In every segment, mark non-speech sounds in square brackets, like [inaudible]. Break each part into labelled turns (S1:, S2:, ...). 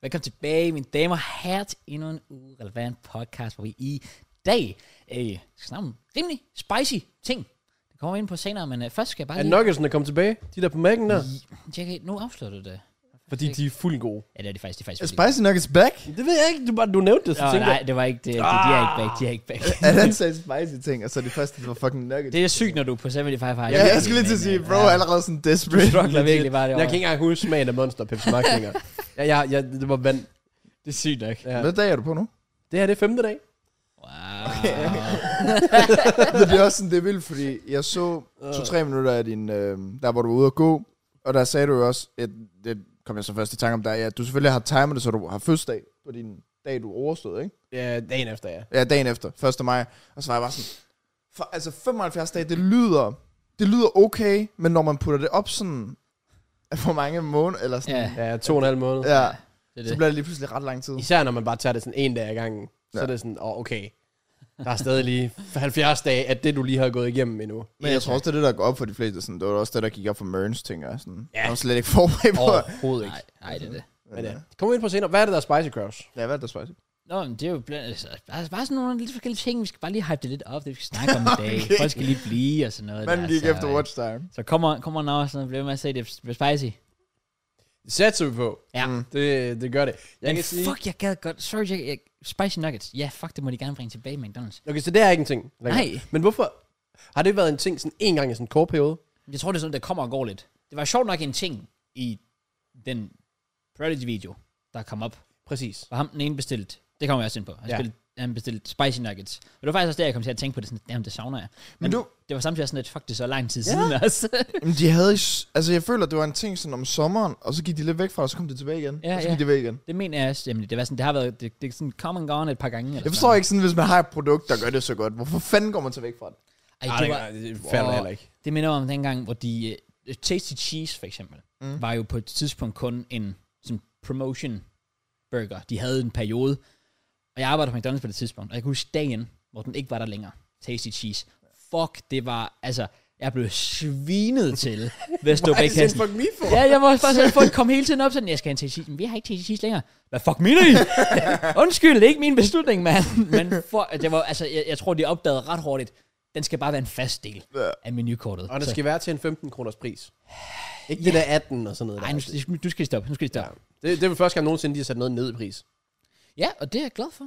S1: Velkommen tilbage, mine damer og herrer, til endnu en uge relevant podcast, hvor vi i dag øh, skal snakke om rimelig spicy ting. Det kommer vi ind på senere, men øh, først skal jeg bare
S2: Er
S1: lige...
S2: nuggetsene kommet tilbage? De der på mækken der?
S1: JK, nu afslører du det.
S2: Fordi de er fuldt gode.
S1: Ja, det er det faktisk. Det er faktisk
S3: Er
S1: fordi-
S3: Spicy Nuggets back?
S2: Det ved jeg ikke, du, bare, du nævnte det, så
S1: Åh,
S2: tænkte
S1: nej,
S2: jeg,
S1: det var ikke det. De, de er ikke bag, de er ikke bag.
S3: At han sagde spicy ting, og så det første, det var fucking nuggets.
S1: Det er sygt, når du er på 75 har.
S3: ja, jeg skulle lige til at sige, bro, er allerede sådan desperate.
S1: struggler virkelig bare det
S2: jeg kan ikke engang huske smagen af Monster
S1: [laughs]
S2: Pepsi Max længere. ja, ja, ja, det var vand.
S1: Det er sygt nok.
S2: Ja.
S3: Hvad dag er du på nu?
S2: Det her, det er femte dag.
S1: Wow.
S3: Men det er også sådan, det er vildt, fordi jeg så to-tre minutter af din, øh, der hvor du var ude at gå, og der sagde du jo også, at det kom jeg så først i tanke om dig, at du selvfølgelig har timet det, så du har fødselsdag på din dag, du overstod, ikke?
S2: Ja, dagen efter, ja.
S3: Ja, dagen efter, 1. maj, og så var jeg bare sådan, for, altså 75 dage, det lyder, det lyder okay, men når man putter det op sådan, hvor mange måneder, eller
S1: Ja,
S3: sådan,
S2: Ja, to og en halv måned.
S3: ja, ja
S1: det er
S3: så
S1: det.
S3: bliver det lige pludselig ret lang tid.
S2: Især når man bare tager det sådan en dag ad gangen. Så
S3: Ja.
S2: er det sådan, åh, oh, okay. Der er stadig lige 70 dage af det, du lige har gået igennem [laughs] endnu.
S3: Men jeg tror også, det er det, der går op for de fleste. Sådan, det var også det, der gik op for Mørns, tænker jeg. Sådan,
S2: Ja.
S3: ja. Jeg var slet ikke forberedt på. Oh.
S2: Overhovedet ikke.
S1: Nej, nej, det er det.
S2: Men ja, det kommer vi ind på senere. Hvad er det, der er Spicy Crush?
S3: Ja, hvad er det, spicy?
S1: Nå, men det er jo blandt, altså, bare, bare sådan nogle lidt forskellige ting. Vi skal bare lige hype det lidt op, det vi skal snakke om i dag.
S3: [laughs] Okay.
S1: Folk skal lige blive og sådan noget.
S3: Man
S1: der,
S3: gik
S1: så,
S3: efter
S1: øh,
S3: watch time.
S1: Så kommer, kommer Nå, og sådan bliver man at se, det bliver spicy.
S2: Det satser vi på.
S1: Ja.
S3: Mm.
S2: Det, det gør det. Jeg
S1: Men
S2: kan sige...
S1: fuck, jeg gad godt. Sorry, jeg, jeg, spicy nuggets. Ja, fuck, det må de gerne bringe tilbage i McDonald's.
S2: Okay, så det er ikke en ting. længere.
S1: Nej.
S2: Men hvorfor har det været en ting sådan en gang i sådan en kort periode?
S1: Jeg tror, det er sådan, der kommer og går lidt. Det var sjovt nok en ting i den Prodigy-video, der kom op.
S2: Præcis.
S1: Var ham den ene bestilt. Det kommer jeg også ind på. Han, ja.
S2: Ja.
S1: spillede, han bestilte spicy nuggets. Og det var faktisk også der, jeg kom til at tænke på det. Sådan, Damn, det savner jeg. Men,
S3: Men du-
S1: det var samtidig også sådan lidt, fuck, det er så lang tid siden også. [laughs]
S3: Jamen, de havde... is- Altså, jeg føler, det var en ting sådan om sommeren, og så gik de lidt væk fra, og så kom de tilbage igen.
S1: Ja,
S3: og så
S1: ja.
S3: gik de væk igen.
S1: det mener jeg også. Jamen, det, var sådan, det har været det, det er sådan come and gone et par gange. Eller
S3: Jeg
S1: sådan
S3: forstår
S1: noget.
S3: ikke sådan, hvis man har et produkt, der gør det så godt. Hvorfor fanden går man så væk fra det?
S1: Ej, det, var,
S2: det
S1: Wow.
S2: heller ikke.
S1: Det minder om dengang, hvor de... Uh, Tasty Cheese, for eksempel, mm. var jo på et tidspunkt kun en sådan promotion burger. De havde en periode, og jeg arbejdede på McDonald's på det tidspunkt, og jeg kan huske dagen, hvor den ikke var der længere. Tasty Cheese. Fuck, det var... Altså, jeg blev svinet til ved at stå bag kassen.
S2: fuck me for?
S1: Ja, jeg var faktisk folk kom hele tiden op sådan, jeg skal have en tasty cheese. Men vi har ikke tasty cheese længere. Hvad fuck mener I? [laughs] Undskyld, det er ikke min beslutning, mand. Men for, det var, altså, jeg, jeg, tror, de opdagede ret hurtigt, den skal bare være en fast del
S3: Ja.
S1: af menukortet.
S2: Og det
S1: Så-
S2: skal være til en 15 kroners pris. Ikke det der 18 og sådan noget.
S1: Ej,
S2: der.
S1: nu, skal- du skal stoppe, nu skal I stoppe.
S2: det, det er vel første gang nogensinde, de har sat noget ned i pris.
S1: Ja. ja, og det er jeg glad for.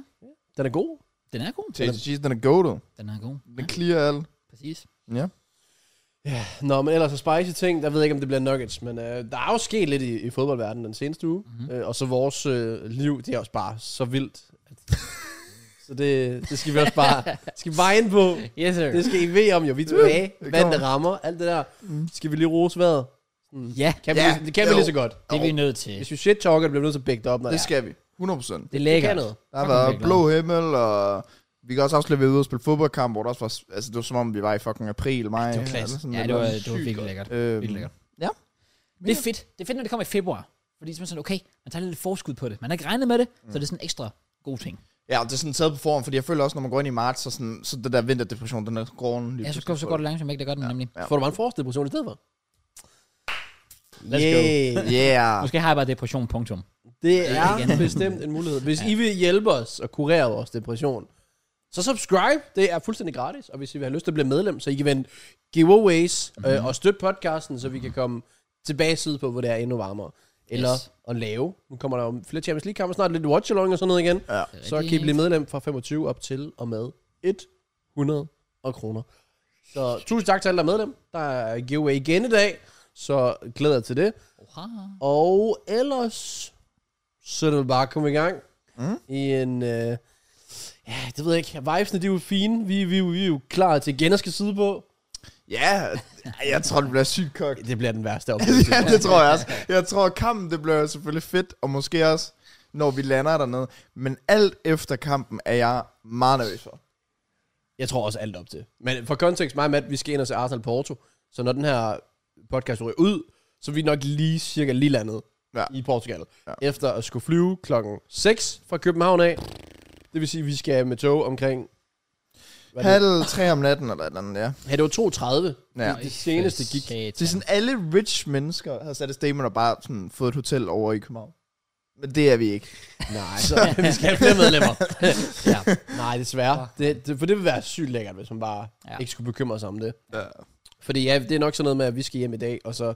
S2: Den er god.
S1: Den er god. Den
S3: Tasty cheese, den er goated.
S1: er, den er god.
S3: Den clear alt.
S1: Præcis.
S3: Ja.
S2: Nå, men ellers så spicy ting. Der ved jeg ikke, om det bliver nuggets. Men øh, der er jo sket lidt i, i fodboldverdenen den seneste uge.
S1: Mhm.
S2: Mm-hmm. Øh, og så vores øh, liv, det er også bare så vildt.
S1: [laughs]
S2: at- så det, det skal vi også bare skal vi bare ind på.
S1: Yes, sir.
S2: Det skal I ved om jo. Vi er tilbage.
S3: det
S2: Vand,
S3: kommer.
S2: der rammer. Alt det der. Skal vi lige rose vejret? Mm.
S1: Ja,
S2: Kan vi,
S3: Ja,
S2: lige- det kan vi
S3: jo.
S2: lige så godt.
S1: det er vi nødt til.
S2: Hvis vi shit talker, bliver vi nødt til at bække det op, når
S3: Det
S2: det,
S3: skal vi. 100%.
S1: Det er
S2: er. det
S1: lækkert.
S2: kan noget.
S3: Der har
S1: Fucking
S3: været
S1: lækkert.
S3: blå himmel, og vi kan også afsløre, at vi var ude og spille fodboldkamp, hvor der også var... s- Altså, det var som om, vi var i fucking april, maj.
S1: Det var
S3: eller
S1: klasse.
S3: sådan
S1: Ja,
S3: et
S1: det var,
S3: eller andet.
S1: det var
S2: Sygt
S1: virkelig
S2: godt.
S1: lækkert.
S3: Øhm,
S1: Vildt lækkert.
S3: Ja.
S1: Det er fedt. Det er fedt, når det kommer i februar. Fordi så er man sådan, okay, man tager lidt forskud på det. Man har ikke regnet med det, så
S2: Mm.
S1: det er sådan en ekstra god ting.
S3: Ja, og det er sådan taget på form, fordi jeg føler også, når man går ind i marts, så, sådan, så det der vinterdepression, den er groen.
S1: Ja, så, går, så går det langsomt væk, det gør den nemlig.
S3: Ja.
S2: Får du bare en forårsdepression i stedet for?
S1: Let's go. [laughs]
S2: Yeah.
S3: Yeah.
S1: Måske har jeg bare depression, punktum.
S2: Det
S1: Igen.
S2: er bestemt en mulighed. Hvis I vil hjælpe os og kurere vores depression, så subscribe. Det er fuldstændig gratis. Og hvis I vil have lyst til at blive medlem, så I kan vende giveaways
S1: Mhm.
S2: øh, og støtte podcasten, så vi kan komme tilbage side på, hvor det er endnu varmere. Eller
S1: Yes.
S2: at lave. Nu kommer der jo flere Champions League-kampe, snart lidt watch-along og sådan noget igen.
S3: Ja.
S2: Så kan I blive medlem fra 25 op til og med 100 og kroner. Så tusind tak til alle, der er medlem. Der er giveaway igen i dag, så glæder jeg til det.
S1: Oha.
S2: Og ellers, så er det vel bare at komme i gang mm. i en... Øh, ja, det ved jeg ikke. Vibesene, de er jo fine. Vi, vi, vi er jo klar til igen at skal sidde på.
S3: Ja, Ej, jeg tror, det bliver sygt
S2: [laughs]
S3: kogt.
S2: Det bliver den værste oplevelse.
S3: ja, det tror jeg også. Jeg tror, kampen, det bliver selvfølgelig fedt, og måske også, når vi lander dernede. Men alt efter kampen er jeg meget nervøs for.
S2: jeg tror også alt op til. Men for kontekst, mig og Matt, vi skal ind og se Arsenal Porto. Så når den her podcast ryger ud, så er vi nok lige cirka lige landet
S3: Ja.
S2: ja. i Portugal.
S3: Ja.
S2: Ja. Efter at skulle flyve klokken 6 fra København af. Det vil sige, at vi skal med tog omkring... Hvad er det?
S3: Halv tre om natten eller et eller andet, ja.
S2: Ja, det var 2.30.
S3: Ja.
S2: Ja. Det seneste gik.
S3: Det er
S1: gik.
S3: sådan, alle rich mennesker har sat et statement og bare sådan, fået et hotel over i København. Men det er vi ikke.
S2: Nej, [laughs] så vi skal have flere medlemmer.
S1: [laughs] Ja.
S2: Nej, desværre.
S1: Fuck.
S2: Det, det, for det vil være sygt lækkert, hvis man bare
S1: Ja.
S2: ja. ikke skulle bekymre sig om det.
S3: Ja.
S2: Fordi ja, det er nok sådan noget med, at vi skal hjem i dag, og så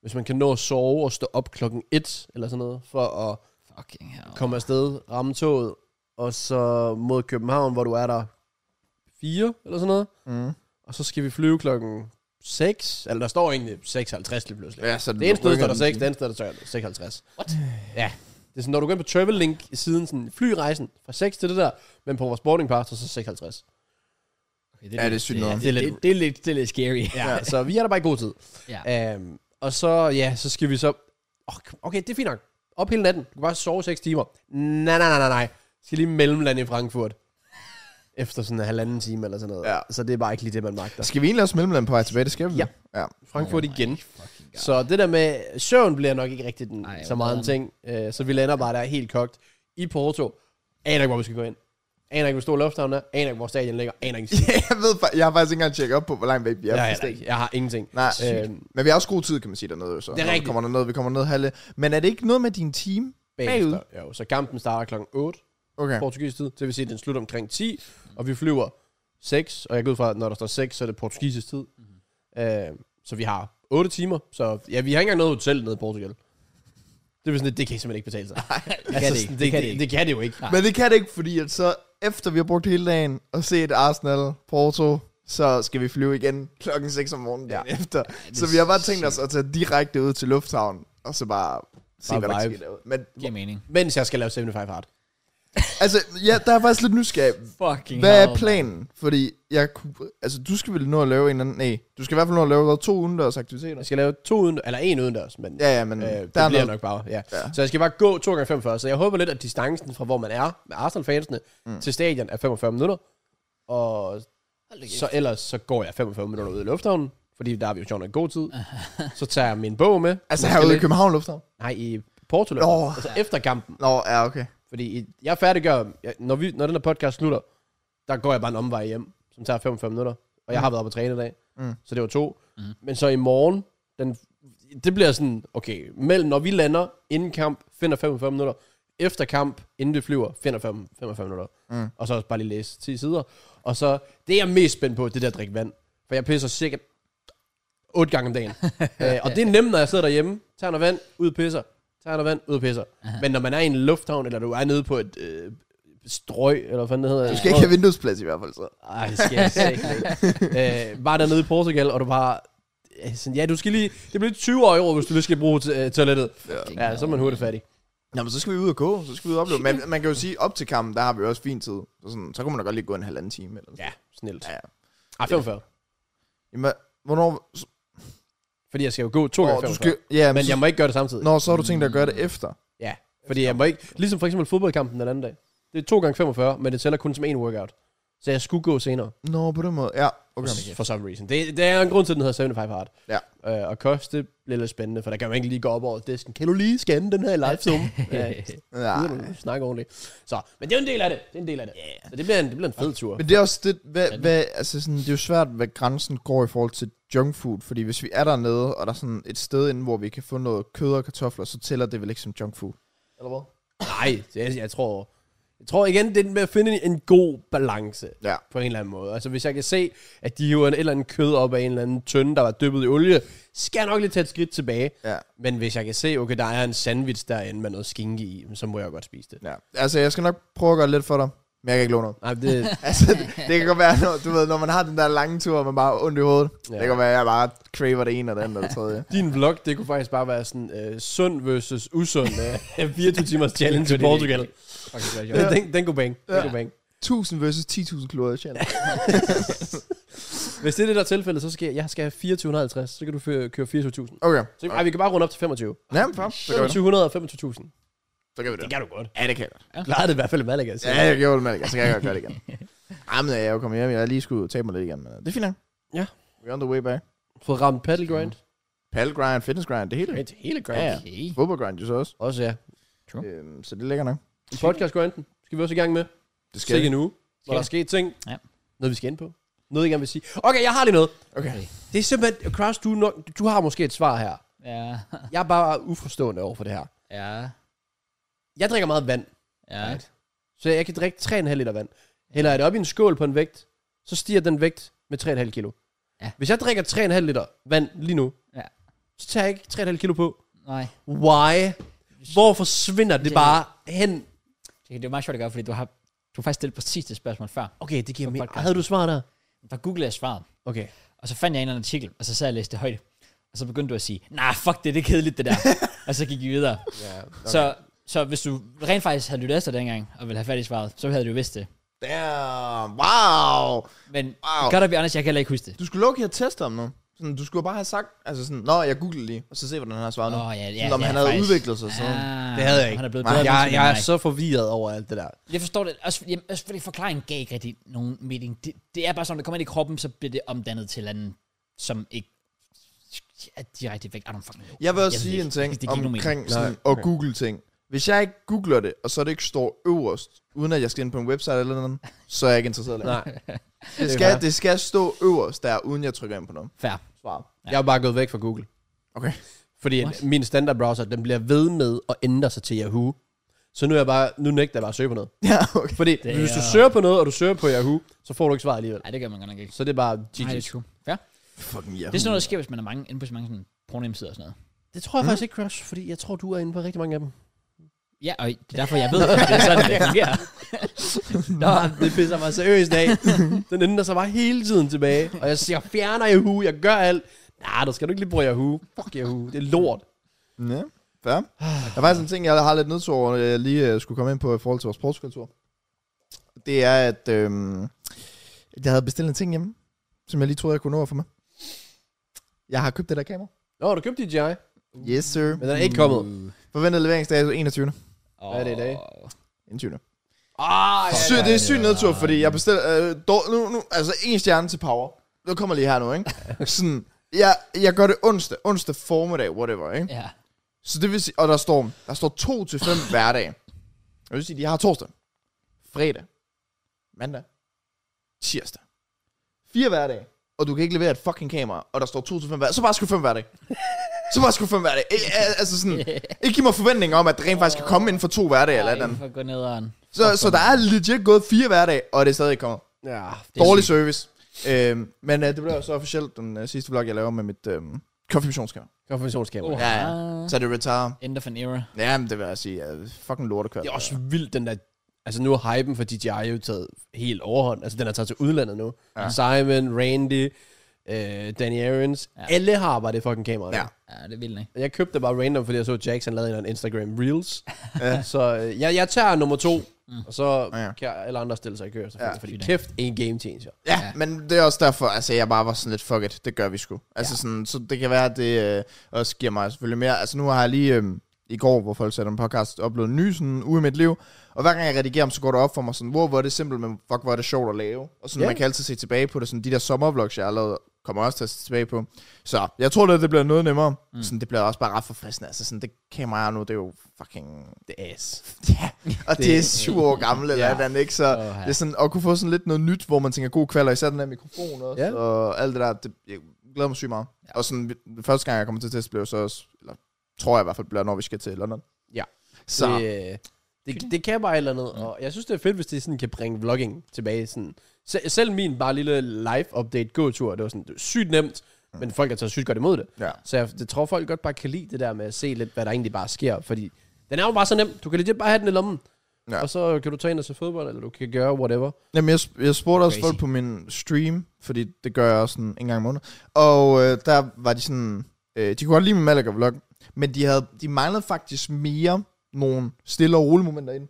S2: hvis man kan nå at sove og stå op klokken 1 eller sådan noget, for at
S1: Fucking hell.
S2: komme afsted, ramme toget, og så mod København, hvor du er der 4 eller sådan noget,
S3: Mm.
S2: og så skal vi flyve klokken 6, eller der står egentlig 6.50 lige pludselig.
S3: ja så
S2: Det ene sted står der 6, det andet sted der står 56.
S1: What?
S2: Ja. Det er sådan, når du går ind på Travel Link siden sådan flyrejsen fra 6 til det der, men på vores boarding pass, så er 56.
S1: Okay, det
S3: Ja,
S1: lidt-
S3: det er sygt
S1: det,
S3: nok.
S1: det, det, det, det, er lidt, det er lidt scary. [laughs]
S2: Ja, så vi er der bare i god tid. Ja. Øhm, og så, ja, så skal vi så... Åh, Okay, det er fint nok. Op hele natten. Du kan bare sove 6 timer. Nej, nej, nej, nej, nej. Jeg skal lige mellemlande i Frankfurt. Efter sådan en halvanden time eller sådan noget.
S3: Ja.
S2: Så det er bare ikke lige det, man magter.
S3: Skal vi egentlig også mellemland på vej tilbage? Det skal vi.
S2: Ja.
S3: ja. [laughs]
S2: Frankfurt oh igen.
S1: Fucking god.
S2: Så det der med søvn bliver nok ikke rigtig den,
S1: Ej,
S2: Ej, så meget en ting. Øh, så vi lander bare der helt kogt i Porto. Aner ikke, hvor vi skal gå ind. Aner ikke, hvor stor lufthavnen er. Aner ikke, hvor stadion ligger. Aner ikke.
S3: [laughs] jeg ved fa- jeg har faktisk ikke engang tjekket op på, hvor langt væk vi er.
S2: jeg,
S3: fra
S2: jeg,
S3: stedet.
S2: jeg, jeg har ingenting.
S3: Nej,
S2: Øh,
S3: men vi har også god tid, kan man sige dernede. jo Så.
S2: Det er
S3: Når vi
S2: rigtigt.
S3: Kommer derned, vi kommer ned halve. Men er det ikke noget med din team?
S2: bagefter. Jo, så kampen starter klokken 8
S3: Okay.
S2: portugisisk tid. Det vil sige, at den slutter omkring 10, og vi flyver 6. Og jeg går ud fra, at når der står 6, så er det portugisisk tid.
S1: Mhm.
S2: Øh, så vi har 8 timer. Så ja, vi har ikke engang noget hotel nede i Portugal. Det er sådan, lidt, det kan simpelthen ikke
S1: [laughs]
S2: betale sig. Altså,
S1: det kan det ikke.
S2: sådan,
S1: Det kan det
S2: det,
S1: ikke.
S2: det kan det jo ikke.
S3: Men det kan det ikke, fordi at så efter vi har brugt hele dagen og set Arsenal, Porto, så skal vi flyve igen klokken 6 om morgenen ja. efter.
S1: det
S3: Så
S1: er
S3: vi har bare tænkt os at tage direkte ud til lufthavnen, og så bare se,
S2: Bare
S3: hvad der
S2: vibe.
S3: sker derude. Men
S1: Giver mening.
S2: Mens jeg skal lave 75 Hard.
S3: altså, ja, der er faktisk lidt nysgerrig.
S1: Fucking
S3: Hvad er
S1: hell.
S3: planen? Fordi jeg kunne, altså, du skal vel nå at lave en eller anden... Nej, du skal i hvert fald nå at lave to udendørs aktiviteter.
S2: Jeg skal lave to uden, eller en udendørs, men
S3: Ja, ja, men
S2: øh, det
S3: der er
S2: bliver
S3: noget.
S2: nok bare, ja.
S3: Ja.
S2: ja. Så jeg skal bare gå 2 gange 45, så jeg håber lidt, at distancen fra hvor man er med Arsenal-fansene mm. til stadion er 45 minutter, og
S1: Hold da kæft.
S2: så ellers så går jeg 45 minutter ud i lufthavnen, fordi der er vi jo sjovt nok god tid. så tager jeg min bog med.
S3: Altså
S2: Måske
S3: herude i
S2: lidt-
S3: København Lufthavn?
S2: Nej, i Porto.
S3: Nå.
S2: Altså efter kampen.
S3: Nå, ja, okay.
S2: Fordi i- jeg færdiggør, jeg, når, vi, når den her podcast slutter, der går jeg bare en omvej hjem, som tager 45 minutter. Og jeg har været på træne i dag,
S3: Mm.
S2: mm. så det var to. Mm. Men så i morgen, den, det bliver sådan, okay, mellem når vi lander, inden kamp, finder 45 minutter. Efter kamp, inden vi flyver, finder 5, 45 minutter.
S3: Mm.
S2: Og så også bare lige læse 10 sider. Og så, det jeg er mest spændt på, det der at drikke vand. For jeg pisser sikkert 8 gange om
S3: [laughs]
S2: dagen. øh, og det er nemt, når jeg sidder derhjemme, tager noget vand, ud og pisser. Tager noget vand, ud og pisser. Men når man er i en lufthavn, eller du er nede på et øh, strøg, eller hvad fanden det hedder.
S3: Du skal ikke have vinduesplads i hvert fald, så.
S2: Ej, det skal jeg sikkert øh, Bare dernede i Portugal, og du bare... øh, Sådan, ja, du skal lige... Det bliver 20 euro, hvis du lige skal bruge øh, toilettet.
S1: Fucking
S2: Ja, så er man hurtigt fattig.
S3: Nå, men så skal vi ud og gå, så skal vi ud og opleve. Men man kan jo sige, op til kampen, der har vi jo også fin tid. Så, sådan, så kunne man da godt lige gå en halvanden time. Eller sådan.
S2: Ja, snilt.
S3: Ja.
S2: Ej, 45.
S3: Jamen, hvad- hvornår...
S2: Fordi jeg skal jo gå to gange
S3: Nå, du
S2: 45.
S3: skal, ja,
S2: Men jeg
S3: men så,
S2: må ikke gøre det samtidig.
S3: nå, så har du tænkt dig at gøre det efter.
S2: Ja, fordi jeg må ikke... Ligesom for eksempel fodboldkampen den anden dag. Det er 2 gange 45, men det tæller kun som en workout. Så jeg skulle gå senere.
S3: Nå, på den måde. Ja, okay.
S2: Okay. For some reason. Det, det er en grund til, at den hedder 75 Hard.
S3: Ja.
S2: Øh, og kost, det bliver lidt spændende, for der kan man ikke lige gå op over disken. Kan du lige scanne den her i live [laughs] zoom? ja, uden
S3: Ja.
S2: at snakke ordentligt. Så, men det er jo en del af det. Det er en del af det. Yeah. Så det bliver en, det bliver en fed tur.
S3: Men det er også det, hvad, hvad, altså sådan, det er jo svært, hvad grænsen går i forhold til junk food, fordi hvis vi er dernede, og der er sådan et sted inde, hvor vi kan få noget kød og kartofler, så tæller det vel ikke som junk food. Eller hvad?
S2: Nej, jeg, jeg tror... Jeg tror igen, det er med at finde en, en god balance.
S3: Ja.
S2: på en eller anden måde. Altså hvis jeg kan se, at de hiver en et eller anden kød op af en eller anden tønde, der var dyppet i olie, skal jeg nok lige tage et skridt tilbage.
S3: Ja.
S2: Men hvis jeg kan se, okay, der er en sandwich derinde med noget skinke i, så må jeg godt spise det.
S3: ja. Altså, jeg skal nok prøve at gøre lidt for dig, men jeg kan ikke love noget.
S2: Nej, det,
S3: Altså, [laughs] det, det kan godt være, når, du ved, når man har den der lange tur, og man bare har ondt i hovedet. Ja.
S2: Ja.
S3: Det kan godt være, at jeg bare craver det ene og det andet og det tredje.
S2: din vlog, det kunne faktisk bare være sådan øh, sund versus
S3: [laughs]
S2: usund øh, 24 timers challenge i
S1: Det er det.
S2: Portugal.
S1: Fucking godt
S2: Ja.
S1: job.
S2: Den, den kunne bang. Den
S3: Ja.
S2: kunne bang.
S3: 1000 versus 10.000 kalorier, tjener.
S2: Hvis det er det der tilfælde, så skal jeg, jeg skal have 2450, så kan du føre- køre 24.000.
S3: Okay.
S2: Så, ej, vi kan bare runde op til 25.
S3: Ja, men far, så gør vi det.
S2: 2500 og 25.000.
S3: Så gør vi
S2: Det kan du godt.
S3: Ja, det kan jeg godt.
S2: Klarer det i hvert fald meget lækkert.
S3: Ja, jeg gjorde det med det, så kan jeg godt gøre det igen. [laughs] Jamen, jeg er jo kommet hjem, jeg har lige skulle tabe mig lidt igen, men øh, det er fint nok.
S2: Ja.
S3: We're on the way back.
S2: Fået ramt paddle grind.
S3: Paddle grind, fitness grind, det hele.
S2: Det er hele grind.
S3: Mm. Ja, ja.
S1: Okay.
S3: Fodbold grind jo så også.
S2: Også ja.
S1: True.
S3: Øhm, så det ligger nok.
S2: En podcast går enten. Skal vi også i gang med?
S3: Det skal
S2: Sikke en uge.
S1: Skal
S2: Hvor der
S1: vi.
S2: er sket ting.
S1: Ja.
S2: Noget, vi skal ind på. Noget, jeg gerne vil sige. Okay, jeg har lige noget.
S3: Okay.
S2: Det er simpelthen, Kraus, du, er nok, du har måske et svar her.
S1: Ja. [laughs]
S2: Jeg er bare uforstående over for det her.
S1: Ja.
S2: Jeg drikker meget vand.
S1: Ja.
S2: Right. Så jeg kan drikke 3,5 liter vand. Hælder jeg det op i en skål på en vægt, så stiger den vægt med 3,5 kilo.
S1: Ja.
S2: Hvis jeg drikker 3,5 liter vand lige nu,
S1: Ja.
S2: så tager jeg ikke 3,5 kilo på.
S1: Nej.
S2: Why? Hvor forsvinder det
S1: Ja.
S2: bare hen?
S1: Det er jo meget sjovt at gøre, fordi du har, du har faktisk stillet præcis det spørgsmål før.
S2: Okay, det giver
S1: For
S2: mig.
S1: podcasten.
S2: Havde du svar der?
S1: Der googlede jeg svaret,
S2: Okay.
S1: og så fandt jeg en eller anden artikel, og så sad jeg og læste det højt. Og så begyndte du at sige, nej, nah, fuck det, det er kedeligt det
S2: [laughs]
S1: der. og så gik vi videre.
S2: Ja.
S1: Okay. Så, så hvis du rent faktisk havde lyttet efter dengang, og ville have fat i svaret, så havde du jo vidst det.
S3: Damn, wow.
S1: Men
S3: Wow.
S1: godt at vi honest, jeg kan heller ikke huske det.
S3: Du skulle lukke her teste om nu. Sådan, du skulle bare have sagt, altså sådan, nå, jeg googlede lige, og så se, hvordan han har svaret nu.
S1: Åh, ja, ja,
S3: sådan, om
S1: ja,
S3: han havde
S1: faktisk.
S3: udviklet sig sådan.
S1: Ah,
S2: Det havde jeg ikke.
S1: Han er blevet
S3: Nej,
S1: bedre
S2: Jeg,
S1: menneske
S2: jeg er ligesom
S1: end mig.
S2: så forvirret over alt det der.
S1: Jeg forstår det. Også, jamen, også fordi forklaringen gav ikke rigtig nogen mening. Det, det er bare sådan, når det kommer ind i kroppen, så bliver det omdannet til anden, som ikke er direkte væk. I don't fucking know.
S3: Jeg vil også
S1: ved
S3: sige
S1: ikke.
S3: en ting
S1: Det giver ikke nogen
S3: omkring
S1: mening.
S3: sådan, og google ting. Hvis jeg ikke googler det, og så det ikke står øverst, uden at jeg skal ind på en website eller noget, så er jeg ikke interesseret længere.
S2: Nej.
S3: Det
S2: er
S3: skal,
S2: fair.
S3: det skal stå øverst der, uden jeg trykker ind på noget.
S1: Fair.
S3: Svar. [laughs]
S2: Jeg er bare gået væk fra Google.
S3: Okay.
S2: Fordi
S1: What?
S2: What? min standardbrowser, den bliver ved med at ændre sig til Yahoo. Så nu, er jeg bare, nu nægter jeg bare at søge på noget.
S3: Ja, okay.
S2: Fordi
S1: Det
S2: det hvis du
S1: er-
S2: søger på noget, og du søger på Yahoo, så får du ikke svaret alligevel.
S1: Nej, det gør man godt nok ikke.
S2: Så det er bare
S1: Nej, det
S2: GG.
S1: er true. Fair.
S3: Fucking ja.
S1: Det er sådan noget, der sker, hvis man er mange, inde på så mange sådan pornemsider og sådan noget.
S2: Det tror jeg mm. faktisk ikke, Crush, fordi jeg tror, du er inde på rigtig mange af dem.
S1: Ja, og det er derfor, jeg ved, at det er sådan, det
S3: [laughs]
S1: fungerer.
S2: Nå, det pisser mig seriøst [laughs] af. Den ændrer sig bare hele tiden tilbage. Og jeg siger, jeg fjerner Yahoo, jeg gør alt. Nej, der skal du ikke lige bruge Yahoo. Fuck Yahoo, det er lort.
S3: Ja, fair. Der er faktisk en ting, jeg har lidt nedtur over, jeg lige øh, skulle komme ind på i forhold til vores sportskultur. Det er, at øhm, jeg havde bestilt en ting hjemme, som jeg lige troede, jeg kunne nå for mig. Jeg har købt det der kamera.
S2: Nå, du købte DJI,
S1: Uh.
S3: Yes, sir.
S2: men den er ikke kommet.
S3: Forventet leveringsdato 21.
S1: Hvad
S2: er det i dag?
S3: 21.
S2: Ah,
S3: Sy, det er syg nedtur, fordi jeg bestilte... Øh, dår, nu, nu, altså, en stjerne til power. Nu kommer lige her nu, ikke? Sådan, jeg, jeg gør det onsdag, onsdag formiddag, whatever, ikke?
S1: Ja.
S3: Så det vil sige, og der står, der står 2 til 5 hverdage. Det vil sige, de har torsdag, fredag, mandag, tirsdag. Fire hverdage, og du kan ikke levere et fucking kamera, og der står 2 til 5 hverdage. Så bare sgu 5 hverdage. Så bare sgu 5 hverdage. Ikke- al- Altså sådan, ikke give mig forventninger om, at det rent faktisk kan komme inden for to hverdage eller et eller
S1: Ej,
S3: andet.
S1: for at gå nederen.
S3: Så, så der er legit gået fire hverdage, og det er stadig ikke kommet.
S2: Ja,
S1: Det er
S3: Dårlig
S1: sygt.
S3: service. Øhm, men øh, det blev jo så officielt den øh, sidste vlog, jeg laver med mit øh, konfirmationskamera.
S2: konfirmationskamera.
S1: Oh,
S3: Ja, ja.
S1: ah.
S3: Så er det retire.
S1: End of an era.
S3: Ja, men det vil jeg sige, er fucking lortekørt.
S2: Det er også vildt, den der... Altså nu er hypen for DJI jo taget helt overhånd. Altså den er taget til udlandet nu.
S3: Ja.
S2: Ja. Simon, Randy, øh, Danny Aarons.
S1: Ja.
S2: Ja. Alle har bare det fucking kamera. nu.
S3: Ja.
S1: Ja, det er vildt, ikke?
S2: Og Jeg købte det bare random, fordi jeg så Jackson lavede en Instagram Reels.
S3: Ja.
S2: Ja. Så øh, jeg, jeg tager nummer to, mm. og så
S3: Ja.
S2: ja. kan alle andre stille sig i kø. Så
S3: Ja.
S2: ja. Fordi
S1: Sygt,
S2: kæft, en game changer.
S3: Ja,
S1: Ja.
S3: men det er også derfor, altså jeg bare var sådan lidt, fuck it, det gør vi sgu. Altså ja. sådan, så det kan være, at det øh, også giver mig selvfølgelig mere. Altså nu har jeg lige øh, i går, hvor folk satte en podcast, uploadet en ny sådan en uge i mit liv. Og hver gang jeg redigerer dem, så går det op for mig sådan, wow, hvor er det simpelt, men fuck, hvor er det sjovt at lave. Og sådan,
S2: Ja.
S3: man kan altid se tilbage på det. Sådan de der sommervlogs, jeg har lavet, kommer jeg også til at se tilbage på. Så jeg tror da, det bliver noget nemmere. Mm. Sådan, det bliver også bare ret forfriskende. Altså sådan, det kamera jeg har nu, det er jo fucking
S2: Det er ass.
S3: [laughs] Ja, og det,
S2: Det-
S3: det er syv år gammel eller
S2: Ja.
S3: ja. andet, ikke? Så
S1: Åh, ja.
S3: det er sådan, at kunne få sådan lidt noget nyt, hvor man tænker, god kvalder, især den her mikrofon også,
S2: Ja.
S3: og alt det der, det, jeg glæder mig sygt meget. Ja. Og sådan, vi- første gang jeg kommer til at teste, bliver så også, eller tror jeg i hvert fald, bliver, når vi skal til London.
S2: Ja.
S3: Så, det,
S2: Det, øh, det, det kan bare et eller andet. Og jeg synes, det er fedt, hvis det sådan kan bringe vlogging tilbage. Sådan. Se- selv min bare lille live-update gåtur, det var sådan det var sygt nemt, mm. men folk har taget sygt godt imod det.
S3: ja.
S2: Så jeg det tror folk godt bare kan lide det der med at se lidt, hvad der egentlig bare sker. Fordi den er jo bare så nem. Du kan lige bare have den i lommen.
S3: Ja.
S2: Ja. Og så kan du tage ind og se fodbold, eller du kan gøre whatever.
S3: Jamen, jeg, jeg spurgte også
S1: Crazy.
S3: folk på min stream, fordi det gør jeg også sådan en gang om måneden, og øh, der var de sådan, øh, de kunne godt lide min Malaga-vlog, men de, havde, de manglede faktisk mere nogle stille og rolige momenter ind.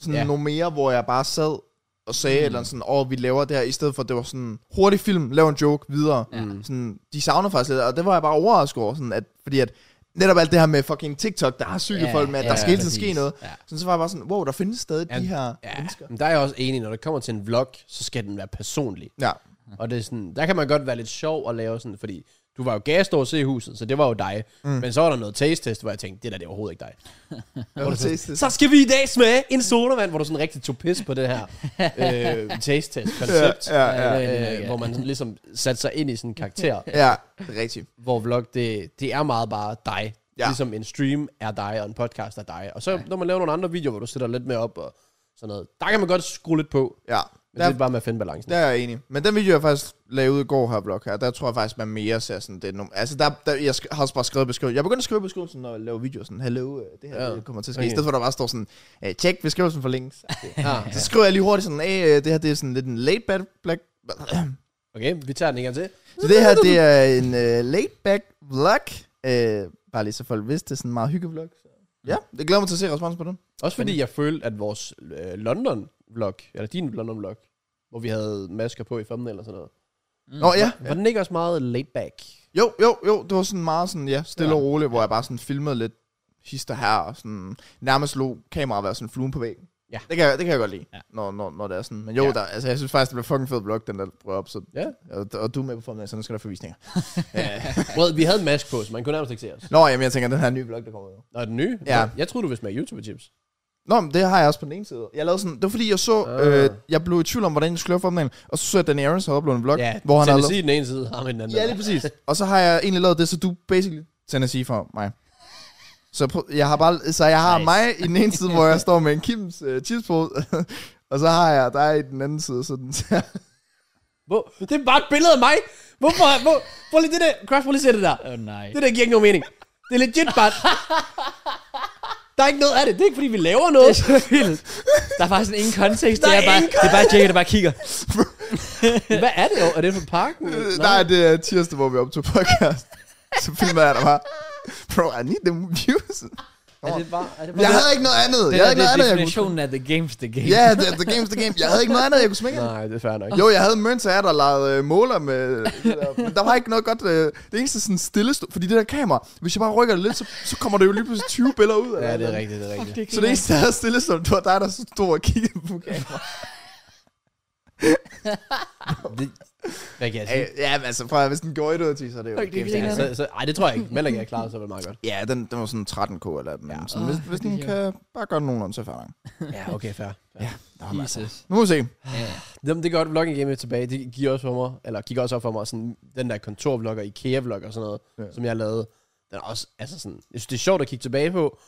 S3: Sådan ja.
S2: Ja.
S3: nogle mere, hvor jeg bare sad og sagde mm. eller andet sådan, åh, oh, vi laver det her, i stedet for, at det var sådan, hurtig film, lav en joke, videre.
S1: Ja.
S2: Mm.
S3: Sådan, de savner faktisk lidt, og det var jeg bare overrasket over, sådan at, fordi at netop alt det her med fucking TikTok, der har syge ja, folk med, at ja, der skal hele tiden ske
S1: præcis.
S3: noget.
S1: Ja.
S3: Sådan, så var jeg bare sådan, wow, der findes stadig
S2: Ja.
S3: de her ja.
S2: Ja,
S3: mennesker.
S2: men der er jeg også enig, når det kommer til en vlog, så skal den være personlig.
S3: Ja,
S2: Og det er sådan, der kan man godt være lidt sjov at lave sådan, fordi du var jo gast over at se huset, så det var jo dig. Mm. Men så var der noget taste test, hvor jeg tænkte, det der det er overhovedet ikke dig.
S3: det var [laughs] tastet.
S2: Så skal vi i dag smage en sodavand, hvor du sådan rigtig tog pis på det [laughs] her øh, taste test koncept.
S3: Ja, ja,
S1: ja. Det er det,
S2: Øh, hvor man sådan [laughs] ligesom satte sig ind i sådan en karakter.
S3: Ja, det er rigtigt.
S2: hvor vlog, det, det er meget bare dig,
S3: Ja.
S2: Ja. Ligesom en stream er dig, og en podcast er dig. Og så
S1: Ja.
S2: ja. når man laver nogle andre videoer, hvor du sætter lidt mere op og sådan noget, der kan man godt skrue lidt på.
S3: Ja,
S2: Men
S3: der,
S2: det er bare med at finde balancen.
S3: der er jeg enig. Men den video, jeg faktisk lavede ud i går her, blog her, der tror jeg faktisk, man mere ser sådan, det er nogle, altså der, der, jeg sk- har også bare skrevet beskrivelsen. Jeg begyndte at skrive beskrivelsen, når jeg laver videoer, sådan, hello, øh, det her
S2: Ja.
S3: ja. kommer til at ske. Okay.
S2: Okay.
S3: I stedet for, der bare står sådan, øh, tjek beskrivelsen for links.
S2: Ja.
S3: [laughs] Så skriver jeg lige hurtigt sådan, hey, øh, det her det er sådan lidt en late back black. [clears throat]
S2: Okay, vi tager den igen til.
S3: Så det her, det er en uh, late back vlog. Uh, bare lige så folk vidste, det er sådan en meget hyggevlog. Så. Ja, det glæder mig til at se respons på den.
S2: Også fordi jeg følte, at vores øh, London-vlog, eller din London-vlog, hvor vi havde masker på i thumbnail og sådan noget,
S1: Mm.
S3: Nå ja,
S2: var den ikke også meget laid back?
S3: jo, jo, jo, det var sådan meget sådan, ja, stille
S2: Ja.
S3: og roligt, hvor jeg bare sådan filmede lidt hister her, og sådan nærmest lå kameraet være sådan fluen på væggen.
S2: Ja.
S3: Det kan, jeg- det kan jeg godt lide,
S1: Ja.
S3: ja. når, når, når det er sådan. Men jo,
S2: Ja.
S3: ja. der, altså, jeg synes faktisk, det blev fucking fed blog, den der prøver op. Så,
S2: Ja.
S3: og, og, du er med på formiddagen, så nu skal der forvisninger.
S2: [laughs] Well, vi havde en maske på, så man kunne nærmest ikke se os.
S3: Nå, jamen, jeg tænker, den her nye blog, der kommer ud.
S2: Nå, den nye?
S3: Ja.
S2: Nå, Jeg troede, du ville smage YouTube-chips.
S3: Nå, men det har jeg også på den ene side. Jeg lavede sådan, det var fordi, jeg så,
S2: Ah.
S3: øh, jeg blev i tvivl om, hvordan jeg skulle lave formiddagen, og så så jeg, Danny Aarons havde uploadet en vlog, hvor han har
S2: Tennessee
S3: lavet,
S2: i den ene side, ham i den anden.
S3: Ja, lige præcis. og så har jeg egentlig lavet det, så du basically Tennessee for mig. Så prøv, jeg har bare, så jeg har
S1: Nice.
S3: mig i den ene side, hvor jeg står med en Kims øh, chipspose, [laughs] og så har jeg dig i den anden side, sådan
S2: [laughs] Hvor, det er bare et billede af mig. Hvorfor? Hvor, prøv lige det der. Crash, prøv lige at se det der.
S1: Åh oh, nej.
S2: Det der giver ikke nogen mening. Det er legit bare...
S3: [laughs]
S2: Der er ikke noget af det. Det er ikke, fordi vi laver noget.
S1: Det er så vildt. Der er faktisk ingen kontekst.
S2: Der
S1: det
S2: er
S1: er bare,
S2: ingen
S1: det er bare Jake, der bare kigger.
S2: Hvad er det? Er det fra parken?
S3: Øh, Nej, det er tirsdag, hvor vi optog podcast. så filmer jeg dig bare. Bro, I need them views.
S2: Er det bare... Er det bare
S3: Jeg havde ikke noget andet.
S1: Det
S3: Jeg havde
S1: er
S3: ikke noget andet, jeg kunne...
S1: definitionen af the game's the game.
S3: Ja, yeah, the, the game's the game. Jeg havde ikke noget andet, jeg kunne smække.
S2: Nej, det er fair nok.
S3: Oh. Jo, jeg havde mønt af, der lavede øh, måler med... [laughs] Men der var ikke noget godt... Øh, det eneste sådan stille... Stå, fordi det der kamera, hvis jeg bare rykker det lidt, så, så kommer det jo lige pludselig 20 billeder ud.
S2: Ja,
S3: eller
S2: det er
S3: noget.
S2: rigtigt, det er rigtigt.
S3: Så det eneste, der havde stille stå, det var dig, der stod og kiggede på kameraet.
S2: Det, hvad kan jeg sige?
S3: Ja, Ja, men altså, prøv at, hvis den går i det, så er det jo...
S1: Okay, det er
S3: game's
S1: griner.
S2: Ja,
S3: the
S2: så,
S3: game.
S2: så, ej, det tror jeg ikke. Melder jeg klarer sig vel meget godt.
S3: Ja, den, den var sådan 13k eller den.
S2: Ja.
S3: Ja. Sådan, hvis, hvis den
S1: Ja.
S3: kan bare gøre den nogenlunde, så er jeg
S2: [laughs] Ja, okay, fair. Ja.
S3: færdig.
S1: Jesus.
S3: altså. Nu må vi se.
S1: altså, Ja.
S2: Jamen, det er godt, vloggen game tilbage. Det giver også for mig, eller gik også op for mig, sådan, den der kontorvlog og IKEA-vlog og sådan noget,
S3: Ja.
S2: ja. som jeg lavede. Den er også, altså sådan, jeg synes, det er sjovt at kigge tilbage på,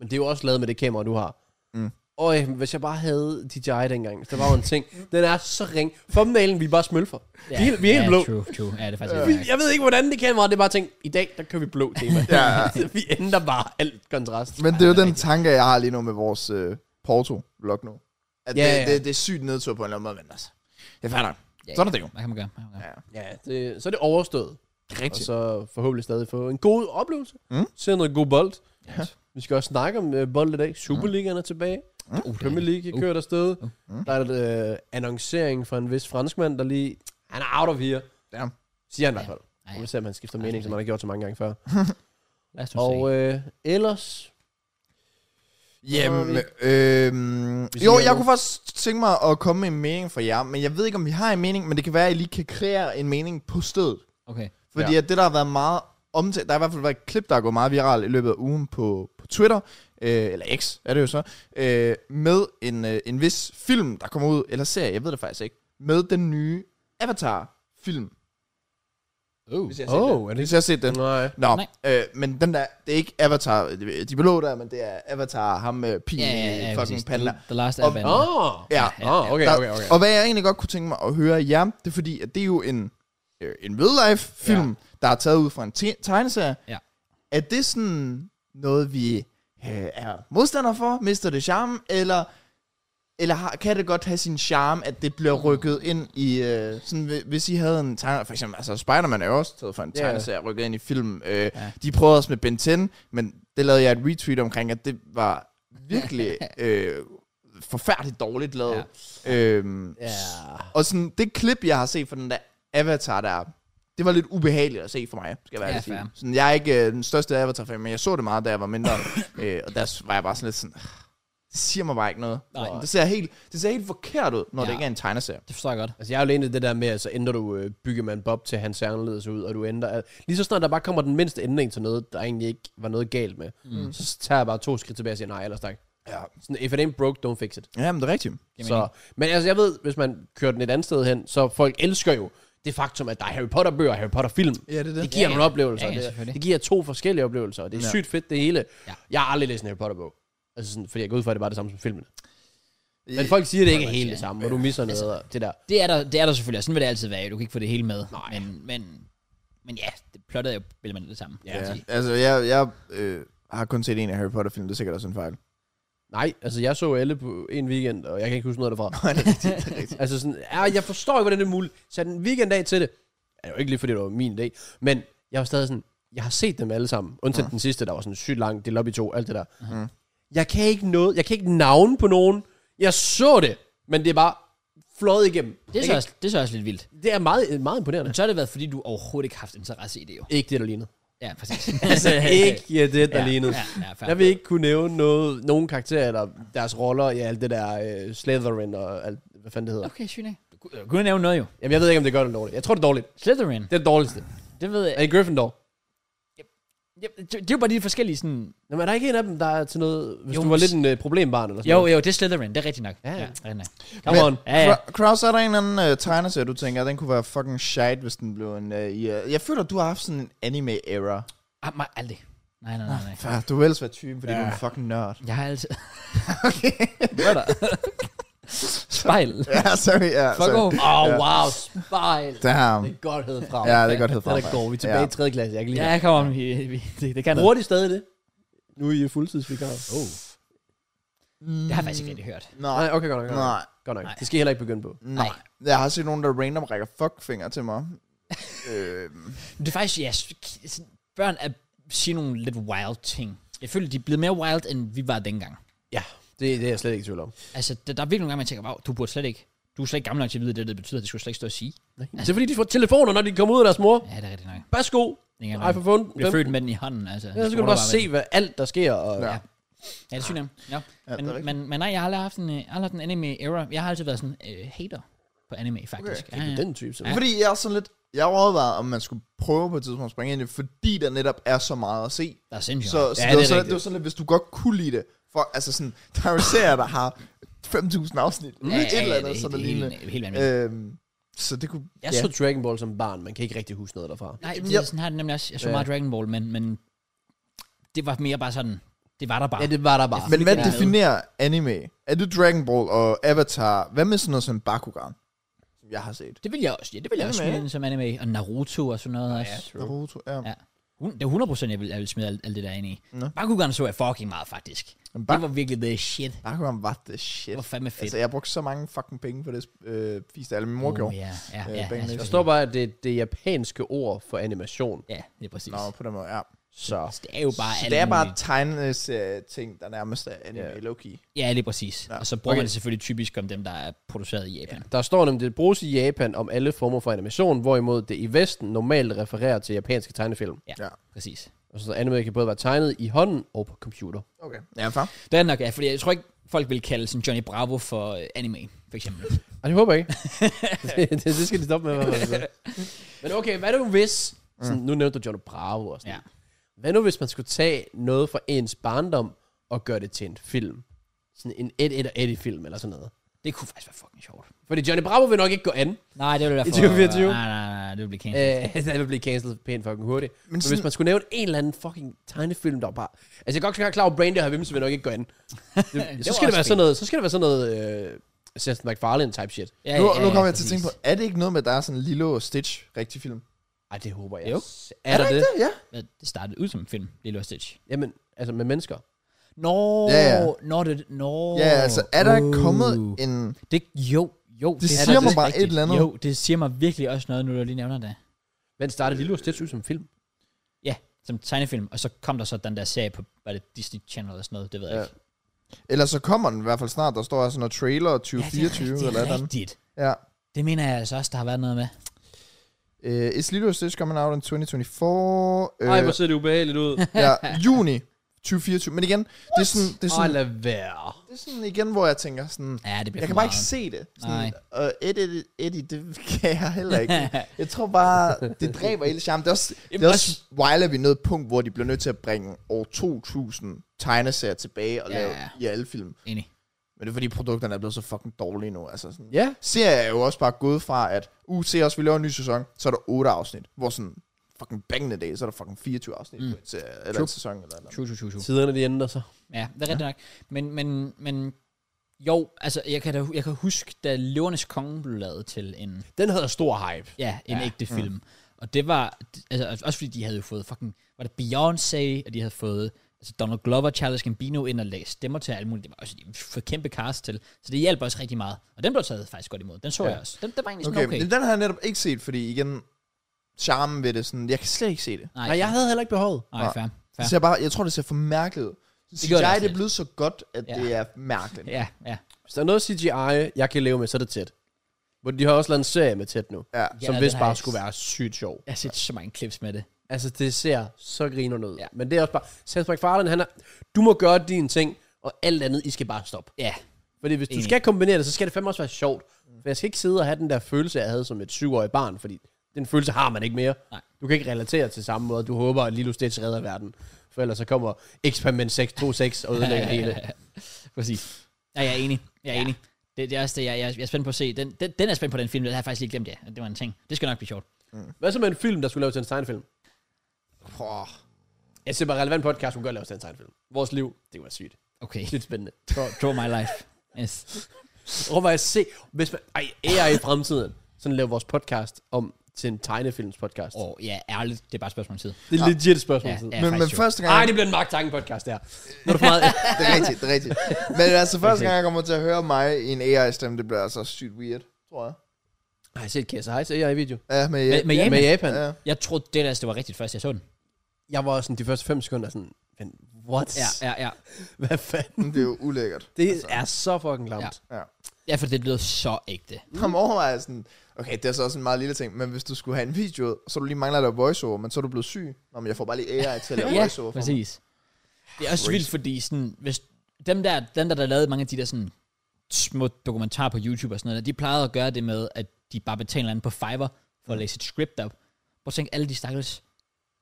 S2: men det er jo også lavet med det kamera, du har.
S3: Mm.
S2: Øj, hvis jeg bare havde DJI dengang, hvis der var jo en ting. den er så ring. Thumbnailen, vi er bare smølfer. Vi er helt- vi er helt
S1: ja,
S2: blå.
S1: True, true. Ja, det er faktisk
S3: Ja.
S1: ja.
S2: Vi- Jeg ved ikke, hvordan det kamera, det er bare tænkt, i dag, der kører vi blå tema.
S3: Ja.
S2: [laughs] vi ændrer bare alt kontrast.
S3: Men det er jo den tanke, jeg har lige nu med vores øh, Porto-vlog nu. At
S2: Ja,
S3: ja, det,
S2: ja.
S3: ja. Det, det er sygt nedtur på en eller anden måde, men altså. Det er fair nok.
S1: Ja,
S3: Sådan er det jo.
S1: Hvad kan man gøre? Hvad kan man gøre?
S3: Ja.
S2: Ja, det, så er det overstået. Og
S3: Rigtigt.
S2: så forhåbentlig stadig få en god oplevelse.
S3: Mm.
S2: Se noget god bold.
S3: Ja.
S2: Vi skal også snakke om uh, bold i dag. Superligaen er tilbage.
S1: Uh, det er-
S2: Premier League er kørt afsted.
S3: Mm.
S2: Der er en uh, annoncering fra en vis franskmand, der lige... Han er out of here.
S3: Ja.
S2: Siger han i
S1: Ja.
S2: hvert fald.
S1: Ja,
S2: Vi
S1: ja.
S2: må se, om han skifter
S1: Ja,
S2: mening,
S1: ja.
S2: som han har gjort så mange gange før.
S1: Lad os nu se.
S2: Og øh, ellers...
S3: Jamen,
S2: Hvor
S3: øhm,
S2: Vi siger
S3: jo, jeg
S2: noget.
S3: kunne faktisk tænke mig at komme med en mening fra jer, men jeg ved ikke, om vi har en mening, men det kan være, at I lige kan kreere en mening på stedet.
S1: Okay.
S3: Fordi ja. at det, der har været meget omtalt, der har i hvert fald været et klip, der er gået meget viralt i løbet af ugen på, på Twitter, øh, eller X er det jo så, øh, med en, øh, en vis film, der kommer ud, eller serie, jeg ved det faktisk ikke, med den nye Avatar-film.
S1: Uh.
S3: Hvis jeg har set
S2: Åh, oh, er
S3: den. Hvis
S2: det...
S3: jeg har set den.
S2: Nej.
S3: Nå,
S1: Nej.
S3: øh, men den der, det er ikke Avatar, øh, de blå der, men det er Avatar, ham med pigen,
S1: Ja, ja, ja. præcis.
S3: fucking panda.
S1: The- The Last
S3: Og-
S1: Airbender.
S2: Åh! Oh.
S3: Ja,
S1: Ja,
S2: Åh, okay,
S3: Der-
S2: okay, okay.
S3: Og hvad jeg egentlig godt kunne tænke mig at høre af jer, det er fordi, at det er jo en, øh, en real life film, ja. der er taget ud fra en te- tegneserie.
S1: Ja.
S3: Er det sådan noget, vi øh, er modstandere for? Mister det charme? Eller, eller har, kan det godt have sin charme, at det bliver rykket ind i... Øh, sådan, hvi- hvis I havde en tegner... For eksempel, altså Spider-Man er jo også taget fra en
S2: Ja.
S3: tegneserie og rykket ind i film. Øh,
S1: Ja.
S3: ja. De prøvede også med Ben 10, men det lavede jeg et retweet omkring, at det var
S2: [laughs]
S3: virkelig... øh, forfærdeligt dårligt lavet. Ja. Øhm,
S2: Ja.
S3: og sådan, det klip, jeg har set fra den der Avatar der, det var lidt ubehageligt at se for mig, skal jeg være
S1: Ja,
S3: ærlig at sige.
S1: fair.
S3: Sådan, jeg er ikke øh, den største Avatar-fan, men jeg så det meget, da jeg var
S1: [coughs]
S3: mindre. øh, og der var jeg bare sådan lidt sådan, "Ah, det siger mig bare ikke noget.
S1: Nej.
S3: Det ser helt, det ser helt forkert ud, når
S1: Ja.
S3: ja. det ikke er en tegneserie.
S1: Det forstår jeg godt.
S2: Altså, jeg er jo alene i det der med, at så ændrer du øh, byggemand Bob til, at han ser anderledes ud, og du ændrer... Al- Lige så snart der bare kommer den mindste ændring til noget, der egentlig ikke var noget galt med, mm. så tager jeg bare to skridt tilbage og siger, nej, ellers tak.
S3: Ja.
S2: Sådan, if it ain't broke, don't fix it.
S3: Ja, men det er rigtigt.
S1: Giver
S2: Så, men altså, jeg ved, hvis man kører den et andet sted hen, så folk elsker jo det faktum, at der er Harry Potter-bøger og Harry Potter-film.
S3: Ja, det er
S2: Det giver
S1: Ja,
S2: ja,
S1: ja.
S2: nogle oplevelser.
S1: Ja, ja,
S2: Ja, ja,
S1: selvfølgelig.
S2: det, det giver to forskellige oplevelser, og det er
S3: Ja.
S2: ja. sygt fedt det hele.
S1: Ja.
S2: Ja. Jeg har aldrig læst en Harry Potter-bog. Altså sådan, fordi jeg går ud fra, at det bare er det samme som filmen.
S3: det.
S2: Men folk siger, det ikke er
S1: Potter,
S2: helt
S1: ja.
S2: det samme, og du misser noget altså, det der.
S1: Det er, der, det er der selvfølgelig, og sådan vil det altid være. Du kan ikke få det hele med.
S2: Nej.
S1: Men, men, men ja, det plottet er jo spiller man det samme.
S2: Ja.
S1: kan man
S3: Ja.
S1: sige.
S3: Altså, jeg, jeg øh, har kun set en af Harry Potter-film. Det er sikkert også en fejl.
S2: Nej, altså jeg så alle på en weekend, og jeg kan ikke huske noget derfra.
S3: Nej, det er rigtigt, det er
S2: [laughs]
S3: rigtigt.
S2: altså sådan, ja, jeg forstår ikke, hvordan det er muligt. Sat en weekend af til det. Det er jo ikke lige, fordi det var min dag, men jeg var stadig sådan, jeg har set dem alle sammen, undtagen den sidste, der var sådan sygt lang, det op i to, alt det der.
S3: Mhm.
S2: Jeg kan ikke noget, jeg kan ikke navne på nogen. Jeg så det, men det er bare fløjet igennem.
S1: Det, er
S2: Jeg
S1: så
S2: kan
S1: også, det er så også lidt vildt.
S2: ikke- det er meget, meget imponerende.
S1: Men så har det været, fordi du overhovedet ikke har haft interesse i det jo.
S2: Ikke det, der lignede.
S1: Ja, præcis. [laughs]
S2: Altså, ikke ja, det, der
S1: ja,
S2: ja, lignede.
S1: Ja, ja, fair.
S2: Jeg vil ikke kunne nævne noget, nogen karakterer eller deres roller i alt det der uh, Slytherin og alt, hvad fanden det hedder.
S1: Okay, sygt nok. Du kunne- Du kunne nævne noget jo.
S2: Jamen, jeg ved ikke, om det er godt eller dårligt. Jeg tror, det er dårligt.
S1: Slytherin.
S2: Det er det dårligste.
S1: Det ved jeg.
S2: Er det Gryffindor?
S1: Ja, det, det er jo bare de forskellige sådan...
S2: Jamen, er der ikke en af dem, der er til noget, hvis
S1: Jo,
S2: jo, du var
S1: men-
S2: lidt en uh, problembarn eller sådan
S1: Jo,
S2: noget?
S1: jo, det er Slytherin. Det er rigtigt nok.
S2: Ja, ja.
S1: rigtigt nok.
S2: Come
S3: Men-
S2: on.
S1: Ja, ja.
S3: Kra- Kraus, er der en eller anden uh, tegneserie, du tænker, den kunne være fucking shite, hvis den blev en... Uh, yeah. Jeg føler, du har haft sådan en anime-era.
S1: Ah, mig aldrig. Nej, nej, nej, nej.
S3: Far, Du vil ellers være typen, fordi ja. du er
S1: Ja.
S3: en fucking nørd.
S1: Jeg har [laughs] altid...
S3: Okay.
S1: Hvad er der? Spejl.
S3: [laughs] ja, sorry. Altså, Ja,
S1: Fuck
S3: sorry.
S1: off.
S2: Oh, wow. Spejl.
S3: Damn.
S2: Det er godt heddet fra.
S3: Ja, det er godt hed fra.
S2: Der går vi tilbage
S3: Ja.
S2: ja. i 3. klasse. Jeg kan lide
S1: Ja,
S2: ja.
S1: kom on. Vi, vi, det, det kan
S2: det.
S1: noget.
S2: Bruger de stadig det? Nu er I fuldtidsvikar. Oh.
S1: Det har jeg faktisk ikke rigtig hørt.
S2: Nej,
S3: Nej,
S2: okay, godt nok. Godt nok.
S3: nej,
S2: Godt nok.
S1: Nej.
S2: Det skal I heller ikke begynde på.
S3: nej. Jeg har set nogen, der random rækker fuckfinger til mig. øhm,
S1: Men det er faktisk, ja, s- k- sådan- børn er siger nogle lidt wild ting. Jeg føler, de er blevet mere wild, end vi var dengang.
S2: Ja, det, det er jeg slet ikke i tvivl om.
S1: Altså, der, der er virkelig nogle gange, man tænker, wow, du burde slet ikke, du er slet ikke gammel nok til at vide, at det, det betyder, det skulle slet ikke stå at sige.
S2: Det er fordi, de får telefoner, når de kommer ud af deres mor.
S1: Ja, det er rigtigt nok.
S2: Værsgo.
S1: Dengang,
S2: iPhone 15.
S1: Jeg født med den i hånden, altså.
S2: Ja, så kan du bare se, hvad alt der sker. Og...
S3: ja.
S2: Ja.
S3: ja.
S1: Ja, det synes jeg. Ja.
S3: det er
S1: Men,
S3: rigtigt.
S1: men, men nej, jeg har aldrig haft en, øh, aldrig haft en anime-era. Jeg har altid været sådan øh, hater på anime, faktisk.
S2: Det er den type, så.
S3: Fordi jeg er sådan lidt... Jeg overvejede, om man skulle prøve på et tidspunkt at springe ind i det, fordi der netop er så meget at se.
S1: Der er sindssygt.
S3: Så,
S1: Så,
S3: så
S2: Ja,
S3: det,
S2: det
S3: var
S2: er
S3: sådan,
S2: rigtigt.
S3: det var sådan lidt, hvis du godt kunne lide det, for altså sådan, der er jo serier, der har 5.000 afsnit, ja, et eller andet, sådan
S1: det,
S3: lignende.
S1: helt, helt, helt vanvittigt.
S3: Øhm, så det kunne...
S2: Jeg så Dragon Ball som barn. Man kan ikke rigtig huske noget derfra.
S1: Nej, det,
S3: jeg-
S1: jeg, sådan har jeg det nemlig også. Jeg så
S2: Ja.
S1: meget Dragon Ball, men, men det var mere bare sådan, det var der bare.
S2: Ja, Ah, det var der bare.
S3: Men hvad
S1: Ja.
S3: definerer anime? Er det Dragon Ball og Avatar? Hvad med sådan noget som Bakugan? Som jeg har set.
S1: Det vil jeg også, ja, det vil jeg også
S3: Anime.
S1: smide ind som anime, og Naruto og sådan noget også.
S3: Naruto, ja.
S1: Ja. Hun- Det er 100% jeg vil, jeg vil smide alt, alt det der ind i.
S3: Nå.
S1: Bakugan så jeg fucking meget, faktisk.
S3: Men
S1: Det
S3: Bak-
S1: var virkelig the shit.
S3: Bakugan var the
S1: Det
S3: shit.
S1: var fandme fedt.
S3: Altså, jeg brugte så mange fucking penge på det øh, fisk, alle min mor
S1: Åh,
S3: gjorde.
S1: ja, ja,
S3: Øh,
S1: ja, altså,
S3: Bang
S1: ja,
S3: Nation.
S2: Der står bare, at det er det japanske ord for animation.
S1: Ja, det er præcis.
S3: Nå, på den måde, ja.
S2: Så
S1: Altså, det er jo bare
S3: Så
S1: alt
S3: det er bare
S1: muligt.
S3: tegneserie-ting, der nærmest er anime,
S2: Ja.
S3: low-key.
S1: Ja, det er præcis.
S3: Ja,
S1: Ja. Og så bruger okay.
S2: okay.
S1: man det selvfølgelig typisk om dem, der er produceret i Japan.
S2: der står nemlig, det bruges i Japan om alle former for animation, hvorimod det i Vesten normalt refererer til japanske tegnefilm.
S1: Ja, ja.
S3: Ja.
S1: præcis.
S2: Og så anime kan både være tegnet i hånden og på computer.
S3: Okay. Ja, far.
S1: Det er nok, ja, fordi jeg tror ikke, folk vil kalde sådan Johnny Bravo for øh, anime, for eksempel.
S2: Og det håber jeg [laughs] ikke. det, det, det, skal de stoppe med. hvad man siger. Men okay, hvad nu hvis... Sådan, nu nævnte du John Bravo og sådan
S1: Ja.
S2: Hvad nu hvis man skulle tage noget fra ens barndom og gøre det til en film? Sådan en Ed, Ed og Eddie film eller sådan noget.
S1: Det kunne faktisk være fucking sjovt.
S2: Fordi Johnny Bravo vil nok ikke gå an.
S1: [laughs] Nej, det ville være
S2: I
S1: for...
S2: 2024?
S1: Nej, nej, nej, det ville blive kendt.
S2: Øh, den vil blive cancelled pænt fucking hurtigt. Men, Men
S3: sådan-
S2: hvis man skulle nævne en eller anden fucking tegnefilm, der var bare... Altså, jeg kan godt være klar over, Brain, der har vimset, vil nok
S1: [laughs]
S2: ikke gå an. Det,
S1: var
S2: så, skal
S1: også
S2: det være
S1: fint.
S2: sådan noget, så skal det være sådan noget... Øh, Seth MacFarlane-type shit.
S1: Ja,
S3: Nu,
S1: ja,
S3: nu
S1: ja,
S3: kommer jeg til at
S1: præcis.
S3: tænke på, er det ikke noget med, at der er sådan en Lilo og Stitch rigtig film?
S2: Ej, det håber jeg.
S1: Jo.
S2: Er, er der det? det?
S3: Ja.
S1: Hvad, Det startede ud som en film, Lilo og Stitch.
S2: Jamen, altså med mennesker.
S1: Nå,
S3: Ja, ja.
S1: nå, det, nå.
S3: Ja, altså, er der
S1: Uh.
S3: kommet en...
S1: Det, jo, jo.
S3: Det
S1: er
S3: siger
S1: der,
S3: mig
S1: det er
S3: bare et eller andet.
S1: Jo, det siger mig virkelig også noget, nu du lige nævner det.
S2: Men startede Lilo og Stitch ud som film?
S1: Ja, som tegnefilm. Og så kom der så den der serie på, var det Disney Channel eller sådan noget, det ved jeg
S3: Ja.
S1: ikke.
S3: Eller så kommer den i hvert fald snart, der står sådan noget trailer 2024
S1: ja, det er
S3: eller
S1: rigtigt,
S3: andet.
S1: rigtigt.
S3: Ja.
S1: Det mener jeg altså også, der har været noget med.
S3: Uh, Is Lilo og Stitch coming out in 2024? Uh,
S2: Ej, hvor ser det ubehageligt ud.
S3: ja,
S1: [laughs]
S3: juni 2024. Men igen, det er sådan, det er
S2: Ej,
S3: sådan,
S2: lad være.
S3: det er sådan igen, hvor jeg tænker sådan...
S1: Ja, det bliver
S3: Jeg
S1: for
S3: kan
S1: meget.
S3: bare ikke se det.
S1: Nej.
S3: Sådan, og Eddie, Eddie, det kan jeg heller ikke.
S1: [laughs]
S3: Jeg tror bare, det dræber hele charmen. Det er også, det
S1: Jamen,
S3: er også Wilder vi nået et punkt, hvor de bliver nødt til at bringe år 2000 tegneserier tilbage og
S1: Ja.
S3: lave i alle film.
S1: Enig.
S3: Men det er fordi produkterne er blevet så fucking dårlige nu. Altså sådan.
S2: Ja.
S3: Serier er jo også bare gået fra, at uh, se os, vi laver en ny sæson, så er der otte afsnit. Hvor sådan fucking bang the day, så er der fucking 24 afsnit mm.
S1: Mm.
S3: på en serie, eller
S1: True.
S3: en sæson. Eller, eller.
S1: True, true, true, true.
S2: Tiderne, de ændrer sig.
S1: Ja, det er rigtigt ja. nok. Men, men, men jo, altså, jeg kan, da, jeg kan huske, da Løvernes Konge blev lavet til en,
S2: Den havde stor hype.
S1: ja, en
S2: Ja.
S1: ja. ægte film. Mm. Og det var, altså, også fordi de havde jo fået fucking, var det Beyoncé, og de havde fået altså Donald Glover, Charles Gambino ind og lagde stemmer til og alt muligt. Det var også de fået kæmpe cast til, så det hjalp også rigtig meget. Og den blev taget faktisk godt imod. Den så
S2: Ja.
S1: ja. jeg også. Den, den var egentlig
S3: Okay,
S1: sådan
S3: okay.
S1: okay.
S3: Men den har jeg netop ikke set, fordi igen, charmen ved det, sådan, jeg kan slet ikke se det.
S1: Nej,
S2: Nej, jeg havde heller ikke behovet.
S1: Nej, fair.
S3: Det
S1: fair.
S3: ser bare, jeg tror, det ser for mærkeligt ud. Det
S1: gør det
S3: jeg,
S1: også
S3: det er
S1: lidt.
S3: blevet så godt, at
S1: Ja.
S3: ja. det er mærkeligt.
S1: Ja, ja.
S2: Hvis der er noget CGI, jeg kan leve med, så er det tæt. Men de har også lavet en serie med tæt nu,
S3: Ja.
S2: som
S1: den
S2: vist
S1: har
S2: bare
S1: jeg-
S2: skulle være sygt sjov.
S1: Jeg har set så mange clips med det.
S2: Altså, det ser så griner ud. Ja.
S1: Ja.
S2: Men det er også bare... Seth MacFarlane, han er... Du må gøre din ting, og alt andet, I skal bare stoppe.
S1: Ja,
S2: Fordi hvis du
S1: Enig. Mm.
S2: skal kombinere det, så skal det fandme også være sjovt. For jeg skal ikke sidde og have den der følelse, jeg havde som et syvårig barn, fordi den følelse har man ikke mere.
S1: Nej.
S2: Du kan ikke relatere til samme måde. Du håber, at Lilo Stitch redder verden. For ellers så kommer Experiment 626 og
S1: [laughs]
S2: ødelægger det hele.
S1: Præcis. Ja, jeg er enig. Jeg er ja. enig. Det, det, er også det, jeg, jeg, jeg er spændt på at se. Den, den, den er jeg spændt på, den film. Det har jeg faktisk lige glemt, ja. Det var en ting. Det skal nok blive sjovt.
S2: Hvad så med en film, der skulle laves til en tegnefilm?
S3: Prøv.
S2: Jeg ser bare relevant podcast, kunne godt laves til en tegnefilm. Vores liv, det kunne være sygt.
S1: Okay.
S2: Sygt spændende.
S1: [laughs] Draw, draw my life. Yes.
S2: Overvej at se, hvis man... Ej, AI i fremtiden. Sådan laver vores podcast om til en tegnefilms podcast.
S1: Og ja, ærligt, det er bare et spørgsmål om tid.
S2: Det er legit et spørgsmål.
S1: Ja,
S2: Ja,
S1: ja,
S3: Men, men
S1: faktisk jo.
S3: første gang,
S2: Ej, det bliver en Mark Tangen podcast, der. Nu er du for meget...
S3: det er
S1: [laughs]
S3: rigtigt, det er rigtigt. Men altså, første gang, jeg kommer til at høre mig i en AI-stemme, det bliver altså sygt weird, tror jeg.
S2: Har I set Kæs Heights AI-video?
S3: Ja,
S1: Med,
S3: med,
S1: med
S2: Ja,
S1: Japan.
S2: med Japan.
S3: Ja.
S1: Jeg troede, det, der, det var rigtigt først, jeg så den.
S2: Jeg var sådan de første fem sekunder sådan, men what?
S1: Ja, ja, ja.
S2: [laughs] Hvad fanden?
S3: Det er jo ulækkert.
S2: Det altså. er så fucking klamt. Ja.
S1: Ja.
S3: Ja.
S1: Ja, for det lyder så ægte.
S3: Kom overvejer sådan, okay, det er så også en meget lille ting, men hvis du skulle have en video, ud, så du lige mangler at lave voiceover, men så er du blevet syg. Nå, men jeg får bare lige AI til at lave
S1: ja,
S3: voiceover for mig.
S1: præcis. Det er også
S3: Crazy.
S1: vildt, fordi sådan, hvis dem der, dem der, der lavede mange af de der sådan små dokumentarer på YouTube og sådan noget, der, de plejede at gøre det med, at de bare betalte en eller anden på Fiverr for at læse et script op. Prøv at tænke, alle de stakkels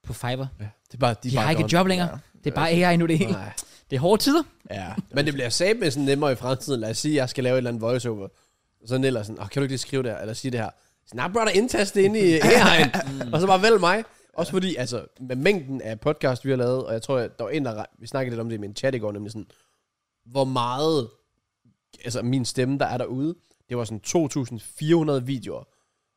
S1: på Fiverr.
S2: Ja. Det er bare, de,
S1: De har ikke et job længere.
S3: Ja.
S1: Det er bare AI nu, det hele.
S2: Nej.
S1: Det er hårde tider.
S2: Ja. Men det bliver sat med sådan nemmere i fremtiden. Lad os sige, at jeg skal lave et eller andet voiceover. Og så Niller sådan, oh, kan du ikke lige skrive det her, eller sige det her? Sådan, nej, brother, indtast det ind i AI'en. og så bare vælg mig. Også fordi, altså, med mængden af podcast, vi har lavet, og jeg tror, at der var en, der, re- vi snakkede lidt om det i min chat i går, nemlig sådan, hvor meget, altså min stemme, der er derude, det var sådan 2.400 videoer,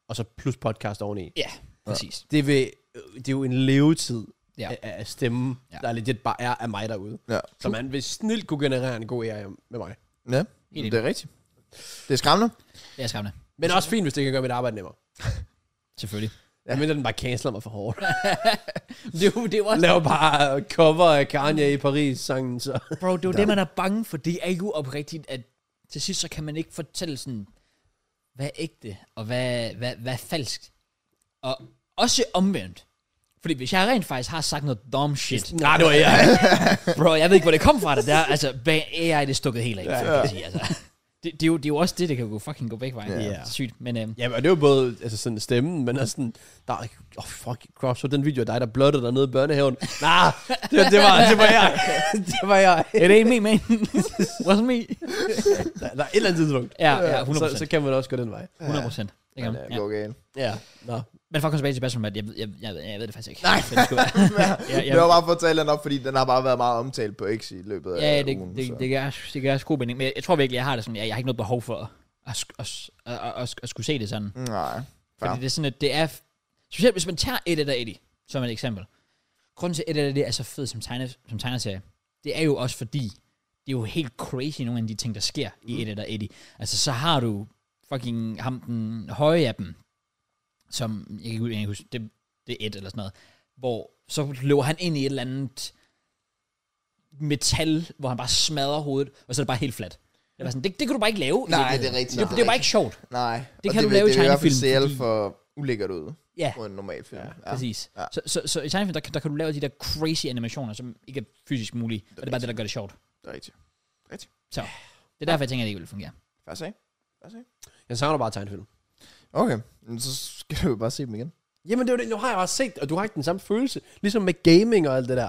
S2: og så plus podcast oveni.
S1: Ja, præcis.
S2: det, vil, det er jo en levetid ja.
S1: Ja.
S2: af, af stemme, ja.
S1: Ja.
S2: der legit bare er af mig derude.
S3: Ja.
S2: Så man vil snilt kunne generere en god AI med mig.
S3: Ja,
S1: Helt
S3: det er rigtigt. Det er skræmmende.
S1: Det er skræmmende.
S2: Men også fint, hvis det kan gøre mit arbejde nemmere.
S1: Selvfølgelig.
S2: Ja. Jeg mener, den bare canceler mig for [laughs] hårdt.
S1: Det er jo, det er jo også
S2: Lav bare cover af Kanye i Paris sangen så.
S1: Bro, det er jo det, man er bange for. Det er jo oprigtigt, at til sidst, så kan man ikke fortælle sådan, hvad er ægte, og hvad, hvad, hvad er falsk. Og også omvendt. Fordi hvis jeg rent faktisk har sagt noget dumb shit,
S2: Nej, det var jeg.
S1: bro, jeg ved ikke, hvor det kom fra det der. Altså, bag AI, det er stukket helt af. Ja, ja. Sige, altså. det, det, er jo, det er jo også det, det kan jo fucking gå begge veje.
S2: Ja.
S1: Det er sygt, men øhm,
S2: Ja, og det var både altså sådan stemmen, men også sådan, der er, oh fuck, Cross, så den video af dig, der blottede dig nede i børnehaven. Nej, det, det, var, det var jeg. Det var jeg.
S1: it ain't me, man. [laughs] Wasn't me.
S2: Der, der er et eller andet tidspunkt.
S1: Ja, ja, 100%.
S2: Så, så kan man også gå den vej.
S1: 100%. Det kan
S3: Men,
S1: man.
S3: øh,
S1: Ja.
S3: går galt.
S2: Ja, nå.
S1: Men for at komme tilbage til spørgsmålet, at jeg, ved- jeg, jeg, ved- jeg ved det faktisk ikke. Nej. Det, skulle være. [laughs] ja,
S3: Det var bare for at tale den op, fordi den har bare været meget omtalt på X i løbet af
S1: Ja, det,
S3: ugen. så.
S1: det, det, gør, det gør også god mening. Men jeg, jeg tror virkelig, jeg har det sådan, jeg, jeg har ikke noget behov for at, at, sk- at, s- at, at, at, at skulle se det sådan.
S3: Nej.
S1: Fordi
S3: Ja.
S1: det er sådan, at det er... Specielt hvis man tager et eller Eddie, som et eksempel. Grunden til, at et eller det er så fed som, tegne, som tegneserie, det er jo også fordi, det er jo helt crazy nogle af de ting, der sker mm. i et eller Eddie. Altså, så har du fucking ham den høje af dem, som, jeg kan ikke- jeg kan ikke huske, det, det er et eller sådan noget, hvor så løber han ind i et eller andet metal, hvor han bare smadrer hovedet, og så er det bare helt fladt. Det, var sådan, det, det kan du bare ikke lave. i
S3: Nej,
S1: virkeligheden.
S3: det er rigtigt,
S1: Det,
S3: nej.
S1: det er bare ikke sjovt.
S3: Nej.
S1: Det
S3: Og
S1: kan du
S3: vil-
S1: lave i
S3: Det vil i hvert fald
S1: tegnefilm,
S3: se alt
S1: fordi-
S3: for ulækkert ud
S1: Ja.
S3: på en normal film. Ja.
S1: Præcis.
S3: Ja.
S1: Ja. Så, så, så i tegnefilm, der, kan- der kan du lave de der crazy animationer, som ikke er fysisk mulige. Og det er bare det, der gør det sjovt.
S3: Det er rigtigt.
S1: Så det er derfor, jeg tænker, at det ikke vil fungere.
S3: Fast, ikke?
S2: Jeg savner bare tegnefilm.
S3: Okay, men så skal du jo bare se dem igen.
S2: Jamen det er jo det, nu har jeg bare set, og du har ikke den samme følelse. Ligesom med gaming og alt det der.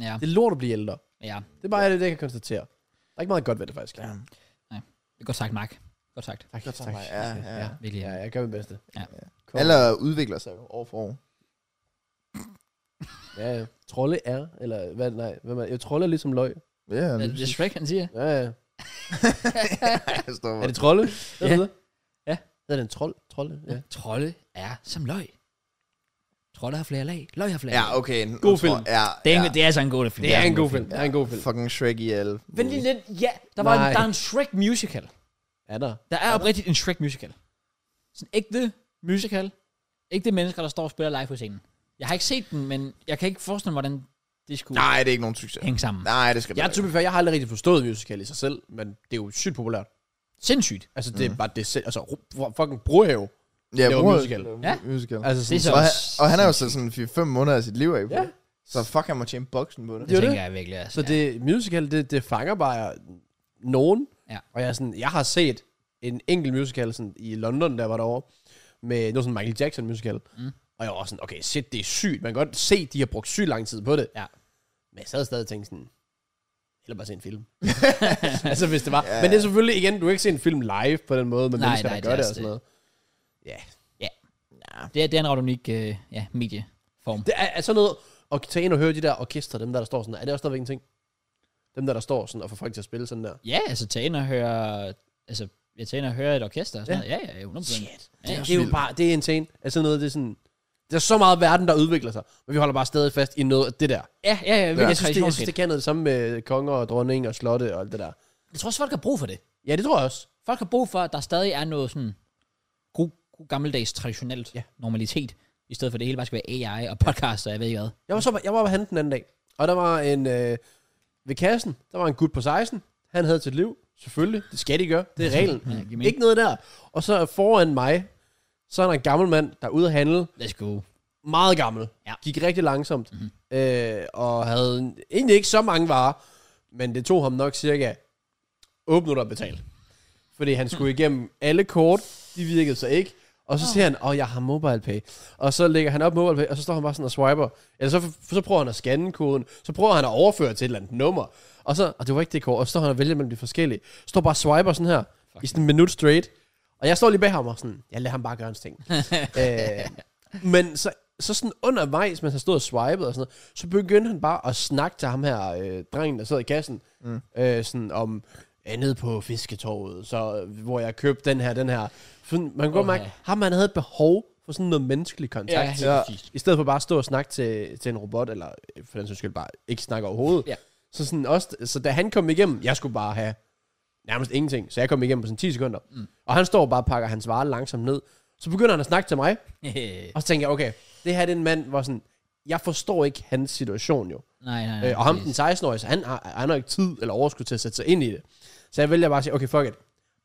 S1: Ja,
S2: Det er lort at blive ældre.
S1: ja,
S2: Det er bare det, jeg kan konstatere. Der er ikke meget godt ved det faktisk. Ja.
S1: ja. Det er godt sagt, Mark. Godt sagt.
S2: Tak,
S3: Godt samarbejde. Ja, ja.
S2: ja.
S1: Virkelig.
S2: ja, jeg gør mit bedste.
S1: Ja.
S2: Kom.
S3: Alle udvikler sig jo år for år.
S2: Ja, ja. Trolde er, eller hvad, nej, hvad man, jeg trolde er ligesom løg.
S3: Ja,
S1: Er det Shrek, han siger?
S2: Ja, ja.
S3: jeg står
S2: Er det trolde?
S1: Ja.
S2: Hedder det det?
S1: Ja.
S2: Hedder det en trold? Trolde? Ja.
S1: Trolde er som løg. Trolde har flere lag. Løg har flere
S3: Ja,
S1: lag.
S3: okay. nu
S2: God
S3: tror-
S2: film.
S3: Ja,
S1: Det er,
S3: ja.
S1: en, det er altså en god film.
S2: Det er en god film. Det er en god film.
S3: Fucking Shrek i alle.
S1: Vent lige lidt. Ja, der, var
S2: Nej.
S1: en, der er en Shrek musical.
S2: Er der?
S1: Der er oprigtigt en Shrek musical. Sådan en ægte musical. Ægte mennesker, der står og spiller live på scenen. Jeg har ikke set den, men jeg kan ikke forestille mig, hvordan det skulle
S3: Nej, det er ikke nogen succes.
S1: hænge sammen.
S3: Nej, det skal det
S2: Jeg er
S3: ikke.
S2: typisk, jeg har aldrig rigtig forstået musical i sig selv, men det er jo sygt populært.
S1: Sindssygt.
S2: Altså, det er bare det selv. Altså, ru- ru- fucking brohave.
S3: Ja,
S2: laver
S3: bror-
S2: musical.
S1: Ja.
S3: musical.
S2: Altså,
S1: Det er
S2: sådan,
S1: så
S3: Og,
S1: også...
S3: han, og han har jo sat sådan 4-5 måneder af sit liv af på
S2: Ja.
S3: det. Så fuck, han må tjene boksen på det.
S1: Det
S2: jo
S1: tænker
S2: det.
S1: jeg virkelig altså. også.
S2: så det musical, det, det fanger bare nogen.
S1: Ja.
S2: Og jeg, er sådan, jeg har set en enkelt musical sådan, i London, der var derovre, med noget sådan Michael Jackson musical.
S1: Mm.
S2: Og jeg var også sådan, okay, shit, det er sygt. Man kan godt se, de har brugt sygt lang tid på det.
S1: Ja.
S2: Men jeg sad stadig og tænkte sådan, eller bare se en
S1: [laughs]
S2: film. altså, hvis det var.
S3: Ja.
S2: Men det er selvfølgelig, igen, du kan ikke se en film live på den måde, med
S1: Nej,
S2: mennesker,
S1: nej,
S2: der
S1: det
S2: gør
S1: er
S2: det og
S1: også
S2: sådan noget. Ja.
S1: Ja. Det, er, det er en ret unik øh, ja, medieform.
S2: Det er, er sådan noget, og tage ind og høre de der orkester, dem der, der står sådan, er det også stadigvæk en ting? Dem der, der står sådan og får folk til at spille sådan der.
S1: Ja, altså tage ind og høre... Altså, jeg tager ind og høre et orkester og sådan ja. noget. Ja, ja, 100%.
S2: Shit.
S1: Ja,
S2: Det,
S1: ja.
S2: det er jo bare, det er insane. Altså noget, det er sådan, der er så meget verden, der udvikler sig, men vi holder bare stadig fast i noget af det der.
S1: Ja, ja, ja.
S2: Jeg synes, det, jeg synes, det kan noget det samme med konger og dronning og slotte og alt det der.
S1: jeg tror også, folk har brug for det.
S2: Ja, det tror jeg også.
S1: Folk har brug for, at der stadig er noget sådan god, god gammeldags traditionelt
S2: Ja.
S1: ja. normalitet, i stedet for at det hele bare skal være AI og podcast og jeg ved ikke hvad.
S2: Jeg var, så, jeg var ved han den anden dag, og der var en, øh, ved kassen, der var en gut på 16, han havde sit liv, selvfølgelig, det skal de gøre, det er reglen.
S1: [laughs] Ja, giv mening.
S2: Ikke noget der. Og så foran mig, så er der en gammel mand, der er ude at handle,
S1: Let's go. [laughs]
S2: meget gammel.
S1: Ja.
S2: Gik rigtig langsomt. Mm-hmm. Øh, og havde en- egentlig ikke så mange varer. Men det tog ham nok cirka 8 minutter at betale. Fordi han skulle igennem alle kort. De virkede så ikke. Og så siger han, åh, oh, jeg har mobile pay. Og så lægger han op mobile pay, og så står han bare sådan og swiper. Eller så, så prøver han at scanne koden. Så prøver han at overføre til et eller andet nummer. Og så, og det var ikke det kort. Og så står han og vælger mellem de forskellige. Står bare og swiper sådan her. I sådan en minut straight. Og jeg står lige bag ham og sådan, jeg lader ham bare gøre
S1: [laughs]
S2: hans ting. øh, men så, så sådan undervejs, mens han stod og swipede og sådan noget, så begyndte han bare at snakke til ham her, øh, drengen, der sad i kassen, mm. øh, sådan om andet på fisketorvet, så, øh, hvor jeg købte den her, den her. Sådan, man kunne godt
S1: Åha.
S2: mærke, ham han havde et behov for sådan noget menneskelig kontakt.
S1: helt
S3: Ja.
S1: præcis.
S2: I stedet for bare at stå og snakke til, til en robot, eller øh, for den sags skyld bare ikke snakke overhovedet.
S1: Ja.
S2: Så, sådan også, så da han kom igennem, jeg skulle bare have nærmest ingenting, så jeg kom igennem på sådan 10 sekunder. Mm. Og han står bare og pakker hans varer langsomt ned. Så begynder han at snakke til mig, og så tænker jeg, okay, det her det er en mand, hvor sådan, jeg forstår ikke hans situation jo.
S1: nej, nej, nej.
S2: Øh, og ham, den
S1: præcis.
S2: 16-årige, så han har, han har ikke tid eller overskud til at sætte sig ind i det. Så jeg vælger bare at sige, okay, fuck it.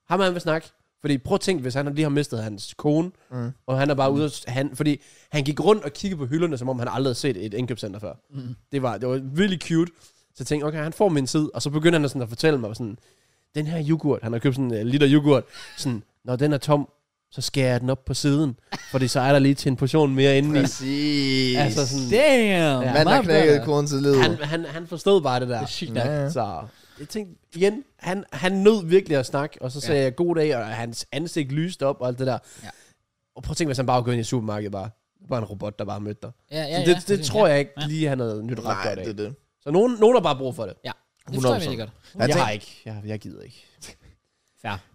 S2: Ham han vil snakke. Fordi prøv at tænke, hvis han lige har mistet hans kone, mm. og han er bare ude at, han, fordi han gik rundt og kiggede på hylderne, som om han aldrig havde set et indkøbscenter før. Mm. Det, var, det var virkelig cute. Så jeg tænkte, okay, han får min tid, og så begynder han sådan at fortælle mig sådan, den her yoghurt, han har købt sådan en øh, liter yoghurt, sådan, når den er tom, så skærer jeg den op på siden, fordi så er der lige til en portion mere
S3: [laughs]
S2: indeni.
S3: Præcis.
S2: Altså sådan,
S1: Damn!
S2: Ja.
S3: Mand, der
S1: meget
S3: knækkede
S1: bedre.
S3: koden til livet.
S2: han, han, han forstod bare det der.
S1: Det er sygt
S3: Ja,
S1: nok.
S3: ja.
S2: Så jeg tænkte, igen, han, han nød virkelig at snakke, og så sagde ja.
S1: Ja.
S2: jeg god dag, og hans ansigt lyste op og alt det der.
S1: Ja.
S2: Og prøv at tænke, hvis han bare var gået ind i supermarkedet bare. Bare en robot, der bare mødte dig.
S1: Ja, ja,
S2: så
S1: ja,
S2: det, det,
S1: præcis.
S2: tror jeg ikke
S1: Ja.
S2: lige, han havde nyt ret
S3: Nej,
S2: godt af.
S3: det er det.
S2: Så nogen, nogen har bare brug for det.
S1: Det forstår jeg
S3: 100%.
S1: virkelig godt.
S3: Jeg,
S2: Jeg, jeg har
S3: tænker,
S2: ikke. Jeg, jeg gider ikke.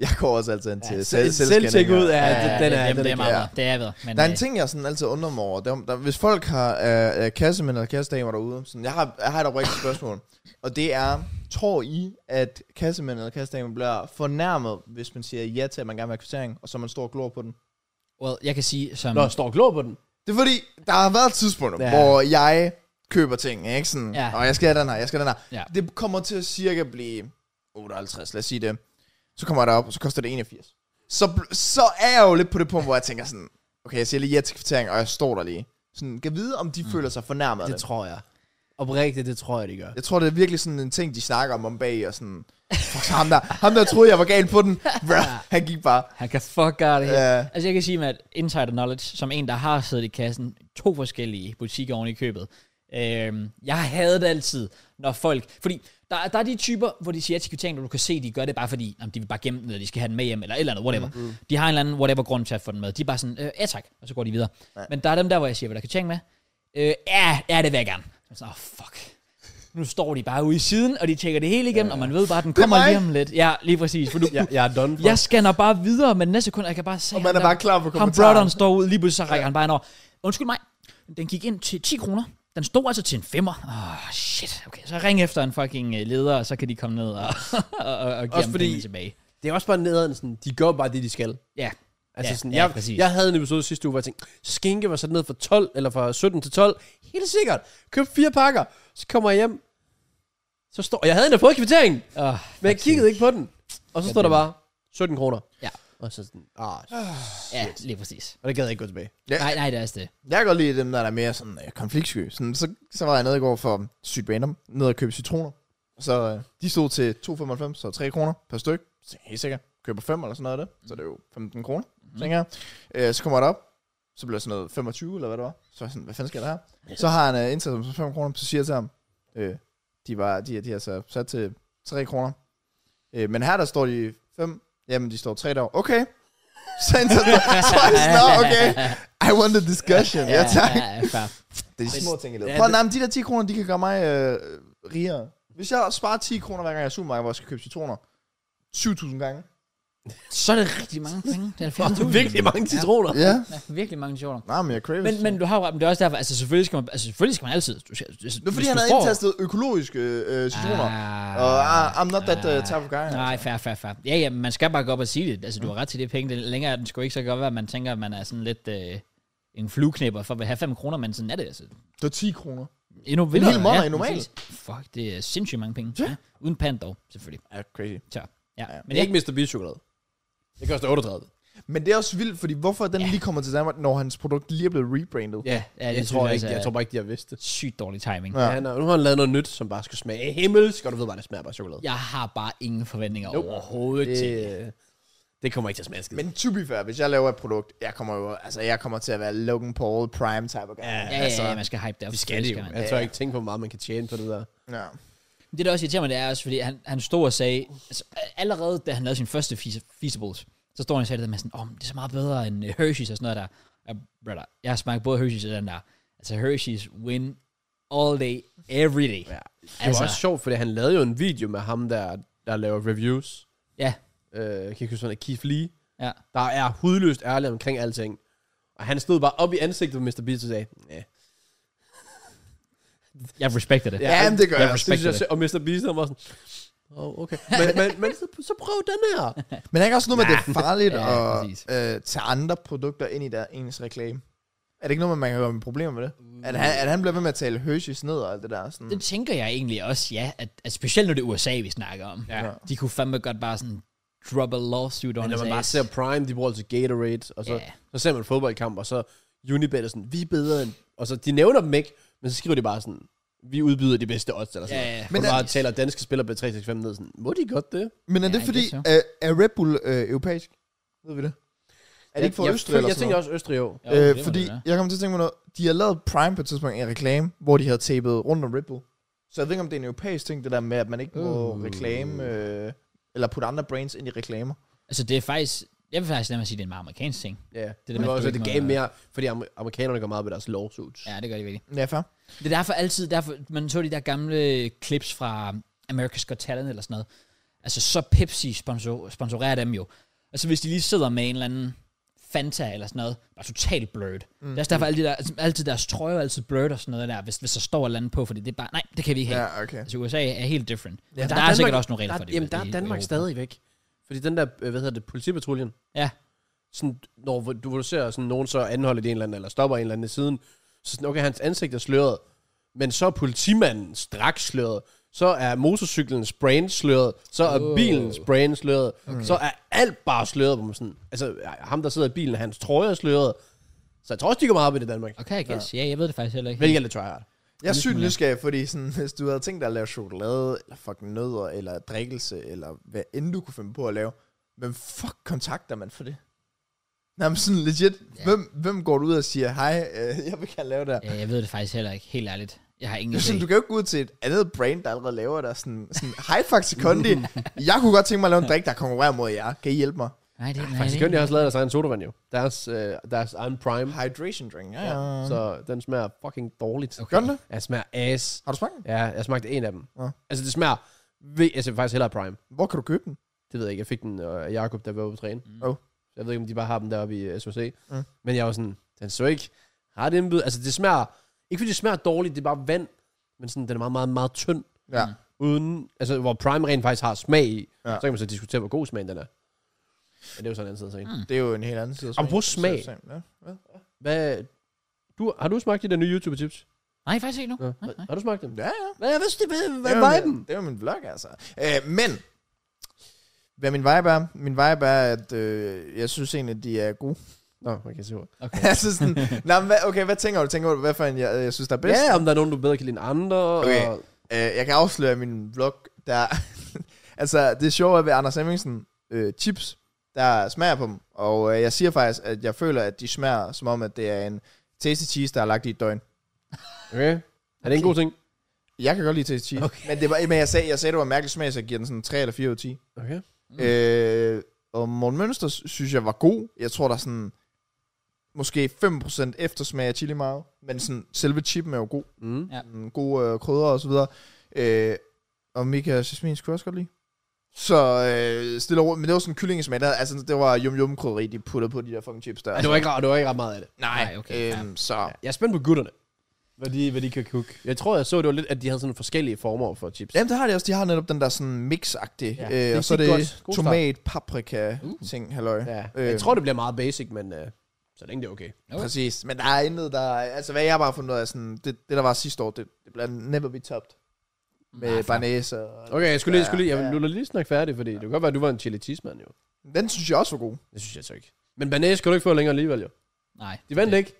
S3: jeg går også altid ind til
S2: Ja,
S3: ja,
S2: selv-
S3: selv,
S2: selvtjek ud af- Ja, den er-
S1: det,
S2: den
S1: det,
S2: er
S1: er meget
S3: klar.
S1: bedre. Det er bedre. Men,
S3: Der er en
S1: øh,
S3: ting, jeg sådan altid undrer mig over. Det er, om- der, hvis folk har øh, øh, kassemænd eller kassedamer derude, sådan, jeg, har, jeg har et oprigtigt spørgsmål, og det er, tror I, at kassemænd eller kassedamer bliver fornærmet, hvis man siger ja til, at man gerne vil have kvittering, og så man står og glor på den?
S1: Well, jeg kan sige, som...
S2: Nå, står klog på den.
S3: Det er fordi, der har været tidspunkter,
S2: Ja.
S3: ja. hvor jeg køber ting, ikke? Sådan,
S1: Ja.
S3: ja. og jeg skal have den her, jeg skal have den her.
S1: Ja.
S3: Det kommer til at cirka blive 58, lad os sige det. Så kommer jeg derop, og så koster det 81. Så, bl- så er jeg jo lidt på det punkt, hvor jeg tænker sådan, okay, jeg siger lige ja til kvittering, og jeg står der lige. Sådan, kan vide, om de mm. føler sig fornærmet af
S2: Det tror jeg. Oprigtigt, det tror jeg, de gør.
S3: Jeg tror, det er virkelig sådan en ting, de snakker om om bag, og sådan, fuck, så ham der, ham der troede, jeg var gal på den, Bruh, han gik bare,
S1: Han kan fuck gøre det
S3: Ja.
S1: hele. Altså jeg kan sige med at insider knowledge, som en, der har siddet i kassen, to forskellige butikker oven i købet, Øhm, jeg havde det altid, når folk... Fordi der, er- der er de typer, hvor de siger, at ting, du kan se, de gør det bare fordi, jamen, de vil bare gemme den, eller de skal have den med hjem, eller et eller andet, whatever. Mm. De har en eller anden whatever grund til at få den med. De er bare sådan, øh, ja tak, og så går de videre. Ja. Men der er dem der, hvor jeg siger, vil der Kachang med? Øh, ja, ja, det vil jeg gerne. Og så, oh, fuck. Nu står de bare ude i siden, og de tjekker det hele igennem, ja. og man ved bare, at den kommer
S3: mig.
S1: lige om lidt. Ja, lige præcis. For du,
S2: Jeg, jeg er done for.
S1: jeg scanner bare videre, men næste sekund, jeg kan bare se...
S3: Og man
S1: ham
S3: er
S1: der-
S3: bare klar på
S1: Ham
S3: kommentaren.
S1: brotheren står ud, lige pludselig så rækker ja. han bare en over. Undskyld mig, den gik ind til 10 kroner. Den stod altså til en femmer. Åh, oh, shit. Okay, så ring efter en fucking øh, leder, og så kan de komme ned og, [laughs] og, og, og give
S2: Også
S1: ham
S2: fordi-
S1: pengene tilbage.
S2: Det er også bare nederen, sådan, de gør bare det, de skal.
S1: Ja,
S2: Altså
S1: Ja,
S2: sådan,
S1: ja,
S2: jeg,
S1: præcis.
S2: jeg havde en episode sidste uge, hvor jeg tænkte, skinke var sat ned fra 12, eller fra 17 til 12. Helt sikkert. Køb fire pakker, så kommer jeg hjem. Så står, og jeg havde endda fået kvitteringen,
S1: oh,
S2: men jeg kiggede ikke på den. Og så
S1: Jeg
S2: står der
S1: bliver-
S2: bare 17 kroner.
S1: Ja.
S2: Og så sådan, ah,
S1: ja, lige præcis.
S2: og det gad jeg ikke gå tilbage.
S3: Ja.
S1: Nej, nej, det er også det.
S3: Jeg kan godt lide dem, der er mere sådan øh, konfliktsky. Sådan, så, så var jeg nede i går for sygt random, nede og købe citroner. Så øh, de stod til 2,95, så 3 kroner per styk. Så helt sikkert, køber 5 eller sådan noget af det. Så det er jo 15 kroner, mm. tænker jeg. Øh, så kommer jeg op, så bliver det sådan noget 25 eller hvad det var. Så var jeg sådan, hvad fanden sker der her? Så har han øh, indsat dem for 5 kroner, så siger jeg til ham, øh, de, var, de, er- de er så sat til 3 kroner. Øh, men her der står de 5, jamen de står 3 der. Okay. [laughs] Så indsat så er jeg sådan, [laughs] "Nå, okay. I want the discussion. Ja, tak.
S1: Ja, ja, fair.
S3: Det er de
S1: Men-
S3: små ting i livet.
S1: ja,
S3: Prøv,
S1: det-
S3: nej, men de der 10 kroner, de kan gøre mig øh, rigere. Hvis jeg sparer 10 kroner hver gang jeg er i supermarkedet, hvor jeg skal købe citroner, 7.000 gange.
S1: så er det rigtig mange penge. Det er 70.000.
S2: Virkelig mange citroner.
S3: Ja.
S1: Ja, virkelig mange sjovere.
S3: Nej, men jeg craves.
S1: Men, men du har jo ret, men det er også derfor, altså selvfølgelig skal man, altså selvfølgelig skal man altid... Du skal, altså,
S3: det er fordi, han havde indtastet økologiske øh, citroner.
S1: Ah.
S3: og uh, I'm not that uh, type of guy.
S1: Nej, fair, fair, fair. Ja, ja, men man skal bare gå op og sige det. Altså, du har ret til det penge. Det længere er den sgu ikke så godt være, at man tænker, at man er sådan lidt øh, en flueknæpper for at have 5 kroner, men sådan er det altså.
S3: Det er 10 kroner.
S1: Endnu vildere.
S3: hel måned
S1: ja,
S3: er normalt.
S1: præcis. Fuck, det er sindssygt mange penge. Ja. Uden pant dog, selvfølgelig.
S3: Ja, crazy.
S1: Tør. Ja.
S3: Ja.
S1: ja.
S2: Men
S1: Men jeg,
S2: ikke Mr. Beast chokolade. Det koster 38.
S3: Men det er også vildt, fordi hvorfor er den lige kommer til Danmark, når hans produkt lige er blevet rebrandet?
S2: Ja,
S1: ja, det
S2: jeg,
S1: synes
S2: tror
S1: jeg
S2: ikke,
S1: altså
S2: jeg
S1: er-
S2: tror bare ikke, de har vidst det.
S1: sygt dårlig timing.
S3: Ja.
S2: Ja. nå, nu har han lavet noget nyt, som bare skal smage himmelsk, og du ved bare, det smager bare chokolade.
S1: Jeg har bare ingen forventninger
S2: Nope.
S1: overhovedet til det.
S2: Det, det kommer ikke til at smage skidt.
S3: Men to be fair, hvis jeg laver et produkt, jeg kommer jo, altså jeg kommer til at være Logan Paul prime type of guy.
S2: Ja,
S1: Ja,
S3: altså,
S1: ja, ja, man skal hype det op.
S2: Vi skal det jo. Altså,
S1: man.
S2: Jeg tør ikke tænke på, hvor meget man kan tjene på det der.
S3: ja.
S1: Det, der også irriterer mig, det er også, fordi han, han stod og sagde, altså, allerede da han lavede sin første feas- Feasibles, så stod han og sagde det der med sådan, oh, det er så meget bedre end øh, Hershey's og sådan noget der. Jeg, brother, jeg har smagt både Hershey's og den der. Altså Hershey's win all day, every day. Ja,
S2: Det var også sjovt, fordi han lavede jo en video med ham, der, der laver reviews.
S1: ja,
S2: Øh, jeg kan ikke huske, hvad han er, Keith Lee.
S1: ja.
S2: Der er hudløst ærlig omkring alting. Og han stod bare op i ansigtet på Mr. Beast og sagde, ja.
S1: Jeg respekter det.
S3: Ja, men det gør jeg.
S2: Det synes jeg,
S1: respekter
S2: selv. og Mr. Beast han var sådan, oh, okay. Men, men, men så, så prøv den her.
S3: Men er ikke også noget med, at det er
S1: [laughs]
S3: farligt
S1: Ja, præcis.
S3: at øh, tage andre produkter ind i der ens reklame? Er det ikke noget med, at man kan komme i problemer med det? At han, at han bliver ved med at tale Hershey's ned og alt det der? Sådan.
S1: Det tænker jeg egentlig også, ja. At, at specielt når det er USA, vi snakker om.
S2: Ja.
S1: De kunne fandme godt bare sådan drop a lawsuit on
S2: Men når
S1: his
S2: man bare
S1: ass.
S2: ser Prime, de bruger altså Gatorade, og så,
S1: Ja.
S2: yeah. så ser man en fodboldkamp, og så Unibet er sådan, vi er bedre end... Og så de nævner dem ikke, men så skriver de bare sådan, vi udbyder de bedste odds, eller sådan
S1: Ja,
S2: noget.
S1: ja.
S2: Men
S1: Men
S2: bare
S1: er-
S2: taler danske spillere på 365 ned, sådan, må de godt det?
S3: Men er
S1: Ja,
S3: det
S1: I
S3: fordi,
S1: guess
S3: er, er Red Bull øh, europæisk? Ved vi det? Er det ikke for
S2: jeg,
S3: Østrig
S2: jeg,
S3: eller
S2: jeg
S3: sådan
S2: tænker
S3: noget?
S2: også Østrig, jo.
S1: Jo, det må
S3: øh,
S1: det
S3: fordi
S1: være.
S3: jeg kommer til at tænke på noget. De har lavet Prime på et tidspunkt en reklame, hvor de havde tapet rundt om Red Bull. Så jeg ved ikke, om det er en europæisk ting, det der med, at man ikke må
S2: Uh.
S3: reklame, øh, eller putte andre brands ind i reklamer.
S1: Altså det er faktisk, jeg vil faktisk nærmest sige, det er en meget amerikansk ting.
S2: Ja, det,
S1: der
S2: det,
S1: med,
S2: var
S1: at
S2: også,
S1: du
S2: det
S1: ikke
S2: gav
S1: må-
S2: mere, fordi amer- amerikanerne går meget op i deres lawsuits.
S1: Ja, det gør de virkelig.
S3: Ja, fair.
S1: Det er derfor altid, derfor, man så de der gamle clips fra America's Got Talent eller sådan noget. Altså så Pepsi sponsor, sponsorerer dem jo. Altså hvis de lige sidder med en eller anden Fanta eller sådan noget, bare totalt blurred. Mm. Det er også derfor altid, der, altså, altid deres trøjer er altid blurred og sådan noget der, hvis, hvis der står et eller andet på, fordi det er bare, nej, det kan vi ikke have. Ja.
S3: Ja, okay.
S1: Altså USA er helt different. Ja, der, der, er, sikkert også nogle regler
S2: der,
S1: for det.
S2: Jamen,
S1: i-
S2: der er
S1: i
S2: Danmark
S1: Europa.
S2: stadigvæk. Fordi den der, øh, hvad hedder det, politipatruljen,
S1: Ja,
S2: sådan, når hvor du, hvor du ser sådan, nogen så anholde en eller anden, eller stopper en eller anden i siden, så sådan, okay, hans ansigt er sløret, men så er politimanden straks sløret, så er motorcyklens brand sløret, så er
S1: Oh.
S2: oh. bilens brand sløret, okay. så er alt bare sløret, hvor man sådan, altså ham, der sidder i bilen, hans trøje er sløret, så jeg tror også, de går meget op i det i Danmark. Okay.
S1: okay, I guess. Ja, jeg ved det faktisk heller ikke.
S2: Hvilket er lidt tryhard.
S3: Jeg er sygt nysgerrig, fordi sådan, [laughs] hvis du havde tænkt dig at lave chokolade, eller fucking nødder, eller drikkelse, eller hvad end du kunne finde på at lave, hvem fuck kontakter man for det? Nej, men sådan legit, hvem, hvem går du ud og siger, hej, øh, jeg vil gerne lave det her?
S1: Ja, jeg ved det faktisk heller ikke, helt ærligt. Jeg- Jeg har
S3: Det
S1: ingen
S3: er sådan,
S1: idé.
S3: du kan jo ikke gå ud til et andet brand, der allerede laver der sådan, sådan hej Faxe
S2: [laughs]
S3: Kondi, jeg kunne godt tænke mig at lave en drik, der konkurrerer mod jer. Kan I hjælpe mig?
S1: Nej, det, nej,
S2: Faktisk
S1: det,
S2: kun, jeg har også lavet deres egen sodavand jo. Deres, øh, deres egen prime.
S3: Hydration drink, ja. ja. Så,
S2: Så den smager fucking dårligt.
S3: Gør den det?
S2: Ja, den smager ass.
S3: Har du smagt den?
S2: Ja, jeg smagte en af dem.
S3: Ja.
S2: Ja. Altså, det smager... Ved, altså, faktisk hellere prime.
S3: Hvor kan du købe den?
S2: Det ved jeg ikke. Jeg fik den af øh, Jacob, der var ude at træne.
S1: Mm.
S3: Oh.
S2: Jeg ved ikke, om de bare har dem deroppe i øh, SOC.
S3: Mm.
S2: Men jeg var sådan, den så ikke ret indbyd. Altså, det smager... Ikke fordi det smager dårligt, det er bare vand. Men sådan, den er meget, meget, meget tynd.
S3: Ja.
S2: Uden, altså, hvor prime rent faktisk har smag i.
S3: Ja.
S2: Ja. Så kan man så diskutere, hvor god smagen den er. Men det er jo sådan en anden side af sagen.
S1: Mm.
S3: Det er jo en helt anden side. af
S2: Apropos
S3: sagen.
S2: smag.
S3: Ja. Ja.
S2: Hvad, du, har du smagt de der nye YouTube-tips?
S1: nej, faktisk ikke nu.
S2: Ja. Har, har du smagt dem?
S3: Ja, ja.
S2: Hvad, hvad, hvad, hvad,
S3: Det
S2: hvad
S3: var
S2: var
S3: min-
S2: dem?
S3: Det var min vlog, altså. Øh, men, hvad min vibe er? Min vibe er, at øh, jeg synes egentlig, de er gode. [laughs]
S2: Nå, okay, super.
S1: Okay.
S3: altså sådan, nej, men hvad, okay, hvad tænker du? Tænker du, hvad for en jeg, jeg synes, der er bedst?
S2: Ja, om der er nogen, du bedre kan lide end andre.
S3: Okay.
S2: Og,
S3: Øh, jeg kan afsløre min vlog, der... [laughs] altså, det sjove er ved Anders Hemmingsen øh, chips, der smager på dem. Og øh, jeg siger faktisk, at jeg føler, at de smager som om, at det er en tasty cheese, der er lagt i et døgn.
S2: okay. Er det en god ting?
S3: Jeg kan godt lide tasty cheese. Okay. Men, det var, men jeg, sagde, jeg sagde, det var mærkelig smag, så jeg giver den sådan 3 eller 4 ud af 10.
S2: Okay.
S3: Mm. Øh, og Morten Mønster synes jeg var god. Jeg tror, der er sådan måske 5% eftersmag af chili mayo, men sådan, selve chippen er jo god.
S2: Mm.
S1: Ja.
S3: Mm, gode øh, krydder og så videre. Øh, og Mika og Jasmin skulle jeg også godt lide. Så øh, stille og roligt. Men det var sådan en kyllingesmag. Der, havde- altså, det var yum yum krydderi, de puttede på de der fucking chips der.
S2: Ej, det var ikke, ret- det var ikke ret meget af det.
S1: Nej, okay.
S3: Øhm, Så
S2: Jeg er spændt på gutterne. Hvad de, hvad de kan cook. Jeg tror, jeg så, det var lidt, at de havde sådan forskellige former for chips.
S3: Jamen, det har de også. De har netop den der sådan mix-agtig.
S2: Ja,
S3: Ja, øh,
S2: det-
S3: og så er
S2: det er
S3: det
S2: godt. God start. Uh.
S3: tomat, paprika, ting, halløj. Ja.
S2: Ja.
S3: Øh.
S2: Jeg tror, det bliver meget basic, men øh, så længe det er okay.
S1: Okay.
S3: Præcis. Men der er intet, der... Altså, hvad jeg bare har fundet ud af, sådan, det, det der var sidste år, det, det bliver never be topped.
S1: Mm.
S3: Med ah, banæse og...
S2: Okay, jeg skulle lige, jeg skulle lige, jeg
S3: Ja, ja.
S2: ville lige snakke færdig, fordi det kunne godt være, at du var en chili cheese mand jo.
S3: Den synes jeg også var god.
S2: Det synes jeg så ikke. Men banæs kan du ikke få længere alligevel jo.
S1: Nej.
S2: De vandt ikke.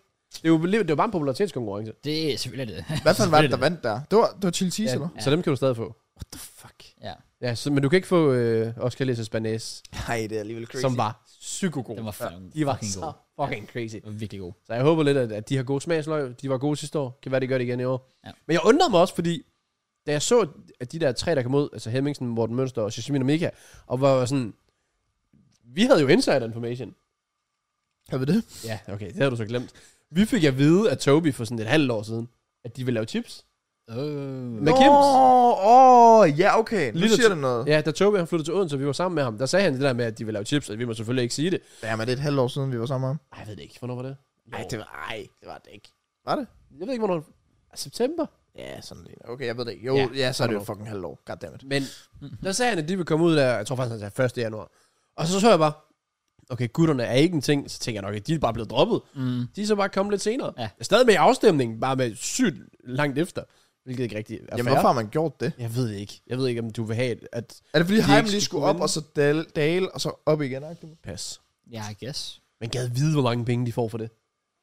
S2: Det er jo det er jo bare en popularitetskonkurrence.
S1: Det er selvfølgelig det.
S3: [laughs] Hvad fanden var det, der vandt der? Det var, det var chili cheese,
S2: Ja,
S3: ja. eller?
S2: så dem kan du stadig få.
S3: What the fuck?
S1: ja,
S2: Ja, så, men du kan ikke få øh, Oscar Lissas Banæs,
S3: Nej, det er alligevel crazy.
S2: som var psykogod.
S1: den var fucking,
S2: de var
S1: fucking
S2: så
S1: god.
S2: fucking crazy.
S1: Den var virkelig god.
S2: Så jeg håber lidt, at, at de har gode smagsløg. De var gode sidste år. Kan være, de gør det igen i år.
S1: Ja.
S2: Men jeg undrer mig også, fordi da jeg så, at de der tre, der kom ud, altså Hemmingsen, Morten Mønster og Shishimin og Mika, og var sådan, vi havde jo insider information.
S3: Har vi det?
S2: Ja, okay, det havde du så glemt. Vi fik at vide af Toby for sådan et halvt år siden, at de ville lave chips.
S1: Øh.
S2: Med Kims.
S3: Åh, oh, ja, okay. Nu
S2: Lige
S3: siger
S2: til-
S3: det noget. Ja.
S2: Ja, da Toby han flyttede til Odense, og vi var sammen med ham, der sagde han det der med, at de ville lave chips, og vi må selvfølgelig ikke sige det.
S3: Jamen, det er et halvt år siden, vi var sammen om.
S2: Ej, jeg ved det ikke. Hvornår var det?
S3: Nej,
S2: Jo.
S3: det var, ej, det var det ikke.
S2: Jeg ved ikke, hvornår... September?
S3: Ja, sådan lige. Okay, jeg ved det ikke. Jo, ja,
S2: Ja,
S3: ja så er det jo
S2: hvornår?
S3: fucking halvt år. Goddammit.
S2: Men der sagde han, at de ville komme ud der, jeg tror faktisk, han sagde 1. januar. Og så så jeg bare, okay, gutterne er ikke en ting, så tænker jeg nok, at de er bare blevet droppet.
S1: Mm.
S2: De er så bare kommet lidt senere.
S1: Ja.
S2: Stadig med i afstemningen, bare med sygt langt efter. Hvilket ikke rigtigt er
S3: Jamen,
S2: fair.
S3: hvorfor har man gjort det?
S2: Jeg ved det ikke. Jeg ved ikke, om du vil have et at
S3: Er det fordi,
S2: De
S3: Heim
S2: ikke
S3: lige
S2: skulle
S3: skulle
S2: kunne
S3: op,
S2: vinde?
S3: og så dale, dale og så op igen? agtigt?
S2: pas.
S1: Ja, I guess.
S2: Man gad vide, hvor mange penge de får for det.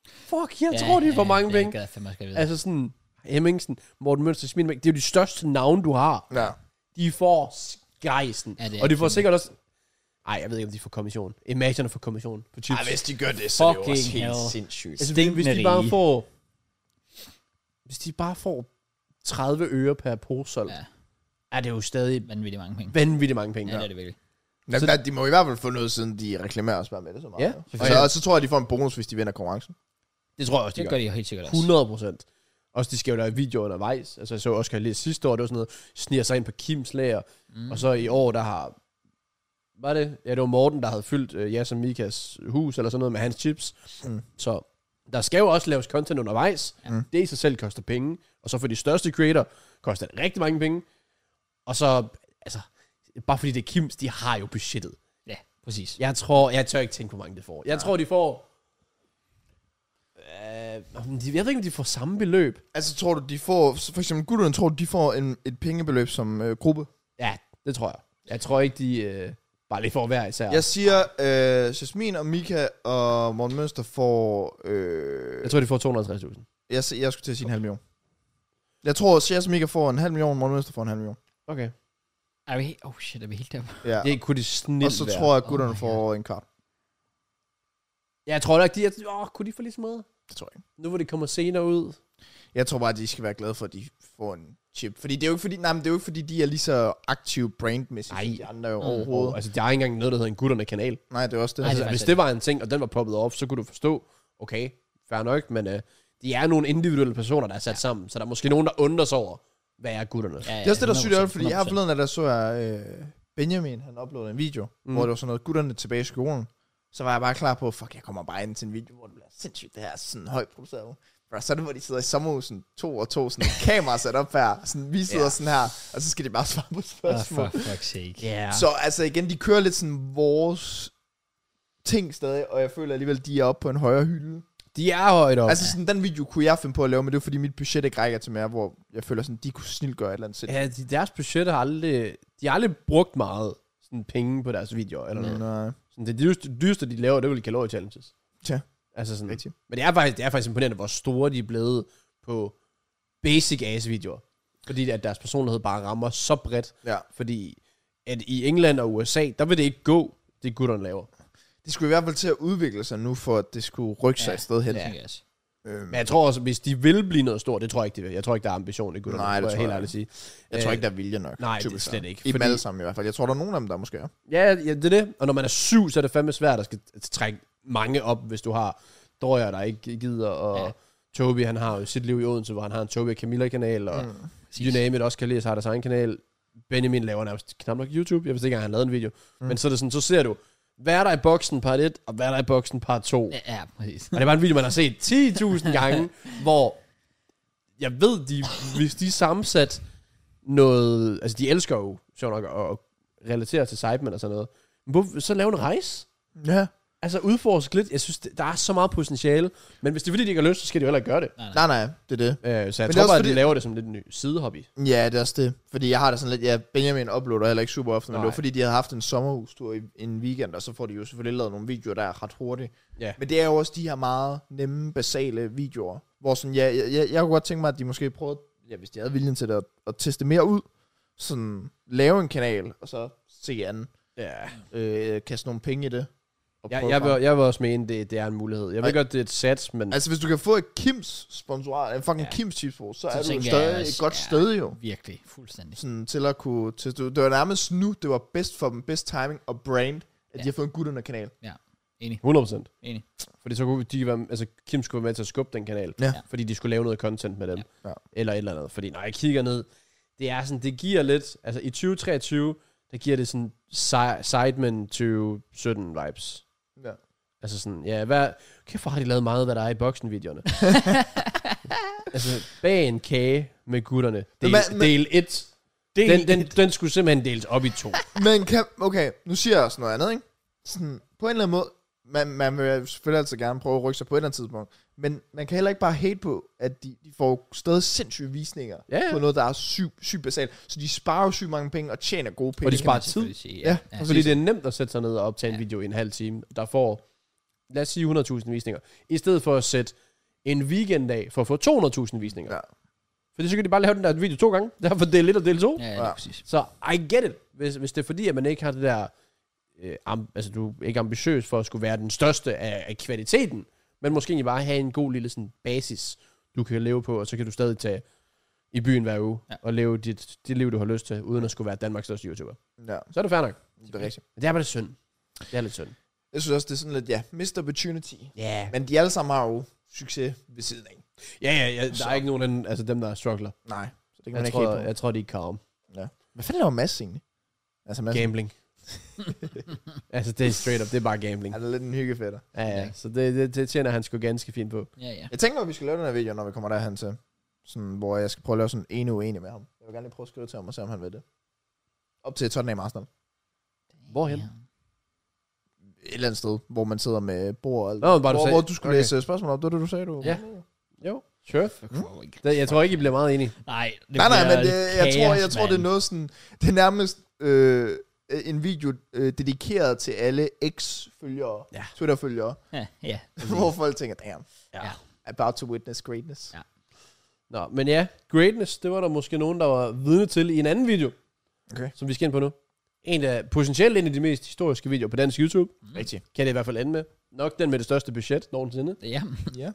S2: Fuck, jeg
S1: ja,
S2: tror, de får mange
S1: det
S2: penge.
S1: Det gad jeg fandme også godt vide.
S2: Altså sådan, Hemmingsen, Morten Mønster, Smidt, det er jo de største navne, du har.
S3: Ja.
S2: De får skejsen.
S1: Ja, det er
S2: og de får
S1: kæmpe.
S2: sikkert også... Ej, jeg ved ikke, om de får kommission. Imagine at få kommission på chips.
S3: Ej, hvis de gør det, så er det jo
S1: Fucking
S3: også helt
S1: hell.
S3: sindssygt.
S2: altså, hvis, hvis de
S1: stinkende
S2: bare
S1: rige.
S2: får... Hvis de bare får 30 øre per pose, solgt,
S1: Ja.
S2: er det jo stadig
S1: Vanvittigt mange penge.
S2: vanvittigt mange penge.
S1: Ja, det er det virkelig.
S3: Nå,
S2: så-
S3: der, de må i hvert fald få noget, siden de reklamerer os bare med det så meget.
S2: Ja.
S3: jo.
S2: Og
S3: Og, så,
S2: ja.
S3: og så tror jeg, de får en bonus, hvis de vinder konkurrencen.
S2: det tror jeg også, de
S1: Det gør
S2: gør.
S1: de jo helt sikkert også.
S2: 100 procent. Også de skal jo lave videoer undervejs. Altså, jeg så Oscar lige sidste år, det var sådan noget, sniger sig ind på Kims lager. Mm. Og så i år, der har... Var det? Ja, det var Morten, der havde fyldt øh, Jas og Mikas hus, eller sådan noget med hans chips.
S3: Mm.
S2: Mm. Så der skal jo også laves content undervejs.
S1: Ja.
S2: Mm. Det i sig selv koster penge. Og så for de største creator, koster det rigtig mange penge. Og så, altså, bare fordi det er Kims, de har jo budgettet.
S1: Ja, præcis.
S2: Jeg tror, jeg tør ikke tænke, hvor mange de får. Jeg tror, de får... Øh, om de- jeg ved ikke, om de får samme beløb.
S3: Altså, tror du, de får... For eksempel, gutterne tror du, de får en, et pengebeløb som øh, gruppe?
S2: Ja, det tror jeg. Jeg tror ikke, de øh, bare lige får hver især.
S3: Jeg siger, øh, Jasmin og Mika og Morten Mønster får... Øh,
S2: Jeg tror, de får 250.000.
S3: Jeg, se- jeg skulle til at sige en halv million. Jeg tror, at Sias Mika får en halv million, Morten Mønster får en halv million.
S2: Okay.
S1: Er vi, oh shit, er vi helt deroppe?
S3: Ja.
S2: Det kunne de snilt
S3: Og så
S2: være.
S3: tror jeg, at gutterne
S1: Oh my
S3: får en kvart.
S2: Jeg tror nok, de... Jeg, åh, kunne de få lige så meget?
S3: Det tror jeg ikke.
S2: Nu hvor det kommer senere ud.
S3: Jeg tror bare, at de skal være glade for, at de får en chip. Fordi det er jo ikke fordi, nej, men det er jo ikke fordi de er lige så aktive brandmæssigt som
S1: Nej.
S3: de andre mm.
S2: Overhovedet.
S3: overhovedet.
S2: Altså, der er ikke engang noget, der hedder en gutterne-kanal.
S3: Nej, det er også det.
S1: Nej,
S2: Altså,
S3: Altså,
S1: faktisk
S2: hvis
S1: rigtigt.
S2: det var en ting, og den var poppet op, så kunne du forstå, okay, fair nok, men øh, de er nogle individuelle personer, der er sat ja. sammen, så der er måske nogen, der undrer sig over, hvad er gutterne? Ja.
S3: det er også det, der er sygt, ærgerligt, fordi her
S1: 100%.
S3: forleden, af, der så jeg øh, Benjamin, han uploadede en video, mm. hvor det var sådan noget, gutterne tilbage i skolen. Så var jeg bare klar på, fuck, jeg kommer bare ind til en video, hvor det bliver sindssygt, det her er sådan højt produceret. Bro, så er det, hvor de sidder i sommerhusen, to og to, sådan et kamera sat op her, sådan, vi sidder
S2: Ja.
S3: yeah. sådan her, og så skal de bare svare på
S1: Ah,
S3: spørgsmål.
S1: for fuck's sake.
S2: Yeah.
S3: Så altså igen, de kører lidt sådan vores ting stadig, og jeg føler alligevel, de er oppe på en højere hylde.
S2: De er højt op. Altså,
S3: Altså sådan, den video kunne jeg finde på at lave, men det er fordi mit budget ikke rækker til mere, hvor jeg føler sådan, de kunne snilt gøre et eller andet selv.
S2: ja, de, deres budget har aldrig, de har aldrig brugt meget sådan, penge på deres videoer, eller noget.
S3: Men, øh,
S2: Sådan, det dyreste, dyreste, de laver, det er vel kalorie-challenges.
S3: Ja.
S2: Altså sådan,
S3: Rigtigt.
S2: Men det er, faktisk, det er faktisk imponerende, hvor store de er blevet på basic ass videoer. Fordi at deres personlighed bare rammer så bredt.
S3: ja.
S2: Fordi at i England og USA, der vil det ikke gå, det gutterne laver.
S3: Det skulle i hvert fald til at udvikle sig nu, for at det skulle rykke sig
S1: Ja.
S3: et sted hen.
S1: Det
S3: Ja.
S1: tænker jeg også.
S3: Øhm,
S2: Men jeg tror også, hvis de vil blive noget stort, det tror jeg ikke, de vil. Jeg tror ikke, der er ambition i gutterne.
S3: Nej, det
S2: må jeg
S3: tror
S2: helt
S3: jeg
S2: ærligt sige.
S3: jeg tror ikke, der er vilje nok.
S2: øh, nej, det er
S3: typisk
S2: slet
S3: der.
S2: ikke,
S3: I fordi...
S2: fordi-
S3: dem alle sammen i hvert fald. Jeg tror, der er nogen af dem, der måske er.
S2: Ja, ja, det er det. Og når man er syv, så er det fandme svært at skal t- trække mange op, hvis du har Drøjer, der ikke gider, og
S1: Ja.
S2: ja. Toby, han har jo sit liv i Odense, hvor han har en Toby og Camilla-kanal, og mm. You name it, også kan læse har deres egen kanal. Benjamin laver nærmest knap nok YouTube. Jeg vidste ikke, at han lavede en video. Mm. Men så er det sådan, så ser du, hvad er der i boksen part 1, og hvad er der i boksen part 2? Ja.
S1: Ja, ja, præcis.
S2: Og det er bare en video, man har set 10.000 gange, hvor jeg ved, de, hvis de er sammensat noget... Altså, de elsker jo, sjovt nok, at- at relatere til Sidemen og sådan noget. Men hvorfor, så lave en rejse.
S3: Ja.
S2: Altså, udforsk lidt. Jeg synes, det- der er så meget potentiale. Men hvis det er fordi, de ikke har lyst, så skal de jo heller ikke gøre det.
S3: Nej, nej, det er det.
S2: Øh, så jeg
S3: Men det
S2: tror
S3: er også
S2: bare, at
S3: fordi-
S2: de laver det som lidt en ny sidehobby.
S3: Ja, det er også det. Fordi jeg har det sådan lidt, ja, Benjamin uploader heller ikke super ofte, men Nej.
S2: Nej.
S3: det var fordi, de havde haft en sommerhustur i en weekend, og så får de jo selvfølgelig lavet nogle videoer, der er ret hurtigt.
S2: Ja.
S3: Men det er jo også de her meget nemme, basale videoer, hvor sådan, ja, jeg, jeg, jeg kunne godt tænke mig, at de måske prøvede, ja, hvis de havde viljen til det, at, at teste mere ud, sådan lave en kanal, og så se an,
S2: Ja.
S3: øh, kaste nogle penge i det. Og
S2: Jeg,
S3: prøve
S2: jeg,
S3: frem.
S2: vil, jeg vil også mene, det, det er en mulighed. Jeg ved
S3: Ej.
S2: godt, det er et sats, men altså,
S3: Altså, hvis du kan få et Kims sponsorat, en fucking
S1: Ja.
S3: ja. Kims chipsbrug, så, så er du jo
S1: tænker
S3: stadig
S1: jeg
S3: et
S1: også,
S3: godt
S1: ja.
S3: sted jo.
S1: Virkelig, fuldstændig.
S3: sådan, til at kunne... Til, det var nærmest nu, det var bedst for dem, bedst timing og brand, at
S1: Ja.
S3: ja. de har fået en gut under kanal.
S2: 100%.
S1: Enig.
S2: Fordi så kunne de være, altså Kim skulle være med til at skubbe den kanal.
S3: Ja.
S2: Fordi de skulle lave noget content med dem.
S3: Ja. Ja.
S2: Eller et eller andet. Fordi når jeg kigger ned, det er sådan, det giver lidt, altså i 2023, der giver det sådan si- Sidemen 2017 vibes.
S3: Ja.
S2: Altså sådan, ja, hvad, kæft, hvor har de lavet meget, hvad der er i boksen-videoerne. altså, bag en kage med gutterne. Del,
S3: man- men-
S2: del 1. Den, den, den skulle simpelthen deles op i to.
S3: Men kan, okay, nu siger jeg også noget andet, ikke? Sådan, på en eller anden måde, man, man vil selvfølgelig altid gerne prøve at rykke sig på et eller andet tidspunkt, men man kan heller ikke bare hate på, at de, de får stadig sindssyge visninger
S2: Ja, ja.
S3: på noget, der er sygt syg basalt. Så de sparer jo sygt mange penge og tjener gode penge.
S2: Og de
S1: Kan
S2: sparer
S1: man
S2: tid.
S1: selvfølgelig sige,
S3: Ja,
S2: Ja, fordi det er nemt at sætte sig ned og optage en video i en halv time, der får, lad os sige 100.000 visninger, i stedet for at sætte en weekenddag for at få 200.000 visninger.
S3: Ja.
S2: Ja. Fordi så kan de bare lave den der video to gange, [laughs] derfor del 1 og del 2.
S1: Ja,
S2: Ja.
S1: ja, lige
S3: Ja.
S1: præcis.
S2: Så I get it, hvis, hvis det er fordi, at man ikke har det der, øh, am, altså du er ikke ambitiøs for at skulle være den største af, af kvaliteten, men måske egentlig bare have en god lille sådan, basis, du kan leve på, og så kan du stadig tage i byen hver uge,
S1: Ja.
S2: ja. og leve dit, det liv, du har lyst til, uden at skulle være Danmarks største YouTuber.
S3: Ja,
S2: Så er det fair nok.
S3: det er rigtigt.
S2: Men det er bare lidt synd. Det er lidt synd.
S3: Jeg synes også, det er sådan lidt, ja, missed opportunity.
S2: Ja.
S3: Men de alle sammen har jo succes ved siden af.
S2: Ja, ja, ja. Der er ikke nogen, af den- altså dem, der struggler.
S3: Nej, så det kan man
S2: Jeg
S3: ikke
S2: tror,
S3: hate på.
S2: jeg tror, de er calm.
S3: Hvad fanden laver Mads egentlig? Altså
S2: [laughs]
S3: Mads,
S2: Gambling. altså, det er straight up. Det er bare gambling.
S3: han er lidt en hyggefætter.
S2: Ja, ja. Så det, det, det tjener han sgu ganske fint på.
S1: Ja, ja.
S3: Jeg tænker, at vi skal lave den her video, når vi kommer derhen til. Sådan, hvor jeg skal prøve at lave sådan en uge med ham. Jeg vil gerne lige prøve at skrive til ham og se, om han ved det. Op til Tottenham Arsenal.
S2: Hvorhen?
S1: Ja.
S3: Et eller andet sted, hvor man sidder med bord og alt.
S2: Nå, men bare du
S3: hvor,
S2: sagde-
S3: hvor du skulle
S2: okay.
S3: okay. læse øh, spørgsmål op. Det var det, du sagde, du.
S2: Ja. Jo, sure.
S1: Fuck, hvor ikke-
S2: Det, jeg tror ikke, I bliver meget enige.
S1: Nej, det
S3: Nej, nej,
S1: bliver
S3: men det, jeg, tror, jeg
S1: kaos,
S3: tror, det er
S1: mand.
S3: noget sådan... Det er nærmest øh, en video øh, dedikeret til alle ex-følgere,
S2: Ja.
S3: Twitter-følgere,
S1: Ja, ja.
S3: hvor folk tænker, damn,
S2: Ja.
S3: about to witness greatness.
S1: Ja.
S2: Nå, men ja. Greatness, det var der måske nogen, der var vidne til i en anden video.
S3: Okay.
S2: Som vi skal ind på nu. en af, potentielt en af de mest historiske videoer på dansk YouTube,
S3: Rigtig.
S2: kan det i hvert fald ende med. Nok den med det største budget nogensinde.
S1: Ja.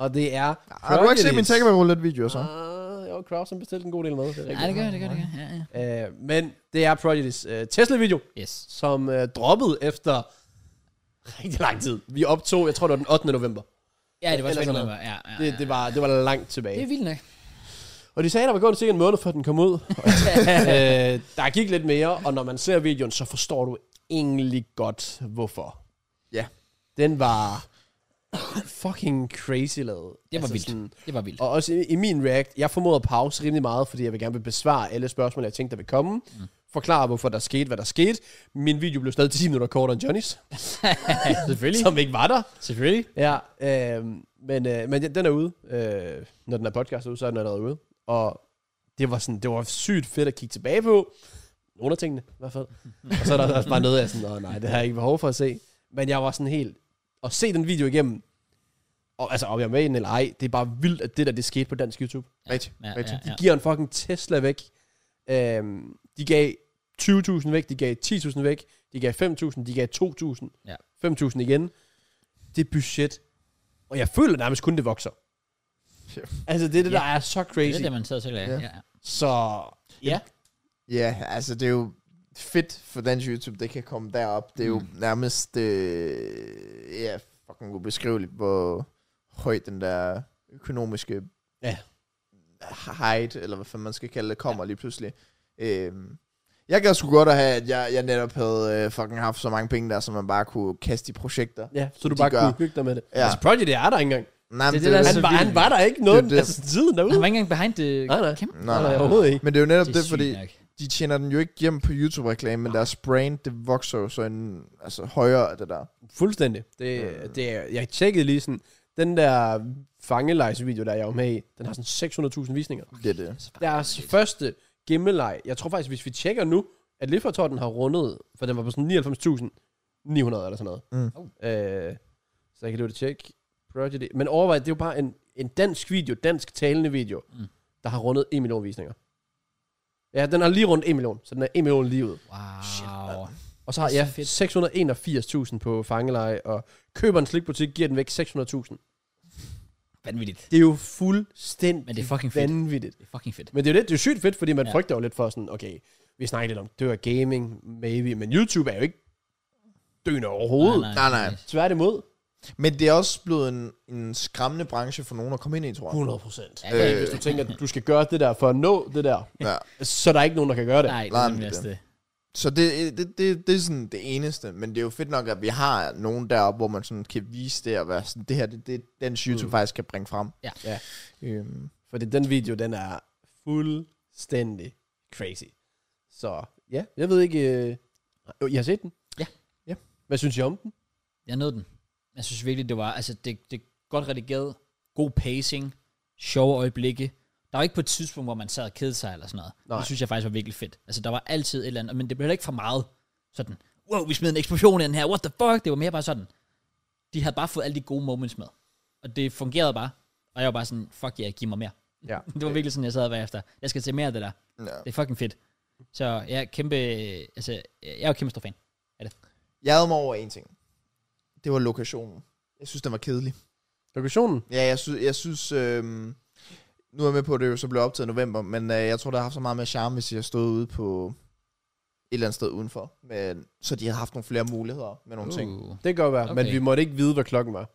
S2: Og det er...
S3: Har Ah, du ikke set min
S2: Crocodiles.
S3: Take Roulette video så?
S2: Ah, jo, Kraus har bestilt en god del med. Det er
S1: ja, det
S2: rigtigt.
S1: gør det, gør det. Gør. Ja, ja.
S2: Øh, men det er Prodigy's øh, Tesla-video,
S1: Yes.
S2: som øh, droppede efter rigtig lang tid. Vi optog, jeg tror det var den 8. november.
S1: Ja, det var
S2: Eller
S1: også
S2: sådan
S1: Ja, ja, ja.
S2: Det, det, var, det var langt
S1: det
S2: tilbage.
S1: er vildt nok.
S2: Og de sagde, at der var gået cirka en måned, før den
S1: [laughs]
S2: kom ud. øh, der gik lidt mere, og når man ser videoen, så forstår du egentlig godt, hvorfor.
S3: Ja.
S2: Den var fucking crazy lavet. Altså
S1: Det var vildt.
S2: Sådan,
S1: Det var
S2: [laughs]
S1: vildt.
S2: og også i, i min react, jeg formoder at pause rimelig meget, fordi jeg vil gerne vil besvare alle spørgsmål, jeg tænkte, der vil komme. Mm. Forklare, hvorfor der skete, hvad der skete. Min video blev stadig 10 minutter kortere end Johnnys,
S1: Selvfølgelig.
S2: som ikke var der.
S1: Selvfølgelig.
S2: Ja, øh, men, øh, men ja, den er ude. Øh, når den er podcast ude, så er den allerede ude. Og det var, sådan, det var sygt fedt at kigge tilbage på. Nogle af tingene, i hvert fald. Og så er der også bare noget, jeg er sådan, "Åh, nej, det har jeg ikke behov for at se. Men jeg var sådan helt, at se den video igennem, og altså, om jeg er med i den eller ej, det er bare vildt, at det der, det skete på dansk YouTube.
S3: Rigtig.
S1: Ja,
S3: Rigtig.
S1: ja,
S2: Altså, De
S1: ja.
S2: giver en fucking Tesla væk. Øhm, de gav 20.000 væk, de gav 10.000 væk, de gav 5.000, de gav 2.000,
S1: Ja.
S2: 5.000 igen. Det er budget. Og jeg føler nærmest kun, det vokser.
S3: Ja.
S2: Altså, det er det,
S1: Ja.
S2: der er så
S1: Det
S2: crazy. Uh.
S1: er det, man sidder og tænker. Ja.
S3: Ja.
S1: ja. ja.
S2: Så ja,
S3: Ja, altså det er jo fedt for dansk YouTube, det kan komme derop. Det er jo
S1: Mm.
S3: nærmest, øh, ja, fucking ubeskriveligt, hvor høj den der økonomiske
S2: Ja.
S3: height, eller hvad fanden man skal kalde det, kommer lige pludselig. Øhm, jeg gad sgu godt at have, at jeg, jeg netop havde øh, fucking haft så mange penge der, som man bare kunne kaste i projekter.
S2: ja så du
S3: de
S2: bare
S3: gør.
S2: kunne hygge dig med det.
S3: Ja.
S2: Altså, Prodigy, det er der ikke engang.
S3: Nej,
S1: det
S3: men
S1: er det, der er så
S3: jo-
S2: Han var,
S1: vildt.
S2: han var der ikke noget,
S3: Det er det.
S2: altså tiden derude.
S1: Han var ikke engang behind the
S2: Nej, nej.
S1: camera.
S3: Nej, nej.
S2: Nej, overhovedet ikke.
S3: Men det er jo netop
S1: Det
S3: det,
S1: er
S3: det fordi
S1: sygt nok.
S3: de tjener den jo ikke hjem på YouTube-reklame, men deres brand, det vokser jo så en, altså højere af det der.
S2: Fuldstændig. Det,
S3: Mm.
S2: det er, jeg tjekkede lige sådan, den der fangelejsvideo, der jeg var med i, den har sådan 600.000 visninger.
S3: Det er det.
S1: Så bare-
S2: Deres første gemmeleg, jeg tror faktisk, hvis vi tjekker nu, at Liffertorten har rundet, for den var på sådan 99.900 eller sådan noget.
S3: Mm.
S1: Oh.
S2: Øh, så jeg kan lige tjekke. Prodigy. Men overvej, det er jo bare en, en dansk video, dansk talende video,
S1: Mm.
S2: mm. der har rundet 1 million visninger. Ja, den har lige rundt 1 million, så den er 1 million lige ud.
S1: Wow.
S3: Shit,
S2: Og så har
S1: Det er
S2: jeg
S1: så fedt.
S2: 681.000 på fangeleje, og køber en slikbutik, giver den væk 600.000.
S1: Vanvittigt.
S2: Det er jo fuldstændig
S1: Men det er fucking fedt.
S2: vanvittigt.
S1: Det er fucking fedt.
S2: Men det er jo lidt, det er jo sygt fedt, fordi man
S1: Ja.
S2: ja. frygter jo lidt for sådan, okay, vi snakker lidt om dør gaming, maybe, men YouTube er jo ikke døende overhovedet. Nej, nej.
S3: Nej, nej.
S1: præcis.
S2: Tværtimod.
S3: Men det er også blevet en, en skræmmende branche for nogen at komme ind i, tror jeg.
S2: 100 procent.
S1: Ja,
S2: Ja,
S1: det er
S3: Øh.
S2: Hvis du
S1: [laughs]
S2: tænker, at du skal gøre det der for at nå det der,
S3: Ja.
S2: så er der ikke nogen, der kan gøre det.
S1: Nej, det
S3: Nej,
S1: er
S3: men
S1: nemlig
S3: det-
S1: også det.
S3: Så det, det, det, det er sådan det eneste. Men det er jo fedt nok, at vi har nogen deroppe, hvor man sådan kan vise det og være sådan, det her, det, det den YouTube
S2: Mm.
S3: faktisk kan bringe frem.
S1: Ja.
S2: Ja.
S3: Øhm,
S2: Fordi den video, den er fuldstændig crazy. Så ja, jeg ved ikke... Øh, jo, I har set den?
S1: Ja.
S2: ja. Hvad synes I om den?
S1: Jeg nåede den. Jeg synes virkelig, det var, altså det, det er godt redigeret, god pacing, sjove øjeblikke. Der var ikke på et tidspunkt, hvor man sad og kedede sig eller sådan noget. Nej.
S2: Nej.
S1: Det synes jeg faktisk var virkelig fedt. Altså der var altid et eller andet, men det blev heller ikke for meget sådan, wow, vi smed en eksplosion i den her, what the fuck? Det var mere bare sådan, de havde bare fået alle de gode moments med. Og det fungerede bare. Og jeg var bare sådan, fuck ja, yeah, giv mig mere. [laughs]
S2: Ja.
S1: Det var virkelig sådan, jeg sad og var efter. Jeg skal se mere af det der.
S3: ja.
S1: Det er fucking fedt. Så jeg er kæmpe, altså, jeg er jo kæmpe stor fan.
S3: Jeg havde mig over en ting. Det var lokationen. Jeg synes, den var kedelig.
S2: Lokationen?
S3: Ja, jeg synes... Jeg synes øhm, nu er jeg med på, at det jo så blev optaget i november, men øh, jeg tror, det har haft så meget mere charme, hvis jeg stod ude på et eller andet sted udenfor. Men, så de havde haft nogle flere muligheder med nogle uh. ting.
S1: Uh.
S2: Det kan godt være, okay.
S1: Okay.
S2: men vi måtte ikke vide, hvad klokken var.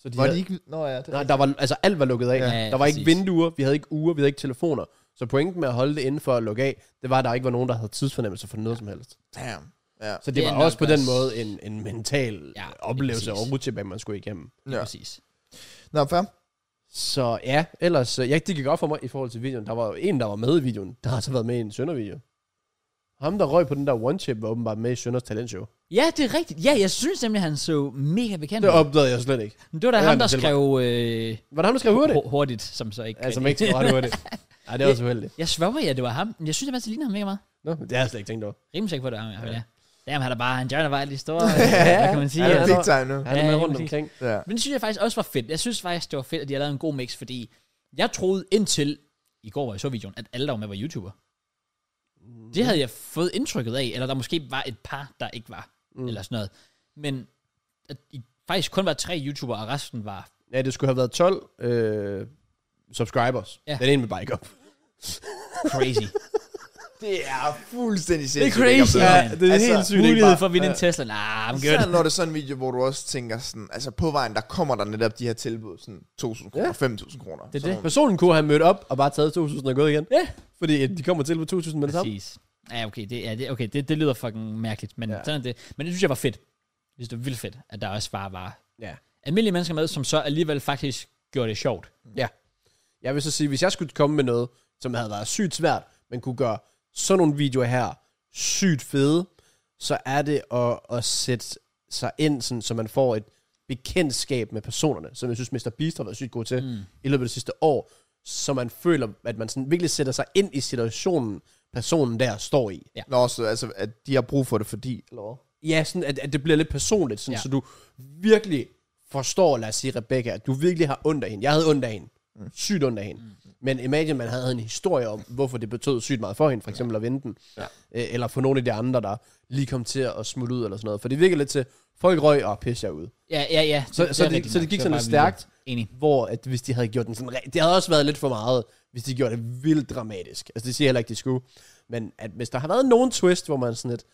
S2: Så
S3: Var de ikke... Nå ja, det
S2: Nej, der var, altså alt var lukket af.
S3: Ja,
S2: Ja,
S1: ja,
S2: der var ikke
S1: præcis.
S2: vinduer, vi havde ikke uger, vi havde ikke telefoner. Så pointen med at holde det inden for at lukke af, det var, at der ikke var nogen, der havde tidsfornemmelse for noget som helst.
S3: Damn. Ja.
S2: Så det,
S1: Det er
S2: var
S1: nok
S2: også på den
S1: også-
S2: måde en, en mental
S1: Ja,
S2: ja, oplevelse og
S1: præcis.
S2: rutsjebane, man skulle igennem.
S1: Ja.
S3: Ja.
S1: Præcis.
S3: Nå, fair.
S2: Så ja, ellers, øh, ja, det gik op for mig i forhold til videoen. Der var jo en, der var med i videoen, der har så været med i en søndervideo. Ham, der røg på den der one-chip, var åbenbart med i Sønders talentshow.
S1: Ja, det er rigtigt. Ja, jeg synes nemlig, han så mega bekendt
S2: Det
S1: ud.
S2: opdagede jeg slet ikke.
S1: Men det var da
S2: det var
S1: ham, der
S2: han selv
S1: skrev øh,
S2: Var det ham, der skrev hurtigt?
S1: hu- hurtigt, som så ikke...
S2: Altså, man
S1: rigtig-
S2: ikke skrev
S1: [laughs]
S2: ret hurtigt. Ej, det er også uheldigt.
S1: jeg sværger, ja, det var ham. Men jeg synes, at det ligner ham mega meget.
S2: Nå, det har jeg slet ikke tænkt over.
S1: Rimelig sikker på, at det var ham. Ja. ja. Jamen, han er bare... Han joiner bare alle de store...
S2: [laughs]
S1: øh, hvad kan man sige?
S2: Ja,
S3: Ja,
S2: det er
S1: altså.
S3: big time nu.
S2: Han
S1: Ja,
S2: er med
S1: lige
S2: rundt
S1: præcis.
S2: omkring.
S3: Ja.
S1: Men det synes jeg faktisk også var fedt. Jeg synes faktisk, det var fedt, at de har lavet en god mix, fordi jeg troede indtil i går, hvor jeg så videoen, at alle, der var med, var YouTuber.
S2: Mhm.
S1: Det havde jeg fået indtrykket af, eller der måske var et par, der ikke var, mm. eller sådan noget. Men at I faktisk kun var tre YouTubere, og resten var...
S2: Ja, det skulle have været 12 øh, subscribers.
S1: Ja.
S2: Ja. Den ene vil bare ikke op.
S1: Crazy.
S3: Det er fuldstændig
S1: det er
S3: sindssygt.
S1: crazy,
S3: ikke?
S1: ja,
S2: det er
S3: Altså,
S2: helt sygt. ikke
S1: Mulighed
S2: bare-
S1: for at vinde en Tesla. Nah, I'm
S3: Især
S1: good.
S3: når det er sådan en video, hvor du også tænker sådan, altså på vejen, der kommer der netop de her tilbud, sådan 2.000 kroner,
S2: Ja.
S3: 5.000 kroner.
S1: Det er
S3: sådan
S1: det.
S3: nogle-
S2: Personen kunne have mødt op og bare taget 2.000 og gået igen.
S1: Ja.
S2: Fordi øh, de kommer til på 2.000 med det samme.
S1: Præcis. Ja, okay, det, ja, det, okay det, det lyder fucking mærkeligt, men ja.
S2: Ja.
S1: sådan er det. Men det synes jeg var fedt. Jeg synes, det var vildt fedt, at der også bare var
S2: Ja.
S1: almindelige mennesker med, som så alligevel faktisk gjorde det sjovt.
S2: Jeg vil så sige, hvis jeg skulle komme med noget, som havde været sygt svært, men kunne gøre sådan nogle videoer her sygt fede, så er det at, at sætte sig ind, sådan, så man får et bekendtskab med personerne, som jeg synes, Mr. Beast har været sygt god til mm. i løbet af det sidste år, så man føler, at man sådan virkelig sætter sig ind i situationen, personen der står i.
S3: Nå, så altså, at de har brug for det, fordi... Eller hvad?
S2: Ja, sådan, at, at det bliver lidt personligt, sådan,
S1: Ja.
S2: ja. så du virkelig forstår, lad os sige Rebecca, at du virkelig har ondt af hende. Jeg havde ondt af hende. Mm. Sygt ondt af hende. Mm. Men imagine, man havde en historie om, hvorfor det betød sygt meget for hende, for eksempel at vinde den.
S3: Ja.
S2: Øh, Eller for nogle af de andre, der lige kom til at smutte ud eller sådan noget. For det virker lidt til, folk røg og pisse jer ud.
S1: Ja, ja, ja.
S2: Så, så,
S1: er
S2: så, det,
S1: rigtigt
S2: så
S1: nok.
S2: det gik
S1: var
S2: sådan lidt
S1: bare vildt.
S2: stærkt,
S1: Enig.
S2: hvor at hvis de havde gjort den sådan... re- Det havde også været lidt for meget, hvis de gjorde det vildt dramatisk. Altså det siger jeg heller ikke, de skulle. Men at hvis der har været nogen twist, hvor man sådan lidt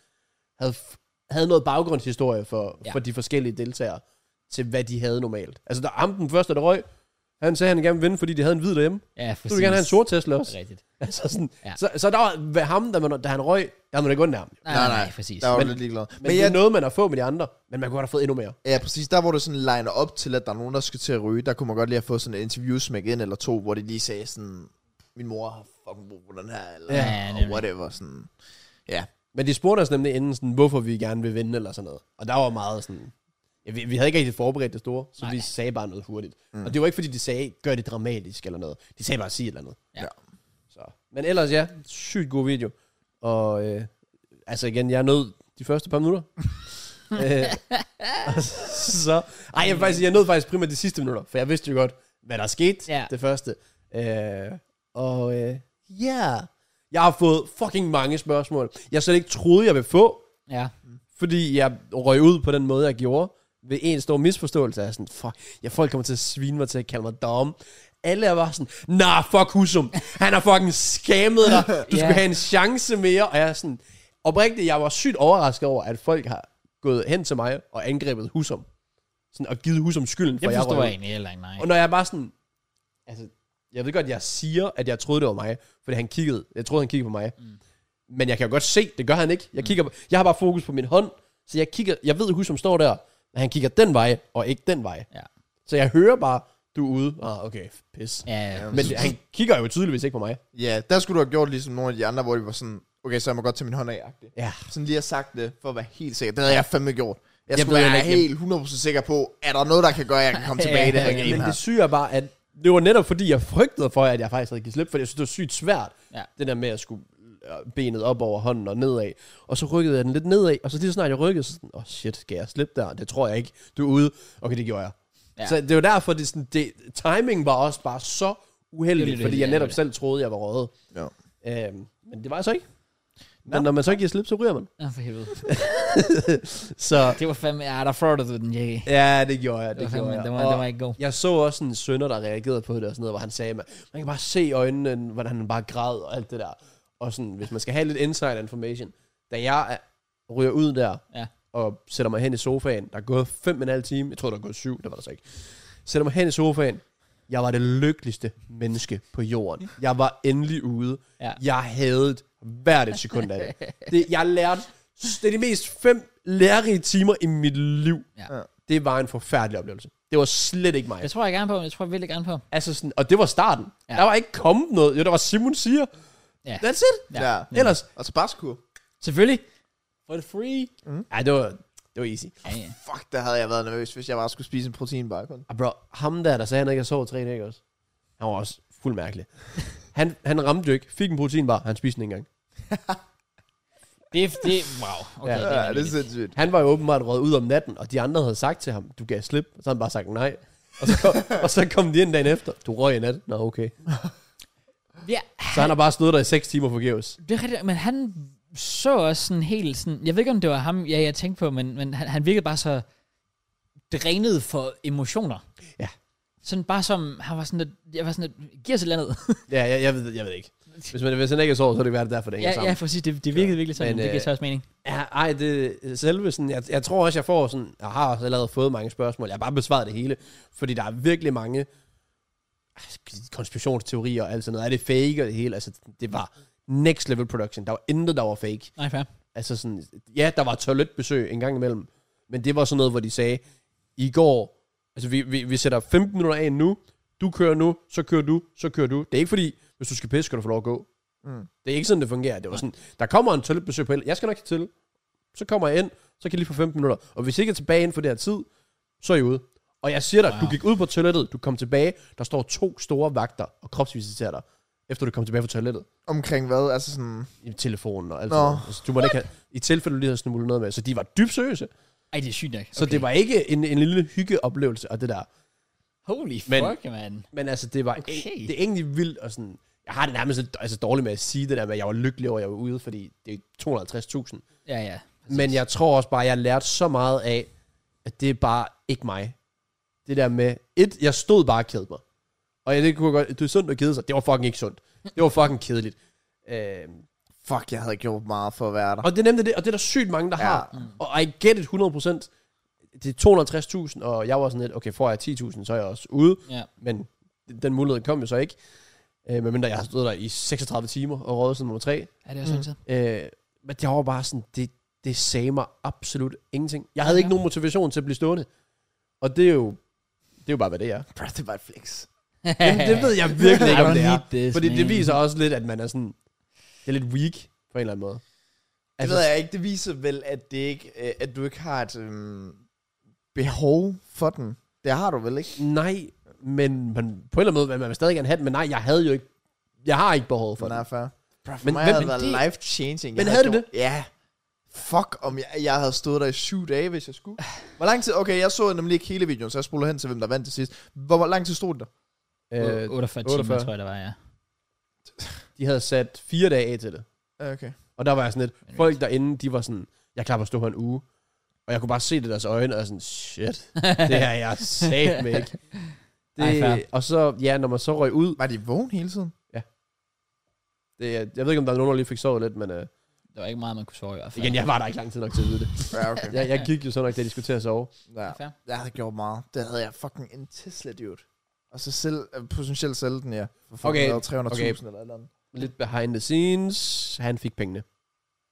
S2: havde, f- havde noget baggrundshistorie for,
S1: Ja.
S2: ja. for de forskellige deltagere, til hvad de havde normalt. Altså der ham den første, der røg, han sagde, at han gerne ville vinde, fordi de havde en hvid derhjemme.
S1: Ja, præcis.
S2: Så ville gerne have en sort Tesla også.
S1: Rigtigt.
S2: [laughs] Altså sådan,
S1: Ja.
S2: ja. så, så der var ved ham, da, man, da han røg, der havde man ikke ondt af ham.
S1: Nej, nej,
S3: Nej,
S1: Ah, nej,
S3: nej.
S1: præcis.
S3: Der er jo
S2: Men-
S3: lidt ligeglad.
S2: Men, men det er noget, man har fået med de andre, men man kunne godt have fået endnu mere.
S3: Ja, præcis. Der, hvor du sådan liner op til, at der er nogen, der skal til at ryge, der kunne man godt lige have fået sådan et interview smæk ind eller to, hvor de lige sagde sådan, min mor har fucking brug for den her, eller
S1: Ja,
S3: ja,
S1: nemlig.
S3: whatever. Sådan. Ja,
S2: Men de spurgte os nemlig inden, sådan, hvorfor vi gerne vil vinde, eller sådan noget. Og der var meget sådan... Ja, vi, vi havde ikke rigtig forberedt det store, så
S1: Nej.
S2: Nej. vi sagde bare noget hurtigt. Mm. Og det var ikke, fordi de sagde, gør det dramatisk eller noget. De sagde bare, sig et eller andet.
S1: Ja.
S2: Så. Men ellers, ja, sygt god video. Og øh, altså igen, jeg nød de første
S1: [laughs]
S2: par minutter. øh, og så, ej, jeg, vil faktisk, sige, jeg nød faktisk primært de sidste minutter, for jeg vidste jo godt, hvad der skete
S1: Ja.
S2: det første. Øh, og øh, ja, jeg har fået fucking mange spørgsmål. Jeg slet ikke troede, jeg ville få,
S1: Ja.
S2: fordi jeg røg ud på den måde, jeg gjorde, ved en stor misforståelse. Jeg er sådan, fuck, ja, folk kommer til at svine mig til at kalde mig dom. Alle er bare sådan, nah, fuck Husum, han har fucking skammet dig,
S1: [laughs]
S2: du skulle
S1: Ja.
S2: have en chance mere. Og jeg er sådan, oprigtigt, jeg var sygt overrasket over, at folk har gået hen til mig og angrebet Husum. Sådan, og givet Husum skylden, for
S1: Det
S2: jeg
S1: forstår
S2: røg
S1: jeg
S2: ud.
S1: egentlig heller ikke, nej.
S2: Og når jeg bare sådan, altså, jeg ved godt, jeg siger, at jeg troede, det var mig, fordi han kiggede, jeg troede, han kiggede på mig. Mm. Men jeg kan jo godt se, det gør han ikke.
S1: Mm.
S2: Jeg, kigger, på, jeg har bare fokus på min hånd, så jeg kigger, jeg ved, husk, som står der, at han kigger den vej, og ikke den vej.
S1: Ja.
S2: Så jeg hører bare, du er ude. Ah, okay, pis.
S1: Ja,
S2: Men han kigger jo tydeligvis ikke på mig.
S3: ja der skulle du have gjort ligesom nogle af de andre, hvor de var sådan, okay, så jeg må godt tage min hånd af, -agtigt.
S2: Ja.
S3: Sådan lige har sagt det, for at være helt sikker. Det havde jeg fandme gjort. Jeg, jeg skulle
S2: ved
S3: være
S2: heller ikke,
S3: helt 100% sikker på, er der noget, der kan gøre, at jeg kan komme tilbage i det her
S1: Ja,
S2: Men
S3: game her.
S2: det syge er bare, at det var netop fordi, jeg frygtede for, at jeg faktisk havde givet slip, for jeg synes, det var sygt svært,
S1: Ja.
S2: det der med at skulle øh, benet op over hånden og nedad. Og så rykkede jeg den lidt nedad, og så lige så snart jeg rykkede, så sådan, åh oh shit, skal jeg slippe der? Det tror jeg ikke. Du er ude. Okay, det gjorde jeg.
S1: Ja.
S2: Ja. Så det var derfor, det, sådan, det, timing var også bare så
S1: Det er
S2: uheldig,
S1: lidt
S2: fordi jeg
S1: uheldigt,
S2: netop
S1: ja.
S2: selv troede, jeg var røget.
S3: Ja.
S2: Øhm, men det var jeg så ikke. Men når man så ikke giver slip, så ryger man.
S1: Åh, for helvede.
S2: Så
S1: Det var fandme... Ja, der flørtede du den, Jackie.
S2: ja, det gjorde jeg.
S1: Det var
S2: Det
S1: fandme...
S2: gjorde jeg.
S1: Den var,
S2: Og-
S1: den var ikke god.
S2: Jeg så også en sønner, der reagerede på det og sådan noget, hvor han sagde, man, man kan bare se i øjnene, hvordan han bare græd og alt det der. Og sådan, hvis man skal have lidt inside information, da jeg er- ryger ud der
S1: Ja.
S2: og sætter mig hen i sofaen, der er gået fem og en halv time, jeg tror, der er gået syv, det var der så ikke, sætter mig hen i sofaen, jeg var det lykkeligste menneske på jorden. Jeg var endelig ude.
S1: Ja.
S2: Jeg havde hvert et sekund af det. det. Jeg lærte, det er de mest fem lærerige timer i mit liv.
S1: Ja.
S2: Det var en forfærdelig oplevelse. Det var slet ikke mig.
S1: Det tror jeg gerne på. Det tror jeg virkelig gerne på.
S2: Altså sådan, og det var starten.
S1: Ja.
S2: Ja. Der var ikke kommet noget. Jo, der var Simon siger.
S1: Ja.
S2: Ja. That's it.
S1: Ja.
S3: Ja.
S2: Ja. Ellers.
S3: Og så bare skur.
S1: Selvfølgelig. For the free.
S2: Ja, det var, det var easy.
S1: Ja, ja.
S3: Fuck, der havde jeg været nervøs, hvis jeg bare skulle spise en proteinbar kun.
S2: Og bro, ham der, der sagde, han ikke havde sovet tre dage, ikke også? Han var også fuld [laughs] mærkelig. han, han ramte jo ikke, fik en proteinbar, han spiste den ikke engang.
S1: Det er... Det, wow. Okay,
S2: Ja,
S1: det er
S3: Ja, det er
S1: vanvittigt.
S3: sindssygt.
S2: Han var jo åbenbart røget ud om natten, og de andre havde sagt til ham, du gav slip. Så havde han bare [laughs] sagt nej. Og så, kom, og så kom de ind dagen efter. Du røg i nat. Nå, okay.
S1: Ja,
S2: Så han har bare stået der i 6 timer forgæves.
S1: det er rigtigt, men han så også sådan helt sådan, jeg ved ikke, om det var ham, ja, jeg tænkte på, men, men han, han virkede bare så drænet for emotioner.
S2: Ja.
S1: Sådan bare som, han var sådan lidt, jeg var sådan lidt, giv os et eller andet.
S2: Ja, jeg, jeg, ved, jeg ved ikke. Hvis, man, hvis han ikke er sovet, så er det været derfor, det hænger
S1: ja,
S2: sammen.
S1: ja, præcis, det, det virkede virkelig sådan,
S2: Men,
S1: men, det
S2: øh,
S1: giver så også mening.
S2: Ja, ej, det selve sådan, jeg, jeg tror også, jeg får sådan, jeg har også allerede fået mange spørgsmål, jeg har bare besvaret det hele, fordi der er virkelig mange altså, konspirationsteorier og alt sådan noget, er det fake og det hele, altså det var next level production, der var intet, der var fake,
S1: Nej, fair.
S2: altså sådan, ja, der var toiletbesøg en gang imellem, men det var sådan noget, hvor de sagde, i går, altså vi, vi, vi sætter 15 minutter af nu, du kører nu, så kører du, så kører du, det er ikke fordi, hvis du skal pisse, skal du få lov at gå,
S3: Mm.
S2: det er ikke sådan, det fungerer. Det var sådan, der kommer en toiletbesøg på el. Jeg skal nok til. Så kommer jeg ind, så kan jeg lige få 15 minutter. Og hvis I ikke er tilbage inden for det her tid, så er I ude. Og jeg siger dig, wow. du
S1: Wow.
S2: gik ud på toilettet, du kom tilbage, der står to store vagter og kropsvisiterer dig, efter du kom tilbage fra toilettet.
S3: Omkring hvad? Altså sådan...
S2: I telefonen og alt
S3: Nå.
S2: sådan noget. altså, du må ikke have, I tilfælde, du lige havde smuglet noget med. Så de var dybt seriøse. Okay.
S1: Ej, det er sygt nok.
S2: Så det var ikke en, en lille hyggeoplevelse og det der.
S1: Holy
S2: Men-
S1: fuck, man.
S2: Men altså, det var
S1: Okay.
S2: okay. det er egentlig vildt, og sådan, jeg har det nærmest lidt altså, dårligt med at sige det der med, at jeg var lykkelig over, at jeg var ude, fordi det er 250.000.
S1: Ja, ja.
S2: Men jeg tror også bare, at jeg har lært så meget af, at det er bare ikke mig. Det der med, et, jeg stod bare og kedede mig. Og jeg, det kunne jeg godt, det er sundt at kede sig. Det var fucking ikke sundt. Det var fucking kedeligt. Øh,
S3: Fuck, jeg havde gjort meget for at være der.
S2: og det er nemlig det, og det er der sygt mange, der ja.
S3: Ja.
S2: har.
S1: Mm.
S2: Og I get it 100%. Det er 250.000, og jeg var sådan lidt, okay, får jeg 10.000, så er jeg også ude.
S1: Ja.
S2: Men den mulighed kom jo så ikke. Øh, medmindre jeg har stået der i 36 timer og rådet sådan nummer 3.
S1: Ja, det er også
S3: Mm.
S1: sådan
S2: Øh, men jeg var bare sådan, det, det sagde mig absolut ingenting. Jeg havde ikke
S1: Ja.
S2: nogen motivation til at blive stående. Og det er jo, det er jo bare, hvad det er.
S3: Bro, det var et flex.
S2: Jamen, det ved jeg
S1: [laughs]
S2: virkelig ikke, om det er.
S1: This,
S2: Fordi det viser også lidt, at man er sådan, det er lidt weak på en eller anden måde.
S3: Det
S2: Altså
S3: ved jeg ikke. Det viser vel, at, det ikke, øh, at du ikke har et øhm, behov for den. Det har du vel ikke?
S2: Nej, men man, på en eller anden måde, man vil man stadig gerne have den, men nej, jeg havde jo ikke, jeg har ikke behov for
S3: For
S2: den.
S3: den før. Bro,
S2: Men
S3: for men, mig
S2: hvem-
S3: havde det
S2: men
S3: været
S1: det-
S3: life-changing.
S2: Men
S3: Jeg
S2: havde du
S3: gjort- Ja. Fuck, om jeg, jeg havde stået der i syv dage, hvis jeg skulle. Hvor lang tid? Okay, jeg så nemlig ikke hele videoen, så jeg spoler hen til, hvem der vandt til sidst. Hvor, hvor lang tid stod den der?
S2: Øh,
S1: 48 timer,
S2: 48.
S1: tror jeg, det var, ja.
S2: de havde sat fire dage af til det.
S3: Ja, Okay.
S2: Og der var jeg sådan lidt, folk derinde, de var sådan, jeg klapper stå her en uge. Og jeg kunne bare se det i deres øjne, og jeg var sådan, shit, det
S1: [laughs]
S2: her jeg sat med ikke.
S1: Ej, fair.
S2: Det, og så, ja, når man så røg ud,
S3: Var de vågen hele tiden?
S2: det, er- jeg ved ikke, om der er nogen, der lige fik sovet lidt, men øh,
S1: Der var ikke meget, man kunne sove i hvert fald.
S2: igen, jeg var der ikke lang tid nok til at vide det.
S3: Ja, okay.
S2: Jeg, jeg gik jo så nok, da de skulle til at sove.
S3: Ja.
S1: Fair.
S3: Jeg havde gjort meget. Der havde jeg fucking en Tesla, dude. Og så selv, øh, potentielt sælge den, ja. For
S2: Okay,
S3: 400, 300.000
S2: okay.
S3: eller et eller andet.
S2: Lidt behind the scenes, han fik pengene.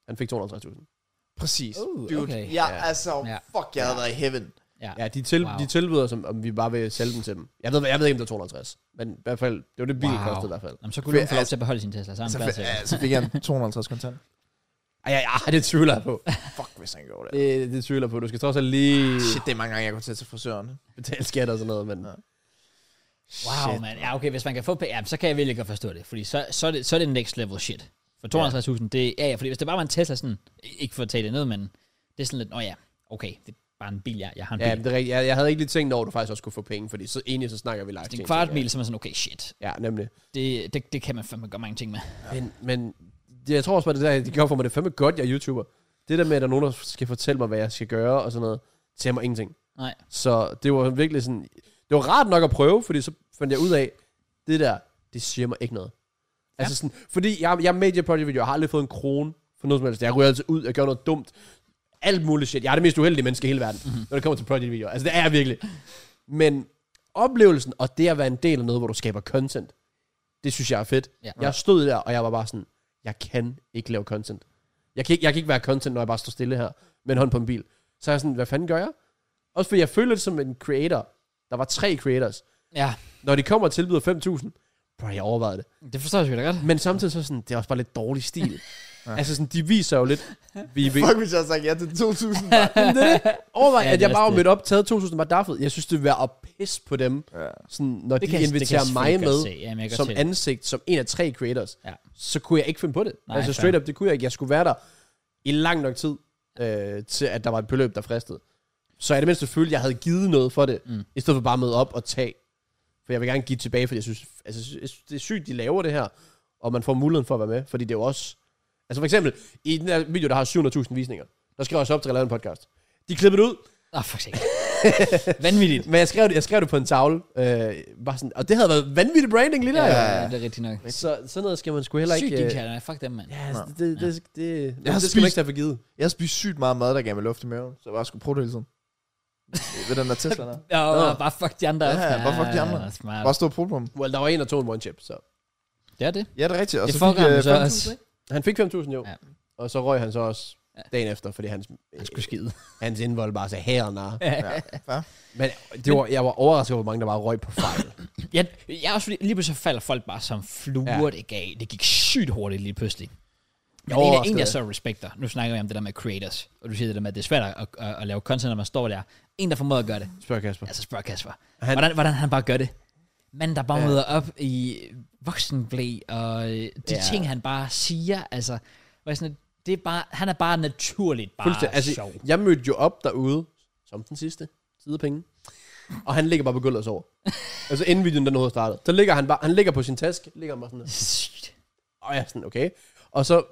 S2: Han fik 250.000.
S3: Præcis.
S1: Uh,
S3: dude,
S1: okay.
S3: jeg,
S2: Oh, Ja.
S3: altså,
S1: Ja.
S3: fuck, jeg havde været i heaven.
S2: Ja, de, til,
S1: Wow.
S2: wow. de tilbyder, som, om vi bare vil sælge dem til dem. Jeg ved, jeg ved ikke, om det er 250, men i hvert fald, det var det bil
S1: Wow.
S2: wow. kostede i hvert fald.
S1: Jamen, så kunne du
S3: Fordi,
S1: få lov
S3: altså-
S1: til at beholde sin Tesla sammen.
S3: Så,
S1: Så,
S3: fik- ja, så fik jeg
S2: [laughs]
S3: en 250 kontant.
S2: Ej, ej, ej, det tvivler jeg på.
S3: Fuck, hvis han gjorde det.
S2: Det, det tvivler jeg på. Du skal trods alt lige
S3: Shit, det er mange gange, jeg går til til frisøren.
S2: betale skat og sådan noget, men...
S3: Ja.
S1: wow,
S3: Shit.
S1: man. Ja, okay, hvis man kan få penge, ja, så kan jeg virkelig godt forstå det. Fordi så, så, er det, så er det next level shit. For 250.000, det ja, ja, fordi hvis det bare var en Tesla, sådan, ikke for at tage det ned, men det er sådan lidt, nå ja, okay, det er bare en bil, jeg, jeg har en bil.
S2: Ja, men det er rigtigt. Jeg, jeg havde ikke lige tænkt over, at du faktisk også kunne få penge, fordi så egentlig så snakker vi live
S1: det er en
S2: changing,
S1: kvartmil, så er man sådan, okay, shit.
S2: Ja, ja nemlig.
S1: Det, det, det kan man fandme gøre mange ting med.
S2: Men, men det, jeg tror også bare, det der, det gjorde for mig, det er fandme godt, jeg er YouTuber. Det der med, at der er nogen, der skal fortælle mig, hvad jeg skal gøre og sådan noget, siger mig ingenting.
S1: Nej.
S2: Så det var virkelig sådan... Det var rart nok at prøve, fordi så fandt jeg ud af, det der, det siger mig ikke noget. Ja. Altså sådan, fordi jeg, jeg er med i project video, jeg har aldrig fået en krone for noget som helst. Jeg ryger altid ud, jeg gør noget dumt. Alt muligt shit. Jeg er det mest uheldige menneske i hele verden, mm-hmm. når det kommer til project video. Altså det er jeg virkelig. Men oplevelsen og det at være en del af noget, hvor du skaber content, det synes jeg er fedt.
S1: Ja.
S2: Jeg stod der, og jeg var bare sådan, jeg kan ikke lave content. Jeg kan ikke, jeg kan ikke være content, når jeg bare står stille her med en hånd på en bil. Så er jeg sådan, hvad fanden gør jeg? Også fordi jeg føler det som en creator. Der var tre creators.
S1: Ja,
S2: Når de kommer og tilbyder 5.000, bro, jeg overvejede det.
S1: det forstår jeg sgu da godt.
S2: Men samtidig så sådan, det er også bare lidt
S1: [laughs]
S2: dårlig stil. ja. Altså sådan, de viser jo lidt, vi, vi
S3: Fuck, hvis jeg havde sagt ja til 2.000 bare.
S2: overvej,
S1: Ja,
S2: ja, at
S1: det er
S2: jeg bare var
S1: også det.
S2: mødt op, taget 2.000 var daffet. Jeg synes, det vil være at pisse på dem,
S3: ja.
S2: sådan, når
S1: Det
S2: de
S1: kan- det kan
S2: inviterer
S1: jeg
S2: mig
S1: selvfølgelig godt
S2: med
S1: se. Jamen, jeg kan godt
S2: som
S1: se det.
S2: ansigt, som en af tre creators.
S1: Ja.
S2: Så kunne jeg ikke finde på det.
S1: Nej,
S2: Nej, altså
S1: fair.
S2: straight up, det kunne jeg ikke. Jeg skulle være der i lang nok tid, øh, til at der var et beløb, der fristede. Så jeg det mindste følte, jeg havde givet noget for det,
S1: Mm.
S2: mm. i stedet for bare at møde op og tage. For jeg vil gerne give tilbage, for jeg synes, altså, jeg synes, det er sygt, de laver det her. og man får muligheden for at være med, fordi det er jo også... Altså for eksempel, i den her video, der har 700.000 visninger, der skrev jeg så op til at lave en podcast. De klippede det ud,
S1: Ah, for sikkert. Vanvittigt.
S2: men jeg skrev det, jeg skrev det på en tavle, øh, bare sådan, og det havde været vanvittig branding lige der.
S3: Ja,
S2: [laughs] Ja,
S3: ja, ja.
S1: det er rigtigt nok.
S2: Så sådan noget skal man sgu heller
S1: Sygt,
S2: ikke...
S1: de
S2: øh,
S1: kan nej, Fuck dem, mand.
S2: Ja, altså, det, det, det, det,
S3: Jeg har
S2: det skal man
S3: spist-
S2: ikke tage for givet.
S3: Jeg spiste sygt meget mad, der gav mig luft i maven, så jeg bare skulle prøve det hele tiden. Ved den der Tesla der.
S1: Ja, og
S3: Nå.
S1: bare- bare fuck de andre.
S3: Ja,
S1: op.
S3: ja, bare fuck de andre.
S1: Ja, smart.
S3: Bare stå og prøve på dem.
S2: Well, der var en, der tog en one chip, så...
S1: Det er det.
S3: Ja, det er rigtigt. Og
S1: Det
S3: så
S1: fucker
S3: fik
S1: ham
S3: jeg
S1: så
S3: 5.000,
S1: også.
S3: ikke?
S2: Han fik 5.000 jo,
S1: Ja.
S2: ja. og så røg han så også
S1: Ja.
S2: dagen efter, fordi hans, øh,
S1: Han skulle skide.
S2: hans indvold bare sagde, her nej.
S3: Ja, fair.
S2: Men det var, jeg var overrasket, hvor mange der bare røg på fejl.
S1: [laughs] Ja, jeg er også lige, lige pludselig så falder folk bare som fluer, ja. det gav. Det gik sygt hurtigt lige pludselig. Men en, af- en, jeg så respekter, nu snakker vi om det der med creators, og du siger det der med, at det er svært at, at, at lave content, når man står der. En, der formår at gøre det,
S2: Spørg Kasper.
S1: altså spørg Kasper, han,
S2: Han-
S1: hvordan, hvordan han bare gør det. Manden, der bare ja.
S2: Ja.
S1: møder op i voksenblæ, og øh, de ja.
S2: Ja.
S1: ting, han bare siger, altså, hvor jeg sådan, det er bare, han er bare naturligt bare
S2: Fuldstændig.
S1: altså,
S2: Altså,
S1: sjov.
S2: jeg mødte jo op derude, som den sidste, sidepenge. Og han ligger bare på gulvet
S1: [laughs]
S2: og sover. altså inden videoen den overhovedet startede. Så ligger han bare, han ligger på sin taske, ligger han bare sådan her.
S1: Sygt.
S2: Og jeg er sådan, okay. Og så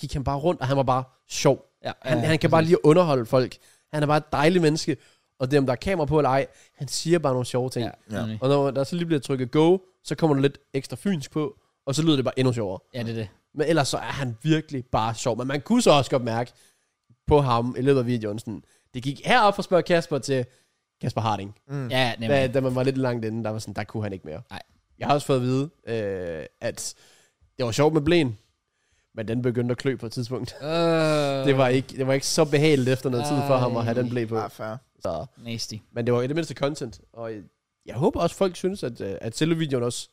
S2: gik han bare rundt, og han var bare sjov.
S1: Ja,
S2: Han,
S1: ja,
S2: han kan bare lige underholde folk. Han er bare et dejligt menneske. Og det er, om der er kamera på eller ej, han siger bare nogle sjove ting.
S1: Ja,
S2: Ja.
S1: ja.
S2: Og når der så lige bliver trykket go, så kommer der lidt ekstra fynsk på, og så lyder det bare endnu sjovere.
S1: ja, det er det.
S2: Men ellers så er han virkelig bare sjov. Men man kunne så også godt mærke på ham i løbet af videoen, sådan, det gik herop fra Spørg Kasper til Kasper Harding.
S3: Mm.
S1: Ja, nemlig.
S2: Da, da man var lidt langt inde, der var sådan, der kunne han ikke mere.
S1: Nej.
S2: Jeg har også fået at vide, øh, at det var sjovt med blæen, men den begyndte at klø på et tidspunkt.
S1: Øh,
S2: Det var ikke, det var ikke så behageligt efter noget tid for ham at have den
S1: Ej.
S2: blæ på.
S3: Ja, fair.
S2: Så,
S1: Nasty.
S2: men det var i det mindste content, og jeg håber også, folk synes, at, øh, at selve videoen også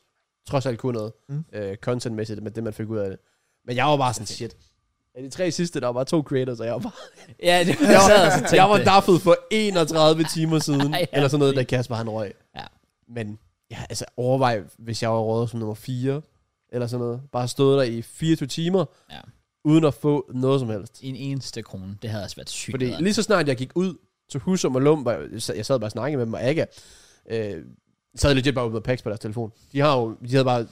S2: trods alt kunne noget
S3: Mm.
S2: mm. øh, contentmæssigt med det, man fik ud af det. Men jeg var bare sådan, shit. Af de tre sidste, der var bare to creators, og jeg var, bare,
S1: Ja, det var,
S2: [laughs] jeg
S1: jeg, sad og så
S2: var,
S1: tænkte
S2: jeg var
S1: det.
S2: daffet for 31 timer
S1: [laughs]
S2: siden,
S1: Ja,
S2: eller sådan noget, da Kasper han røg.
S1: Ja.
S2: Men ja, altså overvej, hvis jeg var rådet som nummer 4, eller sådan noget. Bare stået der i 24 timer,
S1: Ja.
S2: uden at få noget som helst.
S1: En eneste krone, det havde også været sygt.
S2: Fordi
S1: nederen.
S2: lige så snart jeg gik ud til Husum og Lum, var jeg, jeg sad- jeg sad bare og snakkede med dem, og Aga, øh, sad legit bare og åbnede packs på deres telefon. De, har jo, de havde bare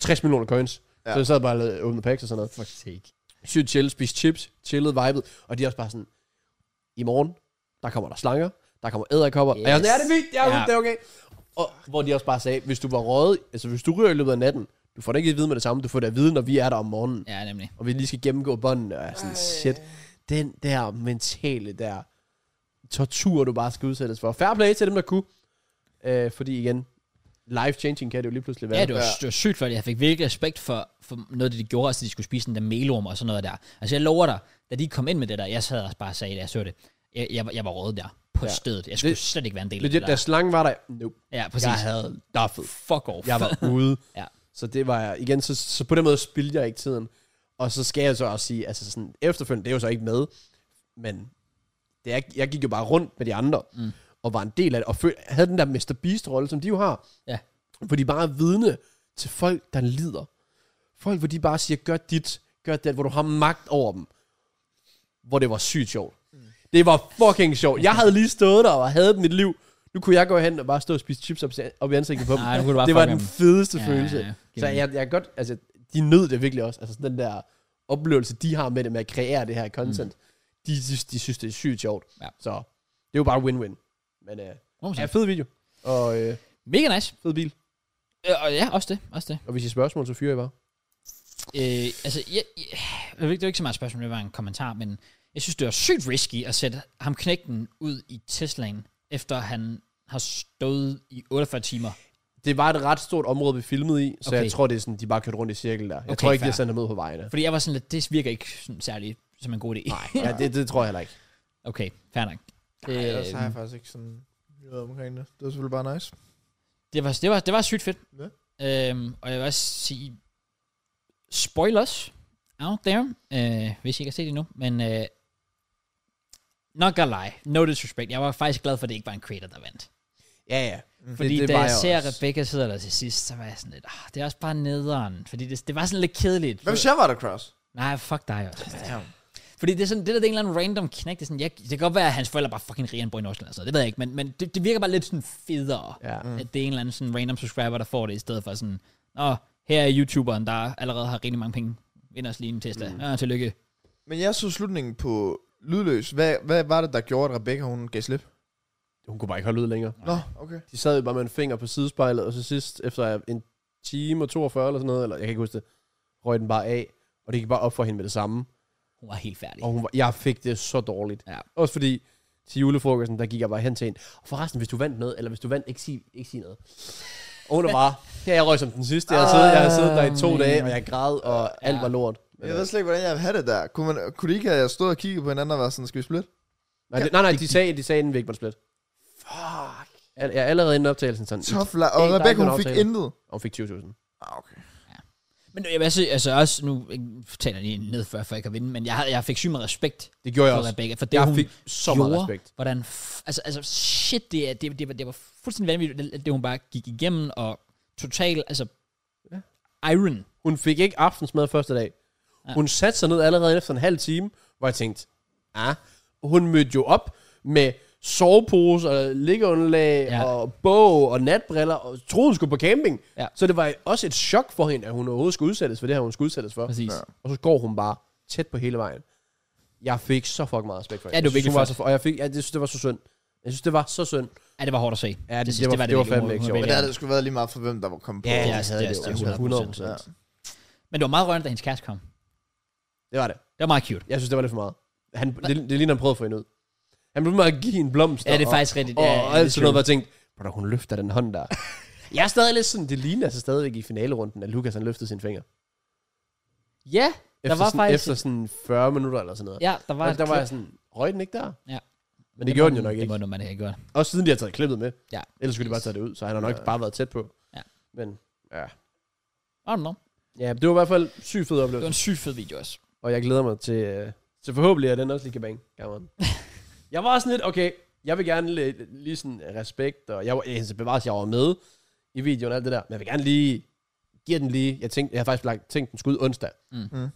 S2: 60 millioner coins,
S3: Ja.
S2: ja. så jeg sad bare og lavede- åbnede packs og sådan noget.
S1: For sake.
S2: Sygt chill, spiste chips, chillede, vibet, og de er også bare sådan, i morgen, der kommer der slanger, der kommer æderkopper, yes. og jeg er sådan, ja, det er vildt, jeg er
S1: Ja.
S2: ja. det er okay. Og hvor de også bare sagde, hvis du var røget, altså hvis du ryger i løbet af natten, du får det ikke at vide med det samme, du får det at vide, når vi er der om morgenen
S1: Ja, nemlig.
S2: og vi lige skal gennemgå båndene, og jeg er sådan, shit, den der mentale der tortur, du bare skal udsættes for. Fair play til dem, der kunne, øh, fordi igen, life-changing kan det jo lige pludselig være.
S1: Ja, det var,
S3: Ja.
S1: det var sygt, fordi jeg fik virkelig respekt for, for noget af det, de gjorde, altså de skulle spise den der melorm og sådan noget der. Altså jeg lover dig, da de kom ind med det der, jeg sad og bare og sagde, da jeg så det, jeg, jeg, var- jeg var rød der på ja.
S2: Ja.
S1: stedet. Jeg skulle
S2: Det-
S1: slet ikke være en del af
S2: Legit,
S1: det
S2: da
S1: der.
S2: slangen var der, nope,
S1: Ja, præcis.
S2: jeg havde duffet.
S1: Fuck off.
S2: Jeg [laughs] var ude.
S1: Ja.
S2: Så det var jeg. Igen, så, så på den måde spildte jeg ikke tiden. Og så skal jeg så også sige, altså sådan, efterfølgende, det er jo så ikke med, men det er, jeg gik jo bare rundt med de andre,
S1: Mm.
S2: mm. og var en del af det, og føl, havde den der Mr. Beast-rolle, som de jo har.
S1: Ja.
S2: Hvor de bare er vidne til folk, der lider. Folk, hvor de bare siger, gør dit, gør det, hvor du har magt over dem. Hvor det var sygt sjovt.
S1: Mm.
S2: Det var fucking sjovt. Jeg havde lige stået der og havde mit liv. Nu kunne jeg gå hen og bare stå og spise chips op, op i ansigtet på dem
S1: Nej, nu kunne du bare
S2: det var
S1: fuck
S2: den
S1: ham.
S2: fedeste
S1: Ja,
S2: følelse.
S1: ja, ja.
S2: Så jeg, jeg kan godt, altså, de nød det virkelig også. Altså sådan den der oplevelse, de har med det, med at kreere det her content. Mm. De, de, de synes, det er sygt sjovt.
S1: Ja.
S2: Så det er jo bare win-win. Men øh, ja,
S1: 100%.
S2: fed video. Og øh,
S1: Mega nice.
S2: fed bil.
S1: Øh, Og ja, også det. Også det.
S2: Og hvis I har spørgsmål, så fyrer I bare.
S1: Øh, altså, jeg, jeg, jeg ved ikke, det var ikke så meget et spørgsmål, det var en kommentar, men jeg synes, det var sygt risky at sætte ham knægten ud i Teslaen, efter han har stået i 48 timer.
S2: Det var et ret stort område, vi filmede i, så
S1: Okay.
S2: okay. jeg tror, det er sådan, de bare kørte rundt i cirkel der. Jeg
S1: Okay,
S2: okay, tror ikke,
S1: fair.
S2: de har sendt ham ud på
S1: [laughs]
S2: vejene.
S1: Fordi jeg var sådan lidt, det virker ikke sådan, særlig som en god idé. Nej.
S2: Ja, det, det tror jeg heller ikke.
S1: Okay, fair nok.
S3: Nej, ellers har jeg
S1: Øh,
S3: faktisk ikke sådan noget omkring det. Det var selvfølgelig bare nice.
S1: det, var, det, var, det var sygt fedt. Ja. Øhm, og jeg vil også sige, spoilers out there, øh, hvis I ikke har set det endnu, men øh, not gonna lie, no disrespect, jeg var faktisk glad for, at det ikke var en creator, der vandt.
S2: Ja, ja.
S1: Fordi det,
S2: Mm. det
S1: det da
S2: var
S1: jeg
S2: jeg
S1: ser
S2: også.
S1: Rebecca sidder der til sidst, så var jeg sådan lidt, ah, det er også bare nederen. Fordi det, det var sådan lidt kedeligt.
S3: Hvad hvis jeg var der, Cross?
S1: Nej, fuck dig også. Fordi det er sådan, det der det er en eller anden random knæk, det, er sådan, jeg, det kan godt være, at hans forældre bare fucking riger, han bor i Nordsjælland eller sådan noget, det ved jeg ikke, men, men det, det virker bare lidt sådan federe,
S2: ja.
S1: at det er en eller anden sådan random subscriber, der får det, i stedet for sådan, åh, her er YouTuberen, der allerede har rigtig mange penge, vinder os lige en Tesla. Mm. Ja, tillykke.
S3: Men jeg så slutningen på lydløs. Hvad, hvad var det, der gjorde, at Rebecca hun gav slip?
S1: Mm.
S2: Hun kunne bare ikke holde ud længere.
S3: Nå, okay.
S2: De sad jo bare med en finger på sidespejlet, og så sidst, efter en time og 42 eller sådan noget, eller jeg kan ikke huske det, røg den bare af, og det gik bare op for hende med det samme.
S1: Hun var helt færdig.
S2: Og hun var, jeg fik det så dårligt.
S1: Ja.
S2: Også fordi til julefrokosten, der gik jeg bare hen til en. Og forresten, hvis du vandt noget, eller hvis du vandt, ikke sig, ikke sig noget. Og hun er bare, ja, jeg røg som den sidste. Jeg har siddet, jeg har siddet der i to
S1: Ah,
S2: dage,
S1: man.
S2: og jeg græd, og alt
S1: Ja.
S2: var lort. Men,
S3: Jeg ved slet ikke, hvordan jeg ville have det der. Kunne, man, kunne de ikke have stået og kigget på hinanden og været sådan, skal vi splitte?
S2: nej, det, nej, nej, de sagde, de sagde inden vi ikke var split. Fuck. Jeg er allerede inden optagelsen sådan,
S3: Tough la- Og
S2: der er ikke
S3: Rebecca, hun
S2: nogen
S3: fik
S2: aftale.
S3: intet.
S2: og fik 20.000.
S3: Ah, okay.
S1: Men jeg vil altså, altså også, nu jeg taler jeg lige ned før, for jeg kan vinde, men jeg, har- jeg fik syg med respekt
S2: Det gjorde jeg
S1: for
S2: også.
S1: Rebecca, for det
S2: Jeg
S1: hun
S2: fik så meget
S1: gjorde,
S2: respekt.
S1: Hvordan, f- altså, altså shit, det, er- det, det, var, det var fuldstændig vanvittigt, det, det hun bare gik igennem, og total, altså, iron.
S2: Hun fik ikke aftensmad første dag.
S1: Ja.
S2: Ja. Hun satte sig ned allerede efter en halv time, hvor jeg tænkte, ah, hun mødte jo op med sovepose og liggeunderlag
S1: Ja.
S2: ja. og bog og natbriller, og troede hun skulle på camping.
S1: Ja.
S2: Så det var også et chok for hende, at hun overhovedet skulle udsættes for det her, hun skulle udsættes for.
S1: Præcis.
S3: Ja.
S2: Og så går hun bare tæt på hele vejen. Jeg fik så fucking meget respekt for hende.
S1: Ja, det var
S2: Jeg synes,
S1: virkelig
S2: hun var
S1: flot.
S2: så, Og jeg fik, ja, det synes, det var så synd. Jeg synes, det var så synd.
S1: Ja, det var hårdt at se.
S2: Ja, det-
S1: synes-
S2: det var- det var
S1: virkelig.
S2: fandme ikke
S1: Hun- hun
S2: sjovt.
S1: var
S3: Men der
S1: virkelig-
S3: havde det sgu været lige meget for, hvem der var kommet på.
S2: Ja,
S1: ja,
S2: jeg
S1: det
S2: havde
S1: er-
S2: det,
S1: det er
S2: det, det,
S1: 100%.
S2: 100%.
S3: Ja.
S1: Men det var meget rørende, da hendes kæreste kom.
S2: Det var det.
S1: Det var meget cute.
S2: Jeg synes, det var lidt for meget. Han, det, det ligner, han prøvede at få hende ud. Han blev ved med at give en blomst.
S1: Ja, det er
S2: og-
S1: faktisk rigtigt.
S2: Og,
S1: ja,
S2: og
S1: det
S2: alt
S1: er
S2: sådan noget, hvor
S1: true.
S2: jeg tænkte, "Brother, hun løfter den hånd
S1: [laughs]
S2: der. jeg er stadig lidt sådan, det ligner altså stadigvæk i finalerunden, at Lukas han løftede sin finger.
S1: Ja, der
S2: Efter,
S1: var
S2: sådan,
S1: faktisk...
S2: efter sådan 40 minutter eller sådan noget.
S1: Ja, der var...
S2: og
S1: et
S2: der var
S1: klip.
S2: jeg sådan, røg den ikke der?
S1: Ja.
S2: Men det, gjorde den jo
S1: må-
S2: nok
S1: Det må
S2: ikke.
S1: nu man ikke gjort.
S2: Også siden de har taget klippet med.
S1: Ja.
S2: Ellers skulle de bare tage det ud, så han har nok
S3: Ja.
S2: bare været tæt på.
S1: Ja.
S2: Men ja.
S1: I don't know.
S2: Ja, det var i hvert fald sygt fed
S1: Det var
S2: oplevelse.
S1: en sygt fed video også.
S2: Og jeg glæder mig til, øh, til forhåbentlig, at den også lige kan bange.
S1: [laughs]
S2: Cameron. jeg var sådan lidt, okay, jeg vil gerne lige, lige sådan respekt, og jeg var, jeg, bevares, jeg var med i videoen og alt det der, men jeg vil gerne lige give den lige, jeg, tænkte, jeg har faktisk lagt, tænkt den skulle ud onsdag.
S1: Mm.
S3: Mm.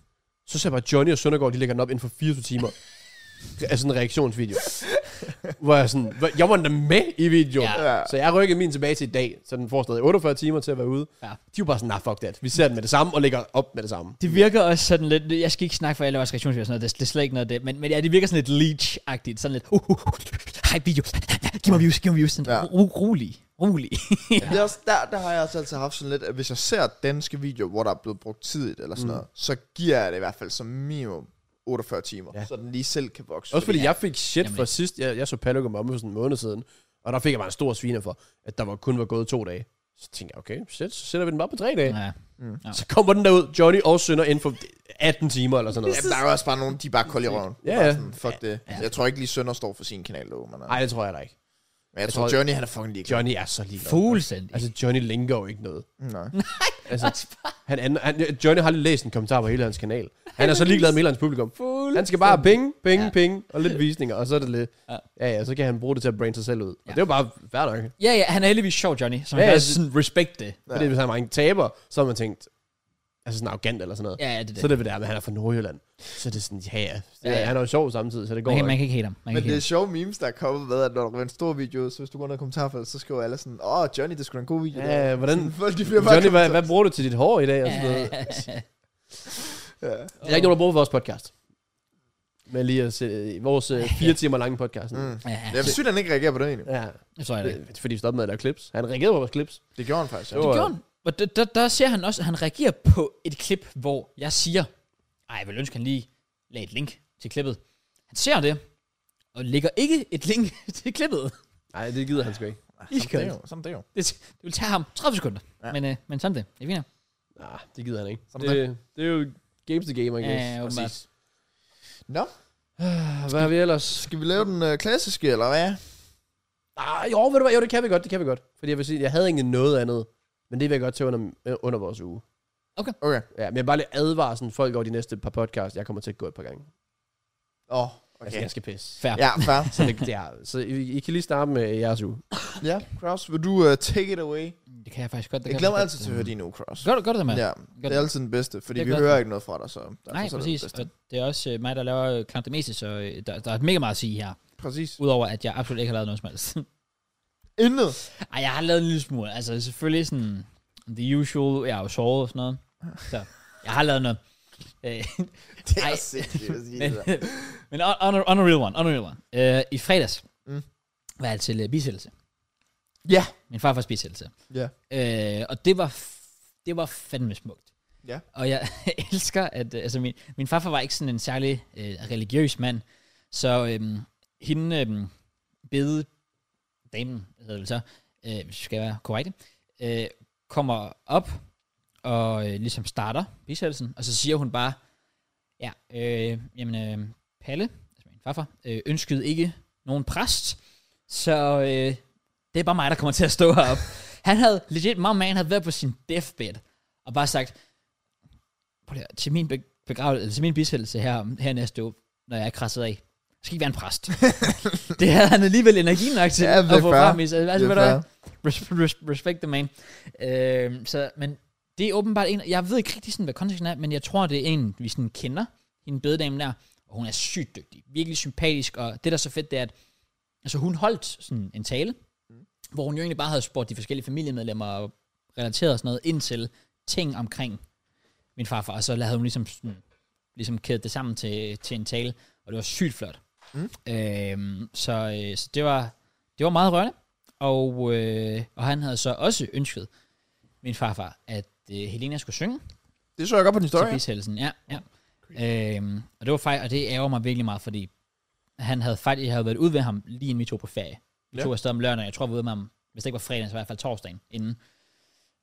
S2: Så ser jeg bare Johnny og Søndergaard, de lægger den op inden for 24
S1: [laughs]
S2: timer. altså sådan en reaktionsvideo. hvor jeg sådan, hvor- jeg var da med i videoen.
S1: Ja.
S2: Ja.
S3: Ja.
S2: Så jeg rykkede min tilbage til i dag, så den får stadig 48 timer til at være ude.
S1: Ja.
S2: De var bare sådan, nah, fuck that. Vi ser den med det samme, og lægger op med det samme.
S1: Det virker også sådan lidt, jeg skal ikke snakke for alle vores reaktionsvideoer og sådan noget, det er slet ikke noget af det, men, men ja, det virker sådan lidt leech-agtigt, sådan lidt, uh, uh, uh, hej video, giv mig views, giv mig views, sådan,
S3: Ja.
S1: ja. ro, rolig, rolig.
S3: Det er også, der, der har jeg også altid haft sådan lidt, at hvis jeg ser danske videoer, hvor der er blevet brugt tid eller sådan mm.
S2: Mm.
S3: noget, så giver jeg det i hvert fald som minimum 48 timer, ja.
S2: Ja.
S3: så den lige selv kan vokse.
S2: Også fordi jeg fik shit
S1: Jamen
S2: for
S1: ikke.
S2: sidst, jeg, jeg så Palucum om for sådan en måned siden, og der fik jeg bare en stor sviner for, at der var, kun var gået to dage. Så tænkte jeg, okay, shit, så sætter vi den bare på tre dage.
S1: Ja.
S2: Ja. Så kommer den derud, Johnny og Sønder inden for 18 timer eller sådan noget.
S3: Jamen, der er jo også bare nogen, de er bare kolde i røven.
S2: Ja,
S3: Bare
S2: ja.
S3: Sådan, fuck det. Jeg tror ikke lige Sønder står for sin kanal, dog, men, øh, men
S2: Nej, det tror jeg da ikke.
S3: jeg, jeg tror,
S2: tror-
S3: Johnny han er fucking ligeglad.
S2: Johnny er så ligeglad.
S1: Fuldstændig. Altså,
S2: Altså, Johnny linker jo ikke noget.
S3: Nej.
S2: Altså, han, an- han, Johnny har aldrig læst en kommentar på hele hans kanal. Han er så ligeglad med hele hans publikum. Han skal bare ping, ping,
S1: Ja.
S2: ja. ping, og lidt visninger, og så er det lidt...
S1: Ja.
S2: Ja. ja, så kan han bruge det til at brain sig selv ud.
S1: Ja.
S2: Og det er jo bare fair nok.
S1: ja, ja, han er heldigvis sjov, Johnny, så man
S2: Ja,
S1: kan
S2: ja,
S1: også sådan respekt det.
S3: Ja.
S2: Fordi hvis han var en taber, så har man tænkt, altså sådan arrogant eller sådan noget.
S1: Ja, ja, det er
S2: Så er
S1: det.
S2: det ved der, men han er fra Nordjylland. Så er det sådan, ja, ja.
S1: Ja,
S2: ja,
S1: ja.
S2: ja. Han er jo sjov samtidig, så det går
S1: Man kan, man
S2: ikke.
S1: kan ikke hate ham. Man kan
S3: Men
S1: ikke
S3: det er
S1: hate
S3: sjove memes, der er kommet med, at når der er en stor video, så hvis du går ned i kommentarfeltet, så skriver alle sådan, åh, oh, Johnny, det er sgu da en god video.
S2: Ja, hvordan...
S3: [laughs] Folk, de bliver bare
S2: Johnny, hvad,
S3: kommenteret.
S2: hvad bruger du til dit hår i dag? Og sådan noget.
S1: [laughs] ham.
S3: Ja.
S2: Der er ikke nogen, der bruger for vores podcast. Med lige at se øh, vores øh, fire timer lange podcast.
S3: Mm.
S1: Ja, ja,
S3: Jeg er sygt, at han ikke reagerer på det egentlig.
S2: Ja,
S1: det tror jeg det.
S2: det, er fordi vi stoppede med at lave clips. Han reagerede på vores clips.
S3: Det gjorde han faktisk, ja.
S2: Det
S1: Det
S2: var-
S1: gjorde han. Og der, der, der ser han også, at han reagerer på et klip, hvor jeg siger, ej, jeg vil ønske, han lige lagde et link til klippet. Han ser det, og lægger ikke et link [laughs] til klippet.
S2: Nej, det gider han sgu ikke.
S3: Sådan det jo. Sådan det jo.
S1: Det, det vil tage ham 30 sekunder.
S3: Ja.
S1: Ja. Men, øh, men sådan det. Jeg vinder.
S2: Nej, Ah, det gider han ikke.
S3: Sådan
S2: Det, det er jo games to game, I guess.
S1: Ja, åbenbart.
S2: Præcis.
S3: Nå,
S2: Ah, Hvad har vi ellers?
S3: skal vi lave den øh, klassiske, eller hvad?
S2: Ah, jo, ved du hvad? Jo, det kan vi godt, det kan vi godt. Fordi jeg vil sige, jeg havde egentlig noget andet. Men det vil jeg godt tage under, øh, under vores uge.
S3: Okay.
S2: Ja, men jeg vil bare lige advare sådan folk over de næste par podcasts. Jeg kommer til at gå et par gange.
S3: Åh, oh,
S2: Altså,
S3: okay.
S2: jeg skal pisse.
S1: Fair. Ja.
S3: Ja, fair.
S2: Så, det, det er, så I, I kan lige starte med jeres uge.
S3: Ja, Kraus, vil du uh, take it away?
S1: Det kan jeg faktisk godt. Det
S3: Jeg
S1: kan
S3: glemmer
S1: faktisk
S3: altid til at høre
S1: godt.
S3: din uge, Kraus.
S1: Gør, du- gør du det med? Ja.
S3: Ja, det er altid altså, den bedste, fordi
S1: Det er
S3: vi
S1: godt.
S3: hører ikke noget fra dig, så... derfor
S1: Nej,
S3: så er det
S1: præcis.
S3: det bedste.
S1: Og det er også øh, mig, der laver øh, Klant det meste, så øh, der, der er mega meget at sige her.
S3: Præcis.
S1: Udover at jeg absolut ikke har lavet noget som helst.
S3: Intet.
S1: Ej, jeg har lavet en lille smule. Altså selvfølgelig sådan The usual, jeg har jo sovet og sådan noget. Så jeg har lavet noget. Øh,
S3: Det er
S1: Ej.
S3: sindssygt at sige
S1: men,
S3: det der.
S1: [laughs] men on, on, on a real one, on a real one. Øh, I fredags
S3: Mm.
S1: mm. var jeg til uh, bisættelse.
S3: Ja.
S1: Min farfars bisættelse.
S3: Ja.
S1: Øh, og det var, f- det var fandme smukt.
S3: Ja.
S1: Og jeg [laughs] elsker, at øh, altså min, min farfar var ikke sådan en særlig øh, religiøs mand, så øhm, hende øhm, bede damen, hedder det så, øh, hvis vi skal være korrekte, øh, kommer op og øh, ligesom starter bisættelsen, og så siger hun bare, ja, øh, jamen øh, Palle, altså min farfar, øh, ønskede ikke nogen præst, så øh, det er bare mig, der kommer til at stå
S3: [laughs]
S1: heroppe. Han havde, legit, my man havde været på sin deathbed, og bare sagt, prøv lige, at- til min be- begravelse, eller til min bisættelse her, her næste år, når jeg er krasset af, der skal ikke være en præst.
S3: [laughs]
S1: det havde han alligevel energi nok til
S3: Ja, det er
S1: at få
S3: fair.
S1: frem i sig. Altså, ved
S3: Det er
S1: du hvad?
S3: fair.
S1: Res- res- Respect the man. Øh, så, men det er åbenbart en, jeg ved ikke rigtig sådan, hvad konteksten er, men jeg tror, det er en, vi sådan kender, hende bededame der, og hun er sygt dygtig, virkelig sympatisk, og det der er så fedt, det er, at altså, hun holdt sådan en tale, hvor hun jo egentlig bare havde spurgt de forskellige familiemedlemmer og relateret og sådan noget ind til ting omkring min farfar, og så havde hun ligesom, sådan, ligesom kædet det sammen til, til en tale, og det var sygt flot.
S3: Mm.
S1: Øhm, så, øh, så det var det var meget rørende, og, øh, og han havde så også ønsket min farfar, at øh, Helena skulle synge
S3: Det så jeg godt på din
S1: til
S3: historie.
S1: bisættelsen. Ja, ja. Øhm, og det var fejl, og det ærger mig virkelig meget, fordi han havde faktisk jeg havde været ude ved ham lige inden vi tog på ferie. Vi
S2: Ja.
S1: ja. tog afsted om lørdagen, jeg tror, vi var ude med ham, hvis det ikke var fredag, så i hvert fald torsdagen inden.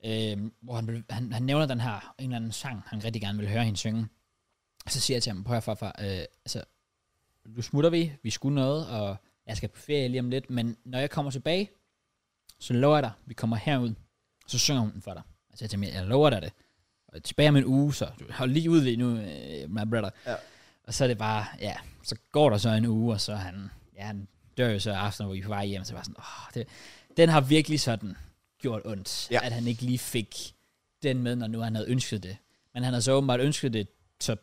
S1: Øhm, hvor han, blev- han, han, nævner den her, en eller anden sang, han rigtig gerne ville høre hende synge. Og så siger jeg til ham, prøv at høre, farfar, øh, altså, nu smutter vi, vi skulle noget, og jeg skal på ferie lige om lidt, men når jeg kommer tilbage, så lover jeg dig, vi kommer herud, så synger hun den for dig. Altså jeg tænkte, jeg lover dig det. Og tilbage om en uge, så du hold lige ud lige nu, øh, my brother.
S3: Ja.
S1: Og så er det bare, ja, så går der så en uge, og så er han, ja, han dør jo så aften, hvor vi er på vej hjem, så var jeg sådan, åh, det, den har virkelig sådan gjort ondt,
S3: Ja.
S1: ja. at han ikke lige fik den med, når nu han havde ønsket det. Men han havde så åbenbart ønsket det, så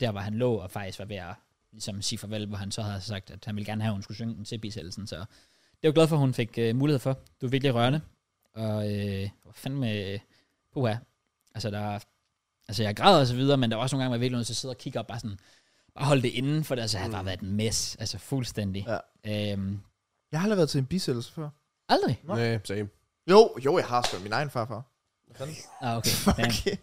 S1: der var han lå, og faktisk var ved at ligesom sige farvel, hvor han så havde sagt, at han ville gerne have, at hun skulle synge den til bisættelsen. Så det er jeg jo glad for, at hun fik øh, mulighed for. Du er virkelig rørende. Og øh, hvor fandme, øh, puha. Altså, der, altså, jeg græder og så videre, men der var også nogle gange, hvor jeg virkelig nødt til at sidde og kigge op, bare sådan, bare holde det inden, for det altså, havde
S3: Mm.
S1: bare været en mess, altså fuldstændig. Ja. Øhm,
S3: Jeg har aldrig været til en bisættelse før.
S1: aldrig.
S3: Nå.
S2: Nej, same.
S3: Jo, jo, jeg har sgu min egen
S1: [laughs]
S3: farfar.
S1: Ah,
S3: [laughs]
S1: okay. Damn.
S3: Okay.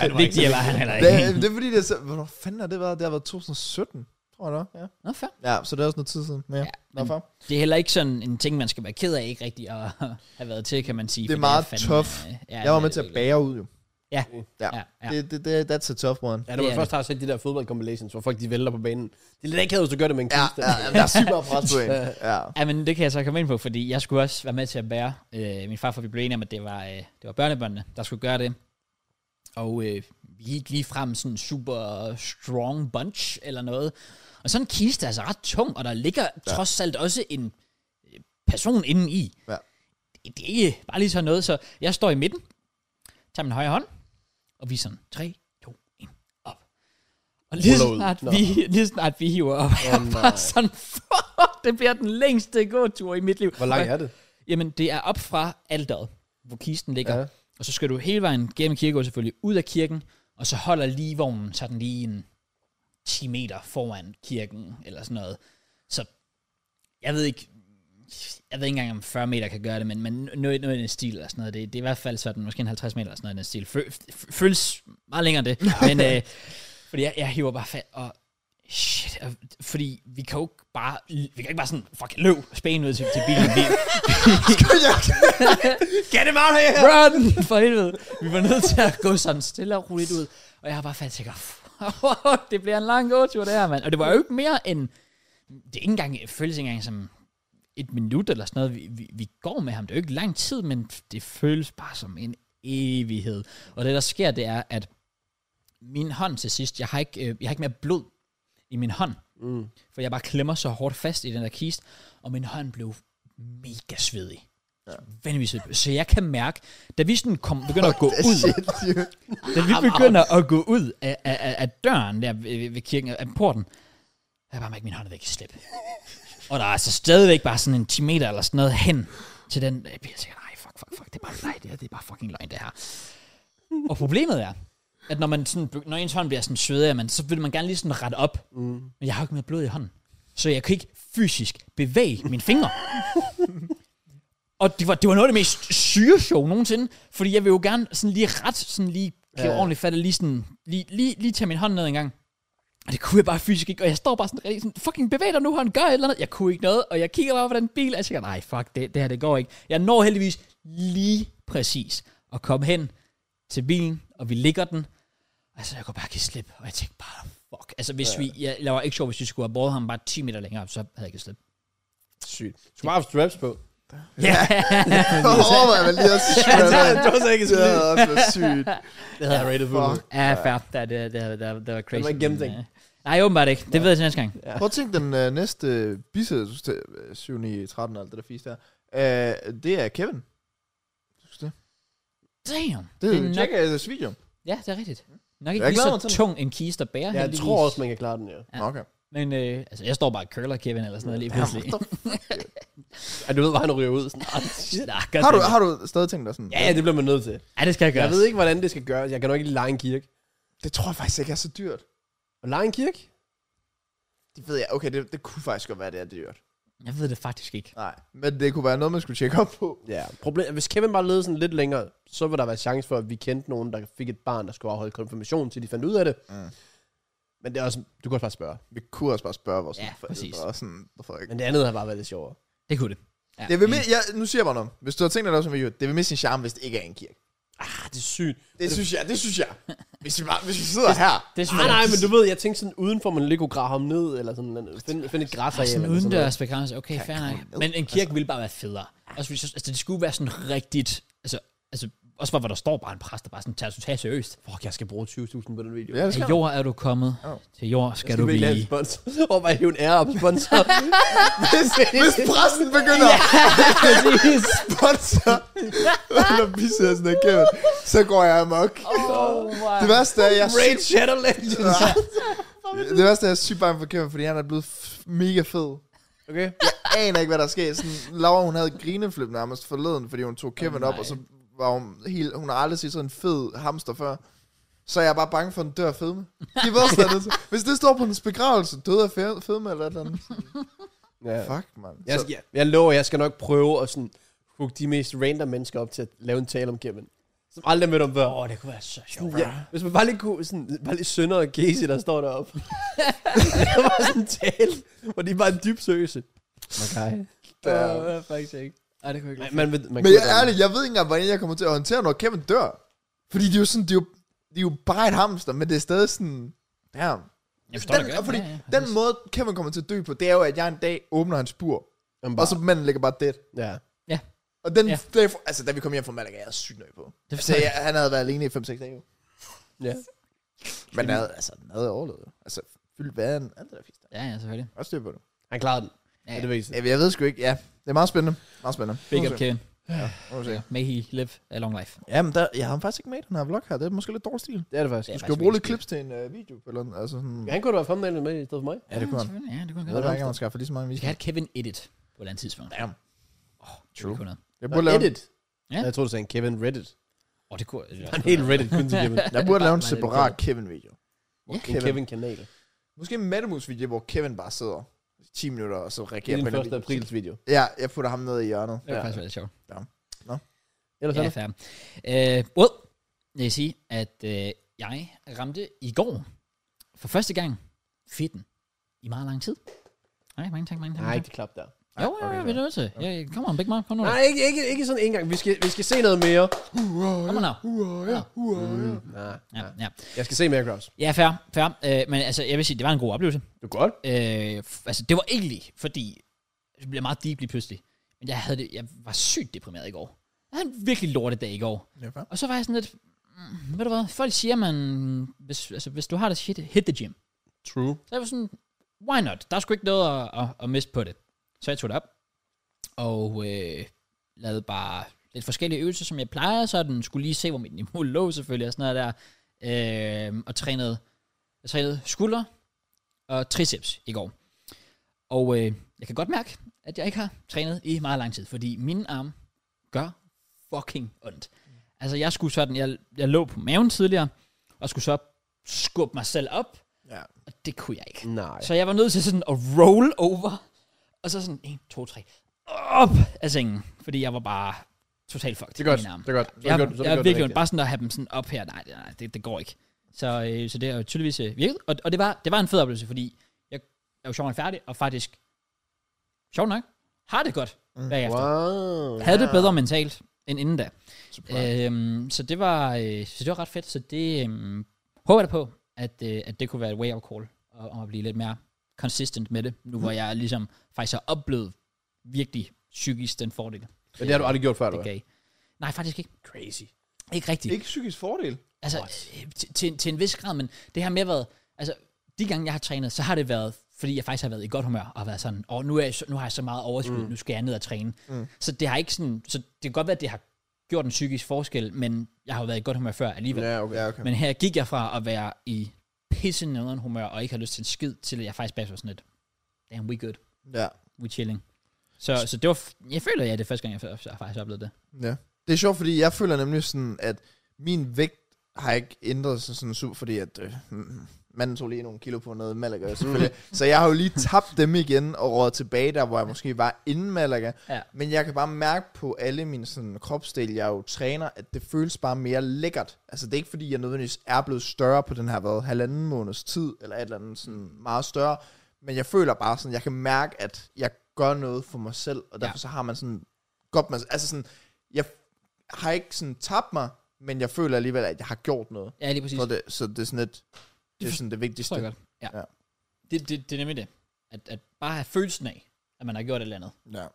S1: Han var vigtigere, var han heller
S3: Det,
S1: ikke.
S3: det er fordi, det er så... Hvornår fanden har det været? Det har været 2017, tror jeg nok. Ja.
S1: Nå, fair.
S3: ja, så det er også noget tid siden. Men ja.
S1: Ja,
S3: Nå,
S1: men
S3: far.
S1: Det er heller ikke sådan en ting, man skal være ked af, ikke rigtig at [laughs] have været til, kan man sige.
S3: Det er
S1: for
S3: meget tough.
S1: øh, ja,
S3: Jeg var
S1: det
S3: med
S1: er
S3: til at
S1: det
S3: bære ud, jo.
S1: virkelig. Ja, ja.
S3: Det, det, det, that's a tough one.
S2: Ja, når man
S1: Det er
S2: først har set de der fodboldkompilations, hvor folk de vælter på banen. Det er lidt akavet, hvis du gør det med en
S3: Ja,
S2: kiste.
S3: ja, ja, der er sygt meget pres på en. Ja. [laughs]
S1: Ja, men det kan jeg så komme ind på, fordi jeg skulle også være med til at bære. Øh, min far for vi blev enige om, at det var, øh, det var børnebørnene, der skulle gøre det. Og øh, vi gik lige frem sådan en super strong bunch eller noget. Og sådan en kiste er altså ret tung, og der ligger ja. trods alt også en øh, person inden i.
S3: Ja.
S1: Det, det er ikke bare lige sådan noget, så jeg står i midten, tager min højre hånd, og vi er sådan 3, 2, 1, op. Og lige
S2: Ruller ud.
S1: snart,
S2: Nå.
S1: vi, lige snart vi hiver op, jeg er
S2: nej.
S1: bare sådan, fuck, det bliver den længste gåtur i mit liv.
S2: Hvor lang er det?
S1: Jamen, det er op fra alderet, hvor kisten ligger.
S2: Ja.
S1: Ja. Og så skal du hele vejen gennem kirkegården selvfølgelig ud af kirken, og så holder lige vognen sådan lige en 10 meter foran kirken, eller sådan noget. Så jeg ved ikke, jeg ved ikke engang, om 40 meter kan gøre det, men, men noget, noget i den stil, eller sådan noget. Det, det er i hvert fald sådan, måske en 50 meter, eller sådan noget i den stil. Fø, f- føles meget længere end det, men øh, fordi jeg, jeg hiver bare fat, og shit, og, fordi vi kan jo ikke bare, vi kan ikke bare sådan, fuck, løb, spæn ud til, til bilen. Vi,
S2: Get him out here!
S1: Run! [laughs] For helvede. Vi var nødt til at gå sådan stille og roligt ud. Og jeg har bare fat sikker, [laughs] det bliver en lang gåtur, det her, mand. Og det var jo ikke mere end, det er ikke engang, føles ikke engang som et minut eller sådan noget, vi, vi, vi går med ham. Det er jo ikke lang tid, men det føles bare som en evighed. Og det, der sker, det er, at min hånd til sidst, jeg har ikke, øh, jeg har ikke mere blod i min hånd.
S2: Mm.
S1: For jeg bare klemmer så hårdt fast i den der kiste, og min hånd blev mega svedig. Ja. Vanvittigt. svedig. Så jeg kan mærke, da vi sådan kom, begynder at gå ud,
S3: Shit, dude.
S1: da vi begynder at gå ud af, af, af, af døren der ved, ved- ved kirken, af porten, jeg bare mærke, at min hånd er væk i slip. og der er altså stadigvæk bare sådan en 10 meter eller sådan noget hen til den. Jeg bliver sikkert, nej, fuck, fuck, fuck, det er bare løgn, det, her, det er bare fucking løgn, det her. Og problemet er, at når, man sådan, når ens hånd bliver sådan svedig, at man, så vil man gerne lige sådan rette op. Mm. Men jeg har jo ikke mere blod i hånden. Så jeg kan ikke fysisk bevæge mine fingre. og det var, det var noget af det mest syreshow nogensinde. Fordi jeg vil jo gerne sådan lige ret, sådan lige kan ja. ordentligt fat og lige sådan, lige, lige, lige tage min hånd ned en gang. Og det kunne jeg bare fysisk ikke. Og jeg står bare sådan, rigtig sådan fucking bevæg dig nu, han gør et eller andet. Jeg kunne ikke noget, og jeg kigger bare på den bil, og jeg tænker, nej, fuck, det, det her, det går ikke. Jeg når heldigvis lige præcis at komme hen til bilen, og vi ligger den. Altså, jeg kunne bare give slip, og jeg tænkte bare, fuck. Altså, hvis ja. vi, jeg, jeg var ikke sjov, hvis vi skulle have båret ham bare 10 meter længere op, så havde jeg givet slip.
S2: Sygt. Du skal bare have straps på.
S1: Ja,
S3: Jeg overvejer vel lige også
S2: Det var så ikke
S3: Det er også være [laughs] sygt.
S2: Det havde jeg rated på.
S3: Fuck.
S1: [laughs] ja fair. Det, det, det, det, det var crazy.
S2: var ikke gennemtænkt.
S1: Men, øh, Nej, åbenbart ikke. Det ved jeg til næste gang.
S3: Prøv at tænke den øh, næste bisse, 7. i 13 og alt det der fisk der. Øh, det er Kevin. Husk det.
S1: Damn.
S3: Det
S1: er
S3: er
S1: nok-
S3: Jackass video.
S1: Ja, det er rigtigt. Nok ikke
S3: Jeg
S1: lige
S3: glæder mig
S1: så
S3: til det.
S1: tung en kiste at bære,
S2: Ja, jeg
S1: heldigvis.
S2: tror også, man kan klare den, ja.
S1: Ja.
S3: Okay.
S1: Men øh, altså, jeg står bare og curler Kevin eller sådan noget lige
S3: [laughs]
S1: pludselig.
S2: Ej, du ved, hvor han ryger ud. Sådan, ah, shit.
S1: Nah, godt
S3: Har du,
S1: tænkt.
S3: har du stadig tænkt dig sådan?
S2: Ja, det bliver man nødt til.
S1: Ja, det skal jeg gøre.
S2: Jeg ved ikke, hvordan det skal gøres. Jeg kan nok ikke lege en kirke.
S3: Det tror jeg faktisk ikke er så dyrt.
S2: Og lege en kirke?
S3: Det ved jeg. Okay, det, det kunne faktisk godt være, det er dyrt.
S1: Jeg ved det faktisk ikke.
S3: Nej. Men det kunne være noget, man skulle tjekke op på.
S2: Ja. Problem, hvis Kevin bare levede sådan lidt længere, så vil der være chance for, at vi kendte nogen, der fik et barn, der skulle afholde konfirmation, til de fandt ud af det.
S3: Mm.
S2: Men det er også, du kan også bare spørge.
S3: Vi kunne også bare spørge vores
S1: Ja,
S3: forældre
S1: præcis.
S3: og sådan, hvorfor ikke?
S2: Men det andet har bare været lidt sjovere.
S1: Det kunne det. Ja.
S3: Det vil mi- ja, nu siger jeg bare noget. Hvis du har tænkt dig det som video, det vil miste sin charme, hvis det ikke er en kirke.
S2: Ah, det er sygt.
S3: Det synes jeg, det synes jeg. [laughs] Hvis vi, bare, hvis vi sidder her.
S1: det synes
S2: Ah, Nej,
S1: jeg.
S2: nej, men du ved, jeg tænkte sådan, udenfor man lige kunne grave ham ned, eller sådan, eller find, find et græs
S1: Bare sådan uden
S2: noget.
S1: dørs begrænsning. Okay, fair
S3: kom
S1: nok.
S3: ned.
S1: Men en
S3: altså.
S1: kirke ville bare være federe. Også hvis, altså, det skulle være sådan rigtigt... Altså, altså også bare, hvor der står bare en præst, der bare sådan tager totalt seriøst.
S2: Fuck, jeg skal bruge 20.000 på den video.
S3: Ja, det
S1: Til
S3: skal
S1: jord er du kommet.
S3: Oh.
S1: Til jord skal,
S2: Skal
S1: du
S2: du virkelig have en
S1: blive.
S2: sponsor? [laughs] Hvor var hæve en ære op sponsor?
S3: hvis, hvis præsten begynder at
S1: Præcis.
S3: [laughs] sponsor, eller bisse og sådan noget, Kevin, så går jeg amok.
S1: oh my.
S3: Det værste er, jeg er
S2: Raid
S3: [laughs] sygt-
S2: Shadow Legends.
S3: det værste er, jeg er sygt bange for Kevin, fordi han er blevet f- mega fed.
S2: Okay.
S3: aner ikke, hvad der sker. Sådan, Laura, hun havde grineflip nærmest forleden, fordi hun tog Kevin
S1: nej.
S3: oh, op, og så var hun helt... Hun har aldrig set sådan en fed hamster før. Så jeg er bare bange for, at den dør af fedme. De ved også, hvad
S1: [laughs]
S3: det er. Hvis det står på hendes begravelse, døde af fe- fedme eller et eller andet.
S2: Ja.
S3: Fuck, mand.
S2: Jeg,
S3: Så,
S2: jeg, jeg lover, jeg skal nok prøve at sådan, hook de mest random mennesker op til at lave en tale om Kevin. Som aldrig mødte om før.
S1: Åh, det kunne være så sjovt.
S2: Ja, hvis man bare lige kunne, sådan, bare lige Sønder og Casey, der
S1: [laughs]
S2: står deroppe. det var sådan en tale, hvor de er bare dybt seriøse. Okay.
S3: der.
S1: Åh, faktisk ikke. Nej, det kunne jeg ikke.
S2: Man, man, man
S3: Men jeg er ærlig, jeg ved ikke engang, hvordan jeg kommer til at håndtere, når Kevin dør. Fordi det er jo sådan, det er jo, det er jo bare et hamster, men det er stadig sådan... Ja,
S1: Jeg forstår det
S3: den,
S1: godt.
S3: fordi
S1: Ja, ja, præcis.
S3: den måde, Kevin kommer til at dø på, det er jo, at jeg en dag åbner hans bur,
S2: Jamen,
S3: og så manden ligger bare dead.
S2: ja.
S1: Ja,
S3: Og den,
S1: Ja.
S3: ja. dag, altså da vi kom hjem fra Malaga, jeg havde sygt nøje på.
S1: det
S3: Så
S1: forstår jeg.
S3: jeg, han havde været alene i 5-6 dage jo.
S2: ja.
S3: Men den havde, altså, den havde overlevet jo. Altså, fyldt vaden, alt det der fisk der.
S1: Ja, ja, selvfølgelig.
S3: Også styr på det.
S2: Han klarede den.
S1: Ja,
S2: Ja, ja. Det er det vigtigste.
S3: Ja, jeg ved sgu ikke, ja. Det er meget spændende. Meget spændende.
S1: Big
S3: Nu må
S1: up,
S3: vi se.
S1: Kevin.
S3: Nu må vi se.
S1: May he live a long life.
S3: Jamen, der, jeg har faktisk ikke med i den her vlog her. Det er måske lidt dårlig stil.
S2: Det er det faktisk.
S1: Ja.
S3: Du skal jo
S1: faktisk
S3: bruge
S1: lidt
S3: lidt clips til en uh, video på eller andet. Altså sådan...
S2: Han kunne da være thumbnail med i stedet for mig.
S3: Ja, det kunne han.
S1: selvfølgelig. Ja, det kunne
S3: Jeg
S1: han
S3: ved
S1: godt.
S3: ikke, om man skaffer lige så mange
S1: Vi skal
S3: videoer.
S1: have et Kevin Edit på et eller andet tidspunkt.
S3: Damn.
S1: Oh,
S3: True.
S1: true. Kunne noget.
S3: Jeg
S2: Nå,
S3: burde, lave,
S2: Edit.
S1: Ja.
S2: Ja. Jeg tror, du sagde en Kevin Reddit.
S1: oh, det kunne...
S2: Han er helt Reddit kun til
S1: [laughs]
S2: Kevin.
S3: jeg burde lave
S1: Bare- bare
S3: en
S1: lidt
S3: separat Kevin-video. Hvor
S1: Ja.
S2: En Kevin-kanal.
S3: Måske en Mattemus-video, hvor Kevin bare sidder i 10 minutter, og så
S2: Det
S3: reagerer
S2: er
S3: på
S2: den
S3: en
S2: 1. aprils video.
S3: Ja, jeg putter ham ned i hjørnet.
S1: Det var
S2: Ja.
S1: faktisk været lidt sjovt.
S2: Ellers
S1: Ja,
S2: ja.
S1: fair. Øh, well, jeg vil sige, at øh, jeg ramte i går for første gang fitten i meget lang tid. Nej, mange tak, mange tak.
S2: Nej,
S1: mange
S2: ikke det klap der.
S1: tak. Jo, jo,
S3: okay,
S1: jo,
S3: fair.
S1: vi er nødt til. Ja, ja, Kom on, Big Mark, kom nu.
S2: Nej, ikke, ikke, ikke sådan en gang. Vi skal, vi skal se noget mere.
S1: Kom on now.
S3: Hurra, hurra, hurra.
S2: Nej,
S1: Ja,
S2: nej.
S1: ja.
S2: Jeg skal se mere, Kraus.
S1: ja fair, fair. Øh, men altså, jeg vil sige, det var en god oplevelse.
S2: Du godt?
S1: Øh, f- altså, det var egentlig, fordi det blev meget deep lige pludselig. Men jeg, havde det, jeg var sygt deprimeret i går. Jeg havde en virkelig lortet dag i går.
S3: Ja, fair.
S1: Og så var jeg sådan lidt, mm, ved du hvad, folk siger, man, hvis, altså, hvis du har det shit, hit the gym.
S2: True.
S1: Så jeg var sådan, why not? Der er sgu ikke noget at, at, at miste på det. Så jeg tog det op, og øh, lavede bare lidt forskellige øvelser, som jeg plejer, så den skulle lige se, hvor mit niveau lå selvfølgelig, og sådan noget der. Øh, og trænede, jeg trænede skulder og triceps i går. Og øh, jeg kan godt mærke, at jeg ikke har trænet i meget lang tid, fordi mine arme gør fucking ondt. Altså, jeg skulle sådan, jeg, jeg lå på maven tidligere, og skulle så skubbe mig selv op,
S3: Ja.
S1: og det kunne jeg ikke.
S2: Nej.
S1: Så jeg var nødt til sådan at roll over, og så sådan 1, 2, 3, op af sengen, fordi jeg var bare totalt fucked.
S2: Det er godt.
S1: i min arm.
S2: Det er godt. Så
S1: Jeg,
S2: har vi gjort- så har
S1: jeg,
S2: vi
S1: jeg er
S2: gjort
S1: virkelig ondt.
S2: rigtigt.
S1: bare sådan at have dem sådan op her, nej, nej, nej det, det går ikke. Så, øh, så det har jo tydeligvis øh, virket, og, og det, var, det var en fed oplevelse, fordi jeg er jo sjovt nok færdig, og faktisk, sjovt nok, har det godt mm. bagefter. Wow.
S2: Wow.
S1: Havde det bedre mentalt end inden da.
S3: Surprise.
S1: Øhm, så, det var, øh, så det var ret fedt, så det øh, håber jeg da på, at, øh, at det kunne være et way-up call, og, om at blive lidt mere consistent med det,
S3: Mm.
S1: nu hvor jeg ligesom faktisk har oplevet virkelig psykisk den fordel, det
S2: Men det har du aldrig gjort før, du.
S1: gav. Nej, faktisk ikke.
S2: Crazy.
S1: Ikke rigtigt.
S3: Ikke psykisk fordel.
S1: Altså, øh, til, til, til en vis grad, men det har mere været, altså, de gange, jeg har trænet, så har det været, fordi jeg faktisk har været i godt humør, og har været sådan, og nu, er jeg, så- nu har jeg så meget overskud, mm. nu skal jeg ned og træne. Mm. Så det har ikke sådan, så det kan godt være, at det har gjort en psykisk forskel, men jeg har jo været i godt humør før alligevel.
S2: Ja, okay.
S3: Ja, okay.
S1: Men her gik jeg fra at være i pisse nederen humør, og ikke har lyst til en skid, til at jeg faktisk bare var sådan lidt, damn, we good,
S3: Ja.
S1: we chilling. Så, så det var, f- jeg føler, at det er første gang, jeg, f- jeg faktisk oplevede det.
S3: Ja. Det er sjovt, fordi jeg føler nemlig sådan, at min vægt har ikke ændret sig sådan super, fordi at øh, mm, manden tog lige nogle kilo på noget i
S1: Mm.
S3: Malaga, selvfølgelig. så jeg har jo lige tabt dem igen og råd tilbage der, hvor jeg måske var inden Malaga.
S1: Ja.
S3: Men jeg kan bare mærke på alle mine sådan, kropsdel, jeg jo træner, at det føles bare mere lækkert. Altså det er ikke fordi, jeg nødvendigvis er blevet større på den her hvad, halvanden måneds tid, eller et eller andet sådan meget større. Men jeg føler bare sådan, jeg kan mærke, at jeg gør noget for mig selv, og derfor
S1: Ja.
S3: ja. så har man sådan godt med, altså sådan, jeg har ikke sådan tabt mig, men jeg føler alligevel, at jeg har gjort noget.
S1: Ja, lige præcis.
S3: Så det, så det er sådan lidt, det er
S1: for-
S3: sådan det
S1: Det
S3: vigtigste.
S1: tror jeg godt. Ja. ja.
S3: Ja.
S1: Det, det, det er nemlig det. At, at bare have følelsen af, at man har gjort et eller andet.
S3: Ja.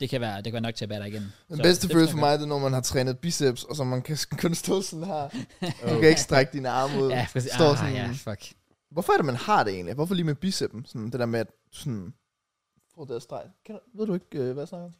S1: Det kan være, det kan være nok til at bære dig igen.
S3: Den bedste følelse for mig, det er, når man har trænet biceps, og så man kan [laughs] kun stå sådan her. Du kan ikke strække dine arme ud.
S1: Ja, præcis.
S3: Står
S1: Ah,
S3: sådan,
S1: ja, fuck.
S3: Hvorfor er det, man har det egentlig? Hvorfor lige med biceppen? Sådan det der med, at du sådan... Får det at streg. Kan, du- ved du ikke, øh, hvad jeg snakker om?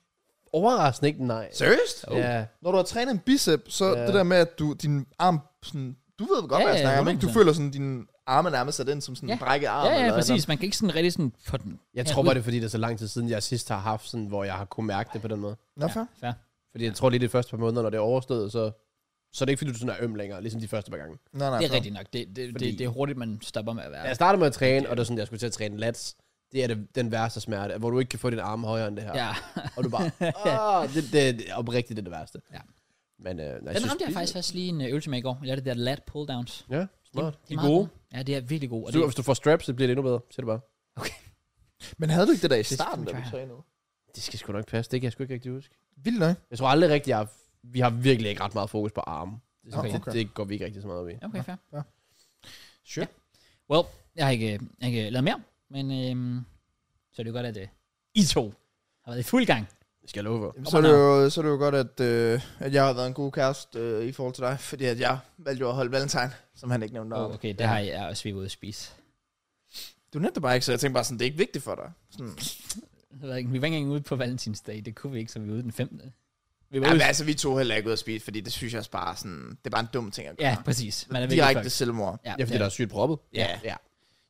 S2: Overraskende ikke, nej.
S3: Seriøst?
S1: Oh.
S2: Ja.
S3: Når du har trænet en bicep, så
S2: Ja.
S3: ja. det der med, at du, din arm... Sådan, du ved godt,
S1: Ja,
S3: ja, hvad jeg
S1: ja,
S3: snakker om, ikke? Du
S1: 100%.
S3: føler sådan, din arme nærmest er den som sådan
S1: Ja.
S3: en brækket arm.
S1: Ja, ja,
S3: eller et
S1: præcis. Man kan ikke sådan rigtig sådan få den.
S2: Jeg
S1: Ja,
S2: tror
S1: ud.
S2: bare, det er fordi, det er så lang tid siden, jeg sidst har haft sådan, hvor jeg har kunne mærke det på den måde.
S3: eller andet. Nå, fair.
S1: Fair.
S2: Fordi jeg tror lige de første par måneder, når det er overstået, så, så er det ikke fordi, du sådan er øm længere, ligesom de første par gange.
S3: Nej, nej,
S1: Det er
S3: fair.
S1: rigtigt nok. Det, det, det,
S2: Fordi-
S1: det, er hurtigt, man stopper med at være.
S2: Da jeg startede med at træne, og det var sådan, jeg skulle til at træne lats, det er det, den værste smerte, hvor du ikke kan få din arme højere end det her.
S1: Ja.
S2: Og du
S1: [laughs]
S2: bare, ah, det, det, det er oprigtigt det, er det værste.
S1: Ja.
S2: Men øh, nej,
S1: Den ramte jeg faktisk også lige en øh, øvelse med i går. Jeg lavede det der lat pulldowns. De
S2: Ja, smart.
S1: er meget gode. Ja, det er virkelig gode. Og
S2: Hvis
S1: det,
S2: du, hvis du får straps, så bliver det endnu bedre. Siger det bare.
S3: Men havde du ikke det der i
S1: Det
S3: starten, da
S1: tror
S3: du
S1: jeg.
S3: trænede?
S2: Det skal sgu nok passe. Det kan jeg sgu ikke rigtig huske.
S3: Vildt nok.
S2: Jeg tror aldrig rigtigt, jeg har, vi har virkelig ikke ret meget fokus på arme. Det, er sådan,
S1: Okay.
S2: det, det går vi ikke rigtig så meget op i.
S1: okay, fair.
S3: Sure.
S1: Well, jeg har ikke, øh, jeg har ikke lavet mere, men øhm, så er det jo godt, at øh, I to har været i fuld gang.
S2: Det skal jeg love for.
S3: Jamen, så, er det jo, så er det jo godt, at, øh, at jeg har været en god kæreste øh, i forhold til dig, fordi at jeg valgte jo at holde Valentine, som han ikke nævnte
S1: Oh,
S3: oh.
S1: okay, det har jeg også, vi var ude at spise.
S3: Du nævnte det bare ikke, så jeg tænkte bare sådan, det er ikke vigtigt for dig. Sådan.
S1: Jeg ved ikke, vi var ikke engang ude på Valentinsdag. Det kunne vi ikke, så vi var ude den 5. Vi var
S3: Ja, men
S1: ude.
S3: altså, vi tog heller ikke ud at spise, fordi det synes jeg også bare sådan, det er bare en dum ting at gøre.
S1: Ja, præcis. Man er virkelig
S3: Direkte
S1: fucked.
S3: selvmord.
S1: Ja,
S2: Ja, fordi der er sygt proppet.
S3: Ja.
S2: ja.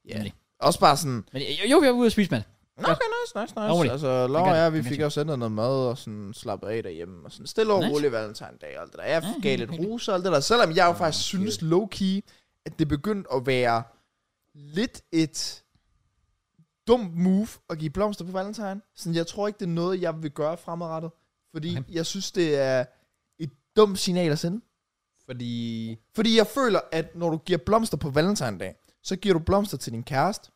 S3: Ja.
S1: nemlig.
S3: Også bare sådan,
S1: Men jo, jo, vi var ude at spise mad.
S3: Nå, okay, nice, nice, nice.
S1: Roligt.
S3: Altså, Laura og
S1: gør
S3: jeg,
S1: det.
S3: vi fik også ændret noget mad og sådan slappet af derhjemme. Og sådan stille og
S1: Nice.
S3: roligt valentinedag og alt det der. Jeg
S1: Ja,
S3: gav
S1: helt
S3: lidt
S1: hyggeligt.
S3: roser og alt det der. Selvom jeg jo faktisk synes low-key, at det begyndte at være lidt et dumt move at give blomster på valentine. Sådan, jeg tror ikke, det er noget, jeg vil gøre fremadrettet. Fordi
S1: Okay.
S3: jeg synes, det er et dumt signal at sende.
S2: Fordi...
S3: Fordi jeg føler, at når du giver blomster på valentinedag, så giver du blomster til din kæreste,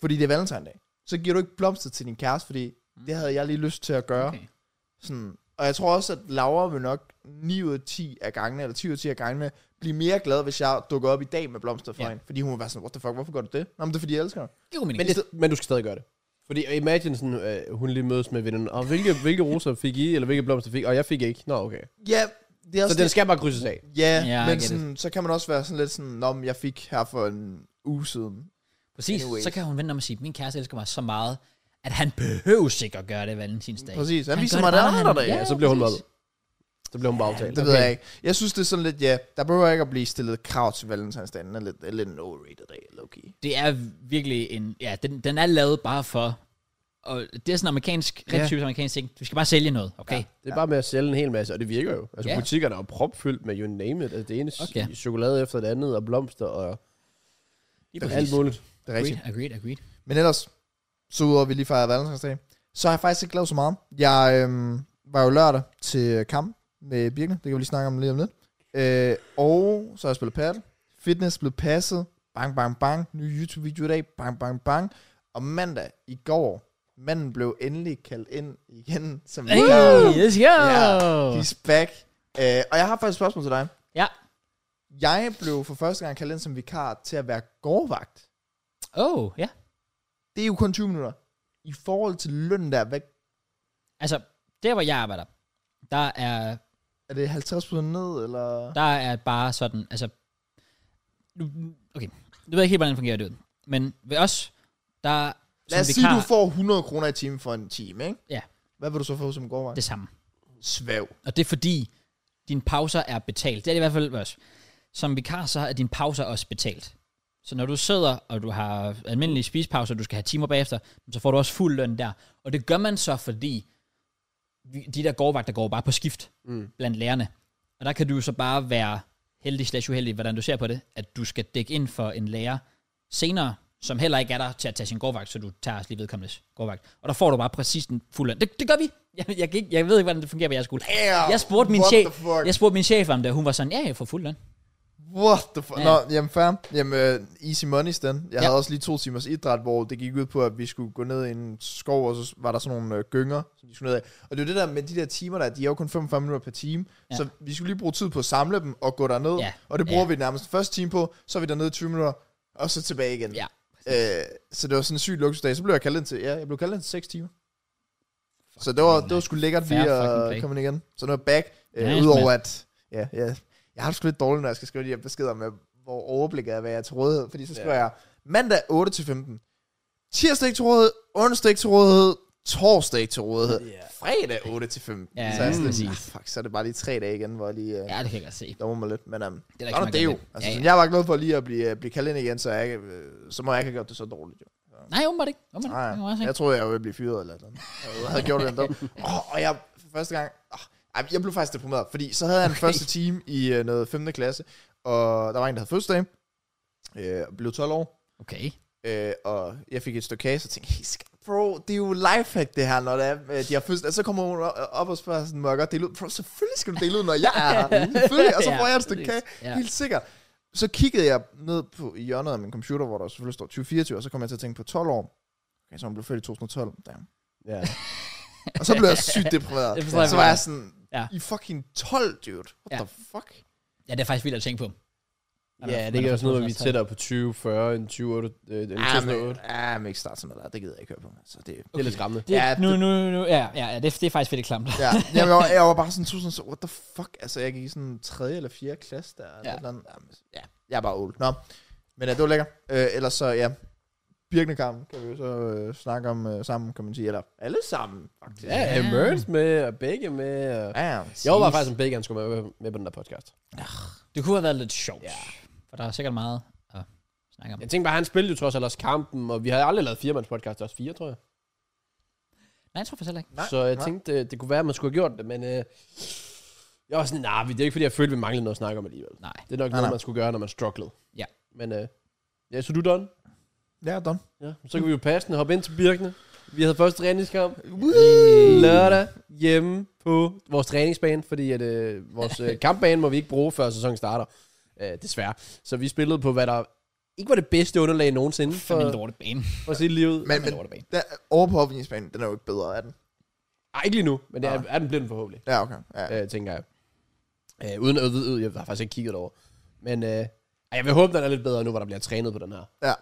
S3: fordi det er valentinedag. Så giver du ikke blomster til din kæreste, fordi det havde jeg lige lyst til at gøre. Okay.
S1: Okay.
S3: Sådan. Og jeg tror også, at Laura vil nok 9 ud af 10 af gangene, eller 10 ud af 10 af gangene, blive mere glad, hvis jeg dukker op i dag med blomster for
S1: Ja.
S3: ja. hende. Fordi hun vil være sådan, what the fuck, hvorfor gør du det? Nå, men det er fordi, jeg elsker dig.
S1: Det var
S2: Men,
S1: meningen.
S2: det, men du skal stadig gøre det. Fordi imagine sådan, øh, hun lige mødes med veninden, og hvilke, hvilke roser fik I, eller hvilke blomster fik I? Og jeg fik ikke. Nå, okay.
S3: Ja, det er
S2: Så
S3: også
S2: den skal bare krydses af.
S3: Ja,
S1: Ja,
S3: ja
S1: I
S3: men
S1: get
S3: sådan, så kan man også være sådan lidt sådan, nå, men jeg fik her for en uge siden.
S1: Præcis.
S3: anyways.
S1: Så kan hun vente om at sige, min kæreste elsker mig så meget, at han behøver sikkert gøre det valentinsdag.
S3: Præcis, han,
S1: Han
S3: han viser
S1: gør
S3: mig
S1: det
S3: det
S1: bare, når
S3: andre
S1: han-
S3: dag.
S1: Ja,
S2: Ja, så bliver hun
S1: præcis.
S2: mobbet. Så bliver hun bare aftalt.
S3: Det ved jeg ikke. Jeg synes, det er sådan lidt, ja, der behøver ikke at blive stillet krav til valentinsdagen. Den er lidt, er lidt en overrated dag, low-key.
S1: Det er virkelig en... Ja, den, den er lavet bare for og det er sådan amerikansk,
S2: Ja.
S1: rigtig typisk amerikansk ting. Du skal bare sælge noget, okay?
S2: Ja, det er bare med at sælge en hel masse, og det virker jo. Altså
S1: Ja.
S2: yeah. butikkerne er jo propfyldt med you name it. Altså, det ene
S1: Okay.
S2: okay. chokolade efter det andet, og blomster og
S1: Lige præcis.
S2: alt muligt.
S3: Det er rigtigt.
S1: Agreed, agreed, agreed.
S3: Men ellers, så udover at vi lige fejrede valentinsdag, så har jeg faktisk ikke lavet så meget. Jeg øhm, var jo lørdag til kamp med Birken, det kan vi lige snakke om lige om lidt. Øh, og så har jeg spillet paddle. Fitness blev passet. Bang, bang, bang. Ny YouTube-video i dag. Bang, bang, bang. Og mandag i går, manden blev endelig kaldt ind igen. Som
S1: Hey, let's go! Yeah.
S3: He's back. Øh, og jeg har faktisk et spørgsmål til dig.
S1: Ja.
S3: Jeg blev for første gang kaldt ind som vikar til at være gårdvagt
S1: Oh, ja.
S3: det er jo kun 20 minutter. I forhold til løn der, hvad,
S1: Altså, der hvor jeg arbejder, der er
S3: er det 50 ned, eller?
S1: Der er bare sådan, altså... Nu, okay, nu ved jeg ikke helt, hvordan det fungerer det ud. Men ved os, der
S3: Lad os
S1: som
S3: sige,
S1: vikar,
S3: du får 100 kroner i timen for en time, ikke?
S1: Ja.
S3: Hvad vil du så få som gårdvagt?
S1: det samme.
S3: Svæv.
S1: Og det er fordi, dine pauser er betalt. Det er det i hvert fald ved os. Som vikar, så er dine pauser også betalt. Så når du sidder, og du har almindelige spisepauser, og du skal have timer bagefter, så får du også fuld løn der. Og det gør man så, fordi vi- de der gårdvagter går bare på skift mm. blandt lærerne. Og der kan du så bare være heldig slash uheldig, hvordan du ser på det, at du skal dække ind for en lærer senere, som heller ikke er der til at tage sin gårdvagt, så du tager også lige vedkommendes gårdvagt. Og der får du bare præcis den fuld løn. Det, det gør vi. Jeg, jeg, kan ikke, jeg ved ikke, hvordan det fungerer på jeres skole.
S3: Damn,
S1: Jeg spurgte min
S3: what
S1: chef,
S3: the fuck?
S1: jeg spurgte min chef om det, og hun var sådan, ja, jeg får fuld løn.
S3: What the fuck?
S1: Ja.
S3: Ja. Nå, jamen fair. Jamen, øh, easy money stand. Jeg
S1: Ja.
S3: ja. havde også lige to timers idræt, hvor det gik ud på, at vi skulle gå ned i en skov, og så var der sådan nogle øh, gynger, som vi skulle ned af. Og det er jo det der med de der timer der, de er jo kun 45 minutter per time.
S1: Ja.
S3: Ja. Så vi skulle lige bruge tid på at samle dem og gå derned.
S1: Ja.
S3: Ja. Og det bruger
S1: Ja.
S3: ja. vi nærmest første time på, så er vi dernede i 20 minutter, og så tilbage igen.
S1: Ja.
S3: Øh, så det var sådan en syg luksusdag. Så blev jeg kaldt ind til, ja, jeg blev kaldt ind til 6 timer. Så det var, det var sgu lækkert
S1: Fair
S3: lige
S1: fucking play.
S3: at komme ind igen. Så nu er jeg back. Øh,
S1: Ja,
S3: Udover at, ja, ja, jeg har det sgu lidt dårligt, når jeg skal skrive de her beskeder med, hvor overblikket er, hvad jeg er til rådighed. Fordi så skriver
S2: Ja.
S3: ja. jeg mandag 8 til 15. Tirsdag ikke til rådighed, onsdag ikke til rådighed, torsdag ikke til rådighed,
S2: Ja.
S3: fredag 8 til 15.
S1: Ja,
S3: så, er jeg sådan,
S1: præcis.
S3: lidt, ah, fuck, så er det bare lige tre dage igen, hvor jeg lige øh,
S1: Ja,
S3: ja.
S1: det kan jeg godt se.
S3: dommer mig lidt. Men um,
S1: Det er
S3: det
S1: der
S3: er,
S1: ikke så
S3: Nå,
S1: mange,
S3: det er
S1: der
S3: jo.
S1: ved.
S3: Altså,
S1: Ja,
S3: ja,
S1: ja.
S3: Jeg var glad for lige at blive, øh, blive kaldt ind igen, så, jeg, ikke, øh, så må jeg ikke have gjort det så dårligt. Jo.
S1: Nej, åbenbart ikke. Åbenbart ikke. Det kan
S3: Nej,
S1: jeg også
S3: jeg troede, jeg ville blive fyret eller noget. Jeg havde gjort
S1: [laughs]
S3: det endda. Oh, og jeg, for første gang, oh, ej, jeg blev faktisk deprimeret, fordi så havde jeg en
S1: Okay.
S3: første time i øh, noget 5. klasse, og der var en, der havde fødselsdag, øh, og blev 12 år,
S1: ikke. Okay.
S3: øh, og jeg fik et stykke kage, så tænkte jeg, "Hey, skat, bro, det er jo lifehack det her, når det er, øh, de har fødselsdag. Så kommer hun op- op og spørger, sådan, må jeg godt dele ud? Bro, selvfølgelig skal du dele ud, når jeg er her. Selvfølgelig, og så
S1: [laughs] Ja,
S3: får jeg et stykke
S1: præcis.
S3: kage.
S1: [laughs] Ja.
S3: Ja. Helt sikkert. Så kiggede jeg ned på i hjørnet af min computer, hvor der selvfølgelig står 2024, og så kom jeg til at tænke på 12 år. Okay, så hun blev født i 2012. Damn.
S2: Ja.
S3: Og så blev jeg
S1: [laughs]
S3: sygt deprimeret.
S1: Det forstår jeg
S3: så var
S1: godt.
S3: jeg sådan,
S1: Ja.
S3: ja. i fucking 12, dude. What
S1: Ja.
S3: ja. the fuck?
S1: Ja, det er faktisk vildt at tænke på.
S2: Ja, det kan jo sådan noget, at vi er tættere på 20, 40 end 20, 8, øh, end 2008.
S3: Ja, Ah, men,
S2: det
S3: ja, men ikke starte sådan noget der. Det gider jeg ikke høre på. Så det,
S2: er lidt skræmmende.
S1: Det,
S3: Ja,
S1: nu, nu, nu, ja, ja, ja, det, det er faktisk fedt klamt.
S3: ja. Jamen, jeg, var, jeg var bare sådan tusind, så what the fuck? Altså, jeg gik i sådan 3. eller 4. klasse der.
S1: Ja.
S3: Ja. Eller andet. Jamen, ja, jeg er bare old. Nå, men ja, det var lækkert. Øh, ellers så, ja, Birkenekamp kan vi jo så øh, snakke om øh, sammen, kan man sige. Eller alle sammen, faktisk.
S2: Ja, ja. Merns med, og begge med. Og...
S3: ja.
S2: Jeg var faktisk, om begge han skulle med, med på den der podcast.
S1: Det kunne have været lidt sjovt.
S2: Ja.
S1: For der er sikkert meget at snakke om.
S2: Jeg tænkte bare, han spillede jo trods alt også kampen, og vi havde aldrig lavet firemandspodcast, også fire, tror jeg.
S1: Nej, jeg tror faktisk heller ikke.
S3: Nej,
S2: så jeg
S3: nej.
S2: tænkte, øh, det kunne være, at man skulle have gjort det, men øh, jeg var sådan, nej, nah, det er ikke fordi, jeg følte, vi manglede noget at snakke om alligevel.
S1: Nej.
S2: Det er nok
S3: Nej,
S2: noget,
S3: nej.
S2: man skulle gøre, når man strugglede.
S1: Ja.
S2: Men øh, ja, så du done?
S3: Ja, done.
S2: Ja. Så kan vi jo passende hoppe ind til Birkene. Vi havde første træningskamp
S3: Woo!
S2: lørdag hjemme på vores træningsbane, fordi at, øh,
S1: [laughs]
S2: vores øh, kampbane må vi ikke bruge, før sæsonen starter. Øh, desværre. Så vi spillede på, hvad der ikke var det bedste underlag nogensinde
S1: For... en
S2: for,
S1: lortet bane.
S2: for sit liv. ud.
S3: Men,
S1: Fandme
S3: men
S1: lortebane.
S3: der, over på opvisningsbanen, den er jo ikke bedre, er den?
S2: Ej, ikke lige nu, men det er,
S3: Nej.
S2: er den blevet forhåbentlig.
S3: Ja, okay. Ja.
S2: øh, tænker jeg. Øh, uden at vide, jeg har faktisk ikke kigget over. Men øh, ej, jeg vil håbe, den er lidt bedre nu, hvor der bliver trænet på den her.
S3: Ja.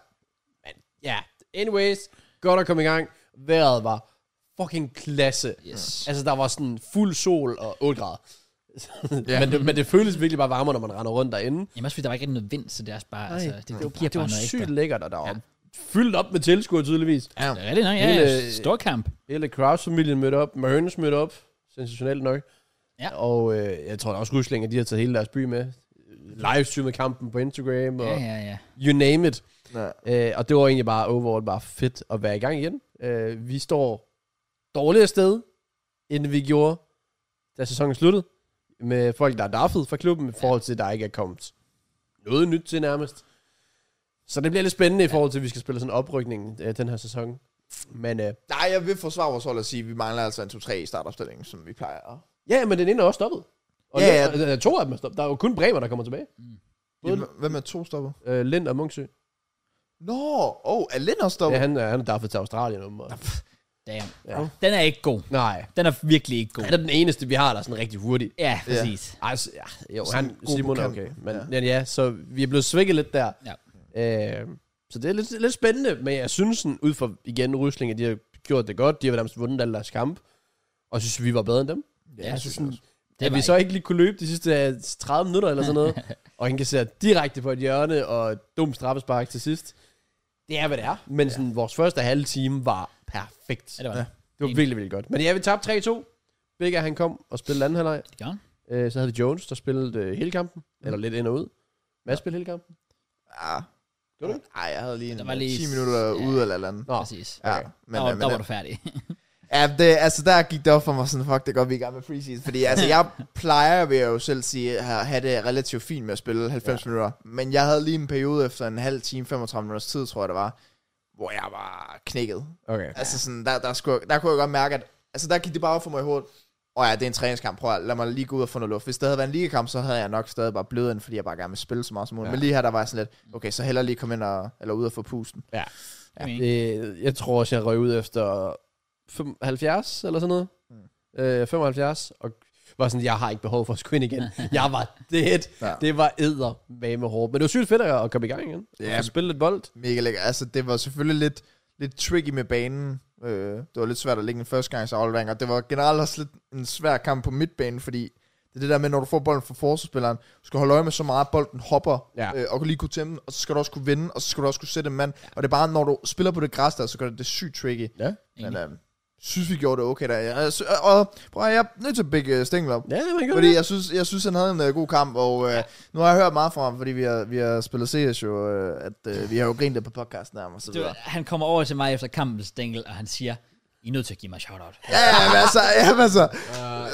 S2: Men ja, anyways, godt at komme i gang. Vejret var fucking klasse.
S1: Yes.
S2: Altså, der var sådan fuld sol og 8 grader.
S3: Ja.
S2: men, det, men det føles virkelig bare varmere, når man render rundt derinde.
S1: Jamen også fordi der var ikke rigtig noget vind, så det er også bare,
S2: Ej,
S1: altså, det, det,
S2: var,
S1: giver
S2: det var
S1: bare noget
S2: sygt
S1: ekstra.
S2: lækkert, og der var
S1: Ja.
S2: fyldt op med tilskuere tydeligvis.
S3: ja.
S1: Det er rigtigt nok, ja, ja.
S2: Hele-
S1: Stor kamp.
S2: Hele Kraus-familien mødte op, Mørnes mødte op, sensationelt nok.
S1: Ja.
S2: Og øh, jeg tror da også, Rusling, at de har taget hele deres by med. Livestreamet kampen på Instagram, og
S1: Ja, ja, ja.
S2: you name it.
S3: Nej.
S2: Øh, og det var egentlig bare overall bare fedt at være i gang igen. Øh, vi står dårligere sted, end vi gjorde, da sæsonen sluttede. Med folk, der er daffet fra klubben, i forhold til, at der ikke er kommet noget nyt til nærmest. Så det bliver lidt spændende i forhold til, at vi skal spille sådan en oprykning øh, den her sæson. Men øh,
S3: Nej, jeg vil forsvare vores hold og sige, at vi mangler altså en 2-3 i startopstillingen, som vi plejer.
S2: ja, men den ene er også stoppet. Og
S3: Ja,
S2: ja, ja. to af dem er stoppet. Der er jo kun Bremer, der kommer tilbage.
S3: Jamen, Hvem er to stopper?
S2: Øh, Lind og Munksø.
S3: Nå, oh, er Lind også
S2: Ja,
S3: stopper?
S2: han, er- han er daffet til Australien. Um, og,
S1: Damn.
S2: Ja.
S1: Den er ikke god.
S2: nej,
S1: Den er virkelig ikke god.
S2: han er den eneste, vi har, der er sådan rigtig hurtig.
S1: Ja, præcis.
S2: Ej, s- ja, jo,
S3: Sådan
S2: han,
S3: god
S2: Simon er
S3: på
S2: okay.
S3: kanten.
S2: Men
S3: Ja.
S2: ja. Men ja, så vi er blevet svækket lidt der.
S1: Ja.
S2: Øh, så det er lidt, lidt spændende, men jeg synes sådan, ud fra igen Ryslinge, de har gjort det godt. De har nærmest vundet alle deres kamp. Og synes, vi var bedre end dem.
S3: Ja,
S2: jeg
S3: jeg
S2: synes,
S3: synes
S2: sådan,
S3: også.
S1: Det
S2: at
S1: var
S2: vi så ikke lige kunne løbe de sidste øh, 30 minutter eller sådan noget.
S1: [laughs]
S2: og han kan se direkte på et hjørne og et dumt straffespark til sidst. Det er, hvad det er. Men sådan, vores første halve time var perfekt.
S1: Ja, det var det.
S2: Det var virkelig, virkelig godt. Men ja, vi tabte 3-2. Begge han kom og spillede anden halvleg.
S1: Det gør han.
S2: Øh, så havde vi Jones, der spillede øh, hele kampen.
S1: Mhm.
S2: Mm. Eller lidt ind og ud. Mads spillede hele kampen.
S3: Ja.
S2: Gjorde du
S3: Nej, Ah. jeg havde lige en øh,
S1: Der var lige-
S3: 10 minutter
S1: Ja.
S3: ude eller eller andet.
S2: Nå. øh,
S1: Præcis.
S3: Ja,
S2: Okay.
S1: Men,
S3: men, øh,
S1: der, var,
S3: men,
S1: der var
S3: men
S1: du
S2: [laughs]
S1: færdig.
S3: ja, det, altså der gik det op for mig sådan, fuck, det er godt, vi er i gang med preseason. [laughs] Fordi altså, jeg plejer, vil jeg jo selv sige, at have det relativt fint med at spille 90 ja. minutter. Men jeg havde lige en periode efter en halv time, 35 minutters tid, tror jeg det var, hvor jeg var knækket.
S2: Okay.
S3: Altså sådan, der, der, skulle, der kunne jeg godt mærke, at altså, der gik det bare op for mig i hovedet. Og ja, det er en træningskamp, prøv at lad mig lige gå ud og få noget luft. Hvis det havde været en ligekamp, så havde jeg nok stadig bare blevet ind, fordi jeg bare gerne vil spille så meget som muligt.
S2: Ja.
S3: Ja. Men lige her, der var jeg sådan lidt, okay, så heller lige komme ind og, eller ud og få pusten.
S1: Ja.
S2: Øh, jeg tror også, jeg røg ud efter 75 eller sådan noget. Mm. Øh, 75. Og var sådan, jeg har ikke behov for at skulle ind
S1: [laughs]
S2: igen. jeg var dead.
S3: Ja.
S2: Ja. Det var edder med med hårdt. Men det var sygt fedt at komme i gang igen.
S3: Ja.
S2: Ja. Og spille lidt bold.
S3: Mega lækker. Altså, det var selvfølgelig lidt, lidt tricky med banen. Øh, det var lidt svært at lægge en førstegangsaflevering, og det var generelt også lidt en svær kamp på midtbanen, fordi det er det der med, når du får bolden fra forsvarsspilleren, du skal holde øje med så meget, at bolden hopper,
S2: Ja.
S3: øh, og kan lige kunne tæmme den, og så skal du også kunne vinde, og så skal du også kunne sætte en mand. Og det er bare, når du spiller på det græs der, så gør det det sygt tricky.
S2: Ja.
S3: Men øh, synes, vi gjorde det okay der. Jeg, sy- øh, og, og prøv at høre, jeg er nødt til at bække øh, Stengel op.
S2: Ja, man gør
S3: Fordi
S2: det.
S3: jeg synes, jeg synes han havde en uh, god kamp, og uh, nu har jeg hørt meget fra ham, fordi vi har, vi har spillet CS jo, uh, at uh, vi har jo grint det på podcasten af ham og så
S1: Det var,
S3: videre.
S1: han kommer over til mig efter kampen, Stengel, og han siger, I er nødt til at give mig shout-out.
S3: Ja, ja, men altså, ja, men altså.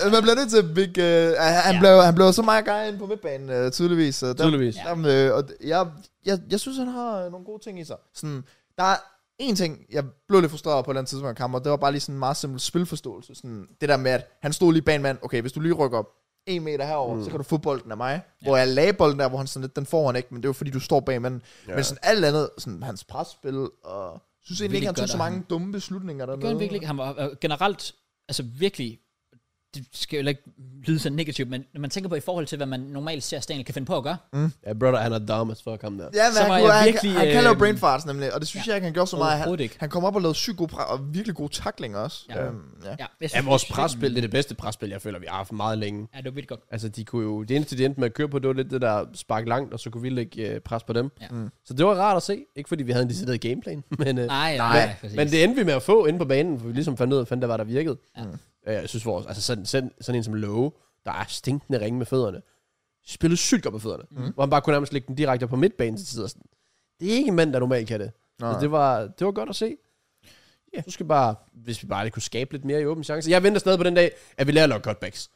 S3: Uh, man bliver nødt til at big, uh, han,
S1: Ja.
S3: ja. blev, han blev så meget gej ind på midtbanen, uh, tydeligvis. Uh,
S2: Tydeligvis.
S3: Der, der, uh, og d- jeg, jeg, jeg synes, han har øh, nogle gode ting i sig. Sådan, der er en ting, jeg blev lidt frustreret på et eller andet tidspunkt af kampen, og det var bare lige sådan en meget simpel spilforståelse. Sådan, det der med, at han stod lige bag en mand, okay, hvis du lige rykker op, en meter herover, mm. så kan du få bolden af mig. Ja. Hvor jeg lagde bolden der, hvor han sådan lidt, den får han ikke, men det er jo fordi, du står bag manden. Ja. Men sådan alt andet, sådan hans presspil, og synes egentlig ikke,
S1: Virkelig
S3: han tog
S1: godt
S3: så
S1: af
S3: mange dumme beslutninger dernede.
S1: Gør han virkelig ikke. Han var øh, generelt, altså virkelig, det skal jo ikke lyde så negativt, men når man tænker på i forhold til, hvad man normalt ser, Stengel kan finde på at gøre,
S2: Ja, brother, han er dumb as fuck ham der.
S3: Ja, men
S1: Så
S3: han,
S1: var
S3: kunne,
S1: jeg
S3: han,
S1: virkelig,
S3: han, han kan lave
S1: øhm,
S3: brain farts nemlig, og det synes ja, jeg ikke, han gjorde så meget.
S1: overhovedet
S3: Han,
S1: ikke.
S3: han kom op og lavede sygt gode pra- og virkelig gode taklinger også.
S1: Ja.
S3: Øhm, ja.
S1: ja, jeg
S2: Ja,
S1: synes,
S2: vores
S1: jeg synes,
S2: presspil, det er det bedste presspil, jeg føler, vi har haft meget længe.
S1: Ja, det var virkelig godt.
S2: Altså, de kunne jo, det eneste, de endte med at køre på, det var lidt det der spark langt, og så kunne vi lægge øh, pres på dem.
S1: Ja.
S2: Mm. Så det var rart at se. Ikke fordi vi havde en decideret gameplan, [laughs] men,
S1: Nej,
S2: øh,
S1: nej,
S2: men,
S1: nej, præcis.
S2: men det endte vi med at få inde på banen, for vi ligesom fandt ud af, fandt der var, der virkede.
S1: Ja.
S2: Mm. Øh, jeg synes, vores, altså sådan, sådan, sådan en som Lowe, der er stinkende ringe med fødderne, spillede sygt godt med fødderne, mm. hvor han bare kunne nærmest lægge den direkte op på midtbanen til tider. Sådan. Det er ikke en mand, der normalt kan det.
S3: Nå,
S2: Så det var, det var godt at se. Ja. Du skal bare, hvis vi bare lige kunne skabe lidt mere i åben chance. Jeg venter stadig på den dag, at vi lærer at lave cutbacks.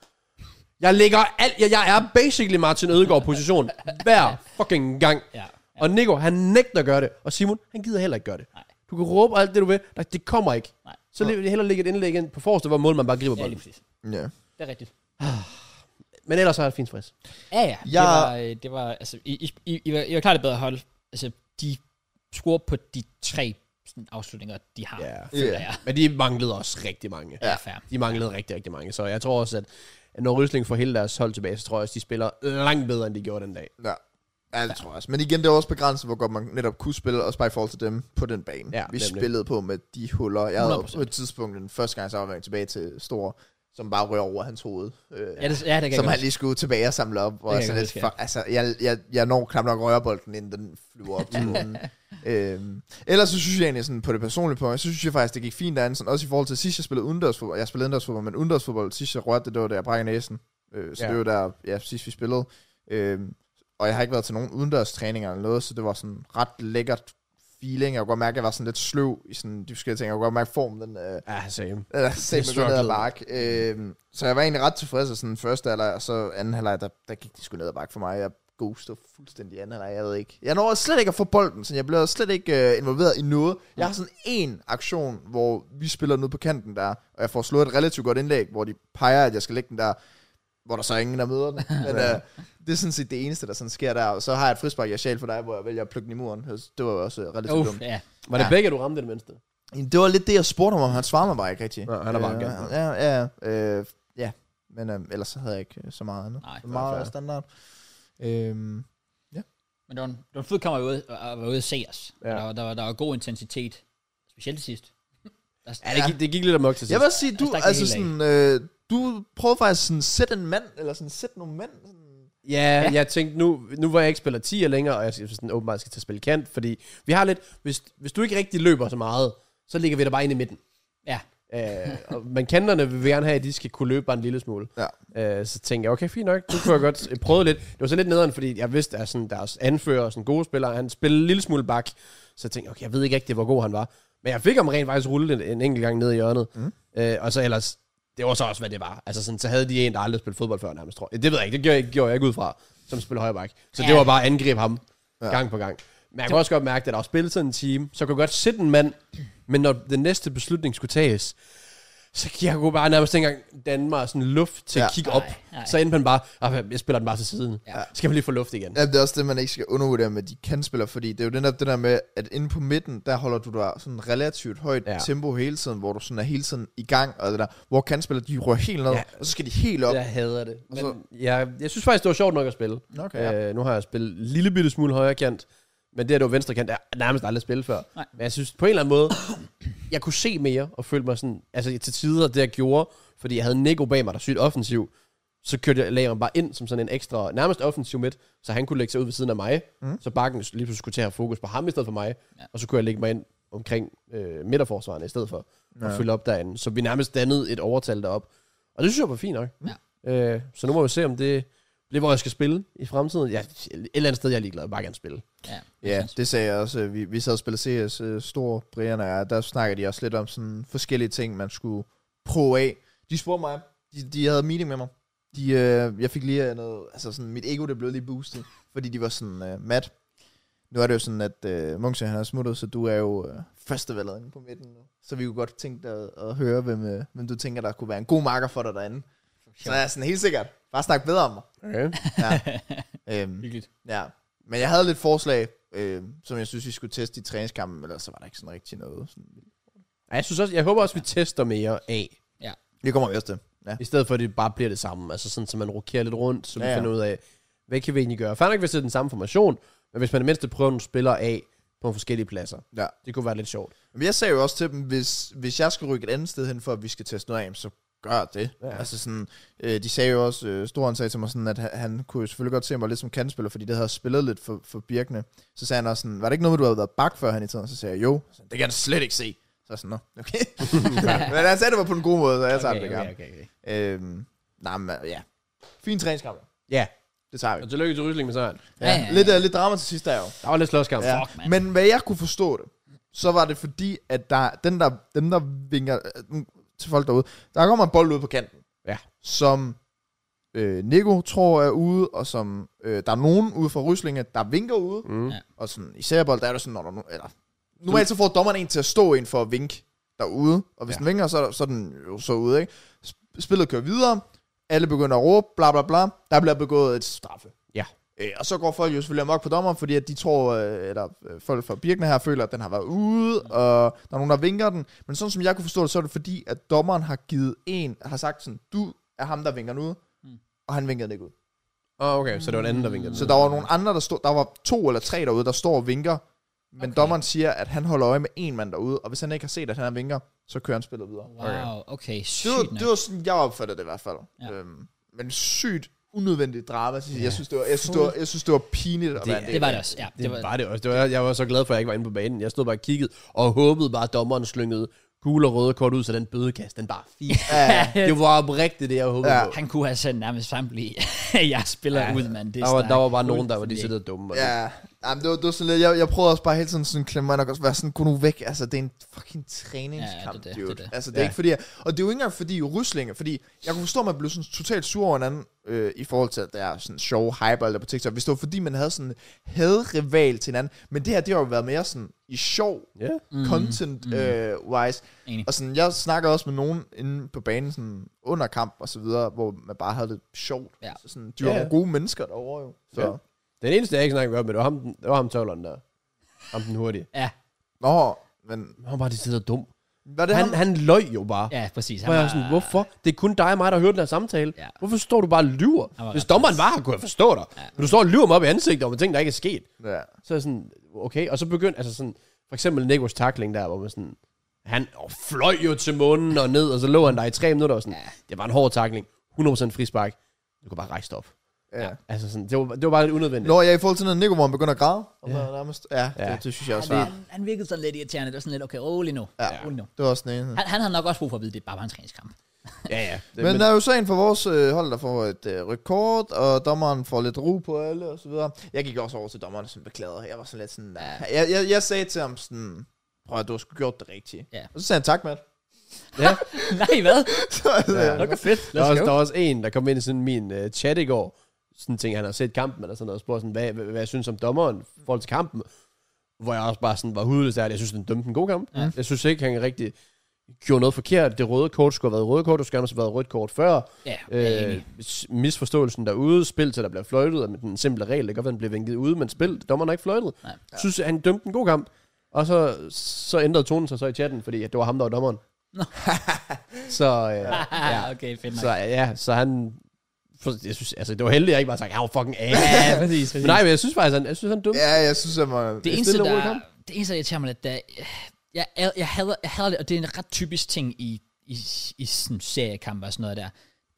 S2: Jeg ligger alt, jeg, jeg er basically Martin Ødegaard position hver fucking gang.
S1: Ja.
S2: Og Nico, han nægter at gøre det. Og Simon, han gider heller ikke gøre det. Nej. Du kan råbe alt det, du vil. Nej, det kommer ikke.
S1: Nej.
S2: Så vil jeg hellere lægge et indlæg ind på forreste, hvor mål man bare griber
S1: Ja, lige
S2: bolden.
S1: præcis.
S3: ja.
S1: Det er rigtigt.
S2: Men ellers er det fint frisk.
S1: Ja, ja. Det,
S3: Jeg-
S1: var, øh, det var, altså, I, I, I, I, var, I var klart et bedre hold. Altså, de scorer på de tre sådan, afslutninger, de har.
S2: Ja.
S1: føler
S3: Ja.
S1: jeg.
S2: Men de manglede også rigtig mange.
S1: Ja, fair.
S2: De manglede rigtig, rigtig mange. Så jeg tror også, at når Rysling får hele deres hold tilbage, så tror jeg også, de spiller langt bedre, end de gjorde den dag.
S3: Ja. Ja, det tror jeg også. Men igen, det er også begrænset, hvor godt man netop kunne spille, også bare i forhold til dem på den bane.
S2: Ja,
S3: vi
S2: nemlig.
S3: spillede på med de huller. Jeg havde
S1: 100%.
S3: på et tidspunkt en første gang aflevering tilbage til Store, som bare rører over hans hoved. Øh,
S1: Ja, det, ja, det kan
S3: som
S1: jeg
S3: han lige skulle tilbage og samle op. Og
S1: kan
S3: jeg sådan
S1: jeg
S3: lidt,
S1: huske, ja.
S3: fuck, altså, jeg, jeg, jeg når knap nok rørbolden, inden den flyver
S1: [laughs]
S3: op til månen. øhm, ellers så synes jeg egentlig sådan, på det personlige punkt, så synes jeg faktisk, det gik fint derinde. Sådan, også i forhold til sidst, jeg spillede udendørsfodbold. Jeg spillede indendørsfodbold, men udendørsfodbold sidst, jeg rørte det, det var da jeg brækkede næsen. Øh, så
S2: Ja.
S3: ja. det var der, ja, sidst vi spillede. Øhm, og jeg har ikke været til nogen udendørstræninger eller noget, så det var sådan ret lækkert feeling. Jeg kunne godt mærke, at jeg var sådan lidt sløv i sådan de forskellige ting. Jeg kunne godt mærke formen, den... Øh,
S2: Ja, Ah, same.
S3: eller se mig gå ned ad
S2: strugglede.
S3: bakke. Øh, så jeg var egentlig ret tilfreds af sådan første halvleg, og så anden halvleg, der, der gik de sgu ned ad bakke for mig. Jeg ghostede fuldstændig anden halvleg, jeg ved ikke. Jeg når slet ikke at få bolden, så jeg blev slet ikke øh, involveret i noget. Jeg har sådan en aktion, hvor vi spiller den ude på kanten der, og jeg får slået et relativt godt indlæg, hvor de peger, at jeg skal lægge den der, hvor der så er ingen, der møder
S1: [laughs]
S3: den. Men øh, det er sådan set det eneste, der sådan sker der. Og så har jeg et frispark, jeg sjæl for dig, hvor jeg vælger at plukke den i muren. Det var jo også øh, relativt
S1: Uff,
S3: dumt.
S1: ja.
S2: Var det
S3: Ja.
S2: begge, du ramte i det mindste?
S3: Jamen, Det var lidt det, jeg spurgte ham om. Han svarede mig bare ikke rigtigt.
S2: Ja, han er bare en
S3: øh,
S2: gæst,
S3: Ja, ja, ja. Øh, ja. Men øh, ellers så havde jeg ikke øh, så meget andet.
S1: Nej,
S3: Det var meget
S2: fair.
S3: standard. Øhm,
S1: Men det var en, det var en fed kamp at være ude, at være ude at se os.
S2: Ja.
S1: Ja. Der, var, der, var, der var god intensitet. Specielt til sidst. Der,
S2: Ja, det,
S1: der-
S2: gik, det gik lidt amok til sidst.
S3: jeg vil også sige, du,
S1: Jeg stak det
S3: altså, sådan,
S1: hele
S3: øh, du prøvede faktisk sådan, sætte en mand, eller sådan, sætte nogle mænd. Sådan.
S2: Ja,
S1: Ja.
S2: ja, jeg tænkte nu, nu hvor jeg ikke spiller 10'er længere, og jeg synes sådan, åbenbart skal til at spille kant, fordi vi har lidt, hvis, hvis du ikke rigtig løber så meget, så ligger vi der bare inde i midten.
S1: Ja.
S2: Øh, og, men kanterne vil vi gerne have, at de skal kunne løbe bare en lille smule.
S3: Ja.
S2: Øh, så tænkte jeg, okay, fint nok, nu kunne jeg godt prøve lidt. Det var så lidt nederen, fordi jeg vidste, at sådan, deres anfører og sådan gode spillere, han spillede en lille smule bak, så jeg tænkte, okay, jeg ved ikke rigtig, hvor god han var. Men jeg fik ham rent faktisk rullet en, en enkelt gang ned i hjørnet.
S3: Mm.
S2: Øh, og så ellers, det var så også, hvad det var. Altså sådan, så havde de en, der aldrig spillet fodbold før nærmest, tror jeg. Det ved jeg ikke, det gjorde jeg, ikke- gjorde jeg ikke ud fra, som spiller højre bak. Så ja.
S1: Ja.
S2: det var bare at angribe ham
S3: Ja.
S2: ja. gang på gang. Men jeg kan også godt mærke, at der var spillet sådan en time, så kunne jeg godt sætte en mand, men når den næste beslutning skulle tages, så jeg kunne bare nærmest ikke engang danne mig sådan luft til ja.
S3: Ja.
S2: at kigge op.
S1: Nej, nej.
S2: Så endte man bare, "Ah, jeg spiller den bare til siden.
S1: Ja.
S2: Ja. Så kan man lige få luft igen.
S3: Ja, det er også det, man ikke skal undervurdere med de kantspillere, fordi det er jo den der, det der med, at inde på midten, der holder du dig sådan relativt højt ja.
S2: Ja.
S3: tempo hele tiden, hvor du sådan er hele tiden i gang, og det der, hvor kantspillere, de rører helt ned, ja.
S2: Ja.
S3: og så skal de helt op.
S2: Jeg hader det. Men
S3: så-
S2: jeg, jeg synes faktisk, det var sjovt nok at spille.
S3: Okay, ja.
S2: Ja. Øh, nu har jeg spillet en lille bitte smule højre kant, men det at det var venstre kant, jeg har nærmest aldrig spillet før.
S1: Nej.
S2: Men jeg synes på en eller anden måde, jeg kunne se mere og følte mig sådan, altså til tider det jeg gjorde, fordi jeg havde Nico bag mig, der er sygt offensiv, så kørte jeg lagde ham bare ind som sådan en ekstra, nærmest offensiv midt, så han kunne lægge sig ud ved siden af mig,
S3: Mm.
S2: mm. så bakken lige pludselig skulle til at have fokus på ham i stedet for mig,
S1: Ja.
S2: ja. og så kunne jeg lægge mig ind omkring øh, midterforsvarerne i stedet for, ja. og
S3: Ja.
S2: fylde op derinde. Så vi nærmest dannede et overtal derop. Og det synes jeg var fint nok. Ja. Øh, så nu må vi se, om det bliver, hvor jeg skal spille i fremtiden. Jeg, et eller andet sted, jeg er ligeglad. Jeg vil bare gerne spille.
S1: ja.
S3: Ja, det sagde jeg også. øh, Vi, vi sad og spillede CS øh, Stor, Brian og jeg, der snakkede de også lidt om sådan forskellige ting, man skulle prøve af. De spurgte mig, de, de havde en meeting med mig. De, øh, jeg fik lige noget, altså sådan, mit ego det blev lige boostet, fordi de var sådan, øh, Matt, nu er det jo sådan, at øh, Munchse, han er smuttet, så du er jo øh, førstevalget inde på midten nu. Så vi kunne godt tænke dig at, at høre, hvem, øh, hvem du tænker, der kunne være en god marker for dig derinde. Så jeg er sådan helt sikkert, bare snak bedre om mig.
S2: Okay.
S3: Ja. øhm,
S1: Hyggeligt.
S3: Ja, men jeg havde lidt forslag, øh, som jeg synes, vi skulle teste i træningskampen, men ellers så var der ikke sådan rigtig noget. Sådan,
S2: Ja, jeg, synes også, jeg håber også, vi tester mere af,
S3: det kommer vi også til. Ja.
S2: i stedet for, at det bare bliver det samme. Altså sådan, så man rokerer lidt rundt, så vi
S3: Ja,
S2: ja,
S3: ja.
S2: ja. finder ud af, hvad kan vi egentlig gøre? Færdig nok, hvis det er den samme formation, men hvis man i det mindste prøver nogle spillere af på nogle forskellige pladser.
S3: Ja.
S2: Det kunne være lidt sjovt.
S3: Men jeg sagde jo også til dem, hvis, hvis jeg skal rykke et andet sted hen, for at vi skal teste noget af, så gør det. Ja.
S2: Ja.
S3: Altså sådan, øh, de sagde jo også, øh, Storen sagde til mig sådan, at han, han kunne jo selvfølgelig godt se mig lidt som kantspiller, fordi det havde jeg spillet lidt for, for Birkene. Så sagde han også sådan, var det ikke noget, med, du havde været bak før han i tiden? Så sagde jeg, jo. Så sagde han, det kan jeg slet ikke se. Så er jeg sådan, nå, okay. men han sagde det var på en god måde, så jeg tager det
S1: okay, okay,
S3: gerne.
S1: okay, okay.
S3: Øhm, nej, men ja. Fin træningskamp.
S2: Ja.
S3: Det tager vi.
S2: Og tillykke til Rysling med sejren.
S3: Ja,
S1: Ja,
S3: ja,
S1: ja, ja.
S3: Lidt, uh, lidt drama til sidst der jo.
S2: Der var lidt slåskamp.
S3: Ja.
S1: Fuck, mand.
S3: Men hvad jeg kunne forstå det, så var det fordi, at der, den der, dem der vinker øh, til folk derude, der kommer en bold ud på kanten,
S2: Ja.
S3: som øh, Nico tror er ude, og som øh, der er nogen ude fra Ryslinge, der vinker ude,
S2: Mm.
S1: Ja.
S3: og sådan, i seriebold, der er det sådan, når der nu, eller, normalt så får dommeren en til at stå ind for at vinke derude, og hvis
S2: Ja.
S3: ja. den vinker, så, er der- så er den jo så ude, ikke? Sp- Spillet kører videre, alle begynder at råbe, bla bla bla, der bliver begået et straffe.
S2: Ja.
S3: Øh, og så går folk jo selvfølgelig amok på dommeren, fordi at de tror, øh, eller øh, folk fra Birkene her føler, at den har været ude, og der er nogen, der vinker den. Men sådan som jeg kunne forstå det, så er det fordi, at dommeren har givet en, har sagt sådan, du er ham, der vinker den ud,
S1: Mm.
S3: og han vinkede den ikke ud.
S2: Oh, okay, så det var en anden, der vinkede den.
S3: Så der var nogle andre, der stod, der var to eller tre derude, der står og vinker, men
S1: Okay.
S3: okay. dommeren siger, at han holder øje med en mand derude, og hvis han ikke har set, at han er vinker, så kører han spillet videre.
S1: Wow, okay.
S3: Det
S1: Sygt
S3: var,
S1: nok.
S3: det var sådan, jeg opfattede det i hvert fald. Ja.
S1: Ja.
S3: Øhm, men sygt unødvendigt drama. Ja.
S2: Ja.
S3: Jeg, synes, det var, jeg, synes, det var, jeg synes, det var pinligt at
S2: Det-
S3: være en del
S1: Det var
S3: af.
S1: det også. Ja,
S2: Det, det var, var det også. Det var, jeg var så glad for, at jeg ikke var inde på banen. Jeg stod bare og kiggede og håbede bare, at dommeren slyngede gule og røde kort ud, så den bødekast, den bare fik.
S3: Ja,
S2: det var oprigtigt, det jeg håbede
S3: Ja.
S2: ja. på.
S1: Han kunne have sendt nærmest samtlige [laughs] jeg spiller ja, ud, mand. Det
S2: Der var,
S1: stak
S2: der var bare nogen, der var lige
S1: fuldstændig.
S2: siddet dumme. Og
S3: ja, Nej, men det var, det var sådan lidt, jeg, jeg prøvede også bare hele tiden sådan, klemme mig nok også, være sådan, gå nu væk, altså det er en fucking
S1: Ja,
S3: træningskamp,
S1: det er det,
S3: dude.
S1: det er det.
S3: Altså det er
S2: Ja.
S3: ikke fordi, jeg, og det er jo ikke engang fordi ruslinger, fordi jeg kunne forstå, at man blev sådan totalt sur over hinanden, øh, i forhold til, at der er sådan sjove hype eller på TikTok, hvis det var fordi, man havde sådan hadrival til hinanden, men det her, det har jo været mere sådan, i sjov
S2: Ja.
S1: Mm,
S3: content-wise. Øh, wise.
S1: Enig.
S3: og sådan, jeg snakkede også med nogen inde på banen sådan, under kamp og så videre, hvor man bare havde det sjovt.
S1: Ja.
S3: Så sådan, de var
S2: Ja, ja.
S3: nogle gode mennesker derovre jo. Så.
S2: Ja. Den eneste, jeg ikke snakkede godt med, det var ham, den- det var ham tøvleren der. Ham den hurtige.
S1: Ja,
S3: Nå, men
S2: Han var bare det sidder dum.
S3: var det
S2: Han,
S3: ham?
S2: han løj jo bare. Ja,
S1: ja, præcis.
S2: han var jeg sådan, hvorfor? Det er kun dig og mig, der hørte den her samtale.
S1: Ja.
S2: Ja. Hvorfor står du bare og lyver?
S1: Han var
S2: Hvis
S1: ret
S2: dommeren var her, kunne jeg forstå dig.
S1: Ja.
S2: Ja. Men du står og lyver mig op i ansigtet om en ting, der ikke er sket.
S3: Ja.
S2: Så er jeg sådan, okay. Og så begyndte, altså sådan, for eksempel Nikos tackling der, hvor man sådan, han åh, fløj jo til munden og ned, og så lå han der i tre minutter og sådan,
S1: Ja.
S2: ja. det var en hård tackling, 100% frispark. Du kan bare rejse dig op.
S3: ja.
S2: Altså sådan, det var, det var bare lidt unødvendigt.
S3: Nå, ja, i forhold til noget, Nico, hvor han begynder at græde. Og
S2: Ja.
S3: ja. Nærmest, ja, ja.
S2: Ja.
S3: Det, det, synes jeg også
S1: Han,
S3: var.
S1: han, han virkede sådan lidt irriterende. Det var sådan lidt, okay, rolig nu.
S3: Ja.
S1: Rolig nu.
S3: Det var også den ene.
S1: Han, han havde nok også brug for at vide, at det bare var en træningskamp.
S2: Ja, ja. Det,
S3: Men der er jo så en for vores øh, hold, der får et øh, rekord, og dommeren får lidt ro på alle, og så videre. Jeg gik også over til dommeren, som beklagede. Jeg var sådan lidt sådan, ja. jeg, jeg, jeg sagde til ham sådan, prøv at du har sgu gjort det rigtige.
S1: Ja.
S3: Og så sagde han, tak, Matt.
S1: Nej, hvad?
S2: [laughs]
S3: så, ja.
S1: Det var fedt.
S2: der, er også,
S1: go.
S2: der er også en, der kom ind i sådan min uh, chat i går, sådan ting, han har set kampen eller sådan noget, og spurgte sådan, hvad, hvad, hvad jeg synes om dommeren i forhold til kampen, hvor jeg også bare sådan var hudløs ærlig, jeg synes, den dømte en god kamp.
S1: Ja.
S2: Ja. Jeg synes ikke, han rigtig gjorde noget forkert. Det røde kort skulle have været røde kort, du skulle have været rødt kort før.
S1: Ja, jeg er
S2: Øh,
S1: enig. [laughs]
S2: s- misforståelsen derude, spil til der bliver fløjtet, og med den simple regel, det kan godt være, den bliver vinket ude, men spil, dommeren har ikke fløjtet.
S1: Nej.
S2: Ja. Synes, han dømte en god kamp, og så, så ændrede tonen sig så i chatten, fordi det var ham, der var dommeren. [laughs] så, øh, ja.
S1: okay, fedt nok.
S2: så ja, så han, for, jeg synes, altså, det var heldigt, at jeg ikke bare sagde, jeg var fucking af.
S1: Ja, præcis.
S2: men
S1: præcis.
S2: [laughs] nej, men jeg synes faktisk, han, jeg synes, han dømte.
S3: ja, jeg synes, han var...
S1: det, eneste,
S2: stille og roligt
S1: der,
S2: kamp.
S1: det eneste, der irriterer mig lidt, der, jeg, jeg, jeg, hader, jeg hader det, og det er en ret typisk ting i, i, i sådan seriekampe og sådan noget der,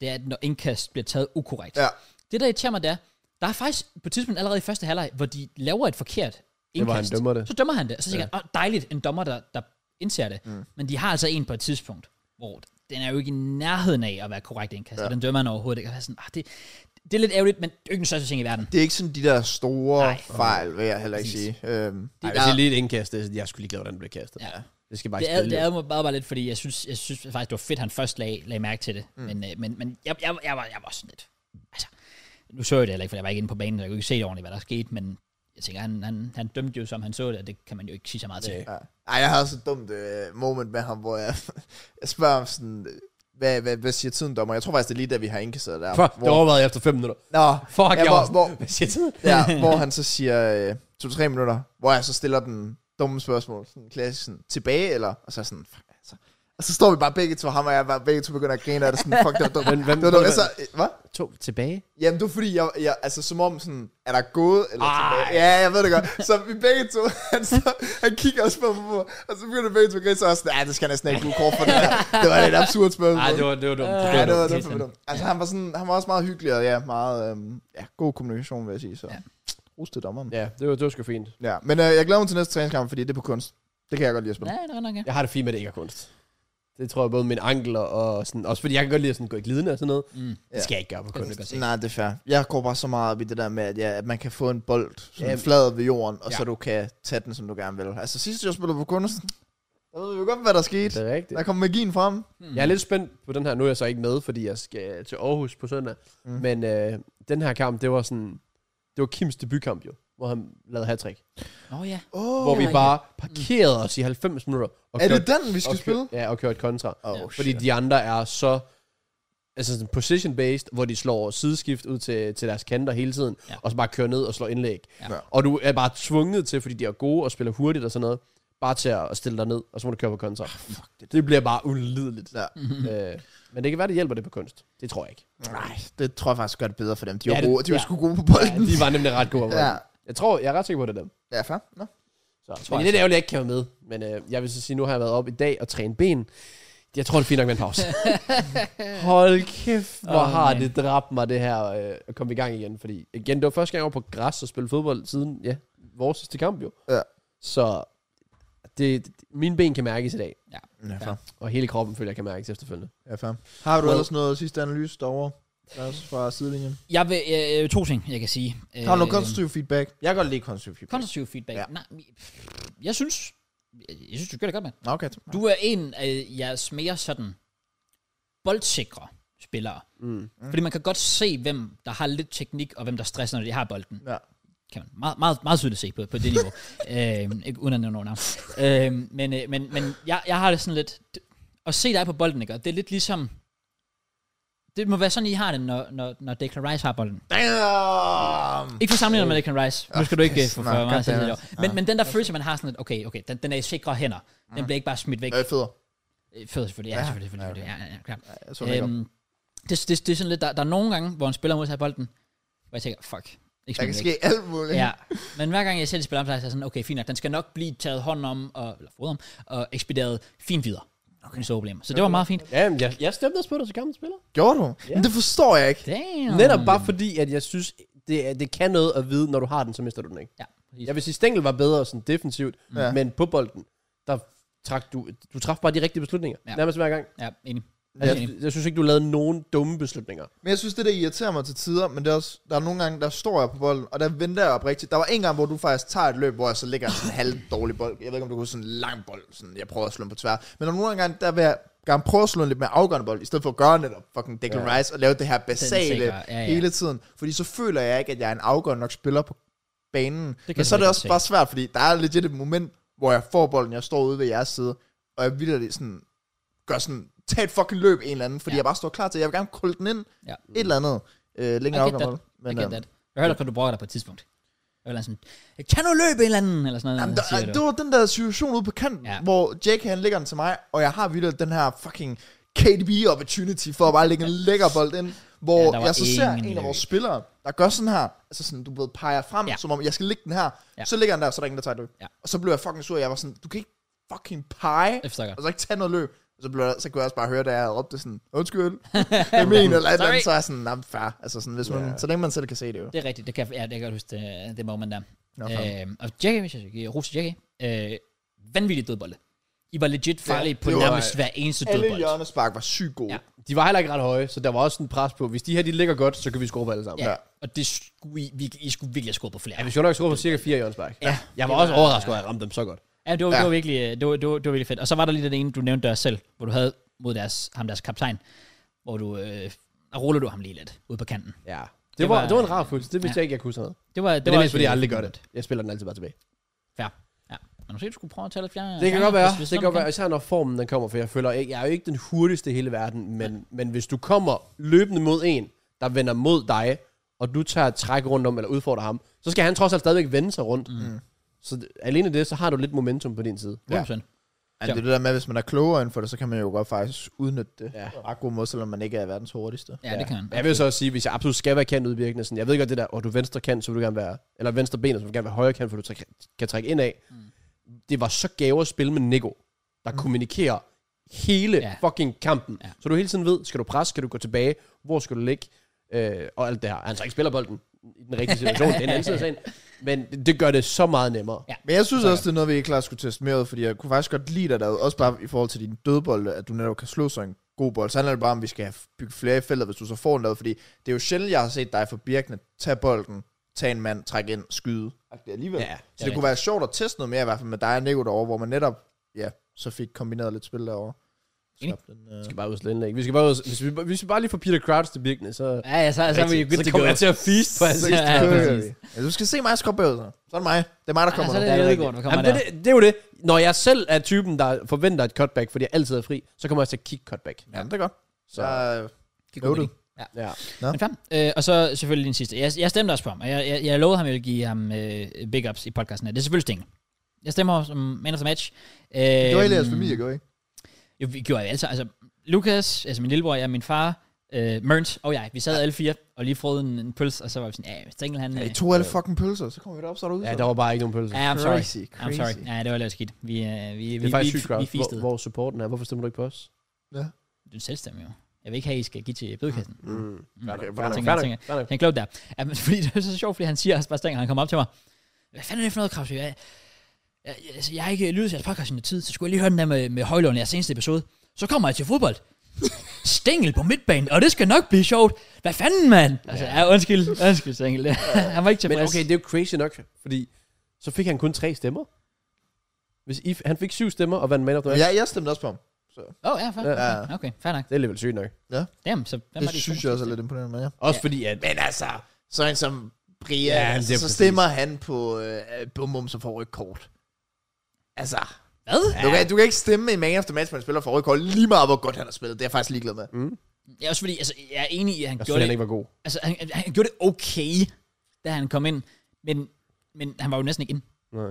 S1: det er, at når indkast bliver taget ukorrekt.
S3: Ja.
S1: Det, der irriterer mig, der, der er faktisk på et tidspunkt allerede i første halvleg, hvor de laver et forkert indkast.
S2: hvor han dømmer det.
S1: Så dømmer han det, og så tænker ja. jeg, oh, dejligt, en dommer, der, der indser det. Mm. Men de har altså en på et tidspunkt, hvor den er jo ikke i nærheden af at være korrekt indkast, ja. og den dømmer han overhovedet ikke. Og jeg er sådan, ah, det, det er lidt ærgerligt, men det er jo ikke den største ting i verden.
S3: Det er ikke sådan de der store
S1: Nej.
S3: Nej. fejl, vil jeg heller ikke
S1: Præcis.
S3: sige. Øhm,
S2: Ej, hvis
S3: det,
S2: det er lige et indkast, det, er- jeg skulle lige glade, hvordan det blev kastet.
S1: Ja.
S2: Det skal bare
S1: Det
S2: ikke
S1: er,
S2: spille.
S1: det er mig bare, bare lidt, fordi jeg synes, jeg synes faktisk, det var fedt, han først lag, lagde mærke til det. Mm. Men, øh, men, men jeg, jeg, jeg, var, jeg var sådan lidt... Altså, nu så jeg det heller ikke, for jeg var ikke inde på banen, så jeg kunne ikke se ordentligt, hvad der skete, men jeg tænker, han, han, han dømte jo, som han så det, og det kan man jo ikke sige så meget til.
S2: Nej.
S3: ja. Ej, jeg har også et dumt øh, moment med ham, hvor jeg, [laughs] jeg spørger ham sådan, hvad, hvad, hvad siger tiden, dommer? Jeg tror faktisk, det er lige da, vi har indkasseret der.
S2: Fuck, det overvejede jeg efter fem minutter.
S3: Nå,
S2: Fuck,
S3: ja,
S2: jeg var
S3: hvor, hvor,
S2: Hvad siger tiden?
S3: Ja, hvor han så siger øh, to-tre minutter, hvor jeg så stiller den dumme spørgsmål, sådan klassisk sådan, tilbage eller, og så er jeg sådan, fuck, altså. Og så står vi bare begge to, ham og jeg, bare begge to begynder at grine, og det er sådan, fuck, det var dumt.
S2: Men hvem-
S3: det var dumt. Altså, øh, hvad?
S2: To tilbage.
S3: Jamen, det var fordi, jeg, jeg, altså som om sådan, er der gået eller
S2: Ej.
S3: tilbage? Ja, jeg ved det godt. Så vi begge to, [laughs] han, så, han kigger også på mig, og så begynder begge to at grine, så er jeg sådan, ja, det skal jeg næsten ikke bruge kort for det der. Det var et absurd spørgsmål.
S2: Nej, det var, det var dumt.
S1: Øh,
S3: Ja, det var,
S1: dumt.
S3: det var, dumt. Altså, han var, sådan, han var også meget hyggelig, og ja, meget, øhm, ja, god kommunikation, vil jeg sige, så.
S1: Ja.
S3: Ja. Rus til dommeren.
S2: Ja, det var, det var sgu fint.
S3: Ja, men øh, jeg glæder mig til næste træningskamp, fordi det er på kunst. Det kan jeg godt lide at spille.
S1: Ja, det er nok, ja.
S2: Jeg har det fint med, at det ikke er kunst. Det tror jeg både mine ankler og sådan... Også fordi jeg kan godt lide at sådan gå i glidende og sådan noget.
S1: Mm.
S2: Det skal jeg ikke gøre på
S1: Det kan
S2: kunst.
S1: jeg godt se.
S3: Ja. Nej, det er fair. Jeg går bare så meget op i det der med, at, ja, at man kan få en bold sådan
S2: Ja.
S3: flad ved jorden, og ja.
S2: Ja.
S3: så du kan tage den, som du gerne vil. Altså sidste jeg spillede på kunst, der ved vi jo godt, hvad der skete.
S2: Det er rigtigt.
S3: Der kom magien frem.
S2: Jeg er lidt spændt på den her. Nu er jeg så ikke med, fordi jeg skal til Aarhus på søndag.
S3: Mm.
S2: Mm. Men øh, den her kamp, det var sådan... Det var Kims debutkamp jo, hvor han lavede hattrick.
S1: Nå ja.
S3: Oh,
S2: Hvor vi
S1: ja.
S2: bare parkerede os i 90 minutter. Og
S3: er
S2: kørte-
S3: det den, vi skal
S2: og kør-
S3: spille?
S2: Ja, og kørte kontra.
S3: Oh,
S2: Fordi de andre er så altså sådan position-based, hvor de slår sideskift ud til, til deres kanter hele tiden,
S1: Ja.
S2: ja. og så bare kører ned og slår indlæg.
S1: Ja.
S2: Ja. Og du er bare tvunget til, fordi de er gode og spiller hurtigt og sådan noget, bare til at at stille dig ned, og så må du køre på kontra.
S3: Ah, det-
S2: det, bliver bare ulideligt.
S3: Ja.
S2: [laughs] øh, men det kan være, det hjælper det på kunst. Det tror jeg
S3: [laughs]
S2: ikke.
S3: Nej, det tror jeg faktisk gør det bedre for dem. De
S2: Ja,
S3: var,
S2: det-
S3: gode, de var
S2: ja.
S3: sgu gode på
S2: Ja,
S3: bolden. [laughs]
S2: de var nemlig ret gode.
S3: Ja,
S2: ja. Jeg tror, jeg er ret sikker på, at det er dem.
S3: ja fair. Nå.
S2: Så.
S1: Tror jeg
S2: Men det er lidt ærgerligt, jeg ikke kan være med. Men øh, jeg vil så sige, nu har jeg været op i dag og træne ben. Jeg tror, det er fint nok med en
S1: [laughs]
S2: pause. Hold kæft, hvor
S1: Åh,
S2: oh, har
S1: man.
S2: det dræbt mig, det her øh, at komme i gang igen. Fordi igen, det var første gang, jeg var på græs og spille fodbold siden ja, vores sidste kamp jo.
S3: Ja.
S2: Så det, det- mine ben kan mærkes i dag.
S3: Ja, fair.
S2: Og hele kroppen føler jeg kan mærkes efterfølgende.
S3: Ja, fair. Har du
S2: Well-
S3: ellers noget sidste analyse derovre? Også fra sidelinjen.
S1: Jeg vil, øh, to ting, jeg kan sige. Øh,
S3: Har du noget konstruktiv feedback?
S2: Jeg kan godt lide konstruktiv feedback.
S1: konstruktiv feedback.
S3: Ja.
S1: Ja. Nej, vi- jeg synes, jeg, jeg synes, du gør det godt, mand.
S3: Nå, okay. Du,
S1: Du er en af jeres mere sådan boldsikre spillere.
S2: Mm.
S1: Fordi man kan godt se, hvem der har lidt teknik, og hvem der stresser, når de har bolden.
S3: Ja.
S1: Kan man meget, meget, meget tydeligt se på, på det niveau. øhm, ikke, uden at nævne nogen navn. øhm, men, øh, men, men jeg, jeg har det sådan lidt... At se dig på bolden, ikke? Og det er lidt ligesom... Det må være sådan, I har det, når, når, når Declan Rice har bolden.
S3: damn!
S1: Ikke for sammenlignet med Declan Rice. Nu skal du ikke øh, få
S3: nej,
S1: for meget
S3: goddammit.
S1: selv men, men den der følelse, man har sådan lidt, okay, okay, den, den er i sikre hænder. Den bliver ikke bare smidt væk.
S3: Øh, federe.
S1: Øh, Fed selvfølgelig, ja,
S3: Ja,
S1: selvfølgelig, selvfølgelig. selvfølgelig. Ja, ja, ja, klart.
S3: Jeg så øhm,
S1: Øhm, det, det, det er sådan lidt, der, der er nogle gange, hvor en spiller modtager bolden, hvor jeg tænker, fuck, ikke smid den
S3: Der kan ske
S1: væk.
S3: alt muligt.
S1: Ja, men hver gang jeg selv spiller om, så er jeg sådan, okay, fint nok, den skal nok blive taget hånd om, og, eller fod om, og ekspederet fint videre. Okay. Så, problem. så det var meget fint.
S2: Jamen, jeg, jeg stemte også på dig som gammel spiller.
S3: Gjorde du? Yeah. Men det forstår jeg ikke.
S1: Damn.
S2: Netop bare fordi, at jeg synes, det, er- det kan noget at vide, når du har den, så mister du den ikke.
S1: Ja, præcis.
S2: Jeg vil sige, Stengel var bedre sådan defensivt,
S3: Ja.
S2: ja. men på bolden, der trak du, du traf bare de rigtige beslutninger.
S1: Ja.
S2: Ja. Nærmest hver gang.
S1: ja enig.
S2: Altså,
S1: Ja.
S2: jeg, jeg synes ikke, du lavede nogen dumme beslutninger.
S3: Men jeg synes, det der irriterer mig til tider, men det er også, der er nogle gange, der står jeg på bolden, og der venter jeg oprigtigt. Der var en gang, hvor du faktisk tager et løb, hvor jeg så ligger sådan en halv dårlig bold. Jeg ved ikke, om du kunne sådan en lang bold, sådan jeg prøver at slå den på tvær. Men der er nogle gange, der vil jeg gerne prøve at slå en lidt mere afgørende bold, i stedet for at gøre netop fucking Declan ja. Rice og lave det her basale
S1: sikre,
S3: ja,
S1: ja,
S3: ja.
S1: ja.
S3: hele tiden. Fordi så føler jeg ikke, at jeg er en afgørende nok spiller på banen.
S1: kan
S3: Men så er
S1: jeg
S3: det
S1: godt
S3: også
S1: se.
S3: bare svært, fordi der er legit et moment, hvor jeg får bolden, jeg står ude ved jeres side, og jeg vildt sådan gør sådan, tag et fucking løb en eller anden, fordi
S1: Ja.
S3: ja. jeg bare står klar til, at jeg vil gerne kulde den ind,
S1: Ja.
S3: et eller andet, øh, længere
S1: I
S3: op
S1: get
S3: gammel.
S1: I
S3: Men,
S1: get
S3: øhm,
S1: that. Jeg hørte, at du brokker dig på et tidspunkt. Jeg var sådan, kan du løbe en eller anden? Eller sådan noget.
S3: Jamen,
S1: Jamen, siger
S3: der,
S1: du.
S3: det var den der situation ude på kanten, ja.
S1: Ja.
S3: hvor Jake han lægger den til mig, og jeg har vildt den her fucking KDB opportunity for at bare
S1: [laughs]
S3: lægge en lækker bold ind,
S1: Ja,
S3: hvor
S1: der
S3: ja,
S1: var
S3: jeg så ser
S1: ingen
S3: en af vores
S1: løb.
S3: spillere, der gør sådan her, altså sådan, du ved, peger frem, ja.
S1: Ja.
S3: som om jeg skal lægge den her, ja.
S1: Ja.
S3: så ligger han der, og så er der ingen, der tager et løb.
S1: Ja.
S3: Og så blev jeg fucking sur, jeg var sådan, du kan ikke fucking pege,
S1: Jeg forstår godt.
S3: og så ikke tage noget løb. Og så, blev jeg, så kunne jeg også bare høre, da jeg havde råbt det sådan, undskyld, jeg mener, eller et eller andet,
S1: Sorry.
S3: så er jeg sådan, nah, fair. Altså sådan, hvis man, yeah. så længe man selv kan se det jo.
S1: Det er rigtigt, det kan, ja, det kan jeg godt huske, det, det moment der.
S3: Nå, fair.
S1: Øhm, og Jackie, hvis jeg skal give ros til Jackie, øh, vanvittigt dødbolde. I var legit farlige
S3: Ja,
S1: ja, på
S3: det var-
S1: nærmest hver eneste
S3: Alle
S1: dødbold.
S3: hjørnespark var sygt gode.
S1: Ja.
S2: De var heller ikke ret høje, så der var også en pres på. Hvis de her de ligger godt, så kan vi score på alle sammen.
S1: Ja,
S2: Ja.
S3: Ja.
S1: og det skulle I, vi, I skulle virkelig have skudt på flere.
S2: Ja, vi skulle nok score på cirka fire i Jørgensberg.
S1: Ja.
S2: Jeg var også overrasket, over, at jeg ramte dem så godt.
S1: Ja, det var, ja.
S3: Ja.
S1: Det, var virkelig, øh, det, var, det, var, det var virkelig fedt. Og så var der lige den ene, du nævnte der selv, hvor du havde mod deres, ham deres kaptajn, hvor du, øh, der rullede du ham lige lidt ude på kanten.
S2: Ja. Det,
S1: Det
S2: det, var,
S1: var-
S2: det var en rar følelse. Det vidste
S1: Ja.
S2: ja. jeg ikke, jeg kunne sådan noget. Men
S1: Det var,
S2: det, det
S1: var
S2: er
S1: også
S2: mest, fordi jeg aldrig
S1: virkelig
S2: gør det. Jeg spiller den altid bare tilbage.
S1: Fair. Ja. Men måske du skulle prøve at tage lidt flere.
S2: Det kan
S1: gange,
S2: godt være.
S1: hvis- hvis
S2: Det kan
S1: sådan
S2: godt være. Især når formen den kommer, for jeg føler ikke, jeg er jo ikke den hurtigste i hele verden, men, men hvis du kommer løbende mod en, der vender mod dig, og du tager et træk rundt om, eller udfordrer ham, så skal han trods alt stadigvæk vende sig rundt. Mm. Så d- alene det, så har du lidt momentum på din side.
S1: Ja. 100%.
S3: Ja, det er det der med, at hvis man er klogere inden for det, så kan man jo godt faktisk udnytte det. Ja.
S2: Ja.
S3: Ret god måde, selvom man ikke er verdens hurtigste.
S1: Ja, det kan han.
S2: Jeg vil så også sige, hvis jeg absolut skal være kant udvirkende, sådan, jeg ved godt det der, og du er venstre kant, så vil du gerne være, eller venstre ben, så vil du gerne være højre kant, for du træk, kan trække ind af. Mm. Det var så gave at spille med Nico, der mm. kommunikerer hele
S1: Ja.
S2: ja. fucking kampen.
S1: Ja.
S2: Ja. Så du hele tiden ved, skal du presse, skal du gå tilbage, hvor skal du ligge, øh, og alt det her. Han så ikke spiller bolden i den rigtige situation, det er en anden side af
S1: [laughs]
S2: sagen, men det, det gør det så meget nemmere.
S1: Ja.
S3: Men jeg synes også, det er noget, vi ikke klart skulle teste mere ud, fordi jeg kunne faktisk godt lide dig derude, også bare i forhold til din dødbolde, at du netop kan slå sådan en god bold. Så handler det bare om, at vi skal have bygge flere i feltet, hvis du så får en derude, fordi det er jo sjældent, jeg har set dig for Birkene tage bolden, tage en mand, trække ind, skyde. Agtigt Alligevel.
S2: Ja,
S3: så det kunne være sjovt at teste noget mere, i hvert fald med dig og Nico derovre, hvor man netop, ja, så fik kombineret lidt spil derovre.
S1: Enig.
S3: Skabte en, øh, [laughs]
S2: Vi skal bare ud og slå indlæg. Vi skal bare ud, og- hvis, vi, hvis vi bare lige får Peter Crouch til Birkene, så,
S1: Ja, ja, så, så er vi jo good
S2: så
S1: to go.
S2: kommer jeg til at feast på hans
S3: Så
S1: Ja,
S3: kører
S1: præcis.
S3: vi. ja, du skal se mig skubbe bagud, så. Så er det mig. Det er mig, der
S1: Ja,
S3: kommer
S1: så er
S3: nu.
S1: det
S2: Ja, det er
S1: Ødegaard, der kommer
S2: Jamen,
S1: der.
S2: det, det, det er jo det. Når jeg selv er typen, der forventer et cutback, fordi jeg altid er fri, så kommer jeg til at kigge cutback.
S3: Ja, det er godt. Så
S2: Så,
S3: øh,
S1: Kan
S3: noted.
S2: ja.
S1: Men fair. Øh, og så selvfølgelig den sidste. Jeg, jeg stemte også på ham, og jeg, jeg, jeg lovede ham, at jeg ville give ham øh, big ups i podcasten her. Det er selvfølgelig Stengel. Jeg stemmer som man of the match. Øh,
S3: det var hele jeres familie, gjorde I ikke?
S1: Jo, vi gjorde altså. Altså, Lukas, altså min lillebror, jeg, min far, øh, Mørns og jeg, vi sad alle fire og lige frød en, en pølse, og så var vi sådan, ja, Stengel han...
S3: Ja,
S1: Øh,
S3: I tog alle fucking pølser, så kommer vi derop, så er der ude.
S2: ja, der var bare ikke nogen pølse.
S1: ja, I'm sorry.
S3: Crazy,
S1: I'm
S3: crazy.
S1: sorry. Ja, det var lidt skidt. Vi, øh, vi,
S2: Det
S1: vi,
S2: er faktisk
S1: vi,
S2: sygt,
S1: vi, vi
S2: Kraus, hvor,
S1: fistede.
S2: hvor supporten er. Hvorfor stemmer du ikke på os?
S1: Du selvstemmer jo. Jeg vil ikke have, at I skal give til bødekassen.
S2: Mm. Mm.
S3: Okay,
S2: Fair
S3: fair
S1: nok,
S2: nok, fair
S1: fair
S2: nok, fair nok.
S1: Han klogt der. Ja, men, [laughs] fordi det er så sjovt, fordi han siger også bare Stenger, han kommer op til mig. Hvad fanden er det for noget, Krause? Jeg, jeg, jeg, altså, jeg har ikke lyttet til jeres podcast i noget tid, så skulle jeg lige høre den der med, med Højlund i jeres seneste episode. Så kommer jeg til fodbold. Stengel på midtbanen, og det skal nok blive sjovt. Hvad fanden, mand? Altså, ja, undskyld, undskyld, Stengel. [laughs] han var ikke
S2: Men
S1: tilfreds.
S2: okay, det er jo crazy nok, fordi så fik han kun tre stemmer. Hvis I, han fik syv stemmer og vandt man of the
S3: Men
S2: match.
S3: jeg, jeg stemte også på ham.
S1: Åh, oh, ja, fair.
S3: Ja.
S1: Ja. Okay, fair nok.
S2: Det er alligevel sygt nok.
S1: Jamen, så hvem
S3: Det
S1: var de
S3: synes
S1: to?
S3: jeg også er lidt imponerende, men ja.
S2: Også
S1: Ja.
S2: ja. fordi, at... Men altså...
S3: Så en som Brian,
S2: Ja,
S3: ja,
S2: det
S3: altså,
S2: er
S3: så
S2: præcis.
S3: stemmer han på øh, Bum Bum, som får rødt kort. Altså,
S1: Hvad?
S3: ja. du, kan, du kan ikke stemme i man efter match, man spiller for rødt kort, lige meget hvor godt han har spillet. Det er jeg faktisk ligeglad med.
S2: Mm.
S1: Ja, også fordi, altså, jeg er enig i, at han
S2: Jeg
S1: gjorde det.
S2: synes, han ikke var god.
S1: Altså, han, han- han gjorde det okay, da han kom ind. Men, men han var jo næsten ikke ind.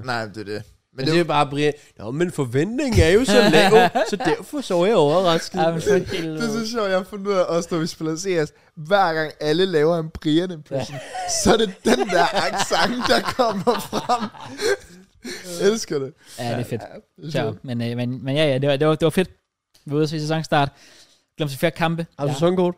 S3: Nej, det er det. Men
S2: Men
S3: det,
S2: det er jo bare Brian. Nå, men forventningen er jo så
S1: [laughs]
S2: lav, så derfor så er jeg overrasket.
S1: Ja, men for
S3: det er så sjovt, jeg har fundet ud af også, når vi spiller CS. Hver gang alle laver en Brian impression, ja. så er det den der accent, der kommer [laughs] frem. jeg elsker det.
S1: Ja, det er fedt.
S3: Det
S1: Så,
S3: er sjovt.
S1: men, øh, men, men ja, ja, det var, det var, det var fedt. Vi var ude at se sæsonstart. Glemte flere kampe.
S2: Har du
S1: Ja.
S2: sæsonkort?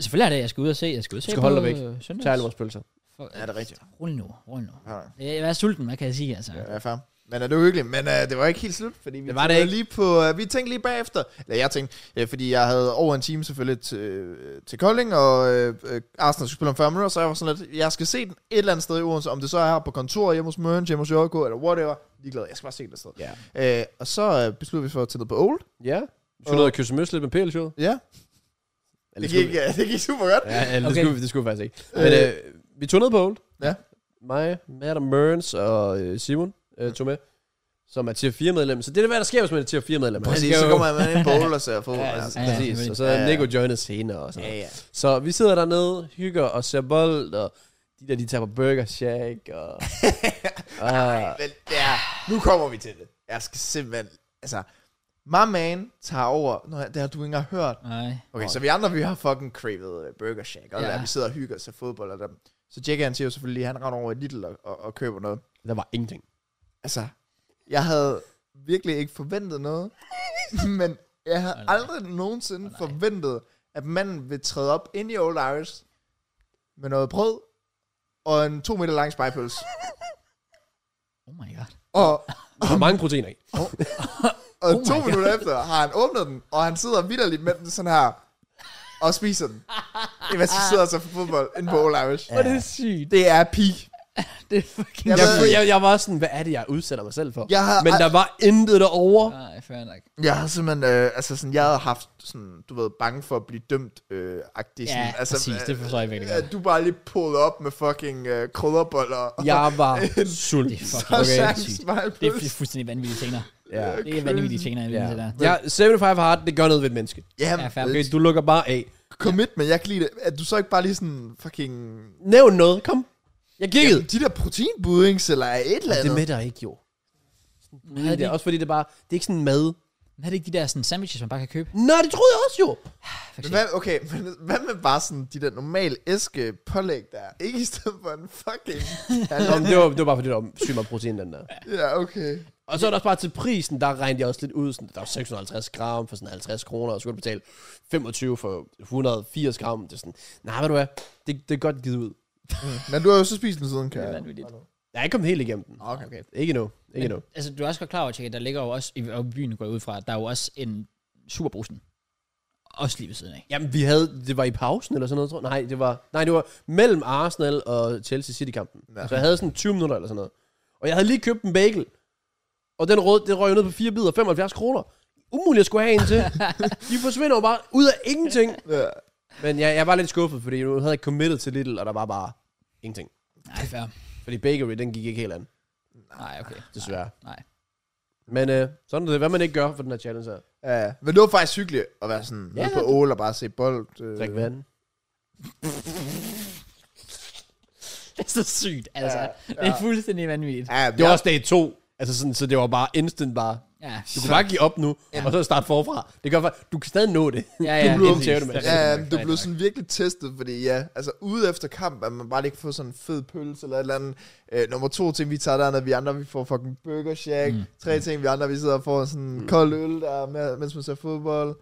S1: Selvfølgelig er det, jeg skal ud og se. Jeg skal ud og se
S2: skal holde dig væk.
S1: øh, søndags.
S2: Tag alle vores pølser.
S1: For,
S3: Ja, det er rigtigt.
S1: Rul nu, rul nu.
S3: Ja.
S1: Øh, Jeg er sulten, hvad kan jeg sige, altså?
S3: Ja, jeg er fair. Men uh, det var hyggeligt, men uh, det var ikke helt slut, fordi vi
S2: Det var det
S3: tænkte
S2: ikke.
S3: lige på, uh, vi tænkte lige bagefter, eller jeg tænkte, uh, fordi jeg havde over en time selvfølgelig til, øh, til Kolding, og uh, Arsenal skulle spille om 40 minutter, så jeg var sådan lidt, jeg skal se den et eller andet sted i Odense, om det så er her på kontoret, hjemme hos Møren, hjemme hos JK, eller whatever, ligeglad, jeg skal bare se den et sted.
S2: Ja.
S3: Uh, og så uh, besluttede vi for at tage ned på Old.
S2: Ja. Du skulle ned og kysse møs lidt med pl -showet.
S3: Ja, det gik, uh, det gik super godt.
S2: Ja, eller
S1: Okay.
S2: det, skulle, vi- det skulle vi faktisk ikke. Men øh, vi tog ned på Old.
S3: Ja.
S2: Mig, Matt og Merns og øh, Simon øh, tog med, som er tier 4 medlem. Så det er hvad der sker, hvis man er tier 4 medlem.
S3: Præcis, så kommer man ind på Old og
S2: [laughs]
S3: ser fodbold.
S2: Ja,
S3: altså.
S2: altså,
S1: Ja, ja,
S2: præcis.
S1: selvfølgelig.
S2: Og så
S3: Ja, ja.
S2: er Nico joiner senere og sådan noget.
S3: Ja, ja.
S2: Så vi sidder dernede, hygger og ser bold, og de der, de tager på Burger Shack, [laughs] og... ah,
S3: Men ja, nu kommer vi til det. Jeg skal simpelthen... Altså, my man tager over... Nå, det har du ikke engang hørt.
S1: Nej.
S3: Okay, så vi andre, vi har fucking cravet øh, Burger Shack, og
S1: Ja.
S3: ja. vi sidder og hygger os af fodbold og dem. Så Jack, han siger jo selvfølgelig, lige, han render over i Lidl og, og, og køber noget.
S2: der var ingenting.
S3: Altså, jeg havde virkelig ikke forventet noget, [laughs] men jeg havde
S1: Åh, nej.
S3: aldrig nogensinde forventet, at manden vil træde op ind i Old Irish med noget brød og en to meter lang spejpølse.
S1: Oh my god.
S3: Og
S2: Der var mange proteiner i.
S3: Og
S1: Oh
S3: oh
S1: my
S3: to
S1: God.
S3: minutter efter har han åbnet den, og han sidder vidderligt med den sådan her, og spiser den. Imens de sidder så for fodbold inde på Old Irish.
S1: Ja. det er sygt.
S3: Det er peak.
S1: Det er fucking...
S3: Jeg
S2: Jeg,
S3: ved-
S2: jeg, jeg var sådan, hvad er det, jeg udsætter mig selv for?
S3: Jeg har,
S2: Men der var intet derovre.
S1: Nej, fair nok.
S3: jeg har simpelthen, øh, altså sådan, jeg havde haft sådan, du ved, bange for at blive dømt, øh, agtig,
S1: Ja,
S3: sådan, altså,
S1: præcis, det forstår jeg virkelig godt.
S3: at du bare lige pullede op med fucking øh, krydderboller. og-
S2: Jeg var
S3: en-
S1: [laughs]
S2: sult.
S1: Det er
S3: Så
S1: fucking
S3: [laughs]
S2: okay.
S3: okay,
S1: sygt. Det er
S3: spejlpølse.
S1: fu- fuldstændig vanvittige scener.
S2: Ja.
S1: Det er vanvittige scener, vi
S2: Ja.
S1: viser der.
S2: ja, 75 hard, det gør noget ved et menneske.
S1: Ja,
S3: Ja,
S1: fair.
S2: Okay,
S3: okay.
S2: du lukker bare af.
S3: commitment, jeg kan lide det. At du så ikke bare lige sådan fucking...
S2: Nævn noget, kom. Jeg kiggede.
S3: Jamen, de der proteinbuddings, eller et eller andet.
S2: det med der ikke, jo.
S1: Havde
S2: mm, Det
S1: de,
S2: er også fordi, det er bare, det er ikke sådan mad.
S1: havde de ikke de der sådan, sandwiches, man bare kan købe?
S2: Nå, det troede jeg også, jo.
S1: For
S3: Men
S1: eksempel.
S3: Hvad, okay, [laughs] men hvad med bare sådan de der normale æske pålæg der? Ikke i stedet for en fucking...
S2: [laughs] Nå, men det var, det var bare fordi, der var sygt meget protein, i den der.
S3: ja, okay.
S2: Og så er der også bare til prisen, der regnede jeg også lidt ud. Sådan, der var 650 gram for sådan 50 kroner, og så skulle du betale 25 for 180 gram. Det er sådan, nej, ved du hvad, det, det er godt givet ud.
S3: Mm. Men du har jo så spist den siden, kan
S1: Det er
S3: jeg.
S1: vanvittigt.
S2: Jeg er ikke kommet helt igennem den.
S3: Okay. okay.
S2: Ikke endnu. Ikke endnu.
S1: Men, altså, du er også godt klar over, Tjek, at der ligger jo også, i og i byen går jeg ud fra, at der er jo også en superbrusen. Også lige ved siden af.
S2: Jamen, vi havde, det var i pausen eller sådan noget, tror jeg. Nej, det var, nej, det var mellem Arsenal og Chelsea City-kampen.
S3: Ja.
S2: Så jeg havde sådan 20 minutter eller sådan noget. Og jeg havde lige købt en bagel. Og den rød, det røg jo ned på fire bidder, 75 kroner. Umuligt at skulle have en til.
S3: [laughs]
S2: De forsvinder jo bare ud af ingenting.
S3: Ja.
S2: Men jeg, jeg var lidt skuffet, fordi nu havde jeg committed til Little, og der var bare ingenting.
S1: Nej, fair.
S2: Fordi bakery, den gik ikke helt an,
S1: Nej, okay.
S2: desværre.
S1: Nej.
S2: Men øh, sådan er det, hvad man ikke gør for den her challenge her.
S3: ja. Men det var faktisk hyggeligt at være sådan
S2: Ja,
S3: ja, på
S2: det-
S3: ål og bare se bold. Øh.
S2: Drik vand.
S1: [laughs] Det er så sygt, altså. Ja,
S3: Ja,
S1: ja. Det er fuldstændig vanvittigt.
S3: Ja,
S2: Det var også dag to. Altså sådan, så det var bare instant bare.
S1: Ja,
S2: Du kan bare give op nu, og så starte forfra. Det gør faktisk, du kan stadig nå det.
S1: ja,
S2: [laughs] du
S1: ja.
S2: blev-
S1: præcis.
S2: Ja, du blev
S1: Fair
S3: Ja,
S1: nok,
S3: men
S1: fair
S3: du blev
S1: nok.
S3: sådan virkelig testet, fordi ja, altså ude efter kamp, at man bare lige kan få sådan en fed pølse eller et eller andet. Øh, nummer to ting, vi tager dernede, vi andre, vi får fucking Burger Shack.
S1: Mm.
S3: Mm. Tre ting, vi andre, vi sidder og får sådan en mm. kold øl, der, med, mens man ser fodbold.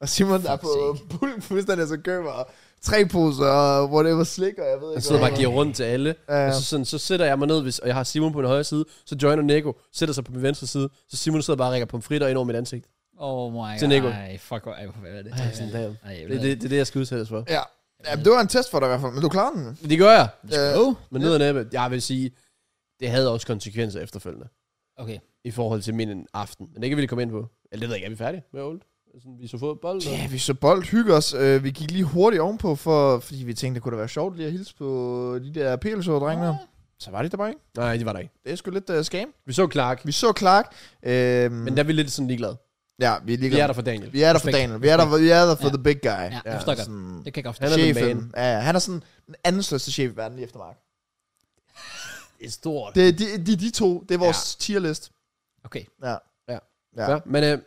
S3: Og Simon der er på pulk fuldstændig, så køber tre poser og whatever slik, og jeg ved ikke
S2: Jeg sidder bare og
S3: hvad.
S2: giver rundt til alle.
S3: Ja.
S2: Og så, sådan, så sætter jeg mig ned, hvis, og jeg har Simon på den højre side. Så joiner Nico, sætter sig på min venstre side. Så Simon sidder bare og rækker pomfritter ind over mit ansigt.
S1: Oh my
S2: Til Nico.
S1: god. Ej, fuck, hvor ej, hvor- hvad er det?
S2: Ej, sådan, damn.
S1: Ej, jeg ved
S2: Det, det, det er det, jeg skal udsættes for.
S3: Ja. ja det var en test for dig i hvert fald, men du klarede den.
S2: Det gør jeg.
S3: Øh,
S1: Oh,
S2: Men ned og næppe, jeg vil sige, det havde også konsekvenser efterfølgende.
S1: okay.
S2: I forhold til min aften. Men det kan vi lige komme ind på. Eller det ved jeg ikke, er vi færdige med old? Sådan, vi så fodbold? og-
S3: ja, vi så bold, hygge os. Øh, vi gik lige hurtigt ovenpå, for, fordi vi tænkte, det kunne da være sjovt lige at hilse på de der PLS-drenge der. Så var det der bare ikke.
S2: Nej, det var der ikke.
S3: Det er sgu lidt uh, skam.
S2: Vi så Clark,
S3: Vi så Clark. Øh,
S2: men der er vi lidt sådan ligeglade.
S3: ja, vi er,
S2: Vi er
S3: ligeglade.
S2: der for Daniel.
S3: Vi er der for
S1: Respekt.
S3: Daniel. Vi er der for, vi er der for
S1: Ja.
S3: the big guy.
S1: Ja, jeg forstår godt.
S3: sådan,
S1: Det kan jeg godt
S2: Han
S1: forstå.
S2: er the
S3: chefen.
S2: man.
S3: Ja, ja, han er sådan den anden største chef i verden lige efter Mark.
S2: Det er stort.
S3: Det er de, de, de to. Det er vores ja. tier list.
S1: Okay.
S3: Ja.
S2: Ja.
S3: Ja.
S2: ja. Men øh, ja,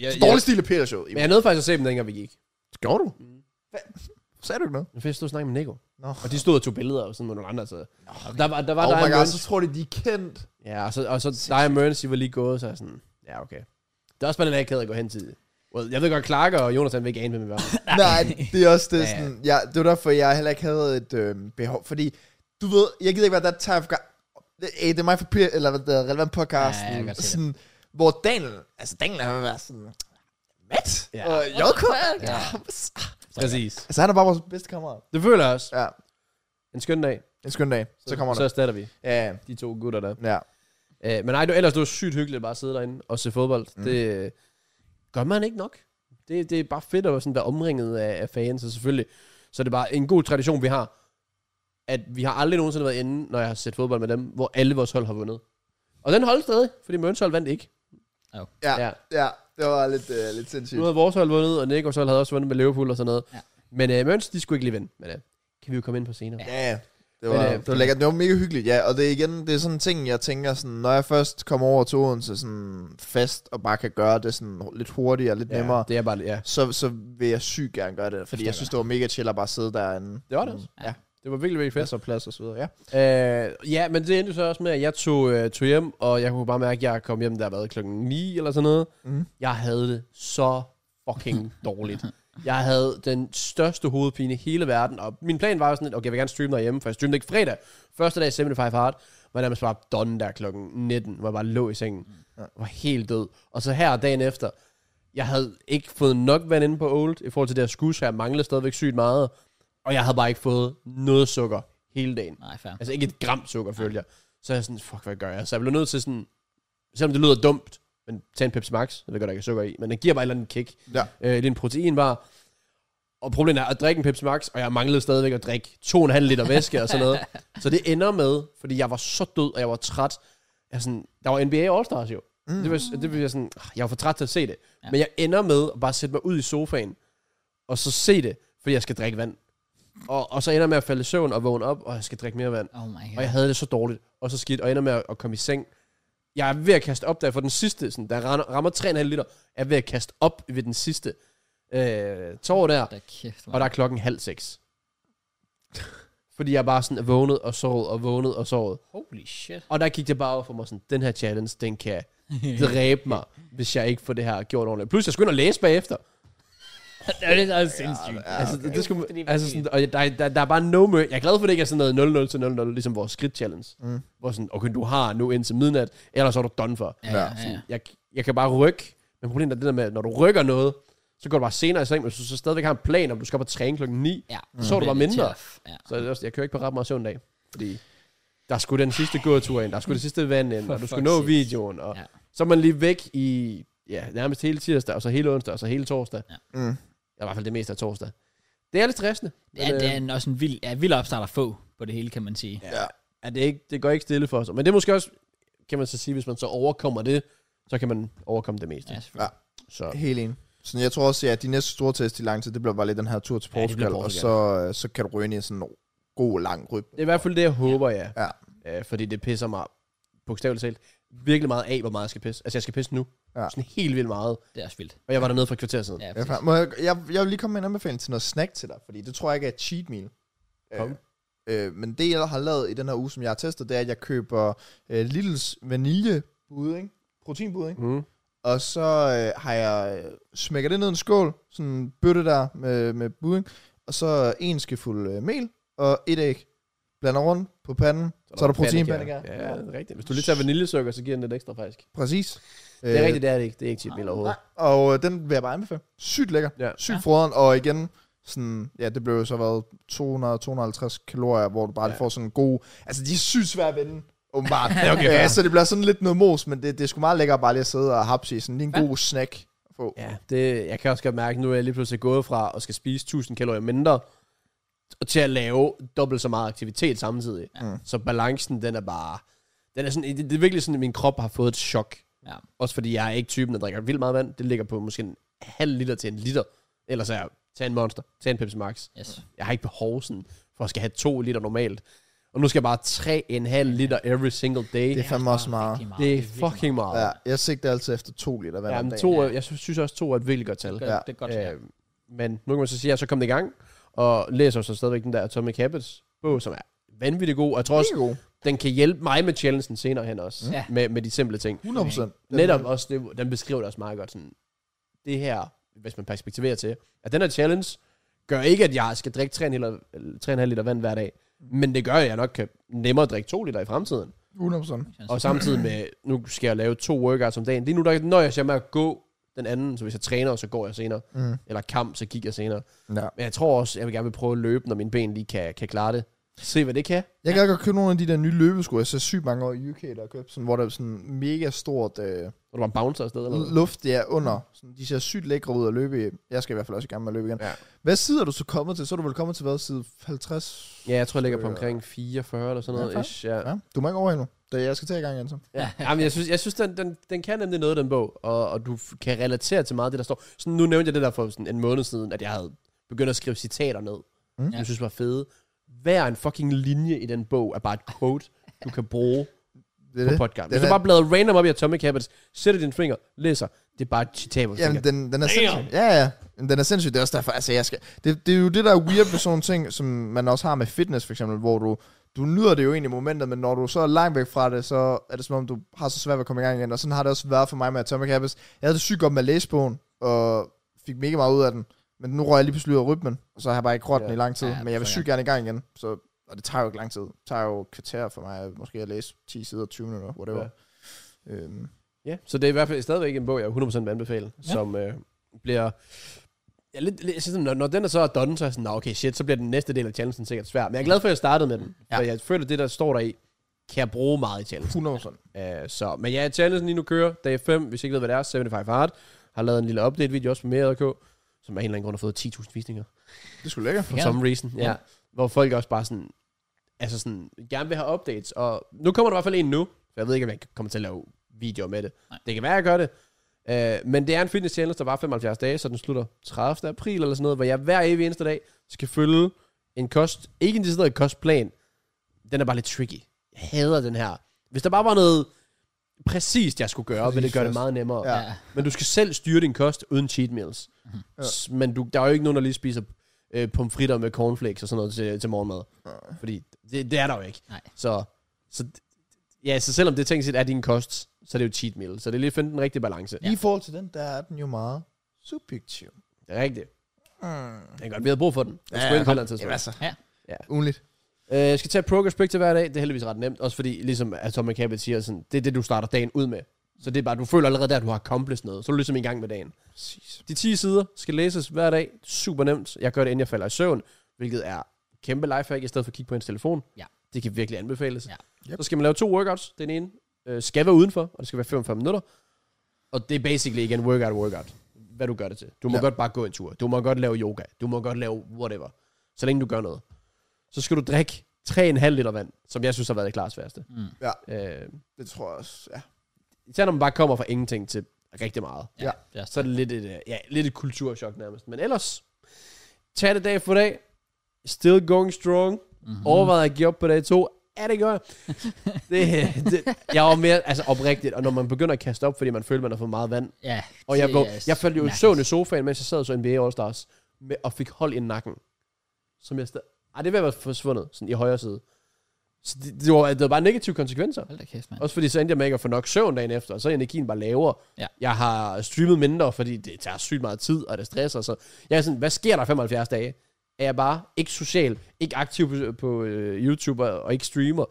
S2: jeg,
S3: Så
S2: jeg,
S3: Dårlig stil af Peter Show.
S2: men jeg nåede faktisk at se dem, dengang vi gik.
S3: Gjorde du?
S2: Mm.
S3: Hvad? Sagde du ikke noget?
S2: Men jeg stod og snakkede med Nico.
S3: Nå.
S2: Og de stod og tog billeder og sådan med nogle andre. Så. Okay. Der var der, var
S3: Oh
S2: der
S3: my
S2: en
S3: god,
S2: Mørns-
S3: så tror de, de er kendt.
S2: Ja, og så, og så dig og Mørns, I var lige gået, så er jeg sådan, ja, okay. Det er også bare den her kæde at gå hen til. Well, jeg ved godt, Clark og Jonas, han vil ikke ane, hvem vi var.
S3: [laughs] Nej, det er også det.
S1: Ja.
S3: Sådan, ja, det var derfor, jeg heller ikke havde et øh, behov. Fordi, du ved, jeg gider ikke være that type of guy. Eh, Det er mig for peer, eller hvad det er, relevant podcast.
S1: Ja, jeg kan godt se
S3: sådan, hvor Daniel, altså Daniel, han vil være sådan, Matt?
S2: Ja.
S3: Ja. Og JK?
S1: Ja.
S3: Ja.
S2: Præcis.
S3: Altså, han er bare vores bedste kammerat.
S2: Det føler jeg også.
S3: Ja,
S2: En skøn dag.
S3: en skøn dag. Så, så kommer
S2: Så
S3: der.
S2: erstatter vi
S3: Ja, ja,
S2: de to gutter der.
S3: ja.
S2: Øh, men nej, du, ellers det var sygt hyggeligt bare at sidde derinde og se fodbold. Mm.
S3: Mm.
S2: Det øh, gør man ikke nok. Det, det er bare fedt at sådan være omringet af, af fans, og selvfølgelig. Så det er bare en god tradition, vi har. At vi har aldrig nogensinde været inde, når jeg har set fodbold med dem, hvor alle vores hold har vundet. Og den holdt stadig, fordi Mørns hold vandt ikke.
S3: Ja,
S2: Ja.
S3: ja. ja. Det var lidt, øh, lidt sindssygt.
S2: Nu havde vores hold vundet, og Nikos hold havde også vundet med Liverpool og sådan noget. Ja.
S1: Ja.
S2: Men øh, Mørns, de skulle ikke lige vinde. Men øh, kan vi jo komme ind på senere. Ja.
S3: Ja, ja. Det var,
S2: Men, øh,
S3: det var lækkert. Det var mega hyggeligt, ja. Og det er igen, det er sådan en ting, jeg tænker sådan, når jeg først kommer over til Odense sådan fast, og bare kan gøre det sådan lidt hurtigere, lidt ja. nemmere,
S2: det er bare, ja.
S3: så, så vil jeg sygt gerne gøre det. Fordi
S1: Forstår
S3: jeg synes, det var mega chill at bare sidde derinde.
S2: Det var det også.
S1: Ja.
S2: Mm. Det var virkelig, virkelig fedt.
S3: Plads og plads og så videre, ja.
S2: Øh, ja, men det endte jo så også med, at jeg tog, øh, tog hjem, og jeg kunne bare mærke, at jeg kom hjem, der var klokken 9 eller sådan noget.
S3: Mm.
S2: Jeg havde det så fucking dårligt. Jeg havde den største hovedpine i hele verden, og min plan var jo sådan, lidt, okay, jeg vil gerne streame derhjemme, for jeg streamede ikke fredag. Første dag i 75 Hard, var jeg nærmest bare done der klokken 19, hvor jeg bare lå i sengen.
S3: Ja.
S2: Jeg var helt død. Og så her dagen efter, jeg havde ikke fået nok vand inde på Old, i forhold til det her skus her, jeg manglede stadigvæk sygt meget, og jeg havde bare ikke fået noget sukker hele dagen.
S1: Nej, fair.
S2: Altså ikke et gram sukker, følger jeg. Så er jeg sådan, fuck, hvad gør jeg? Så jeg blev nødt til sådan, selvom det lyder dumt, men tag en Pepsi Max, jeg ved godt, der ikke er sukker i, men den giver bare et eller andet kick.
S3: Ja.
S2: Øh, det er en proteinbar. Og problemet er at drikke en Pepsi Max, og jeg manglede stadigvæk at drikke 2,5 liter væske og sådan noget. Så det ender med, fordi jeg var så død, og jeg var træt. Jeg er sådan, der var NBA All-Stars jo. Mm. Det, var, det var jeg sådan, "Ah, jeg var for træt til at se det. Ja.
S1: Ja.
S2: Men jeg ender med at bare sætte mig ud i sofaen, og så se det, fordi jeg skal drikke vand. Og, og så ender jeg med at falde i søvn og vågne op, og jeg skal drikke mere vand.
S1: Oh my
S2: Og jeg
S1: god.
S2: havde det så dårligt, og så skidt, og ender med at, at komme i seng. Jeg er ved at kaste op, der for den sidste, sådan, der rammer, rammer 3,5 liter, jeg er ved at kaste op ved den sidste øh, tår der,
S1: Da kæft,
S2: og der er klokken halv seks. Fordi jeg bare sådan er vågnet og sovet, og vågnet og sovet.
S1: Holy shit.
S2: [laughs] Og der gik det bare op for mig sådan, den her challenge, den kan dræbe mig, hvis jeg ikke får det her gjort ordentligt. Plus, jeg skulle ind og læse bagefter.
S1: det er også sindssygt.
S3: Ja,
S2: Altså, det, det
S1: Ah, Det
S2: skulle,
S1: er
S2: altså sådan, og der, der, der er bare no mø. Jeg er glad for, at det ikke er sådan noget 0-0 til 0-0, ligesom vores skridt-challenge. Mm.
S3: Mm.
S2: Hvor sådan, okay, du har nu indtil midnat, ellers er du done for.
S1: Ja, ja, ja.
S2: Jeg, jeg kan bare rykke, men problemet er det der med, at når du rykker noget, så går du bare senere i seng, men hvis du så stadigvæk har en plan, om du skal op og træne klokken 9,
S1: ja.
S2: Mm. så er du bare
S1: Det er
S2: mindre.
S1: tough. Ja.
S2: så er det også, jeg kører ikke på ret meget søvn dag, fordi der skulle den sidste gåtur ind, der skulle det sidste vand ind,
S1: For
S2: og du skulle
S1: fuck's
S2: nå
S1: sake.
S2: videoen, og
S1: Ja.
S2: så er man lige væk i ja, nærmest hele tirsdag, og så hele onsdag, og så hele torsdag.
S3: Mm.
S2: Ja, i hvert fald det meste af torsdag. Det er lidt stressende.
S1: Ja,
S2: men,
S1: det
S2: øh,
S1: er en, også en vild, ja, vild opstart at få på det hele, kan man sige.
S3: Ja.
S2: Ja, det, er ikke, det går ikke stille for os. Men det er måske også, kan man så sige, hvis man så overkommer det, så kan man overkomme det meste.
S1: Ja,
S2: Ja.
S1: selvfølgelig.
S2: Så
S3: Helt enig. Så jeg tror også, at de næste store test i lang tid, det bliver bare lidt den her tur til
S1: Ja, det bliver
S3: Portugal, og så, øh, så kan du ryge ind i sådan en god, lang ryb.
S2: det er i hvert fald det, jeg håber, ja.
S3: Ja.
S2: ja. Øh, fordi det pisser mig, bogstaveligt talt, virkelig meget af, hvor meget jeg skal pisse. Altså, jeg skal pisse nu. Ja.
S3: Ja.
S2: Sådan helt vildt meget.
S1: Det er også vildt.
S2: Og jeg var dernede for et kvarter siden. Ja.
S1: Ja,
S3: Ja,
S1: præcis.
S3: fra- må jeg, jeg, jeg vil lige komme med en anbefaling til noget snack til dig, fordi det tror jeg ikke er et cheat meal.
S2: Kom.
S3: Øh, men det, jeg har lavet i den her uge, som jeg har testet, det er, at jeg køber øh, Lidls vaniljebude, ikke? proteinbude, ikke?
S2: Mm.
S3: og så øh, har jeg øh, smækker det ned i en skål, sådan en bøtte der med, med budding, og så en skefuld øh, mel og et æg. blander rundt på panden, så er der proteinpandekager.
S2: Ja, ja, det er rigtigt. Hvis du lige tager vaniljesukker, så giver den lidt ekstra faktisk.
S3: Præcis.
S2: Det er rigtigt, det er det ikke. Det er ikke chip meal overhovedet.
S3: Og øh, den vil jeg bare anbefale. Sygt lækker.
S2: Ja.
S3: Sygt froderen. Og igen, sådan, ja, det blev jo så været 200-250 kalorier, hvor du bare
S2: Ja.
S3: ja. får sådan en god... Altså, de er sygt svære at vinde.
S2: [laughs]
S3: Åbenbart.
S2: okay, fair.
S3: ja, så det bliver sådan lidt noget mos, men det, det er sgu meget lækkert bare lige at sidde og hapse i sådan lige en god snack. at Få.
S2: Ja, det, jeg kan også godt mærke, nu er jeg lige pludselig gået fra at skal spise 1000 kalorier mindre, og til at lave dobbelt så meget aktivitet samtidig.
S3: Mm.
S2: Så balancen, den er bare... Den er sådan, det, det er virkelig sådan, at min krop har fået et chok.
S1: Ja.
S2: Også fordi jeg er ikke typen, der drikker vildt meget vand. Det ligger på måske en halv liter til en liter. Ellers er jeg, tag en Monster, tag en Pepsi Max.
S1: Yes.
S2: Jeg har ikke behov sådan, for at skal have to liter normalt. Og nu skal jeg bare tre en halv liter every single day.
S3: Det er
S2: Det,
S3: fandme også meget.
S1: rigtig meget.
S2: det er
S1: virkelig meget.
S2: fucking meget.
S3: Ja, jeg sigter altid efter to liter vand
S2: Ja,
S3: om
S2: men
S3: dagen.
S2: to, er- jeg sy- synes også, to er et virkelig godt tal.
S1: Godt,
S3: Ja.
S1: Det er godt. ja.
S2: Øh, men nu kan man så sige, at jeg så kom det i gang, og læser så stadigvæk den der Atomic Habits bog, som er vanvittig god, og jeg tror også,
S3: Mega god.
S2: den kan hjælpe mig med challengen senere hen også,
S1: Ja.
S2: med, med de simple ting.
S3: 100 procent.
S2: Netop også, det, den beskriver det også meget godt, sådan, det her, hvis man perspektiverer til, at den her challenge gør ikke, at jeg skal drikke 3,5 liter, 3,5 liter vand hver dag,
S1: Mm.
S2: men det gør, at jeg nok kan nemmere drikke 2 liter i fremtiden.
S3: 100 procent.
S2: Og samtidig med, nu skal jeg lave to workouts om dagen. Lige nu der nøjes jeg med at gå den anden, så hvis jeg træner, så går jeg senere.
S3: Mm.
S2: Eller kamp, så gik jeg senere.
S3: Ja.
S2: Men jeg tror også, jeg vil gerne vil prøve at løbe, når mine ben lige kan, kan klare det. Se, hvad det kan.
S3: Jeg kan godt købe nogle af de der nye løbesko. Jeg ser sygt mange år i UK, der har købt sådan, hvor der er sådan mega stort øh,
S2: Når du var en bouncer afsted eller noget.
S3: luft, der er under. Sådan, de ser sygt lækre ud at løbe i. Jeg skal i hvert fald også i gang med at løbe igen.
S2: Ja.
S3: Hvad side er du så kommet til? Så er du vel kommet til hvad? Side 50?
S2: Ja, jeg tror, jeg ligger på omkring 44 eller sådan
S3: Ja,
S2: noget. Ja,
S3: tak.
S2: ish, ja.
S3: Ja, du må ikke over endnu. Da jeg skal til i gang igen så.
S2: ja. Jamen, jeg synes, jeg synes den, den, den kan nemlig noget, den bog. Og, og du f- kan relatere til meget af det, der står. Så nu nævnte jeg det der for sådan en måned siden, at jeg havde begyndt at skrive citater ned. Mm.
S3: Mm.
S2: Jeg synes var fede. Hver en fucking linje i den bog er bare et quote, du kan bruge
S3: Det er
S2: på
S3: det.
S2: podcast. Hvis
S3: Den
S2: du
S3: er-
S2: bare bladrer random op i Atomic Habits, sætter din finger, læser, det er bare et citat, hvor du
S3: Jamen,
S2: tænker,
S3: den, den er sindssyg. Ja, ja. Men Den er sindssyg. Det er også derfor, altså jeg skal... Det, det er jo det, der er weird ved sådan nogle ting, som man også har med fitness for eksempel, hvor du... Du nyder det jo egentlig i momentet, men når du så er langt væk fra det, så er det som om, du har så svært ved at komme i gang igen. Og sådan har det også været for mig med Atomic Habits. Jeg havde det sygt godt med at læse bogen, og fik mega meget ud af den. Men nu røg jeg lige pludselig ud af rytmen, og så har jeg bare ikke rådt den
S2: Ja.
S3: i lang tid.
S1: Ja,
S3: men jeg vil
S1: forstår
S3: sygt gerne i gang igen, så... Og det tager jo ikke lang tid. Det tager jo et kvarter for mig, måske at læse 10 sider, 20 minutter, whatever. Ja. Øhm,
S2: Ja, så det er i hvert fald stadigvæk en bog, jeg 100% vil anbefale, ja.
S1: Ja.
S2: som øh, bliver... Ja, lidt, lidt, sådan, når, når den er så er done, så er jeg sådan, "Nå, okay, shit, så bliver den næste del af challengen sikkert svær. Men jeg er glad for, at jeg startede med den, ja.
S1: Ja.
S2: for jeg føler, at det, der står der i, kan jeg bruge meget i challengen.
S3: 100%.
S2: Uh, så, men ja, challengen lige nu kører, dag 5, hvis I ikke ved, hvad det er, 75 Hard, har lavet en lille update-video også på mere.dk, som af en eller anden grund har fået 10.000 visninger
S3: Det skulle lækkert.
S2: for
S1: Ja.
S2: some reason. Ja.
S1: Ja.
S2: Hvor folk også bare sådan, altså sådan, gerne vil have updates. Og nu kommer der i hvert fald en nu, for jeg ved ikke, om jeg kommer til at lave videoer med det. Nej.
S1: Nej.
S2: Det kan være, jeg gør det. Uh, men det er en fitness challenge, der var 75 dage, så den slutter 30. april eller sådan noget, hvor jeg hver evig eneste dag skal følge en kost, ikke en decideret kostplan. Den er bare lidt tricky. Jeg hader den her. Hvis der bare var noget præcist, jeg skulle gøre, ville det gøre det
S3: Præcist.
S2: meget nemmere.
S3: Ja.
S1: Ja.
S2: Men du skal selv styre din kost uden cheat meals. Mm.
S3: Ja.
S2: Ja. Men du, der er jo ikke nogen, der lige spiser øh, pomfritter med cornflakes og sådan noget til, til morgenmad.
S3: Nej.
S2: Fordi det, det er der jo ikke.
S1: Nej.
S2: Så, så, ja, så selvom det tænkt set er din kost, så er det jo cheat meal. Så det er lige at finde den rigtige balance.
S3: I forhold til den, der er den jo meget subjektiv.
S2: Det er rigtigt.
S3: Mm.
S2: Det er godt, vi havde brug for den. Jeg skulle ja, ja,
S3: Jamen
S2: tidspunkt.
S3: altså.
S1: Ja.
S2: Ja.
S3: Ugenligt.
S2: Øh, jeg skal tage progress picture hver dag. Det er heldigvis ret nemt. Også fordi, ligesom Atomic Habits siger, sådan, det er det, du starter dagen ud med. Så det er bare, du føler allerede der, at du har accomplished noget. Så er du ligesom i gang med dagen.
S3: Præcis.
S2: De 10 sider skal læses hver dag. Super nemt. Jeg gør det, inden jeg falder i søvn, hvilket er kæmpe lifehack, i stedet for at kigge på ens telefon.
S1: Ja.
S2: Det kan virkelig anbefales.
S1: Ja.
S3: Yep.
S2: Så skal man lave to workouts. Den ene øh, skal være udenfor, og det skal være 45 minutter. Og det er basically igen workout, workout. Hvad du gør det til. Du må ja.
S3: Ja.
S2: godt bare gå en tur. Du må godt lave yoga. Du må godt lave whatever. Så længe du gør noget. Så skal du drikke 3,5 liter vand, som jeg synes har været det klart sværeste.
S1: Mm.
S2: Øh,
S3: Det tror jeg også, ja.
S2: især når man bare kommer fra ingenting til rigtig meget
S1: Ja.
S3: Ja.
S1: Det er
S2: så er det lidt et, øh, ja, lidt et kulturschok nærmest. Men ellers, tag det dag for dag. Still going strong.
S1: Mhm.
S2: Mm-hmm. Overvejede at give op på dag to. Ja, det gør jeg. det, det, jeg var mere altså, oprigtigt, og når man begynder at kaste op, fordi man føler, man har for meget vand.
S1: Ja.
S2: Og jeg,
S1: det
S2: våg,
S1: er
S2: jeg faldt jo i
S1: mærkeligt.
S2: søvn i sofaen, mens jeg sad og så NBA All-Stars, med, og fik hold i nakken. Som jeg stadig... Ej, det var være forsvundet, sådan i højre side. Så det, det, var, det var bare negative konsekvenser.
S1: Hold da kæft, mand.
S2: Også fordi så endte jeg med ikke at få nok søvn dagen efter, og så er energien bare lavere.
S1: Ja.
S2: Jeg har streamet mindre, fordi det tager sygt meget tid, og det stresser. Så jeg er sådan, hvad sker der 75 dage? er jeg bare ikke social, ikke aktiv på, på øh, YouTube og, og ikke streamer.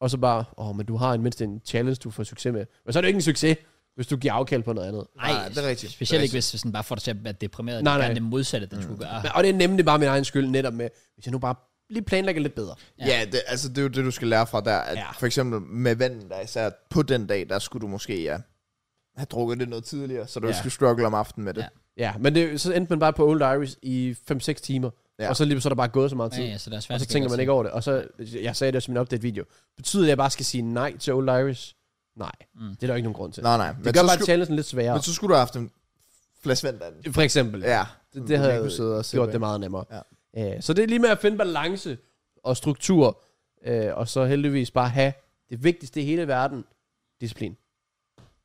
S2: Og så bare, åh, men du har en, mindst en challenge, du får succes med. Men så er det jo ikke en succes, hvis du giver afkald på noget andet.
S1: Nej,
S3: Nej, det er rigtigt.
S1: Specielt
S3: Det er
S1: ikke, hvis hvis den bare får dig til at være deprimeret.
S2: Nej,
S1: Nej, det er
S2: nej.
S1: det modsatte, den skulle gøre.
S2: Men- Og det er nemlig bare min egen skyld netop med, hvis jeg nu bare lige planlægger lidt bedre.
S1: Ja.
S3: Ja, ja det, altså det er jo det, du skal lære fra der. At
S2: Ja.
S3: ja. For eksempel med vandet, der især på den dag, der skulle du måske ja, have drukket det noget tidligere, så du
S2: Ja.
S3: ja. skulle struggle om aftenen med det.
S1: Ja.
S3: Ja.
S2: Ja, men det, så endte man bare på Old Irish i 5-6 timer. Ja.
S3: Ja.
S2: Og så lige så er der bare gået så meget tid.
S1: Ja, ja, så det er svært
S2: og så
S1: at
S2: tænker
S1: gøre
S2: man
S1: til.
S2: ikke over det. Og så, jeg sagde det også i min update-video. Betyder det, at jeg bare skal sige nej til Old Irish? Nej, mm. det er der jo ikke nogen grund til.
S3: Nej, nej.
S2: det
S3: Men,
S2: gør
S3: så
S2: bare
S3: skulle,
S2: challengen lidt sværere.
S3: men så skulle du have haft en flaske vand derinde.
S2: For eksempel.
S3: Ja.
S2: Det,
S3: Du
S2: det havde
S3: ikke kunne sidde
S2: jeg
S3: og se
S2: gjort
S3: på.
S2: det meget nemmere. Ja. Øh, så det er lige med at finde balance og struktur, øh, og så heldigvis bare have det vigtigste i hele verden, disciplin.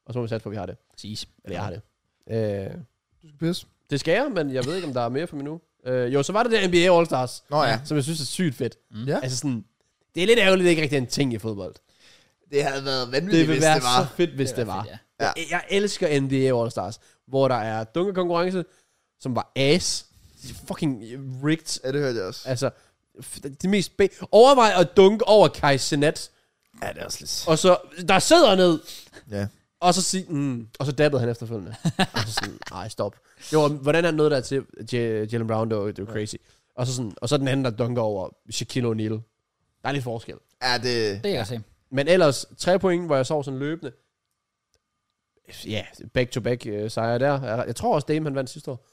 S2: Og så må vi satse på, at vi har det.
S1: Præcis.
S2: Eller jeg har det. Øh,
S3: Du skal pisse.
S2: det skal jeg, men jeg ved ikke, om der er mere for mig nu. Øh, jo, så var det der NBA All-Stars,
S3: Nå ja.
S2: som jeg synes er sygt fedt.
S1: Mm.
S3: Ja.
S2: Altså sådan, det er lidt ærgerligt, det ikke rigtig er en ting i fodbold.
S3: Det havde været vanvittigt,
S2: Det ville
S3: hvis
S2: være
S3: det var.
S2: så fedt, hvis det, det var.
S1: Ja.
S3: Ja.
S2: Jeg, jeg elsker NBA All-Stars, hvor der er dunkekonkurrence, som var ass, fucking rigged,
S3: Ja, det hørte jeg også.
S2: Altså, f- det mest... Be- Overvej at dunke over Kai Sinat,
S3: Ja, det er også lidt...
S2: og så... Der sidder ned,
S3: Ja.
S2: og så sig, mm, og så dabbede han
S3: [laughs]
S2: efterfølgende. og så sådan, ej, stop. Det var, hvordan er noget der til J- Jalen Brown, det var, det var crazy. Og så, sådan, og så den anden, der dunker over Shaquille O'Neal. Der er lidt forskel.
S3: Ja, det...
S1: Det kan jeg se.
S2: Men ellers, tre point, hvor jeg sov sådan løbende. Ja, back-to-back øh, sejre der. Jeg, jeg tror også, Dame han vandt sidste år.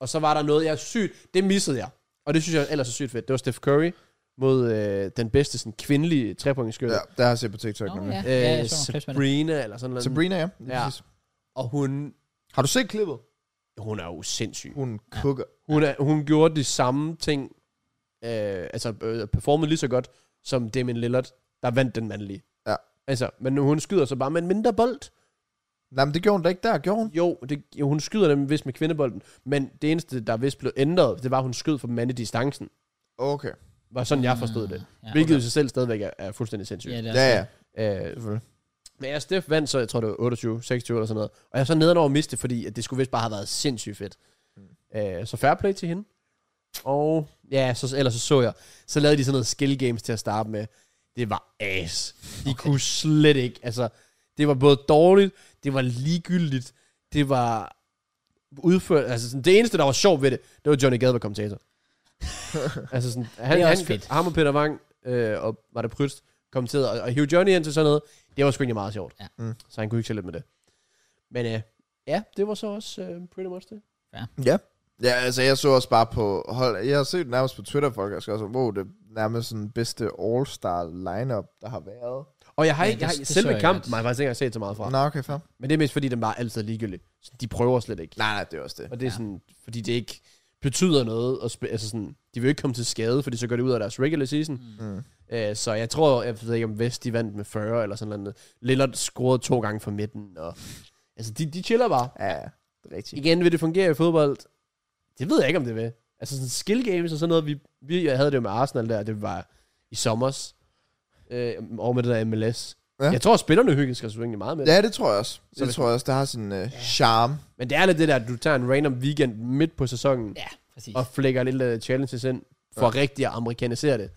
S2: Og så var der noget, jeg sygt... Det missede jeg. Og det synes jeg ellers er sygt fedt. Det var Steph Curry mod øh, den bedste sådan, kvindelige trepointskytte.
S3: Ja, det har jeg set på TikTok
S1: Nå,
S3: nemlig.
S1: ja.
S3: Ja.
S1: ja,
S2: Øh,
S1: jeg så nogle clips med det.
S2: Sabrina eller sådan noget.
S3: Sabrina, ja. Lige
S2: Ja.
S3: præcis.
S2: Og hun,
S3: Har du set klippet?
S2: hun er jo sindssyg.
S3: Hun kukker.
S2: Hun, er, hun gjorde de samme ting, øh, altså øh, performede lige så godt, som Damien Lillard, der vandt den mandlige.
S3: Ja.
S2: Altså, men hun skyder så bare med en mindre bold.
S3: Nej, men det gjorde hun da ikke der, gjorde hun?
S2: Jo, det, jo, hun skyder dem vist med kvindebolden, men det eneste, der vist blev ændret, det var, at hun skød for mand i distancen.
S3: Okay.
S2: Var sådan, jeg forstod det.
S1: Ah, Ja,
S2: Hvilket i sig selv stadigvæk er, er fuldstændig sindssygt.
S1: ja, det er
S3: Ja,
S1: også-
S3: ja.
S2: Yeah. Øh,
S3: Selvfølgelig.
S2: men jeg Steff vandt, så jeg tror, det var 28, 26 eller sådan noget. Og jeg så nedenover miste, det, fordi at det skulle vist bare have været sindssygt fedt. Mm. Øh, så fair play til hende. Og ja, så, ellers så så jeg, så lavede de sådan noget skill games til at starte med. Det var ass. De okay. kunne slet ikke, altså, det var både dårligt, det var ligegyldigt, det var udført, altså sådan, det eneste, der var sjovt ved det, det var Johnny Gade
S1: [laughs]
S2: var kommentator. altså sådan, han,
S1: Det er
S2: han,
S1: også fedt.
S2: ham og Peter Wang, øh, og var det Pryst, kommenterede, og, og hive Johnny ind til sådan noget, det var sgu egentlig meget sjovt.
S1: Ja.
S3: Mm.
S2: Så han kunne ikke se lidt med det. Men øh, ja, det var så også øh, pretty much det.
S3: Ja. Ja, altså jeg så også bare på hold. Jeg har set nærmest på Twitter, folk har skrevet, så, wow, det er nærmest sådan bedste all-star lineup der har været.
S2: Og jeg har
S1: Ja,
S2: ikke, jeg
S1: det-
S2: har,
S1: det så
S2: selve
S1: jeg
S2: kampen
S1: godt.
S2: har jeg faktisk ikke engang set så meget fra.
S3: Nå, okay, fair.
S2: Men det er mest fordi, den var altid ligegyldig. Så de prøver slet ikke.
S3: Nej, nej, det er også det.
S2: Og det er
S1: Ja.
S2: sådan, fordi det ikke betyder noget. Og sp- altså sådan, de vil jo ikke komme til skade, fordi så går det ud af deres regular season.
S3: Mm.
S2: Øh, så jeg tror, jeg ved ikke om Vest, de vandt med 40 eller sådan noget. Lillard scorede to gange fra midten. Og, altså, de, de chiller bare.
S3: Ja, ja, det er rigtigt.
S2: Igen, vil det fungere i fodbold? Det ved jeg ikke, om det vil. Altså sådan skill games og sådan noget. Vi, vi jeg havde det jo med Arsenal der, det var i sommers. Øh, og med det der MLS. Ja.
S3: Ja.
S2: Jeg tror, at spillerne hygger sig så egentlig meget med det.
S3: Ja, det tror jeg også.
S2: Så
S3: Det
S2: hvis
S3: tror jeg også, det har sin øh, charme.
S2: Men det er lidt det der, at du tager en random weekend midt på sæsonen,
S1: Ja, præcis.
S2: og flækker lidt øh, challenges ind, for ja. rigtig at amerikanisere det.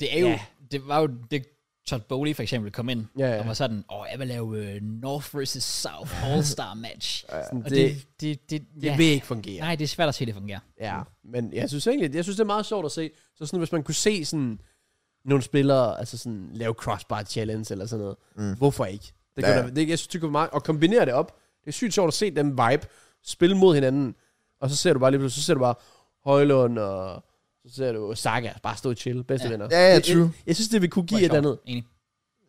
S1: Det er jo,
S2: Ja.
S1: det var jo, det Todd Bowley for eksempel kom ind,
S2: Ja, ja.
S1: og var sådan, åh, oh, jeg vil lave øh, North vs. South All-Star match.
S2: Sådan,
S1: Og
S2: det,
S1: det, det,
S2: det,
S1: det,
S2: det
S1: ja.
S2: vil ikke fungere.
S1: Nej, det er svært at se, det fungerer.
S2: Ja, men jeg synes egentlig, jeg synes, det er meget sjovt at se. Så sådan, hvis man kunne se sådan nogle spillere, altså sådan lave crossbar challenge eller sådan noget. Mm. Hvorfor ikke? Det
S3: Ja,
S2: ja.
S3: ja.
S2: kunne, da- det, jeg synes, det kunne være meget, og kombinere det op. Det er sygt sjovt at se dem vibe, spille mod hinanden, og så ser du bare lige pludselig, så ser du bare Højlund og så ser du Saga bare stå og chill, bedste ja. venner.
S3: Ja, ja,
S2: Jeg-
S3: true.
S2: Jeg, jeg, synes, det vil kunne give et eller andet.
S1: Enig.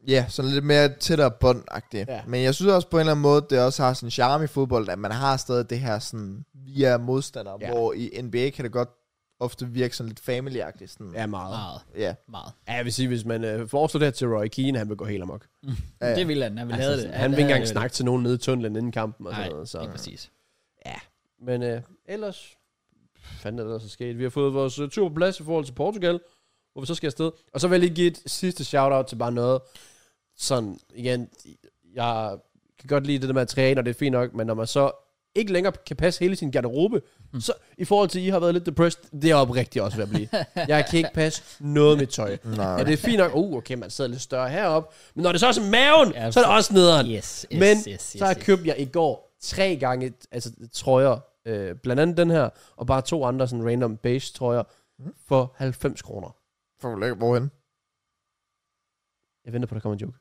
S3: Ja, sådan lidt mere tættere bånd
S2: Ja.
S3: ja. Men jeg synes også på en eller anden måde, det også har sin charme i fodbold, at man har stadig det her sådan, vi er modstandere,
S2: Ja.
S3: ja. hvor i NBA kan det godt ofte virke sådan lidt family-agtigt. Sådan.
S2: Ja, meget.
S1: Meget,
S3: ja.
S1: meget.
S2: Ja, jeg vil sige, hvis man øh, foreslår det her til Roy Keane, han vil gå helt amok.
S3: Ja, ja.
S1: Det ville han, han ville have det.
S2: sådan, Altså, han vil ikke engang snakke til nogen nede i tunnelen inden kampen og
S1: Nej,
S2: sådan noget. Så.
S1: ikke præcis.
S2: Men øh, ellers, hvad fanden er der så sket? Vi har fået vores øh, tur på plads i forhold til Portugal, hvor vi så skal afsted. Og så vil jeg lige give et sidste shout-out til bare noget. Sådan, igen, jeg kan godt lide det der med at træne, og det er fint nok, men når man så ikke længere kan passe hele sin garderobe, mm. så i forhold til, at I har været lidt depressed, det er jeg oprigtigt også ved at blive. jeg kan ikke passe noget af mit [laughs] tøj.
S3: Nej.
S2: Og det er fint nok, uh, okay, man sidder lidt større heroppe, men når det så også er maven,
S1: Ja,
S2: ja, så er det også nederen.
S1: [laughs] Yes, yes,
S2: Men
S1: yes, yes,
S2: så har
S1: yes.
S2: købte jeg i går tre gange altså, trøjer, øh, blandt andet den her, og bare to andre sådan random beige trøjer,
S3: Mhm.
S2: for 90 kroner.
S3: For hvor lækker, hvorhen?
S2: Jeg venter på, at der kommer en joke.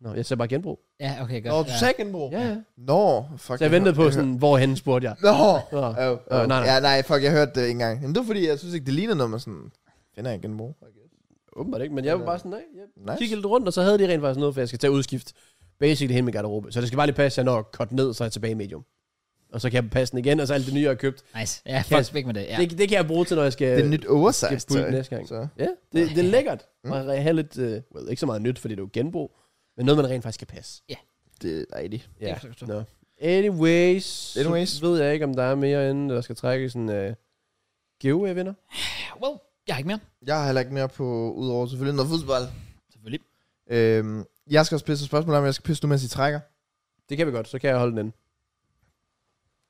S2: Nå, jeg ser bare genbrug.
S1: Ja, okay, godt.
S3: Nå, du
S1: ja.
S3: sagde genbrug.
S2: Ja, ja.
S3: Nå, fuck.
S2: Så jeg ventede på sådan, hvorhen spurgte jeg.
S3: [laughs] Nå.
S2: Nå.
S3: Øh,
S2: Øh, nej,
S3: øh,
S2: nej.
S3: nej, nej. Ja, nej, fuck, jeg hørte det ikke engang. Jamen, det var fordi, jeg synes ikke, det ligner noget med sådan... Finder jeg en genbrug?
S2: Åbenbart ikke, men jeg var bare sådan, nej, jeg
S3: Nice.
S2: kiggede lidt rundt, og så havde de rent faktisk noget, for jeg skal til at udskifte basically hele min garderobe. Så det skal bare lige passe, at jeg når at cut ned, så er jeg tilbage i medium. Og så kan jeg passe den igen, og så alt det nye, jeg har købt.
S1: Nice. Ja, fuck,
S2: Kasper.
S1: væk med det. Ja.
S2: Ja. Det, det, kan jeg bruge til, når jeg skal...
S3: Det er nyt oversized
S2: skal putte
S3: tøj.
S2: næste gang.
S3: Så.
S2: Ja, det, det er lækkert. Mm. Og have lidt, øh, well, ikke så meget nyt, fordi det er jo genbrug, men noget, man rent faktisk kan passe.
S3: Det er dejligt.
S1: kan jeg forstå.
S2: Nå. Anyways,
S3: Anyways.
S2: så ved jeg ikke, om der er mere end, der skal trække sådan øh, giveaway vinder.
S1: Well, jeg har ikke mere.
S3: Jeg har heller ikke mere på, udover selvfølgelig noget fodbold.
S1: Selvfølgelig.
S3: Øhm, jeg skal også pisse et spørgsmål om, jeg skal pisse nu, mens I trækker.
S2: Det kan vi godt, så kan jeg holde den inde.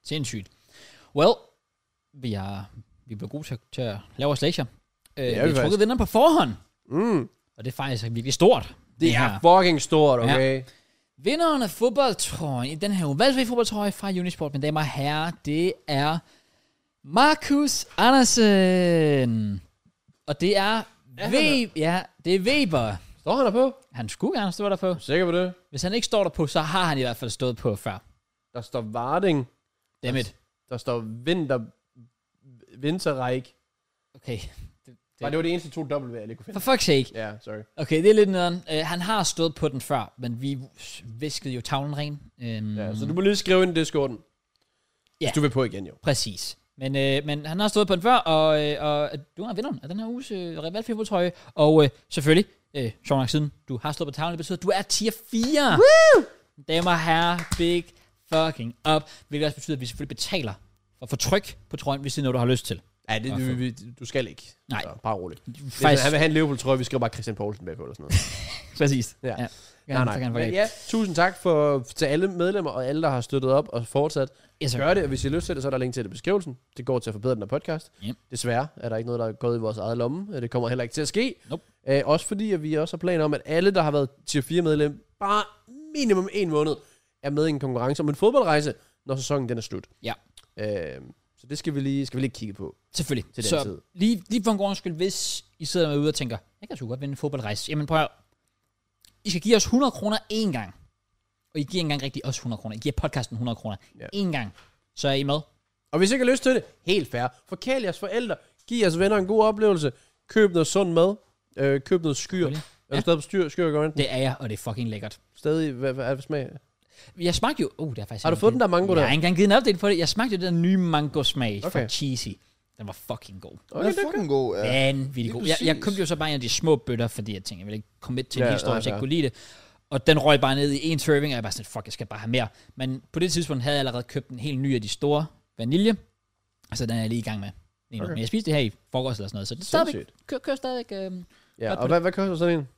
S1: Sindssygt. Well, vi er, vi er blevet gode til, at- til at lave vores lektier. Øh,
S2: er
S1: vi
S2: vi
S1: har trukket
S2: faktisk.
S1: vinderen på forhånd.
S2: Mm,
S1: Og det er faktisk virkelig stort.
S2: det er fucking stort, okay? Ja.
S1: Vinderen af fodboldtrøjen i den her uge, valgfri fodboldtrøje fra Unisport, mine damer og herrer, det er Markus Andersen. Og det er,
S2: han
S1: Weber. ja, det er Weber.
S2: Står han der på?
S1: Han skulle gerne stå der på.
S2: Sikker på det?
S1: Hvis han ikke står der på, så har han i hvert fald stået på før.
S2: Der står Varding.
S1: Dammit.
S2: Der står Vinter... Vinterreich.
S1: Okay. Det,
S2: Det. Nej, det var det eneste to W, jeg lige kunne finde.
S1: For fuck's sake.
S2: Ja, sorry.
S1: Okay, det er lidt nederen. Uh, han har stået på den før, men vi viskede jo tavlen ren. Um,
S2: Ja, så du må lige skrive ind i Discorden. Mm. Ja.
S1: Ja.
S2: Hvis du vil på igen, jo.
S1: Præcis. Men, øh, men han har stået på den før, og, øh, og du er vinderen af den her uges øh, valgfri fodboldtrøje. Og øh, selvfølgelig, øh, sjovt nok siden, du har stået på tavlen, det betyder, at du er tier 4. Woo! Damer og herrer, big fucking up. Hvilket også betyder, at vi selvfølgelig betaler for at få tryk på trøjen, hvis det er noget, du har lyst til.
S2: Ja, det,
S1: Hvorfor?
S2: det, vi, du skal ikke.
S1: Nej.
S2: Så, bare roligt. Hvis
S1: Faktisk,
S2: han vil have en Liverpool-trøje, vi skriver bare Christian Poulsen bagpå eller sådan noget.
S1: præcis.
S2: Ja.
S1: nej, nej. Kan,
S2: Men
S1: kan,
S2: ja, tusind tak for, til alle medlemmer og alle, der har støttet op og fortsat
S1: yes, sir.
S2: gør det. Og hvis I har lyst til det, så er der link til det i beskrivelsen. Det går til at forbedre den her podcast.
S1: Yep.
S2: Desværre er der ikke noget, der er gået i vores eget lomme. Øh, Det kommer heller ikke til at ske.
S1: Nope.
S2: Øh, også fordi, at vi også har planer om, at alle, der har været tier 4 medlem, bare minimum en måned, er med i en konkurrence om en fodboldrejse, når sæsonen den er slut.
S1: Ja.
S2: Øh, så det skal vi lige, skal vi lige kigge på.
S1: Selvfølgelig.
S2: Til den
S1: så
S2: tid.
S1: Lige, lige for en god ordens skyld, hvis I sidder derude og tænker, jeg kan sgu godt vinde en fodboldrejse. Jamen prøv at høre. I skal give os 100 kroner én gang. Og I giver ikke engang rigtig os 100 kroner. I giver podcasten 100 kroner.
S2: Ja.
S1: Én gang. Så er I med.
S2: Og hvis I ikke har lyst til det, helt fair. Forkæl jeres forældre. Giv jeres venner en god oplevelse. Køb noget sund mad. Øh, køb noget skyr.
S1: Selvfølgelig.
S2: Er du stadig på styr, skyr gør
S1: Det er jeg, og det er fucking lækkert.
S2: Stadig, hvad, hvad er det for smag?
S1: Jeg smagte jo... Uh, det er faktisk
S2: Har du fået den der mango
S1: Jeg
S2: der?
S1: har ikke engang givet en update på det. Jeg smagte jo den der nye mango-smag okay. fra
S2: Okay.
S1: Cheesy. Den var fucking god.
S3: Okay, det er fucking god. Ja.
S1: Vanvittig
S3: lige
S1: god. Jeg, jeg
S3: præcis.
S1: købte jo så bare en af de små bøtter, fordi jeg tænkte, jeg ville ikke komme til en
S2: Ja,
S1: ja, historie,
S2: nej,
S1: hvis jeg ikke
S2: nej.
S1: kunne lide det. Og den røg bare ned i en serving, og jeg var sådan, fuck, jeg skal bare have mere. Men på det tidspunkt havde jeg allerede købt en helt ny af de store vanilje, så den er jeg lige i gang med. Okay.
S2: Okay.
S1: Men jeg spiste det her i frokost eller sådan noget, så det er stadigvæk,
S2: Sindssygt.
S1: kører, kører stadigvæk, øh,
S2: Ja,
S1: Godt på
S2: og hvad, hvad koster sådan en?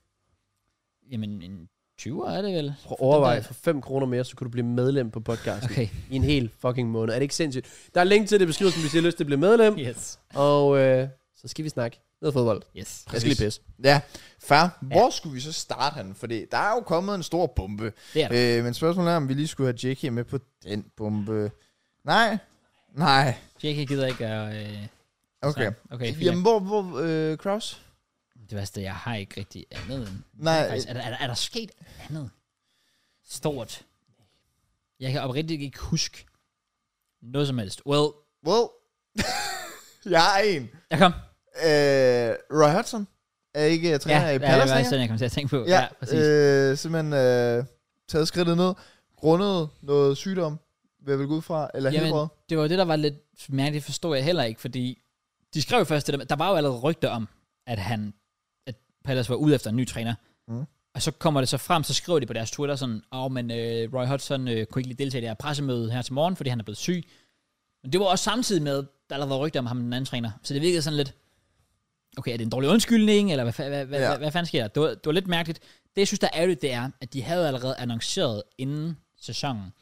S1: jamen en 20'er er det vel?
S2: Prøv at overveje,
S1: Den
S2: for 5 kroner mere, så kunne du blive medlem på podcasten okay.
S1: Okay,
S2: i en hel fucking måned. Er det ikke sindssygt? Der er link til det i beskrivelsen, hvis I har lyst til at blive medlem.
S1: yes.
S2: Og øh, så skal vi snakke noget fodbold.
S1: yes.
S2: Jeg skal lige pisse.
S3: Ja, fair. Hvor ja. skulle vi så starte han? Fordi der er jo kommet en stor bombe.
S1: Det er
S3: Øh, men spørgsmålet er, om vi lige skulle have Jackie med på den bombe. Nej. Nej.
S1: JK gider ikke at... Øh,
S3: Okay.
S1: snakke. Okay, fint.
S3: Jamen, hvor, hvor, øh, Kraus?
S1: Det værste, jeg har ikke rigtig andet end...
S3: Nej.
S1: Faktisk, er, der, er, der, er der sket andet stort? Jeg kan oprigtigt ikke huske noget som helst. Well,
S3: Well, [laughs] jeg har en.
S1: jeg kom.
S3: Øh, Roy Hudson er ikke øh, træner i
S1: det
S3: Palace
S1: var
S3: længere.
S1: sådan, jeg kom til at tænke på. Ja,
S3: Ja,
S1: ja præcis. Øh,
S3: ja øh, simpelthen øh, taget skridtet ned, grundet noget sygdom, vil jeg vel gå ud fra, eller
S1: Jamen,
S3: helbred.
S1: det var jo det, der var lidt mærkeligt, forstod jeg heller ikke, fordi de skrev jo først det der, der var jo allerede rygter om, at han, at Palace var ude efter en ny træner.
S3: Mm.
S1: Og så kommer det så frem, så skriver de på deres Twitter sådan, åh, oh, men øh, Roy Hodgson øh, kunne ikke lige deltage i det her pressemøde her til morgen, fordi han er blevet syg. Men det var også samtidig med, der allerede var rygter om ham, den anden træner. Så det virkede sådan lidt, okay, er det en dårlig undskyldning, eller hvad, fa- hvad, hvad,
S3: Ja.
S1: hvad, hvad fanden sker der? Det var, det var lidt mærkeligt. Det, jeg synes, der er ærgerligt, det er, at de havde allerede annonceret inden sæsonen,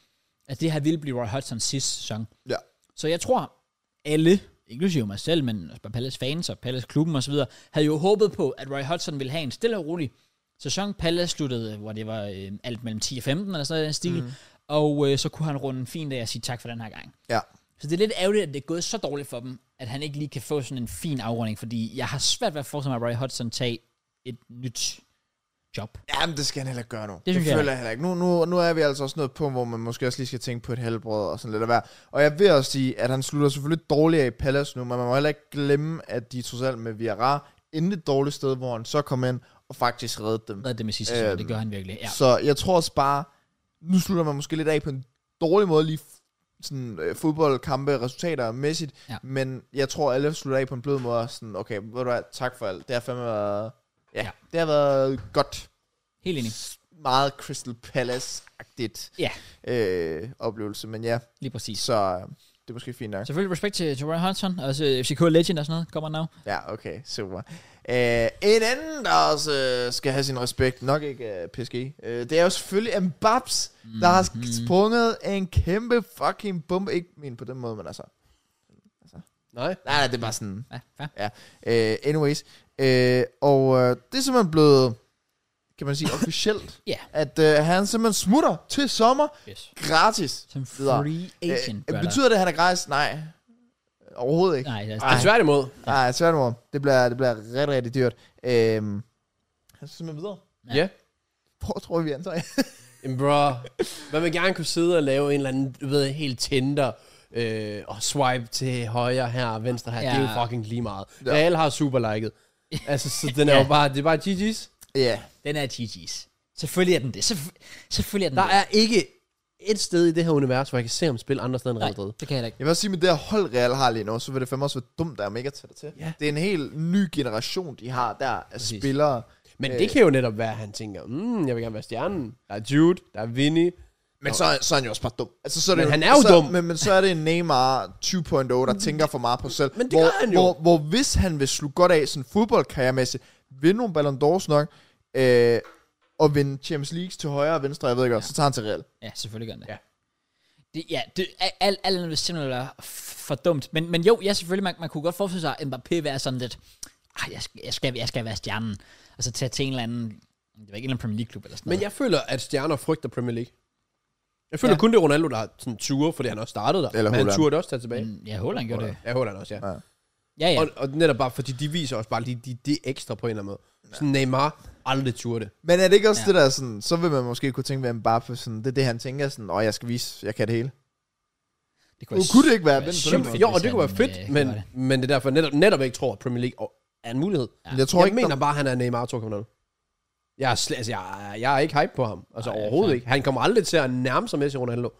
S1: at det her ville blive Roy Hodgson sidste sæson.
S3: Ja.
S1: Så jeg tror, alle, inklusive mig selv, men også bare Palace fans og Palace klubben osv., havde jo håbet på, at Roy Hodgson ville have en stille og rolig sæson. Palace sluttede, hvor det var øh, alt mellem 10 og 15 eller sådan noget i den stil. Mm. Og øh, så kunne han runde en fin dag og sige tak for den her gang.
S3: Ja.
S1: Så det er lidt ærgerligt, at det er gået så dårligt for dem, at han ikke lige kan få sådan en fin afrunding, fordi jeg har svært ved at forestille mig, at Roy Hodgson tage et nyt job.
S3: Jamen, det skal han heller ikke gøre nu. Det,
S1: synes
S3: det
S1: jeg
S3: føler jeg heller ikke. Nu, nu, nu er vi altså også nået på, hvor man måske også lige skal tænke på et helbred og sådan lidt af hver. Og jeg vil også sige, at han slutter selvfølgelig dårligere i Palace nu, men man må heller ikke glemme, at de trods alt med Viera endte et dårligt sted, hvor han så kom ind og faktisk reddede dem.
S1: Hvad er det med sidste sæson?
S3: Øhm,
S1: Det gør han virkelig. Ja.
S3: Ja. Så jeg tror også bare, nu slutter man måske lidt af på en dårlig måde lige f- sådan øh, fodboldkampe, resultater mæssigt,
S1: Ja.
S3: ja. men jeg tror, alle slutter af på en blød måde, og sådan, okay, ved du hvad, tak for alt. Det har fandme været, ja,
S1: Ja.
S3: ja. det har været godt.
S1: Helt enig.
S3: Meget Crystal Palace-agtigt
S1: Ja.
S3: øh, oplevelse, men ja,
S1: Lige præcis.
S3: så øh, det er måske fint nok.
S1: Selvfølgelig respekt til, til Roy Hodgson, også øh, FCK Legend og sådan noget, kommer now.
S3: Ja, okay, super. Øh, en anden, der også øh, skal have sin respekt, nok ikke øh, PSG, øh, det er jo selvfølgelig Mbaps, mm-hmm. der har
S1: Mhm.
S3: sk- sprunget en kæmpe fucking bombe. Ikke min på den måde, men altså...
S2: Nej.
S3: Nej, nej, det er bare sådan...
S1: Ja, fair.
S3: Øh, anyways. Øh, og øh, det er simpelthen blevet, kan man sige,
S1: [laughs]
S3: officielt,
S1: Ja.
S3: at øh, han simpelthen smutter til sommer
S1: Yes.
S3: gratis.
S1: Som
S3: Videre.
S1: free agent,
S3: øh,
S1: brother.
S3: betyder det, at han er gratis? Nej. Øh, Overhovedet ikke.
S1: Nej, det er
S2: Ej.
S1: altså,
S2: Tværtimod.
S3: Nej, tværtimod. Det bliver, det bliver rigtig, rigtig dyrt. Øhm, han synes simpelthen videre.
S1: Ja.
S2: Ja. ja.
S3: Hvor tror vi, han tager?
S2: Jamen, bro. Man vil gerne kunne sidde og lave en eller anden, du ved, helt Tinder, øh, og swipe til højre her og venstre her. Ja. Det er
S1: Ja.
S2: jo fucking lige meget.
S3: Ja.
S2: Ja. Alle har super liket. Altså, så den er jo bare, det er bare GG's.
S3: [laughs] Ja.
S1: den er GG's. Selvfølgelig er den det. Selvf- selvfølgelig er den
S2: Der
S1: det.
S2: er ikke et sted i det her univers, hvor jeg kan se ham spille andre steder end Real Madrid.
S1: det kan jeg da ikke.
S3: Jeg vil også sige, med det her hold Real har lige nu, så vil det fandme også være dumt, der er mega tæt til.
S2: Ja.
S3: Det er en helt ny generation, de har der af Præcis. spillere.
S2: Men det kan jo netop være, at han tænker, mm, jeg vil gerne være stjernen. Der er Jude, der er Vinny.
S3: Men så, så er han jo også bare dum. Altså, så er det
S2: Men han er jo
S3: så,
S2: dum.
S3: Men, men så er det en Neymar 2.0, der tænker for meget på sig selv.
S2: Men det
S3: hvor,
S2: gør han jo.
S3: Hvor, hvor hvis han vil slutte godt af sådan fodboldkarrieremæssigt, vinde nogle Ballon d'Ors nok, øh, og vinde Champions League til højre og venstre, jeg ved ikke, ja. så tager han til Real.
S1: Ja, selvfølgelig gør den det.
S2: Ja.
S1: Det, ja, det, al- alt al, andet vil simpelthen være f- for dumt. Men, men jo, ja, selvfølgelig, man, man kunne godt forestille sig, at Mbappé være sådan lidt, ah, jeg, skal, jeg, skal, jeg skal være stjernen, og så tage til en eller anden, det var ikke en eller anden Premier League-klub eller sådan
S2: Men
S1: noget.
S2: jeg føler, at stjerner frygter Premier League. Jeg føler ja. kun, det er Ronaldo, der har sådan ture, fordi han også startede der.
S3: Eller
S2: men han
S3: Haaland.
S2: turde også tage tilbage.
S1: Men ja, Holland gjorde Mm, det.
S2: Ja, Holland også, ja. ja.
S1: Ja, ja.
S2: Og, og, netop bare, fordi de viser også bare lige de, de ekstra på en eller anden måde. Sådan Neymar aldrig turde.
S3: Men er det ikke også
S1: Ja.
S3: ja. det der sådan, så vil man måske kunne tænke ved Mbappe, sådan, det er det, han tænker sådan, åh, jeg skal vise, jeg kan det hele.
S1: Det
S3: Nu kunne det ikke være vendt på den
S1: sygt
S3: måde.
S1: fedt,
S2: Jo, og
S1: hvis
S2: det kunne være
S1: han,
S2: fedt,
S1: øh,
S2: men,
S1: gjorde det.
S2: men det er derfor, netop, netop ikke tror, at Premier League er en mulighed.
S1: Ja.
S3: Jeg tror
S2: Jeg
S3: ikke,
S2: mener
S3: der-
S2: bare, at han er Neymar 2.0. Jeg er, sl- altså, jeg, er- jeg er ikke hype på ham. Altså
S1: Ej,
S2: Ej, overhovedet
S1: fair.
S2: ikke. Han kommer aldrig til at nærme sig Messi Ronaldo.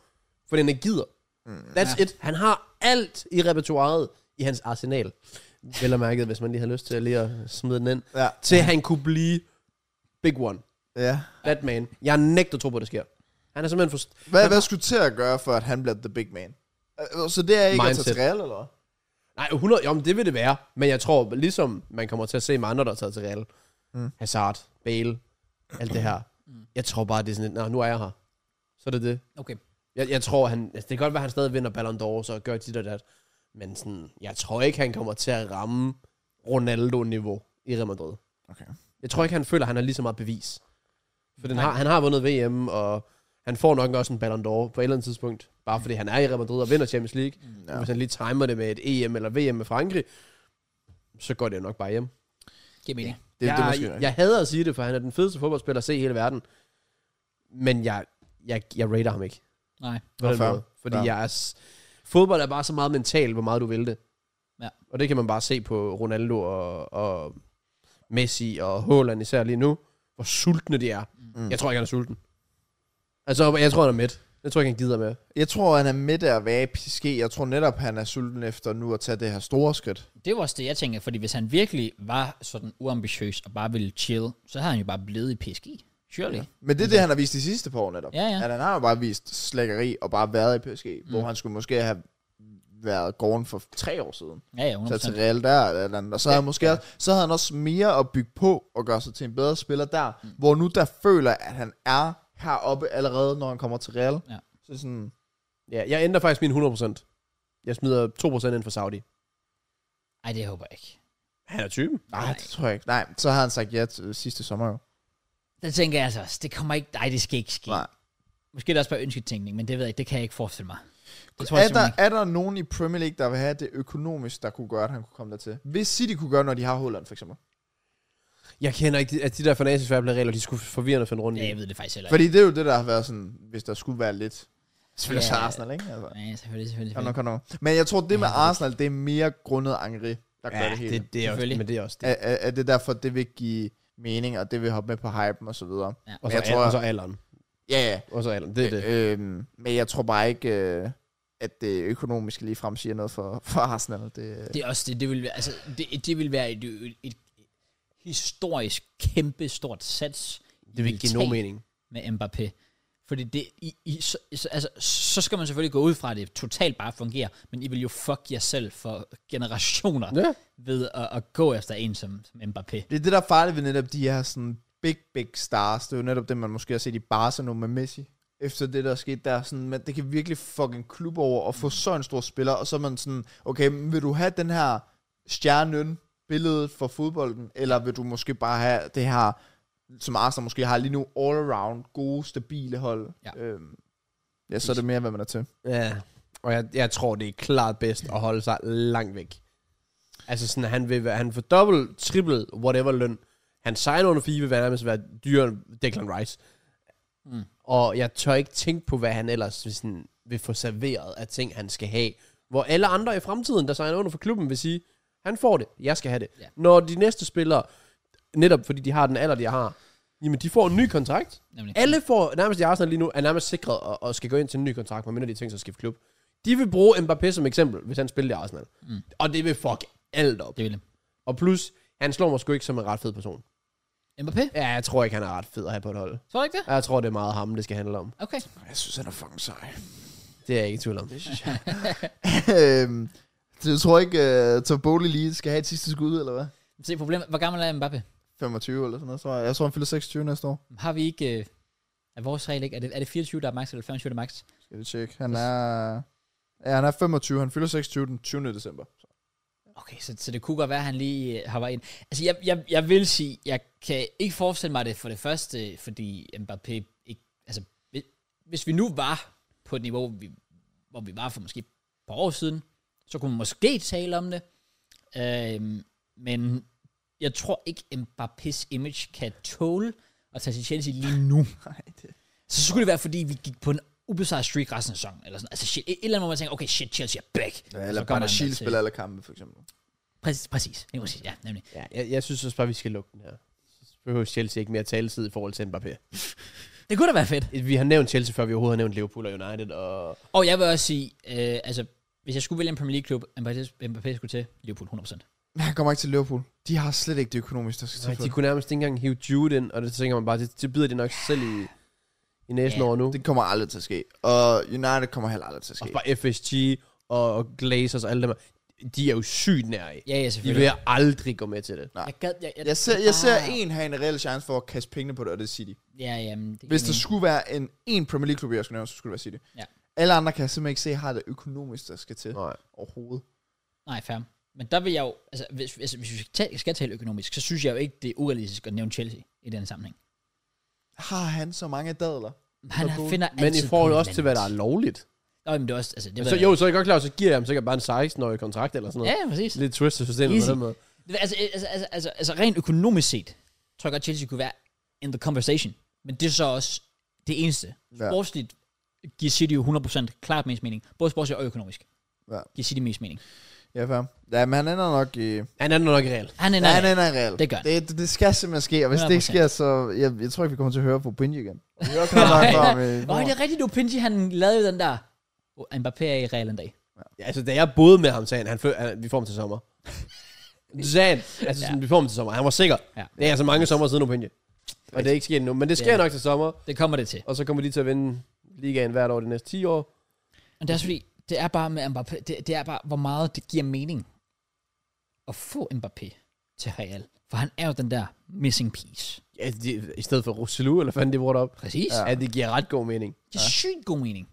S2: Fordi han ikke gider. That's
S1: Ja.
S2: it. Han har alt i repertoireet i hans arsenal. Vel og mærket, hvis man lige har lyst til at lige at smide den ind.
S3: Ja.
S2: Til han kunne blive big one.
S3: ja.
S2: That man. Jeg nægter at tro på, at det sker. Han er simpelthen for... st-
S3: Hvad,
S2: Han-
S3: hvad skulle til at gøre, for at han bliver the big man? Øh, Så det er ikke Mindset.
S2: Mindset.
S3: at tage til Real, eller hvad?
S2: Nej, 100... Jo, men det vil det være. Men jeg tror, ligesom man kommer til at se med andre, der er taget til Real. Mm. Hazard, Bale, alt det her. Jeg tror bare, det er sådan lidt, "Nå, nu er jeg her. Så er det det.
S1: Okay.
S2: Jeg, jeg tror, han... Altså, det kan godt være, han stadig vinder Ballon d'Or, og gør dit og dat. Men sådan, jeg tror ikke, han kommer til at ramme Ronaldo-niveau i Real Madrid.
S3: Okay.
S2: Jeg tror ikke, han føler, han har lige så meget bevis. For den har, han har vundet VM, og han får nok også en Ballon d'Or på et eller andet tidspunkt. Bare fordi han er i Real Madrid og vinder Champions League. Ja. Hvis han lige timer det med et EM eller VM med Frankrig, så går det jo nok bare hjem.
S1: Giver mening.
S3: Det,
S2: jeg,
S3: det er måske
S2: jeg, jeg hader at sige det, for han er den fedeste fodboldspiller at se i hele verden. Men jeg, jeg, jeg rater ham ikke.
S1: Nej.
S2: På den
S3: Nå, fair.
S2: måde. Fordi
S3: Fair.
S2: jeg er... s- Fodbold er bare så meget mentalt, hvor meget du vil det.
S1: Ja.
S2: Og det kan man bare se på Ronaldo og, og Messi og Haaland især lige nu. Hvor sultne de er. Mm. Jeg tror ikke, han er sulten. Altså, jeg tror, han er mæt. Jeg tror ikke, han gider med.
S3: jeg tror, han er midt af at være i PSG. Jeg tror netop, han er sulten efter nu at tage det her store skridt.
S1: Det var også det, jeg tænker, fordi hvis han virkelig var sådan uambitiøs og bare ville chill, så havde han jo bare blevet i PSG. Surely. Ja.
S3: Men det er det, han har vist de sidste par år netop.
S1: Ja, ja.
S3: At han har jo bare vist slækkeri og bare været i PSG, mm. hvor han skulle måske have været gården for tre år siden.
S1: Ja, ja,
S3: Så til
S1: 100%.
S3: Real der, eller et eller andet. og så, havde han måske også, så havde han også mere at bygge på og gøre sig til en bedre spiller der, mm. hvor nu der føler, at han er heroppe allerede, når han kommer til Real.
S1: Ja.
S3: Så det er sådan,
S2: Ja, jeg ændrer faktisk min 100%. Jeg smider 2% ind for Saudi.
S1: Ej, det håber jeg ikke.
S2: Han er typen.
S3: Nej, det tror jeg ikke. Nej, så har han sagt ja til, sidste sommer jo.
S1: Det tænker jeg altså også. Det kommer ikke... Nej, det skal ikke ske.
S3: Nej.
S1: Måske er det også bare ønsketænkning, men det ved jeg ikke. Det kan jeg ikke forestille mig. Det tror jeg
S3: Er
S1: simpelthen
S3: der,
S1: ikke.
S3: er der nogen i Premier League, der vil have det økonomisk, der kunne gøre, at han kunne komme dertil? Hvis City kunne gøre, når de har Holland, for eksempel.
S2: Jeg kender ikke, de- at de der fanatiske fairplay-regler, de skulle forvirrende at finde rundt i.
S1: Ja, jeg ved det faktisk heller ikke.
S3: Fordi det er jo det, der har været sådan, hvis der skulle være lidt. Selvfølgelig
S1: Ja.
S3: yeah. Arsenal, ikke? Altså.
S1: Ja, selvfølgelig, selvfølgelig.
S3: Kom
S1: selvfølgelig.
S3: nu, kom nu. Men jeg tror, det med
S1: Ja, det-
S3: Arsenal, det er mere grundet Angri, der gør det hele. Det,
S2: det er også,
S1: Selvfølgelig.
S2: men det er også det.
S3: er, er, er det derfor, det vil give mening, og det vil hoppe med på hypen og så videre?
S1: Ja.
S2: Og
S3: Men
S2: så,
S3: jeg
S2: al-
S3: tror-
S2: og så alderen.
S3: Ja, ja.
S2: Og så alderen. Det er det.
S3: Øhm, men jeg tror bare ikke, øh, at det økonomiske ligefrem siger noget for, for Arsenal. Det, øh,
S1: Det er også det. Det vil være, altså, det, det vil være et, et, et historisk kæmpe stort sats.
S2: Det vil ikke give
S1: tage
S2: nogen mening.
S1: Med Mbappé. Fordi det, I, I, så, så- altså, så skal man selvfølgelig gå ud fra, at det totalt bare fungerer, men I vil jo fuck jer selv for generationer
S2: Ja.
S1: ved at, at gå efter en som, som Mbappé.
S3: Det er det, der er farligt ved netop de her sådan big, big stars. Det er jo netop det, man måske har set i Barca nu med Messi. Efter det, der er sket der, er sådan, men det kan virkelig fucking en klub over at få så en stor spiller, og så er man sådan, okay, men vil du have den her stjernen billedet for fodbolden, eller vil du måske bare have det her, som Arsenal måske har lige nu, all around, gode, stabile hold?
S1: Ja.
S3: Øhm, ja, så er det mere, hvad man er til.
S2: Ja. Og jeg, jeg tror, det er klart bedst at holde sig langt væk. Altså sådan, han vil være- han får dobbelt, triple, whatever løn. Han signer under FIFA, vil være nærmest være dyrere end Declan Rice.
S1: Mm.
S2: Mm. Og jeg tør ikke tænke på, hvad han ellers sådan, vil få serveret af ting, han skal have. Hvor alle andre i fremtiden, der signer under for klubben, vil sige, han får det, jeg skal have det.
S1: Ja.
S2: Ja. Når de næste spillere, netop fordi de har den alder, de har, jamen de får en ny kontrakt.
S1: Nemlig.
S2: Alle får, nærmest i Arsenal lige nu, er nærmest sikret og, og skal gå ind til en ny kontrakt, medmindre de tænker sig at skifte klub. De vil bruge Mbappé som eksempel, hvis han spiller i Arsenal.
S1: Mm.
S2: Og det vil fuck alt op.
S1: Det vil det.
S2: Og plus, han slår mig sgu ikke som en ret fed person.
S1: Mbappé?
S2: Ja, jeg tror ikke, han er ret fed at have på et hold.
S1: Tror du ikke det?
S2: Jeg tror, det er meget ham, det skal handle om.
S1: Okay.
S3: Jeg synes, han er fucking sej.
S2: Det er jeg ikke i tvivl om.
S3: [laughs] øhm, så jeg tror ikke, uh, Tom Bowley lige skal have et sidste skud, eller hvad?
S1: Se problemet. Hvor gammel er Mbappé?
S3: 25 eller sådan noget, tror jeg. Jeg tror, han fylder 26 næste år.
S1: Har vi ikke... Øh, er vores regel ikke... Er det, er det 24, der er max, eller 25, der er max?
S3: Skal vi tjekke. Han er... Ja, han er 25. Han fylder 26 den 20. [laughs] december.
S1: Okay, så, så det kunne godt være, at han lige øh, har været ind. Altså, jeg, jeg, jeg vil sige, jeg kan ikke forestille mig det for det første, fordi Mbappé ikke... Altså, hvis, hvis vi nu var på et niveau, vi, hvor vi var for måske et par år siden, så kunne man måske tale om det. Øhm, men jeg tror ikke, Mbappés image kan tåle at tage til Chelsea lige nu.
S3: Nej, det...
S1: Så skulle det være, fordi vi gik på en ubesejret streak resten af sæsonen. Eller sådan. Altså, shit, et, et eller andet, hvor man tænker, okay, shit, Chelsea er back.
S3: Ja, eller
S1: Så kommer
S3: bare
S1: han
S3: Shield
S1: dertil.
S3: spiller alle kampe, for eksempel.
S1: Præcis, præcis. Lige præcis, ja, nemlig.
S2: Ja, jeg, jeg synes også bare, vi skal lukke den her. Så behøver Chelsea ikke mere taletid i forhold til Mbappé.
S1: Det kunne da være fedt.
S2: Vi har nævnt Chelsea, før vi overhovedet har nævnt Liverpool og United. Og...
S1: Og jeg vil også sige, øh, altså, hvis jeg skulle vælge en Premier League-klub, Mbappé, Mbappé skulle til Liverpool 100%.
S3: Men han kommer ikke til Liverpool. De har slet ikke det økonomisk, der skal til.
S2: Nej,
S3: for
S2: de kunne nærmest ikke engang hive Jude ind, og det tænker man bare, det, det bider de nok selv i, i næsen
S1: Ja,
S2: over nu.
S3: det. Det kommer aldrig til at ske. Og United kommer heller aldrig til at
S2: Og
S3: ske.
S2: bare FSG og, og Glazers og alle dem her, de er jo sygt nær i.
S1: Ja, ja,
S2: De
S1: selvfølgelig.
S2: vil aldrig gå med til det.
S1: Jeg gad, jeg,
S3: Jeg ser, jeg ser
S1: Ah.
S3: en have en reel chance for at kaste pengene på det, og det er City.
S1: Ja, ja, men det,
S3: Hvis der skulle være en, en Premier League-klub, jeg skulle nævne, så skulle det være City.
S1: Ja.
S3: Alle andre kan jeg simpelthen ikke se, har det økonomisk, der skal til
S2: Nej.
S3: overhovedet.
S1: Nej, fair. Men der vil jeg jo, altså, hvis, altså, hvis vi skal tale, skal tale økonomisk, så synes jeg jo ikke, det er urealistisk at nævne Chelsea i den sammenhæng.
S3: Har han så mange dadler?
S1: Han
S3: Så god.
S1: finder
S2: Men i
S1: altid
S2: forhold
S1: på et
S2: også til,
S1: eller
S2: hvad der er
S1: andet.
S2: lovligt.
S1: Nå, men det er også, altså, det
S2: Så, jo, så er jeg godt klar, så giver jeg ham sikkert bare en 16-årig kontrakt eller sådan noget.
S1: Ja, ja, præcis.
S2: Lidt twistet systemet
S1: Easy.
S2: på den måde.
S1: Det- Altså, altså, altså, altså, altså rent økonomisk set, tror jeg godt, Chelsea kunne være in the conversation. Men det er så også det eneste.
S3: Ja.
S1: Sportsligt giver City jo 100% klart mest mening. Både sportsligt og økonomisk.
S3: Ja.
S1: Giver City mest mening.
S3: Ja, fair. Ja, men han ender nok i...
S2: Han er nok reelt.
S1: Han er
S3: Nej,
S1: nej,
S3: nej, nej, real.
S1: Det gør han.
S3: det, det, det skal simpelthen ske, og hvis 100%. det ikke
S1: 100%.
S3: sker, så... Jeg, jeg tror ikke, vi kommer til at høre på Binge igen. Vi hører
S1: [laughs]
S3: knap nok fra ham i
S1: Åh, det
S3: morgen.
S1: er rigtigt, du Pinji, han lavede jo den der. Oh, Mbappé er i Real en dag.
S2: Ja, altså, da jeg boede med ham, sagde han, han, fø- han vi får ham
S1: [laughs]
S2: til sommer. Så sagde han, altså,
S1: Ja.
S2: sådan, vi får ham til sommer. Han var sikker.
S1: Ja.
S2: Det er altså mange sommer siden, Opinje. Og det er ikke sket endnu, men det sker
S1: Ja.
S2: nok til sommer.
S1: Det kommer det til.
S2: Og så kommer de til at vinde ligaen hvert år de næste 10 år.
S1: Men det er også fordi, det er bare med Mbappé, det, det er bare, hvor meget det giver mening at få Mbappé til Real. For han er jo den der missing piece.
S2: Ja, de, I stedet for Roselu, eller fanden det bruger op.
S1: Præcis.
S3: Ja.
S2: Ja. At det giver ret god mening.
S1: Det er sygt god mening.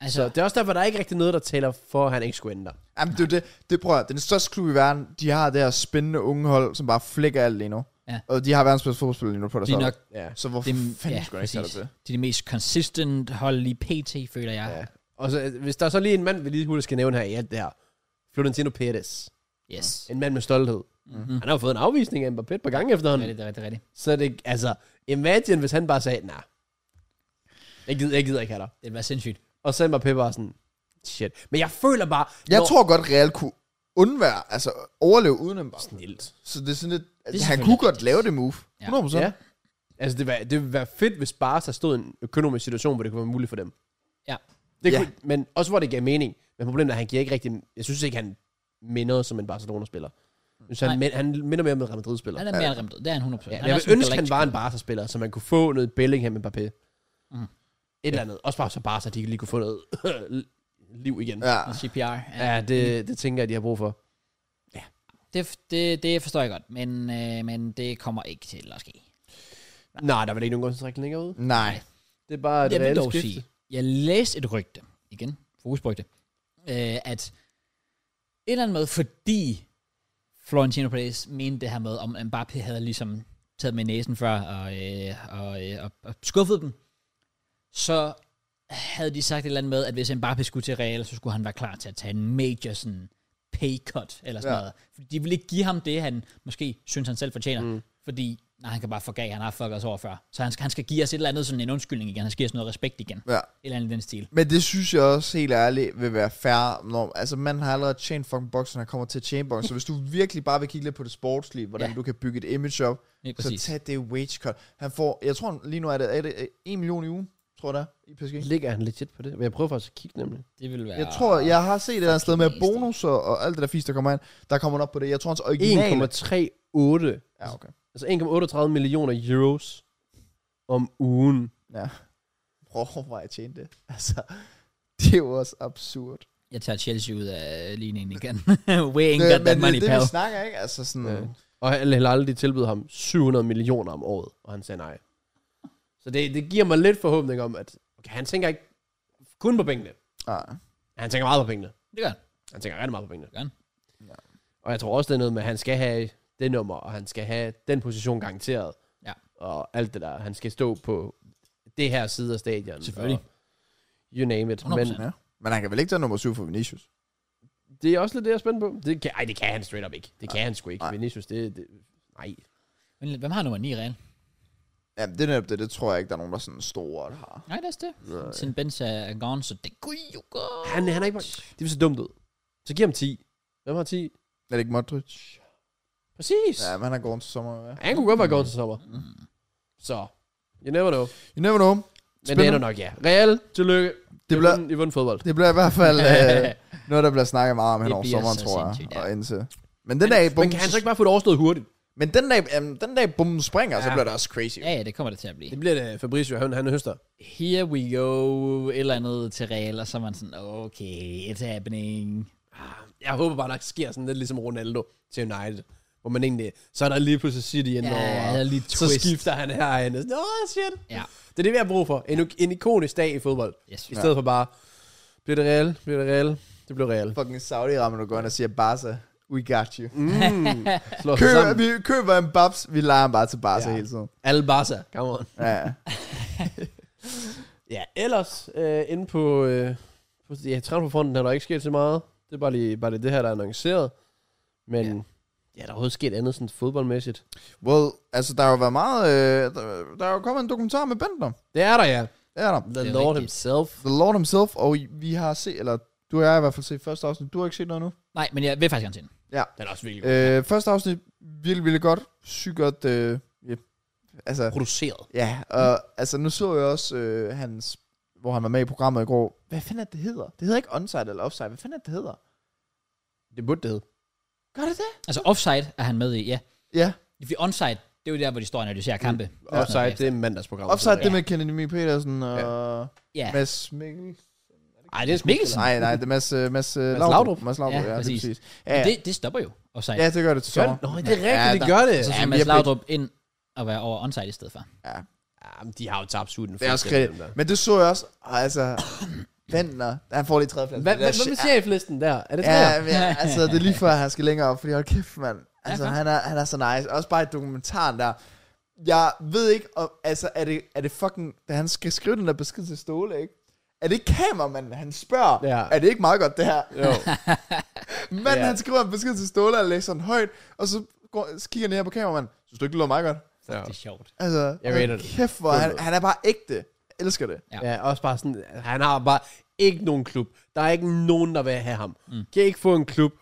S1: Altså,
S2: Så det er også derfor, der er ikke rigtig noget, der taler for, at han ikke skulle ende der.
S3: Jamen, det er jo det. Det prøver jeg. Den største klub i verden, de har det her spændende unge hold, som bare flækker alt lige nu.
S1: Ja.
S3: Og de har verdens bedste fodboldspiller lige nu på det.
S1: de er nok
S2: Ja.
S3: Så hvorfor
S1: dem-
S3: fanden
S1: ja,
S3: skulle jeg ikke tage
S1: præcis.
S3: det til?
S1: de, er de mest consistent hold lige pt, føler jeg.
S2: ja. Og så, øh, hvis der er så lige en mand, vi lige hurtigt skal nævne her i alt det her. Florentino Perez.
S1: Yes.
S2: En mand med stolthed.
S3: Mhm.
S1: Mm-hmm.
S2: Han har jo fået en afvisning af Mbappé et par gange
S1: Det er
S2: efterhånden.
S1: rigtigt, det er rigtigt, det er rigtigt.
S2: Så det, altså, imagine, hvis han bare sagde, nej, nah, jeg gider, jeg gider ikke have dig.
S1: Det vil være sindssygt.
S2: Og så Mbappé bare sådan, shit. Men jeg føler bare,
S3: Jeg
S2: når-
S3: tror godt, Real kunne undvære, altså overleve uden en
S2: Snilt.
S3: Så det er sådan lidt,
S1: Det er
S3: altså, han kunne godt
S1: selvfølgelig
S3: lave det move. 100%.
S1: Ja.
S3: Ja.
S2: Ja. Altså, det, var, det ville være fedt, hvis Barca stod i en økonomisk situation, hvor det kunne være muligt for dem.
S1: Ja.
S2: Det
S3: Ja.
S2: kunne, Men også hvor det gav mening. Men problemet er, at han giver ikke rigtig... Jeg synes ikke, han minder som en Barcelona-spiller. Jeg Synes, han,
S1: Nej.
S2: men, han minder mere om en Real Madrid-spiller.
S1: Han
S2: Ja,
S1: er mere remt. Det er han 100%.
S2: men
S1: er
S2: jeg
S1: sådan
S2: vil ønske, at han
S1: galactic.
S2: var en Barca-spiller, så man kunne få noget Bellingham og Mbappé. Et
S1: Mhm.
S2: eller andet. Også bare så Barca, de lige kunne få noget [laughs] liv igen. Ja,
S3: ja.
S1: Med CPR. Ja.
S2: ja det, det tænker jeg, de har brug for.
S1: Det, det, det forstår jeg godt, men, øh, men det kommer ikke til at ske.
S2: Nej, der var ikke nogen kontrakt længere ude.
S3: Nej.
S2: Det er bare et
S1: Jeg vil
S2: reelt
S1: dog
S2: skifte.
S1: sige, jeg læste et rygte, igen, fokusrygte, øh, at et eller andet med, fordi Florentino Perez mente det her med, om Mbappé havde ligesom taget med næsen før og, øh, og, øh, og, og skuffet dem, så havde de sagt et eller andet med, at hvis Mbappé skulle til Real, så skulle han være klar til at tage en major sådan pay cut eller sådan
S3: Ja.
S1: ja. noget. Fordi de ville ikke give ham det, han måske synes, han selv fortjener. Mm. Fordi nej, han kan bare forgave, han har fucket os over før. Så han skal, han skal give os et eller andet sådan en undskyldning igen. Han skal give os noget respekt igen. Et
S3: Ja.
S1: eller andet i den stil.
S3: Men det synes jeg også helt ærligt vil være fair. Når, altså man har allerede tjent fucking boksen, han kommer til at tjene boksen. Så hvis du virkelig bare vil kigge lidt på det sportslige, hvordan
S1: Ja.
S3: ja. du kan bygge et image op,
S1: Ja,
S3: så
S1: præcis.
S3: tag det wage cut. Han får, jeg tror lige nu er det, er det 1 million i ugen, tror jeg det er, i PSG.
S2: Ligger han legit på det? Men jeg prøver faktisk at kigge nemlig.
S1: det vil være...
S3: Jeg tror, jeg har set et eller andet sted med
S1: fucking nasty.
S3: bonus og, og alt det der fisk, der kommer ind. Der kommer den op på det. Jeg tror, hans originale...
S2: 1,38
S3: Ja, okay.
S2: Altså 1,38 millioner euros om ugen.
S3: Ja. Prøv at overveje at tjene det. [laughs] Altså, det er jo også absurd.
S1: Jeg tager Chelsea ud af ligningen igen. [laughs] We ain't got that
S3: men
S1: money,
S3: det, det,
S1: pal.
S3: vi snakker, ikke? Altså sådan...
S2: Ja. Og Al Hilal, de tilbød ham 700 millioner om året, og han sagde nej. Så det, det giver mig lidt forhåbning om, at okay, han tænker ikke kun på pengene.
S3: Ah.
S2: Han tænker meget på pengene.
S1: Det gør han.
S2: Han tænker rigtig meget på pengene.
S1: Gør han?
S3: Ja.
S2: Og jeg tror også, det er noget med, at han skal have det nummer, og han skal have den position garanteret.
S1: Ja.
S2: Og alt det der. Han skal stå på det her side af stadion.
S1: Selvfølgelig.
S2: Og you name it. Men
S1: 100%.
S3: Ja. Men han kan vel ikke tage nummer 7 for Vinicius?
S2: Det er også lidt det, jeg er spændt på. Det kan, ej, det kan han straight up ikke. Det kan han sgu ikke.
S3: Nej.
S2: Vinicius, det, det... Nej.
S1: Men hvem har nummer 9 i Real?
S3: Jamen, det, er netop det, det tror jeg ikke, der er nogen, der er sådan store, der har.
S1: Nej, det er det. Sin Benz er gone, så det kunne jo gå.
S2: Øh. Han, han er ikke... Det vil se dumt ud. Så giv ham 10. Hvem har 10?
S3: Er det ikke Modric?
S2: Præcis.
S3: Ja,
S2: Ja.
S3: men han er gået til sommer, ja.
S2: Han kunne godt være gået til sommer.
S3: Mm.
S2: Så. You never know.
S3: You never know.
S2: Men det
S3: Spændende.
S2: ender nok, ja. Real, tillykke.
S3: Det bliver,
S2: I vundet fodbold.
S3: det bliver i hvert fald øh, noget, der bliver snakket meget om hen
S1: Det
S3: over
S1: bliver
S3: sommeren,
S1: så
S3: tror jeg.
S1: sindssygt, ja.
S3: Ja. Og indtil. Men den dag, bum,
S2: Men kan han så ikke bare få det overstået hurtigt?
S3: men den dag, øhm, den dag bummen springer, ja. så
S2: Ja.
S3: bliver det også crazy.
S1: Ja, ja, det kommer det til at blive.
S2: Det bliver det øh, Fabricio, han, han høster.
S1: Here we go, et eller andet til Real, og så er man sådan, okay, it's happening.
S2: Ah, Jeg håber bare, der sker sådan lidt ligesom Ronaldo til United. Hvor man egentlig... Så er der lige pludselig City
S1: Ja,
S2: indover.
S1: jeg havde lige twist.
S2: Så skifter han herhen. Åh, oh, shit.
S1: Ja.
S2: Det er det, vi har brug for. En, en ikonisk dag i fodbold.
S1: Yes.
S2: I stedet for bare, bliver det real, bliver det real, det blev real.
S3: Fucking saudi rammer du går ind og siger, Barca, we got you.
S2: [laughs] Mm. Slår sig
S3: Køb,
S2: sammen.
S3: vi køber en babs, vi leger ham bare til Barca
S2: Ja.
S3: hele tiden.
S2: Al Barca, come on.
S3: Ja, ja.
S2: Ja, ellers, øh, inde på, øh, på ja, transferfonden er der ikke sket så meget. Det er bare lige, bare lige det her, der er annonceret. Men, ja, ja der er overhovedet sket andet sådan fodboldmæssigt.
S3: Well, altså, der har jo været meget... Øh, der, der er jo kommet en dokumentar med Bender.
S2: Det er der, ja.
S3: Det er der.
S2: The
S1: Det er
S2: Lord
S1: rigtigt.
S2: himself.
S3: The Lord himself, og vi har set... Eller du og jeg har i hvert fald set første afsnit. Du har ikke set noget nu.
S1: Nej, men jeg vil faktisk gerne se den.
S2: Den er også virkelig øh.
S3: Øh, første afsnit, virkelig, virkelig godt. Sygt godt. Øh, ja. Altså,
S2: produceret.
S3: ja. Og altså, nu så jeg også øh, hans, hvor han var med i programmet i går. Hvad fanden er det, det hedder? Det hedder ikke onside eller offside. Hvad fanden er det, det hedder?
S2: Det burde det hedde.
S3: Gør det det?
S1: Altså, offside er han med i, ja.
S3: Ja.
S1: Fordi onside, det er jo der, hvor de står og analyserer kampe.
S2: Ja. Offside, det er mandagsprogrammet.
S3: Offside, det
S2: ja.
S3: med Kennedy Mie Petersen og
S1: Ja,
S3: Mads Mikkel.
S2: Ej, det er Smikkelsen.
S3: Nej, nej, det er Mads, øh, Mads, øh,
S2: Mads
S3: Laudrup.
S2: Laudrup.
S3: Mads Laudrup, ja, ja præcis. Det, er præcis. Ja, ja.
S1: det, det stopper jo offside.
S3: ja, det gør det til
S2: Gør
S3: sommer.
S2: det? Nå, det er
S3: Ja,
S2: rigtigt,
S3: der-
S2: det gør det.
S1: Så
S3: Ja,
S1: skal
S3: vi
S1: Mads
S3: har
S1: Laudrup ind og være over onside i stedet for.
S2: Ja, men de har jo tabt sulten.
S3: Det er også
S2: fuldstændig, dem der.
S3: Men det så jeg også, og altså, [clears throat] Ventner, han får lige tredje plads.
S2: Hvad, hvad, hvad med cheflisten der? Er det
S3: Ja,
S2: træer?
S3: men, jeg- altså det er lige før, han skal længere op, fordi hold kæft, mand. Altså
S1: Ja,
S3: han er, han er så nice. Også bare i dokumentaren der. Jeg ved ikke, om, altså er det, er det fucking, da han skal skrive den der besked til Ståle, ikke? Er det ikke kameramanden, han spørger?
S2: Ja.
S3: Er det ikke meget godt, det her? [laughs]
S2: Jo.
S3: Men
S2: Ja.
S3: han skriver en besked til Ståle og læser den højt, og så, går, så kigger han ned her på kameramanden. Synes du ikke, det lyder meget godt?
S2: Ja.
S1: Det er sjovt.
S3: Altså,
S2: Jeg
S3: hold
S2: rater det.
S3: kæft, hvor han, han er bare ægte. Jeg elsker det.
S1: Ja.
S2: ja, også bare sådan, han har bare ikke nogen klub. Der er ikke nogen, der vil have ham. Mm. Kan ikke få en klub.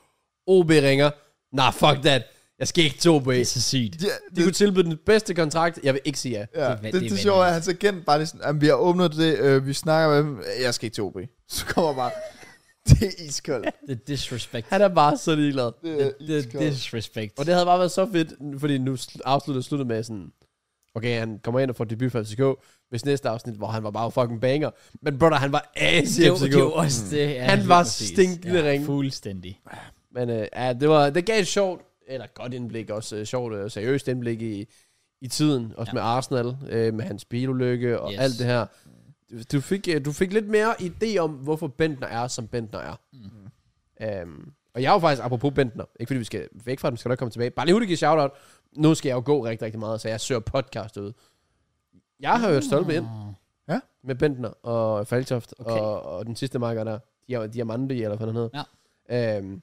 S2: OB ringer. Nah, fuck that. Jeg skal ikke til OB.
S1: Det er så sygt.
S3: Ja,
S2: De kunne tilbyde den bedste kontrakt. Jeg vil ikke sige ja.
S3: Ja,
S1: er
S3: det,
S1: van-
S3: det,
S1: det
S3: det,
S1: er
S3: det sjove er, at hans agent bare lige sådan, "Jamen, vi har åbnet det, øh, vi snakker med dem, jeg skal ikke til OB. [laughs] Så kommer bare, det er iskoldt.
S1: The
S2: [laughs]
S1: disrespect.
S2: Han er bare så ligeglad.
S3: Det
S1: The,
S3: er
S1: the
S3: iskoldt.
S1: disrespect.
S2: Og det havde bare været så fedt, fordi nu sl- afsluttede sluttet med sådan, okay, han kommer ind og får debut for FCK, hvis næste afsnit, hvor han var bare fucking banger, men brother, han var as i
S1: det, var,
S2: FCK.
S1: det var også det. Ja,
S2: Mm. Han
S1: lige
S2: var
S1: præcis.
S2: stinkende ringe.
S1: Fuldstændig.
S2: Men øh, ja, det, var, det gav et sjovt, eller godt indblik, også øh, sjovt og seriøst indblik i, i tiden, også
S1: Ja.
S2: ja. med Arsenal, øh, med hans bilulykke og
S1: Yes.
S2: yes. alt det her. Du- Du fik, øh, du fik lidt mere idé om, hvorfor Bentner er, som Bentner er. Mm. Um, og jeg er jo faktisk, apropos Bentner, ikke fordi vi skal væk fra dem, skal nok komme tilbage, bare lige hurtigt give shout-out. Nu skal jeg jo gå rigtig, rigtig meget, så jeg søger podcast ud. Jeg har jo stolpe ind
S1: Ah.
S2: med Bentner og Faltoft
S1: Okay.
S2: okay. og, og den sidste marker der, Dia- Diamante, eller hvad han hedder. Ja. Øhm,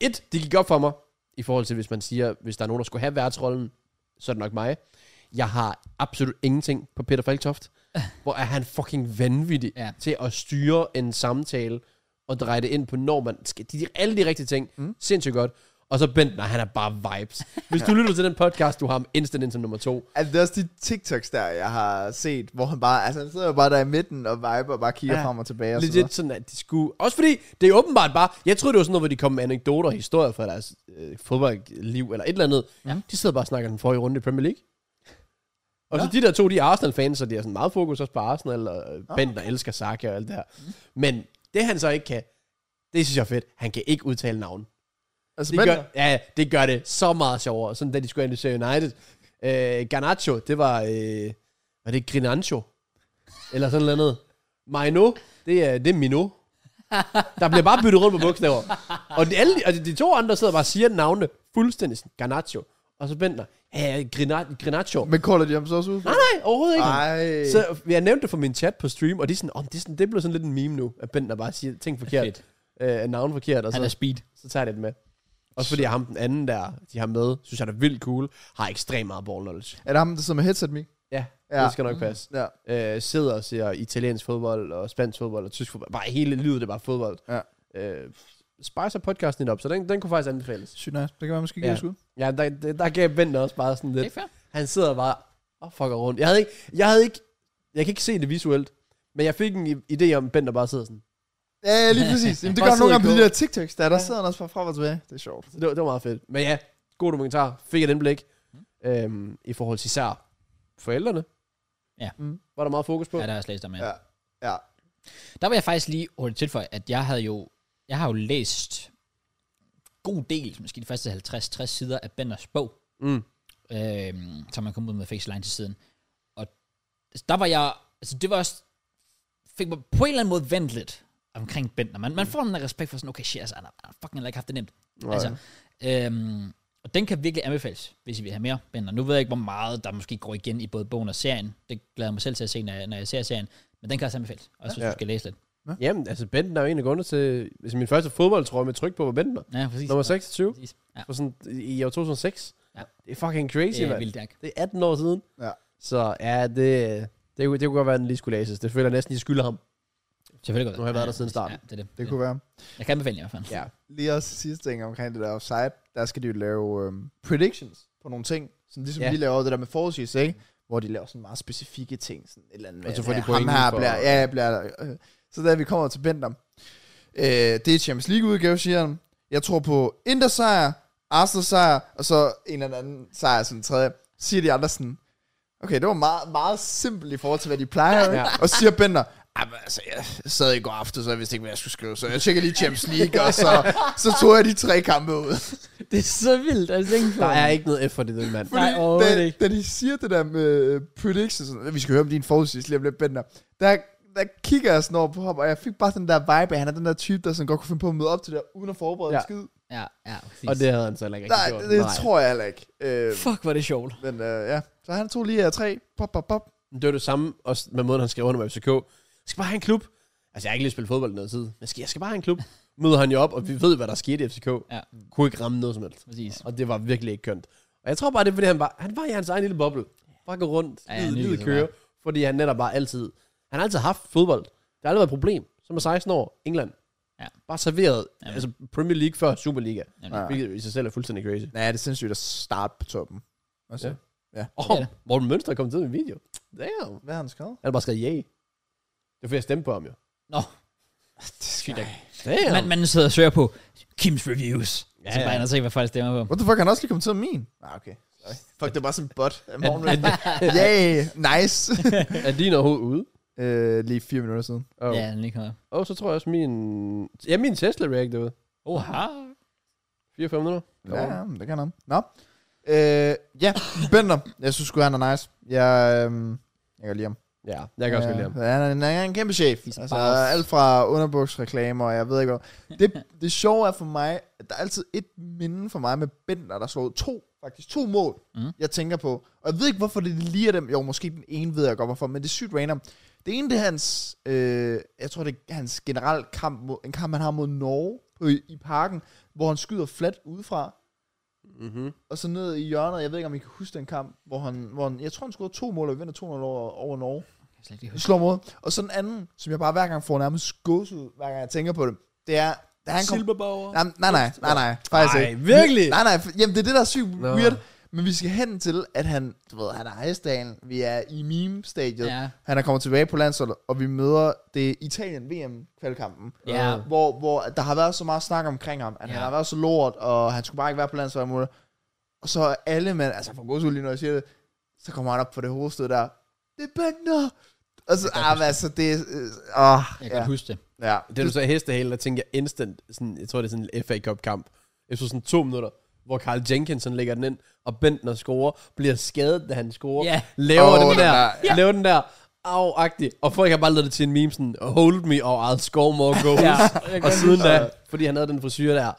S2: et, det gik op for mig, i forhold til, hvis man siger, hvis der er nogen, der skulle have værtsrollen, så er det nok mig. Jeg har absolut ingenting på Peter [laughs] Falktoft, hvor er han fucking vanvittig
S1: Ja.
S2: ja. til at styre en samtale og dreje det ind på, når man skal. De, de- alle de rigtige ting, mm. sindssygt godt. Og så Bentner, han er bare [laughs] vibes. Hvis du lytter til den podcast, du har ham instant ind som nummer to.
S3: Altså, det er også de TikToks der, jeg har set, hvor han bare, altså han sidder jo bare der i midten og viber og bare kigger ja.
S2: Ja.
S3: frem og tilbage og sådan
S2: Legit
S3: noget.
S2: sådan, at de skulle... Også fordi, det er åbenbart bare... Jeg tror det var sådan noget, hvor de kom med anekdoter og historier fra deres øh, fodboldliv, eller et eller andet.
S1: Ja.
S2: Ja. De sidder bare og snakker den forrige runde i Premier League. Og så de der to, de er Arsenal-fans, så de har sådan meget fokus også på Arsenal, og ja. Bent, der elsker Saka og alt det her. Men det han så ikke kan, det synes jeg er fedt. Han kan ikke udtale navn.
S3: Altså,
S2: Det
S3: men,
S2: gør, ja, det gør det så meget sjovere, sådan da de skulle analysere United. Øh, Garnacho, det var, øh, var det Grinancho? Eller sådan noget andet. Mino, det er, det er Mino. Der bliver bare byttet rundt på bogstaver. Og de, alle, og de, de to andre sidder bare og siger navnene fuldstændig sådan, Garnacho. Og så Bentner, ja, Grina- Grinacho.
S3: men kolder de ham så også ud?
S2: Nej, nej, overhovedet ikke.
S3: Ej.
S2: Så jeg nævnte det for min chat på stream, og de er sådan, oh, det, er sådan, det blev sådan lidt en meme nu, at Bentner bare siger ting forkert,
S1: Fedt.
S2: øh, navn forkert. Og så
S1: Han er speed.
S2: så tager jeg det med. Også fordi ham den anden der, de har med, synes han er vildt cool, har ekstremt meget ball knowledge.
S3: Er det ham, der sidder med headset, Mik?
S2: Ja,
S3: Ja. Mm.
S2: ja. det skal nok passe.
S3: Ja.
S2: Øh, sidder og ser italiensk fodbold, og spansk fodbold, og tysk fodbold. Bare hele livet, det er bare fodbold.
S3: Ja.
S2: Øh, spicer podcasten lidt op, så den, den kunne faktisk anbefales.
S3: Sygt nice. Det kan være, man skal give
S2: Ja.
S3: et skud.
S2: Ja, der, der, der gav Bender også bare sådan
S1: Det
S2: lidt.
S1: er fair.
S2: Han sidder bare og fucker rundt. Jeg havde ikke, jeg havde ikke, jeg kan ikke se det visuelt, men jeg fik en i- idé om, at Bender bare sidder sådan.
S3: Ja, ja, lige præcis. Jamen, det
S2: Bare
S3: gør nogle
S2: sidder
S3: gange på
S2: i
S3: de
S2: kog.
S3: der TikToks der, der sidder han også bare frem og tilbage. Det er sjovt.
S2: Så det, var, det var meget fedt. Men ja, god dokumentar. Fik et indblik. Mm. Øhm, I forhold til især forældrene.
S1: Ja.
S2: Mm. Var der meget fokus på?
S1: Ja, der har jeg også læst om, ja.
S3: Ja. Ja.
S1: Der vil jeg faktisk lige hurtigt tilføje, at jeg havde jo, jeg har jo læst god del, måske de første 50-60 sider af Benders bog,
S2: Mm.
S1: øh, som man kom ud med Faceline til siden. Og der var jeg, altså det var også, fik mig på en eller anden måde vendt lidt omkring Bender. Man, man får den der respekt for sådan, okay shit, altså, han har han har fucking heller ikke haft det nemt.
S2: Nej.
S1: Altså, øhm, og den kan virkelig anbefales, hvis I vil have mere Bender. Nu ved jeg ikke, hvor meget der måske går igen i både bogen og serien. Det glæder jeg mig selv til at se, når jeg, når jeg ser serien. Men den kan også anbefales, og jeg synes, ja.
S2: Ja.
S1: du skal læse lidt.
S2: Jamen, altså Benten er jo en af grundene til... Altså, min første fodboldtrøje med tryk på var Benten.
S1: Ja, præcis.
S2: Nummer 26.
S1: Præcis. Ja,
S2: For sådan, I i år 2006.
S1: Ja.
S2: Det er fucking crazy,
S1: det er
S2: mand.
S1: vildt dærk.
S2: Det er 18 år siden.
S3: Ja.
S2: Så ja, det, det, kunne, det kunne godt være, at den lige skulle læses. Det føler jeg næsten, I skylder ham.
S1: Selvfølgelig godt.
S2: Nu har jeg været der siden
S1: præcis.
S2: starten.
S1: Ja, det er det.
S3: Det kunne være.
S1: Jeg kan anbefale den i hvert fald.
S2: Ja.
S3: Lige også sidste ting omkring det der offside, der skal de jo lave øhm, predictions på nogle ting, sådan ligesom
S2: Ja.
S3: yeah. de laver det der med forudsigelse, ikke? Hvor de laver sådan meget specifikke ting, sådan et eller andet.
S2: Og så
S3: med,
S2: får de
S3: ja,
S2: point
S3: Ham her
S2: for-
S3: bliver, ja, jeg bliver øh, Så da vi kommer til Bentham, øh, det er Champions League udgave, siger han. Jeg tror på Inter sejr, Arsenal sejr, og så en eller anden sejr som tredje. Siger de andre sådan, okay, det var meget, meget simpelt i forhold til, hvad de plejer. Ja.
S2: Ja.
S3: Og så siger Bender, "Ej, men altså, jeg sad i går aften, så jeg vidste ikke, hvad jeg skulle skrive, så jeg tjekkede lige Champions League, og så, så tog jeg de tre kampe ud.
S1: [laughs] Det er så vildt. Altså,
S2: Der er ikke noget F for det, den mand.
S1: Nej, overhovedet
S3: da,
S1: ikke.
S3: da de siger det der med øh, predictions, sådan, vi skal høre om din forudsigelse lige om lidt, Bender, der, der kigger jeg sådan over på ham, og jeg fik bare den der vibe af, han er den der type, der sådan godt kunne finde på at møde op til det, her, uden at forberede ja.
S2: Ja.
S3: en skid.
S1: Ja, ja, præcis.
S2: Og det havde han så heller ikke
S3: Nej,
S2: rigtig gjort.
S3: det, det tror jeg heller ikke. Øh,
S1: Fuck, hvor er det sjovt.
S3: men øh, ja, så han tog lige af tre. Pop, pop, pop.
S2: Men Det var det samme også med måden, han skrev under med FCK. Jeg skal bare have en klub. Altså, jeg har ikke lige spillet fodbold i noget tid. Men jeg skal, jeg skal bare have en klub. Møder han jo op, og vi ved, hvad der skete i FCK.
S1: Ja.
S2: Kunne ikke ramme noget som helst.
S1: Præcis.
S2: Og det var virkelig ikke kønt. Og jeg tror bare, det er, fordi han var, han var i hans egen lille boble. Bare gå rundt,
S1: Ja,
S2: ja,
S1: han
S2: livet
S1: hyggede sig
S2: køre. Fordi han netop bare altid... Han har altid haft fodbold. Det har aldrig været et problem. Som er 16 år, England.
S1: Ja.
S2: Bare serveret.
S1: Jamen.
S2: Altså Premier League før Superliga.
S1: Jamen.
S2: Ja. Hvilket i sig selv er fuldstændig crazy.
S3: Nej, det er sindssygt at starte på toppen. Altså,
S2: Ja.
S3: ja.
S2: Åh,
S1: Det
S2: oh,
S1: er det.
S2: Morten Mønster er kommet til med en video. Damn.
S3: Hvad har han skrevet?
S2: Han har bare skrevet yay. Det var fordi, jeg stemte på ham jo.
S1: Nå,
S2: Sygt ikke.
S1: man,
S2: Damn.
S1: man sidder og søger på Kims Reviews. Ja, så
S2: ja.
S1: bare ind og se, hvad folk stemmer på.
S3: What the fuck, han har også lige kommet til min? Nej, ah, okay. Sorry. Fuck, det er bare sådan en [laughs] bot. Morgen,
S2: Er-
S3: [laughs] Yay, nice.
S2: Er din overhovedet ude?
S3: [laughs] øh, lige fire minutter siden.
S2: Oh.
S1: Ja, den lige kommer. op.
S2: Og så tror jeg også min... Ja, min Tesla React derude.
S1: Oha.
S2: 4-5 minutter.
S3: Ja, men det kan han. Nå. Øh, ja, Bender. Jeg synes sgu, han er nice. Jeg, øhm, jeg kan lide ham.
S2: Ja, jeg kan også godt lide ham.
S3: Øh, Han er, en- han er en kæmpe chef.
S1: He's a
S3: Altså,
S1: boss.
S3: alt fra underbuksreklamer, og jeg ved ikke hvad.
S1: [laughs]
S3: Det, det sjove er for mig, at der er altid et minde for mig med Bender, der slår to, faktisk to mål,
S1: Mm.
S3: mm. jeg tænker på. Og jeg ved ikke, hvorfor det lige er dem. Jo, måske den ene ved jeg godt, hvorfor, men det er sygt random. Det ene, det er hans, øh, jeg tror, det er hans generelle kamp, mod, en kamp, han har mod Norge på, i, i parken, hvor han skyder flat udefra
S2: Mm-hmm.
S3: og så ned i hjørnet. Jeg ved ikke, om I kan huske den kamp, hvor han, hvor han jeg tror, han scorede to mål, og vi vinder 2-0 over, over Norge.
S1: Jeg kan slet ikke lige
S3: Vi
S1: huske.
S3: slår mod. Og så den anden, som jeg bare hver gang får nærmest gås ud, hver gang jeg tænker på det, det er, da han kom...
S2: Silberbauer.
S3: Nej, nej, nej, nej, nej, faktisk
S2: Ej,
S3: ikke.
S2: virkelig?
S3: Nej, nej, for- jamen det er det, der er sygt
S2: Nå.
S3: weird. Men vi skal hen til, at han, du ved, han er ejesdagen, vi er i meme-stadiet,
S1: Ja.
S3: han er kommet tilbage på landsholdet, og vi møder det Italien VM-kvalkampen
S1: Ja.
S3: hvor, hvor der har været så meget snak omkring ham, at ja.
S1: Ja.
S3: han har været så lort, og han skulle bare ikke være på landsholdet. imod det. Og så er alle mand, altså for god lige når jeg siger det, så kommer han op på det hovedstød der, det er bænder! Og så, ah, men altså, det er, øh, åh,
S1: Jeg kan
S3: ja,
S1: godt huske det.
S3: ja.
S2: Det du sagde hestehale, der tænkte jeg instant, sådan, jeg tror det er sådan en FA Cup kamp, efter sådan to minutter, hvor Carl Jenkinson lægger den ind, og Bentner scorer, bliver skadet, da han scorer,
S1: Ja.
S2: laver
S3: Åh,
S2: oh, den
S3: den
S2: der,
S3: der,
S2: laver den der, au-agtig, og folk har bare lavet det til en meme, sådan, hold me, og I'll score more goals,
S1: Ja,
S2: ja, og siden da, fordi han havde den frisyr der,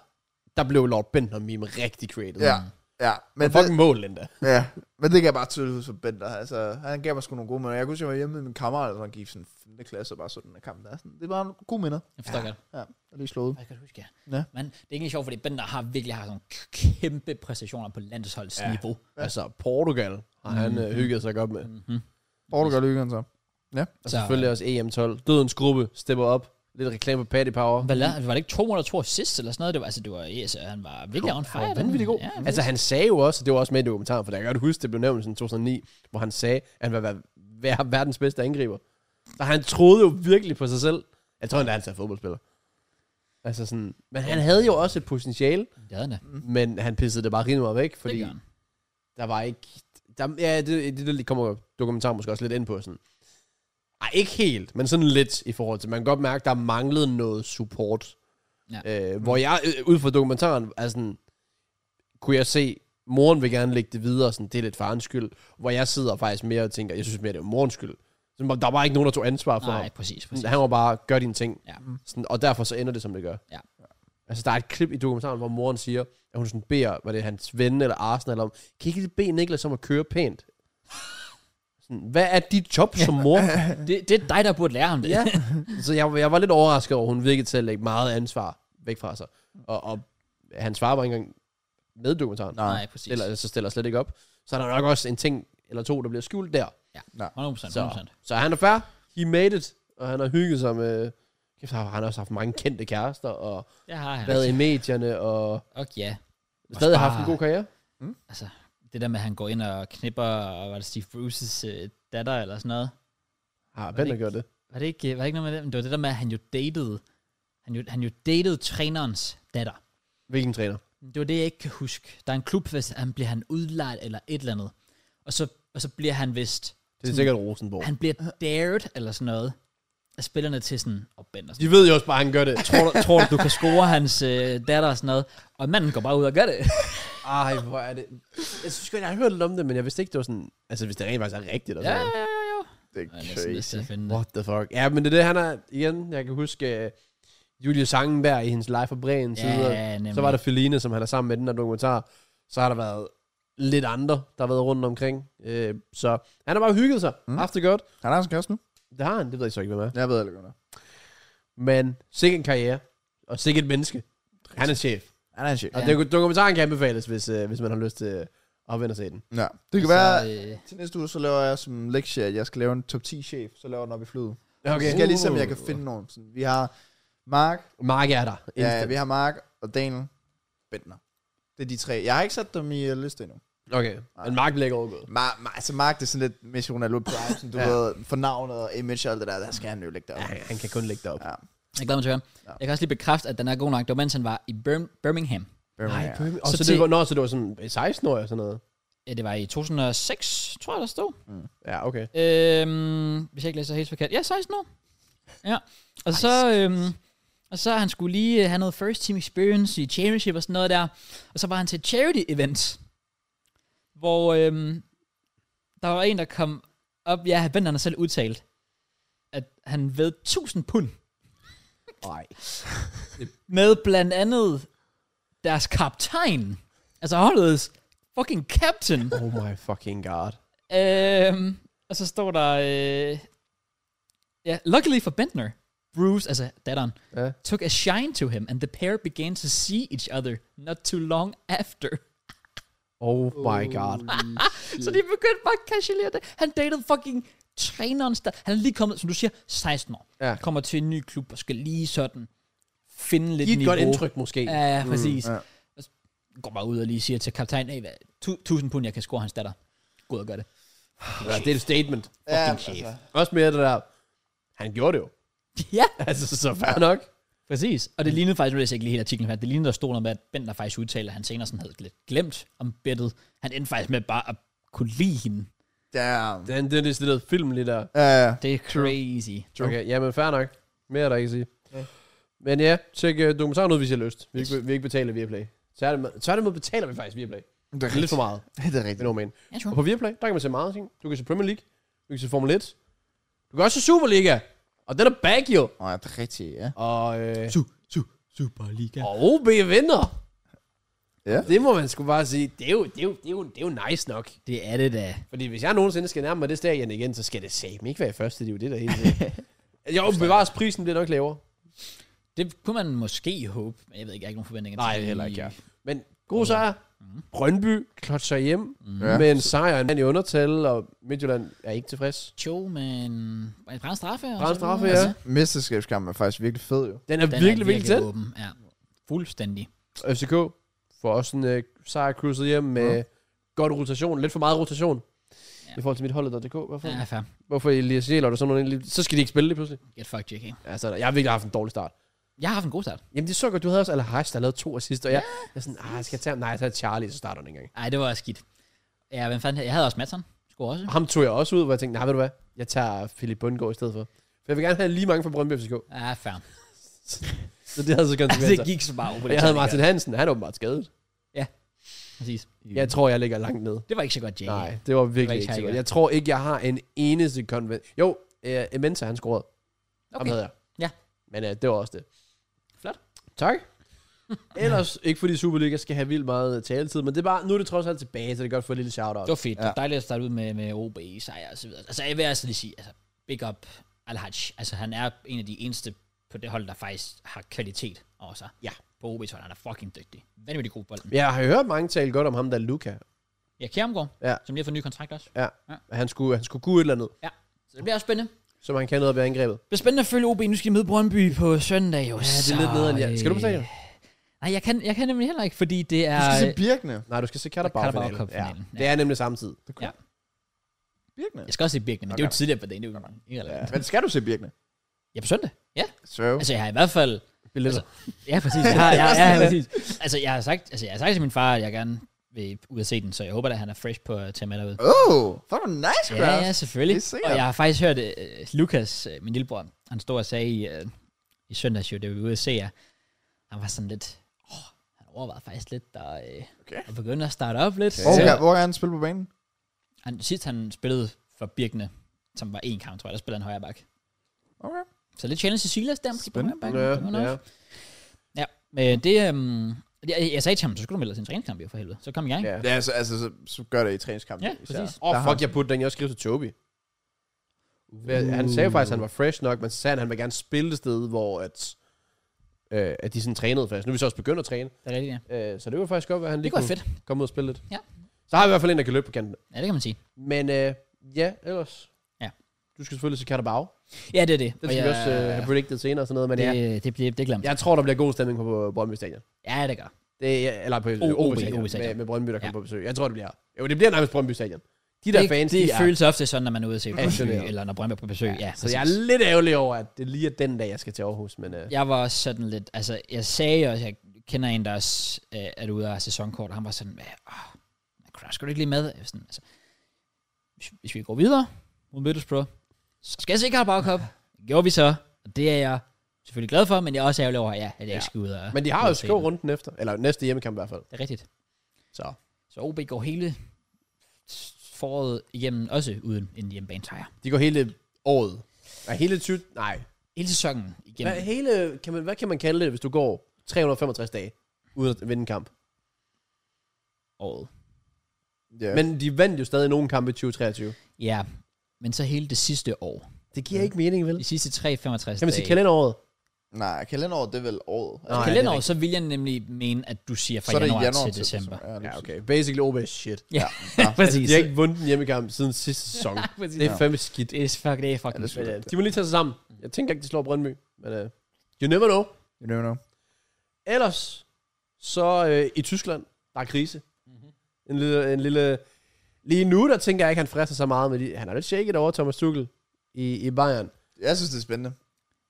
S2: der blev Lord Bentner meme rigtig created.
S3: ja. Ja, men
S2: Men
S3: det,
S2: fucking mål, den der.
S3: ja, men det kan jeg bare tydeligt huske for Bender. Altså, han gav mig sgu nogle gode minder. Jeg kunne huske, jeg var hjemme med min kammerat, og han gik i sådan 5. klasse og bare så den her kamp der. Sådan, det var en god minder.
S1: Jeg forstår godt.
S3: Ja, og lige slået.
S1: Jeg kan godt huske, ja.
S3: Ja.
S1: Men det er ikke sjovt, fordi Bender har virkelig har sådan kæmpe præstationer på landsholdsniveau.
S2: Ja. Altså, Portugal har han mm. øh, hygget sig godt med. Mm.
S3: Portugal lykken så.
S2: Og
S1: Så-
S2: selvfølgelig også EM12. Dødens gruppe stepper op. Lidt reklame på Paddy Power.
S1: Hvad la- var det ikke 202 sidst eller sådan noget? Det var, altså, det var, yes, han var virkelig on fire.
S2: Han var
S1: den.
S2: vanvittigt god.
S1: Ja,
S2: Ja, altså, han sagde jo også, og det var også med i dokumentaren, for jeg kan godt huske, det blev nævnt i sådan 2009, hvor han sagde, at han var ver- ver- verdens bedste angriber. Så han troede jo virkelig på sig selv. Jeg tror, han er altid er fodboldspiller. Altså sådan, men han havde jo også et potentiale,
S1: det havde han da.
S2: men han pissede det bare rimelig meget væk,
S1: Mm. Det
S2: fordi
S1: gør han.
S2: der var ikke... Der, ja, det, det, det kommer dokumentar måske også lidt ind på. Sådan. Ej, ikke helt, men sådan lidt i forhold til. Man kan godt mærke, der manglede noget support. Ja. Øh, hvor jeg, øh, ud fra dokumentaren, er sådan, kunne jeg se, moren vil gerne lægge det videre, sådan, det er lidt farens skyld. Hvor jeg sidder faktisk mere og tænker, jeg synes mere, det er morens skyld. Så der var ikke nogen, der tog ansvar for
S1: Nej,
S2: ham.
S1: præcis, præcis.
S2: Sådan, Han var bare, gør dine ting.
S1: Ja.
S2: Sådan, og derfor så ender det, som det gør.
S1: Ja.
S2: Altså, der er et klip i dokumentaren, hvor moren siger, at hun sådan beder, var det hans ven eller Arsenal om, kan I ikke lige bede Niklas om at køre pænt? Sådan, hvad er dit job som mor?
S1: Det, det er dig, der burde lære ham det.
S2: ja. Så jeg, jeg var lidt overrasket over, at hun virkede til at lægge meget ansvar væk fra sig. Og, og hans far var ikke engang med i
S1: [laughs]
S2: dokumentaren.
S1: Nej, præcis.
S2: Eller så stiller slet ikke op. Så er der nok også en ting eller to, der bliver skjult der.
S1: Ja,
S3: Nej.
S1: 100%.
S2: Så,
S1: 100%.
S2: så han er fair. He made it. Og han har hygget sig med... Kæft, har han har også haft mange kendte kærester, og
S1: Det har han.
S2: været i medierne, og
S1: Og ja,
S2: stadig
S1: bare-
S2: haft en god karriere.
S1: altså, det der med, at han går ind og knipper, og var det Steve Bruce's øh, datter eller sådan noget.
S2: Har
S1: Bender
S2: Bender gjort det?
S1: Var det ikke, øh, var det ikke noget med det? Men det var det der med, at han jo datede, han jo, han jo datede trænerens datter.
S2: Hvilken træner?
S1: Det var det, jeg ikke kan huske. Der er en klub, hvis han bliver han udlejet eller et eller andet. Og så, og så bliver han vist,
S2: Det er sikkert Rosenborg.
S1: han bliver dared eller sådan noget af spillerne til sådan, og Bender,
S2: De ved jo også bare, at han gør det.
S1: tror, du, tror du, du kan score hans øh, datter og sådan noget? Og manden går bare ud og gør det.
S2: Ej, hvor er det... Jeg synes godt, jeg har hørt lidt om det, men jeg vidste ikke, det var sådan... Altså, hvis det rent faktisk er rigtigt. Og
S1: ja,
S2: sådan.
S1: ja, ja, ja.
S3: Det
S1: Jeg
S3: er
S1: er næsten lyst
S3: crazy.
S1: til at finde det.
S2: What the fuck? Ja, men det er det, han er, igen, jeg kan huske uh, Julie Sangenberg i hendes Life fra Breen
S1: Ja,
S2: side, og
S1: nemlig.
S2: så var der Feline, som han er sammen med i den der dokumentar, så har der været lidt andre, der har været rundt omkring, øh, så han har bare hygget sig, mm.
S3: Mm.
S2: haft det godt,
S3: Han har en kæreste nu.
S2: det har han, det ved jeg så ikke, hvem er,
S3: Jeg ved aldrig, hvad det er.
S2: men sikkert en karriere, og sikkert et menneske, han er chef,
S3: Han er en chef.
S2: og
S1: Ja.
S2: ja. det, dokumentaren kan anbefales, hvis, øh, hvis man har lyst til at vende og se den.
S3: Ja. Det
S2: Altså,
S3: kan være,
S1: Så, øh,
S3: til næste uge, så laver jeg som lektie, at jeg skal lave en top 10 chef. Så laver jeg den op i flyet. Okay. Så skal jeg ligesom, jeg kan finde nogen. Sådan, vi har Mark,
S2: Uh. Mark er der.
S3: ja,
S2: Instant.
S3: vi har Mark og Daniel Bentner. Det er de tre. Jeg har ikke sat dem i uh, liste endnu.
S2: Okay, men Mark bliver ikke overgået.
S3: Mar, Mar, altså Mark, det er sådan lidt Messi Ronaldo Prime, sådan, du
S2: [laughs] Ja.
S3: ved, for navnet og image og alt det der, der skal han jo
S2: Ja,
S3: lægge deroppe.
S2: han han kan kun lægge det op.
S3: Ja.
S1: jeg glæder mig til at høre.
S3: Ja.
S1: Jeg kan også lige bekræfte, at den er god nok. Det var mens han var i Bir- Birmingham.
S2: Nej,
S3: Ja.
S2: ja. og
S1: Så
S2: så,
S1: til-
S2: det var, nå, så det var sådan 16 år og sådan noget.
S1: Ja, det var i 2006, tror jeg, der stod.
S2: Ja, okay.
S1: Øhm, hvis jeg ikke læser helt forkert. Ja, 16 år. Ja. Og så, øhm, og så han skulle lige øh, have noget first team experience i championship og sådan noget der. Og så var han til et charity event, hvor øhm, der var en, der kom op. Ja, Bent han har selv udtalt, at han ved 1000 pund
S2: Nej.
S1: med blandt andet deres kaptajn. Altså holdets fucking captain.
S2: Oh my fucking god.
S1: Øhm, og så står der... Øh, ja, luckily for Bentner, Bruce, altså datteren,
S2: Ja.
S1: took a shine to him, and the pair began to see each other not too long after.
S2: Oh my god.
S1: Så de begyndte bare at casualere det. Han datede fucking træneren. Der. Han er lige kommet, som du siger, 16 år.
S2: Ja.
S1: Kommer til en ny klub og skal lige sådan finde lidt
S2: Giv et
S1: niveau.
S2: godt Mm, indtryk måske.
S1: Ja, ja, præcis.
S3: ja.
S1: ja. Går bare ud og lige siger til kaptajnen, hey, hvad, tu- 1000 pund, jeg kan score hans datter. Gå ud og gør det. [laughs]
S2: Ja, det er et statement.
S3: Ja,
S2: Fucking chef. Også mere det der, han gjorde det jo.
S1: ja,
S2: Altså, så fair nok.
S1: Præcis.
S2: Mm.
S1: Og det lignede faktisk, nu læser jeg ikke lige helt artiklen her, det lignede, der stod noget med, at Bender faktisk udtaler, at han senere sådan havde lidt glemt om Bettet. Han endte faktisk med bare at kunne lide hende.
S3: Damn.
S2: Den, den er sådan film lige der.
S3: Ja, ja.
S1: Det er crazy.
S3: True.
S2: Okay, jamen fair nok. Mere er der ikke at sige. Men ja, tjek uh, dokumentaren ud, hvis I har lyst. Vi, yes. ikke, vi ikke betaler Viaplay. Tværtimod tværtimod betaler vi faktisk Viaplay.
S3: Det er
S2: Lidt
S3: rigtigt.
S2: for meget,
S3: [laughs] Det er
S2: det er
S3: rigtigt.
S2: noget men.
S1: Ja,
S2: Og
S1: sure.
S2: på Viaplay, der kan man se meget ting. Du kan se Premier League, du kan se Formel 1, du kan også se Superliga, og den er back jo.
S3: Nå, ja, det er rigtigt, ja.
S2: Og, øh,
S1: Su, su, Superliga.
S2: og OB vinder.
S3: Ja.
S2: Det må man sgu bare sige. Det er, jo, det, er jo, det, er jo, det er jo nice nok.
S1: Det er det da.
S2: Fordi hvis jeg nogensinde skal nærme mig det stadion igen, så skal det same ikke være i første. Det er jo det, der hele tiden.
S3: [laughs]
S2: jo, bevares prisen bliver nok lavere.
S1: Det kunne man måske håbe, men jeg ved ikke, jeg har ikke nogen forventninger
S2: Nej,
S1: til.
S2: heller ikke, ja. Men god sejr. Brøndby klotser hjem
S3: Mhm. Ja.
S2: med en sejr. En mand i undertal, og Midtjylland er ikke tilfreds.
S1: Jo, men... Var det brændt straffe? og
S2: Brændt
S1: så Altså, videre?
S2: straffe, ja.
S3: Mesterskabskampen er faktisk virkelig fed, jo.
S2: Den er,
S1: Den
S2: virkelig, virkelig, tæt.
S1: åben. Ja. Fuldstændig.
S2: FCK får også en øh, sejr cruiset hjem med mm. godt rotation. Lidt for meget rotation.
S1: Ja.
S2: Ja. I forhold til mit holdet.dk. Hvorfor,
S1: Ja,
S2: ja.
S1: fair.
S2: hvorfor Elias Jæler og sådan noget. egentlig- Så skal de ikke spille lige pludselig.
S1: Get fucked, JK.
S2: Altså, jeg har virkelig haft en dårlig start.
S1: Jeg har haft en god start.
S2: Jamen, det er så godt. Du havde også al Hajs, der lavede to assist. Og jeg, jeg er sådan, ah, skal jeg tage ham? Nej, jeg tager Charlie, så starter han ikke engang.
S1: Nej, det var skidt. Ja, hvem fanden? Jeg havde også Madsen. Skulle også.
S2: Og ham tog jeg også ud, hvor jeg tænkte, nej, ved du hvad? Jeg tager Philip Bundgaard i stedet for. For jeg vil gerne have lige mange fra Brøndby FCK.
S1: Ja,
S2: [laughs]
S1: fair.
S2: Så Altså, det havde så konsekvenser.
S1: det gik så bare over.
S2: og jeg havde Martin Hansen, han er åbenbart skadet.
S1: Præcis.
S2: Jeg tror, jeg ligger langt ned.
S1: Det var ikke så godt, JK.
S2: Nej, det var
S1: var
S2: virkelig
S1: ikke
S2: ikke så
S1: Tiger.
S2: godt. Jeg tror ikke, jeg har en eneste konvent. Jo, uh, Emensa, han scorede. Okay. Ham
S1: Okay.
S2: havde jeg.
S1: Ja.
S2: Men uh, det var også det.
S1: Flot.
S2: Tak. [laughs] Ellers, ikke fordi Superliga skal have vildt meget øh, taletid, men det er bare, nu er det trods alt tilbage, så det er godt for et lille shout-out.
S1: Det var fedt. Ja.
S3: Ja.
S1: Dejligt at starte ud med, med OB, sejr og så videre. Altså, jeg vil altså lige sige, altså, big up al -Haj. Altså, han er en af de eneste på det hold, der faktisk har kvalitet over sig.
S2: Ja.
S1: På OB's hold, han er fucking dygtig. Vanvittig god bold.
S2: Jeg har hørt mange tale godt om ham, der er Luca.
S1: Ja, Kjermgaard,
S2: Ja.
S1: som lige har fået ny kontrakt også.
S2: Ja.
S1: Ja.
S2: ja. Han, skulle, han skulle kunne et eller andet,
S1: Ja. Så det bliver også spændende.
S2: som han kan noget ved angrebet.
S1: Det bliver spændende at følge OB. Nu skal de møde Brøndby på søndag, jo. Ja,
S2: Ja, det er lidt nederen. Ja. Skal du på stadion?
S1: Nej, jeg kan, jeg kan nemlig heller ikke, fordi det
S3: Du skal
S1: er...
S3: se Birkene.
S2: Nej, du skal se Katterbag-finalen. Ja.
S1: Cup-finalen.
S2: Det er nemlig samtidig.
S1: Ja.
S3: Birkene?
S1: Jeg skal også se Birkene, men det er jo tidligere på dagen. Det er jo irrelevant.
S3: Men skal du se Birkene?
S1: Ja, på søndag. Ja.
S3: Svæv.
S1: Altså, jeg har i hvert fald
S2: Billetter.
S1: Ja,
S3: [laughs]
S1: præcis. Jeg har, jeg, jeg, jeg, præcis. Altså, jeg har, sagt, altså, jeg har sagt til min far, at jeg gerne vil ud og se den, så jeg håber, at han er fresh på at tage med derud.
S3: Oh, fuck, hvor nice,
S1: Ja,
S3: Kraus.
S1: ja, selvfølgelig.
S3: Det er sikkert.
S1: Og jeg har faktisk hørt uh, Lukas, uh, min lillebror, han stod og sagde i, uh, i søndags, jo, det vi var ude at se jer. Han var sådan lidt, åh, han overvejede faktisk lidt at, uh,
S3: Okay.
S1: at begynde at starte op lidt.
S3: Hvor
S1: Så
S3: kan, hvor kan han spille på banen?
S1: han, sidst han spillede for Birkene, som var en kamp, tror jeg, der spillede han højre bak.
S3: Okay.
S1: Så lidt challenge til Silas der, måske på højre bak.
S2: Ja,
S1: Who knows?
S2: ja.
S1: Ja, men det... Øhm, jeg, jeg sagde til ham, så skulle du melde dig til en træningskamp, jo for helvede. Så kom i gang.
S2: Ja.
S3: Ja, altså, altså så, så gør det i træningskampen.
S1: Ja, præcis.
S2: Åh,
S3: Der
S2: oh,
S3: har
S2: fuck, jeg putte den, jeg skrev til Toby. Uh. Han sagde faktisk, at han var fresh nok, men så sagde han, at han ville gerne spille et sted, hvor at, øh, at de sådan trænede faktisk. Nu er vi så også begyndt at træne,
S1: Det er rigtigt, ja.
S2: øh, så det var faktisk godt, at han
S1: Det
S2: lige
S1: kunne
S2: kunne
S1: være fedt.
S2: komme ud og spille lidt.
S1: Ja.
S2: Så har vi i hvert fald en, der kan løbe på kanten.
S1: Ja, det kan man sige.
S2: Men øh, ja, ellers.
S1: Ja.
S2: Du skal selvfølgelig til Carabao.
S1: Ja, det er det.
S2: Den
S1: Og
S2: skal vi
S1: jeg-
S2: også øh, have predicted senere og sådan noget, men ja.
S1: det, det, bliver, det glemmer
S2: Jeg tror, der bliver god stemning på Brøndby Stadion.
S1: Ja, det gør.
S2: Det er, eller på øh,
S1: OB,
S2: OB Stadion,
S1: OB Stadion.
S2: med, med Brøndby, der kommer
S1: Ja.
S2: på besøg. Jeg tror, det bliver... Jo, det bliver nærmest Brøndby Stadion. De der
S1: det,
S2: fans,
S1: det
S2: de er...
S1: føles ofte sådan, når man er ude at se på besøg,
S2: Passioneret.
S1: eller når Brøndby er på besøg. Ja,
S2: Så jeg er lidt ærgerlig over, at det lige er den dag, jeg skal til Aarhus, men... Øh,
S1: jeg var også sådan lidt, altså jeg sagde også, jeg kender en, der også øh, er ude og har sæsonkort, og han var sådan, "Hvad, åh, man kunne da sgu da ikke lige med. Jeg var sådan, altså, hvis, hvis vi går videre mod Middlesbrough, så skal jeg se Carabao Cup. Det gjorde vi så, og det er jeg selvfølgelig glad for, men jeg er også ærgerlig over, ja, at jeg
S2: Ja.
S1: ikke skal ud og...
S2: Men de
S1: ud
S2: har jo
S1: og se
S2: skov
S1: den.
S2: runden efter. Eller næste hjemmekamp i hvert fald.
S1: Det er rigtigt.
S2: Så
S1: Så OB går hele foråret igennem, også uden en hjemmebanesejr.
S2: de går hele året. Nej, hele 20... Nej.
S1: Hele sæsonen igennem.
S2: Hvad, hele, kan man, hvad kan man kalde det, hvis du går 365 dage uden at vinde en kamp?
S1: året.
S3: Ja. Men,
S2: Men de vandt jo stadig nogle kampe i 2023.
S1: Ja, men så hele det sidste år.
S2: Det giver ikke mening, vel?
S1: De sidste 365
S2: Kan man sige
S1: dage.
S2: kalenderåret?
S3: nej, kalenderåret, det er vel året. Altså,
S2: Nej, det er
S1: Kalenderåret, så vil jeg nemlig mene, at du siger fra
S3: så er det
S1: januar,
S3: januar
S1: til december.
S3: Ja, altså, lige
S2: Ja,
S3: præcis.
S2: okay. Basically OB is shit. Altså,
S1: Ja,
S3: Ja.
S1: præcis.
S2: De har ikke vundet en hjemmekamp siden sidste [laughs] sæson.
S1: præcis.
S2: det er fandme skidt.
S1: Det er fuck, det er fucking...
S3: Ja, det er
S2: Men,
S3: sgu
S2: øh, de må lige tage sig sammen. Jeg tænker ikke, de slår Brøndby. Men uh, you never know.
S3: You never know.
S2: Ellers, så øh, i Tyskland, der er krise. Mm-hmm. En, lille, en lille... Lige nu, der tænker jeg ikke, han frister så meget med de... Han er lidt shaket over Thomas Tuchel i, i Bayern.
S3: Jeg synes, det er spændende.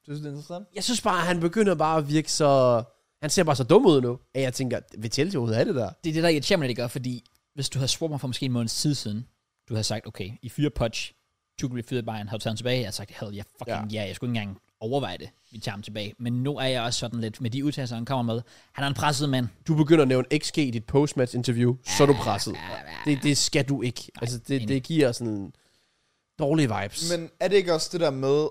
S3: Synes du, det er interessant?
S2: Jeg synes bare, han begynder bare at virke så... Han ser bare så dum ud nu, at jeg tænker, vil Chelsea overhovedet have det der?
S1: Det er det, der irriterer mig, det gør, fordi hvis du havde spurgt mig for måske en måneds tid siden, du havde sagt, okay, i fire punch, Tuchel bliver fyret af Bayern, har du taget ham tilbage? Jeg har sagt, hell yeah, fucking ja. ja, jeg skulle ikke engang overveje det, vi tager ham tilbage. Men nu er jeg også sådan lidt, med de udtalelser, han kommer med, han er en presset mand.
S2: Du begynder at nævne XG i dit postmatch interview, så er du presset. Det, det skal du ikke. Altså, det,
S1: enig.
S2: det giver sådan dårlige vibes.
S3: Men er det ikke også det der med,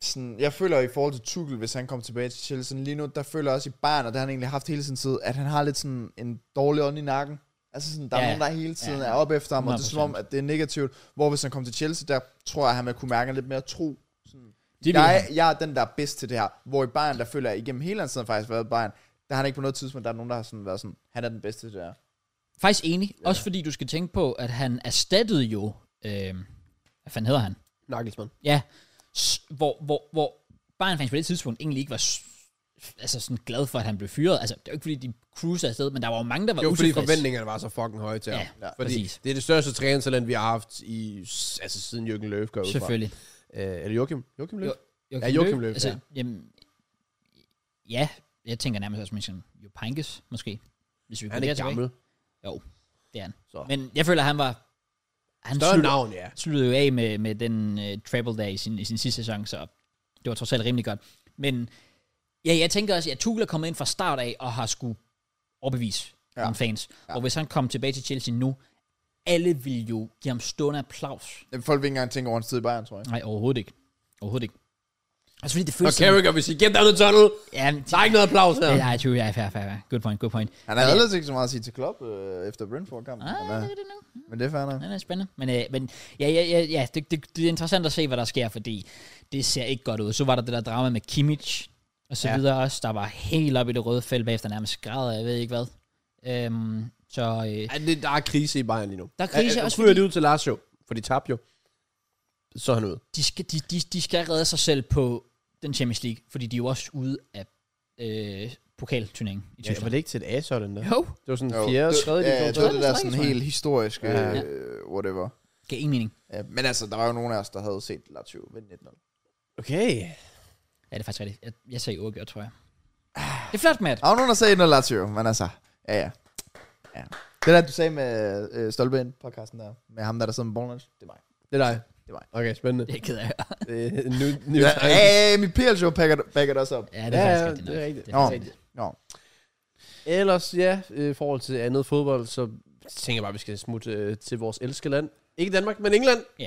S3: sådan, jeg føler i forhold til Tuchel, hvis han kommer tilbage til Chelsea sådan lige nu, der føler jeg også i Bayern, og det har han egentlig haft hele sin tid, at han har lidt sådan en dårlig ånd i nakken. Altså sådan, der ja,
S1: Ja,
S3: er nogen, der hele tiden
S1: ja.
S3: ja, er oppe efter ham, og det er som
S1: 100%.
S3: om, at det er negativt. Hvor hvis han kommer til Chelsea, der tror jeg, at han vil kunne mærke en lidt mere tro.
S1: Det vil
S3: Jeg,
S1: han.
S3: jeg er den, der er bedst til det her. Hvor i Bayern, der føler jeg igennem hele hans tid, har faktisk været i Bayern, der har han ikke på noget tidspunkt, der er nogen, der har sådan været sådan, han er den bedste til det her.
S1: Faktisk enig. Ja. Også fordi du skal tænke på, at han erstattede jo... Øh, hvad fanden hedder han?
S2: Nagelsmann.
S1: Ja. S- hvor, hvor, hvor Bayern fans på det tidspunkt egentlig ikke var s- altså sådan glad for, at han blev fyret. Altså, det var ikke fordi, de cruisede afsted, men der var jo mange, der var
S2: Jo, fordi
S1: utilfredse.
S2: forventningerne var så fucking høje til
S1: Ja,
S2: ham.
S1: ja,
S2: fordi
S1: præcis.
S2: det er det største træningstalent, vi har haft i, altså siden Jørgen Løv går ud fra.
S1: Selvfølgelig.
S2: Øh, eller Joachim? Joachim Løv?
S1: Jo,
S2: Ja, Joachim Løw,
S1: Altså,
S2: ja.
S1: Jamen, ja, jeg tænker nærmest også, måske Jo Pankes, måske. Hvis vi går
S2: han er
S1: der
S2: ikke
S1: tilbage.
S2: gammel.
S1: Det er han.
S2: Så.
S1: Men jeg føler, at han var... Han
S2: Større
S1: slutter-
S2: navn, ja.
S1: sluttede jo af med, med den uh, treble der i sin, i sin sidste sæson, så det var trods alt rimelig godt. Men ja, jeg tænker også, at Tuchel er kommet ind fra start af og har skulle overbevise ja.
S3: Ja.
S1: nogle fans. Ja. Og hvis han kom tilbage til Chelsea nu, alle vil jo give ham stående applaus.
S3: Jamen, Folk vil ikke engang tænke over hans tid i Bayern, tror jeg.
S1: Nej, overhovedet ikke. Overhovedet ikke. Altså fordi det
S2: Og
S1: føles...
S2: Carragher vil sige, get down the tunnel!
S1: ja,
S2: Der er ikke noget applaus her.
S1: Ja, nej, true, ja, fair, fair, fair. Good point, good point.
S3: Han havde ellers ikke så meget at sige til Klopp øh, efter Brentford-kampen.
S1: Ah,
S3: men,
S1: det
S3: øh,
S1: er det nu.
S3: men det er fair nok.
S1: Ja, det er spændende. Men, øh, men ja, ja, ja, ja det, det, det er interessant at se, hvad der sker, fordi det ser ikke godt ud. Så var der det der drama med Kimmich og så
S2: Ja.
S1: ja. videre også, der var helt op i det røde felt bagefter nærmest græder, jeg ved ikke hvad. Øhm, så øh,
S2: Ja, det, der er krise i Bayern lige nu.
S1: der er krise
S2: Ja,
S1: også,
S2: Nu ryger
S1: fordi
S2: de ud til Lazio, for de tabte jo. Så er han ude.
S1: de skal, de, de, de skal redde sig selv på den Champions League, fordi de er jo også ude af øh, pokalturneringen i
S2: Ja, var
S1: Tyskland.
S2: det ikke til et A-så, den der?
S1: Ja, jo,
S2: Det var sådan
S3: Jo,
S2: fjerde,
S3: det-
S2: tredje,
S3: ja,
S2: division,
S3: det, var
S2: tredje.
S3: det der sådan helt historiske,
S2: Ja.
S3: ja. øh, whatever.
S1: gav ingen mening.
S3: Ja, men altså, der var jo nogen af os, der havde set Lazio vinde 1-0.
S2: Okay.
S1: Ja, det er faktisk rigtigt. Jeg, jeg sagde uafgjort, tror jeg. Det er flot, Matt.
S2: Ah.
S3: Der var nogen, der sagde 1-0 Lazio, men altså, ja, ja. ja. Det der, du sagde med øh, Stolpe ind podcasten der, med ham der, der sidder med Bornlands, det er mig.
S2: Det er dig.
S3: Det er mig.
S2: Okay, spændende.
S1: Det er jeg ked af. at høre.
S2: Det er en ny, ny
S3: Ja, ja, ja, ja, mit PL-show pakker, pakker det også op.
S1: Ja, det er
S2: Ja,
S1: faktisk
S2: ja,
S1: rigtigt. nok.
S2: det er rigtigt.
S1: Det
S3: Nå,
S1: er faktisk rigtigt.
S3: nå.
S2: Ellers, ja, øh, i forhold til andet fodbold, så tænker jeg bare, at vi skal smutte øh, til vores elskede land. Ikke Danmark, men England.
S1: Ja.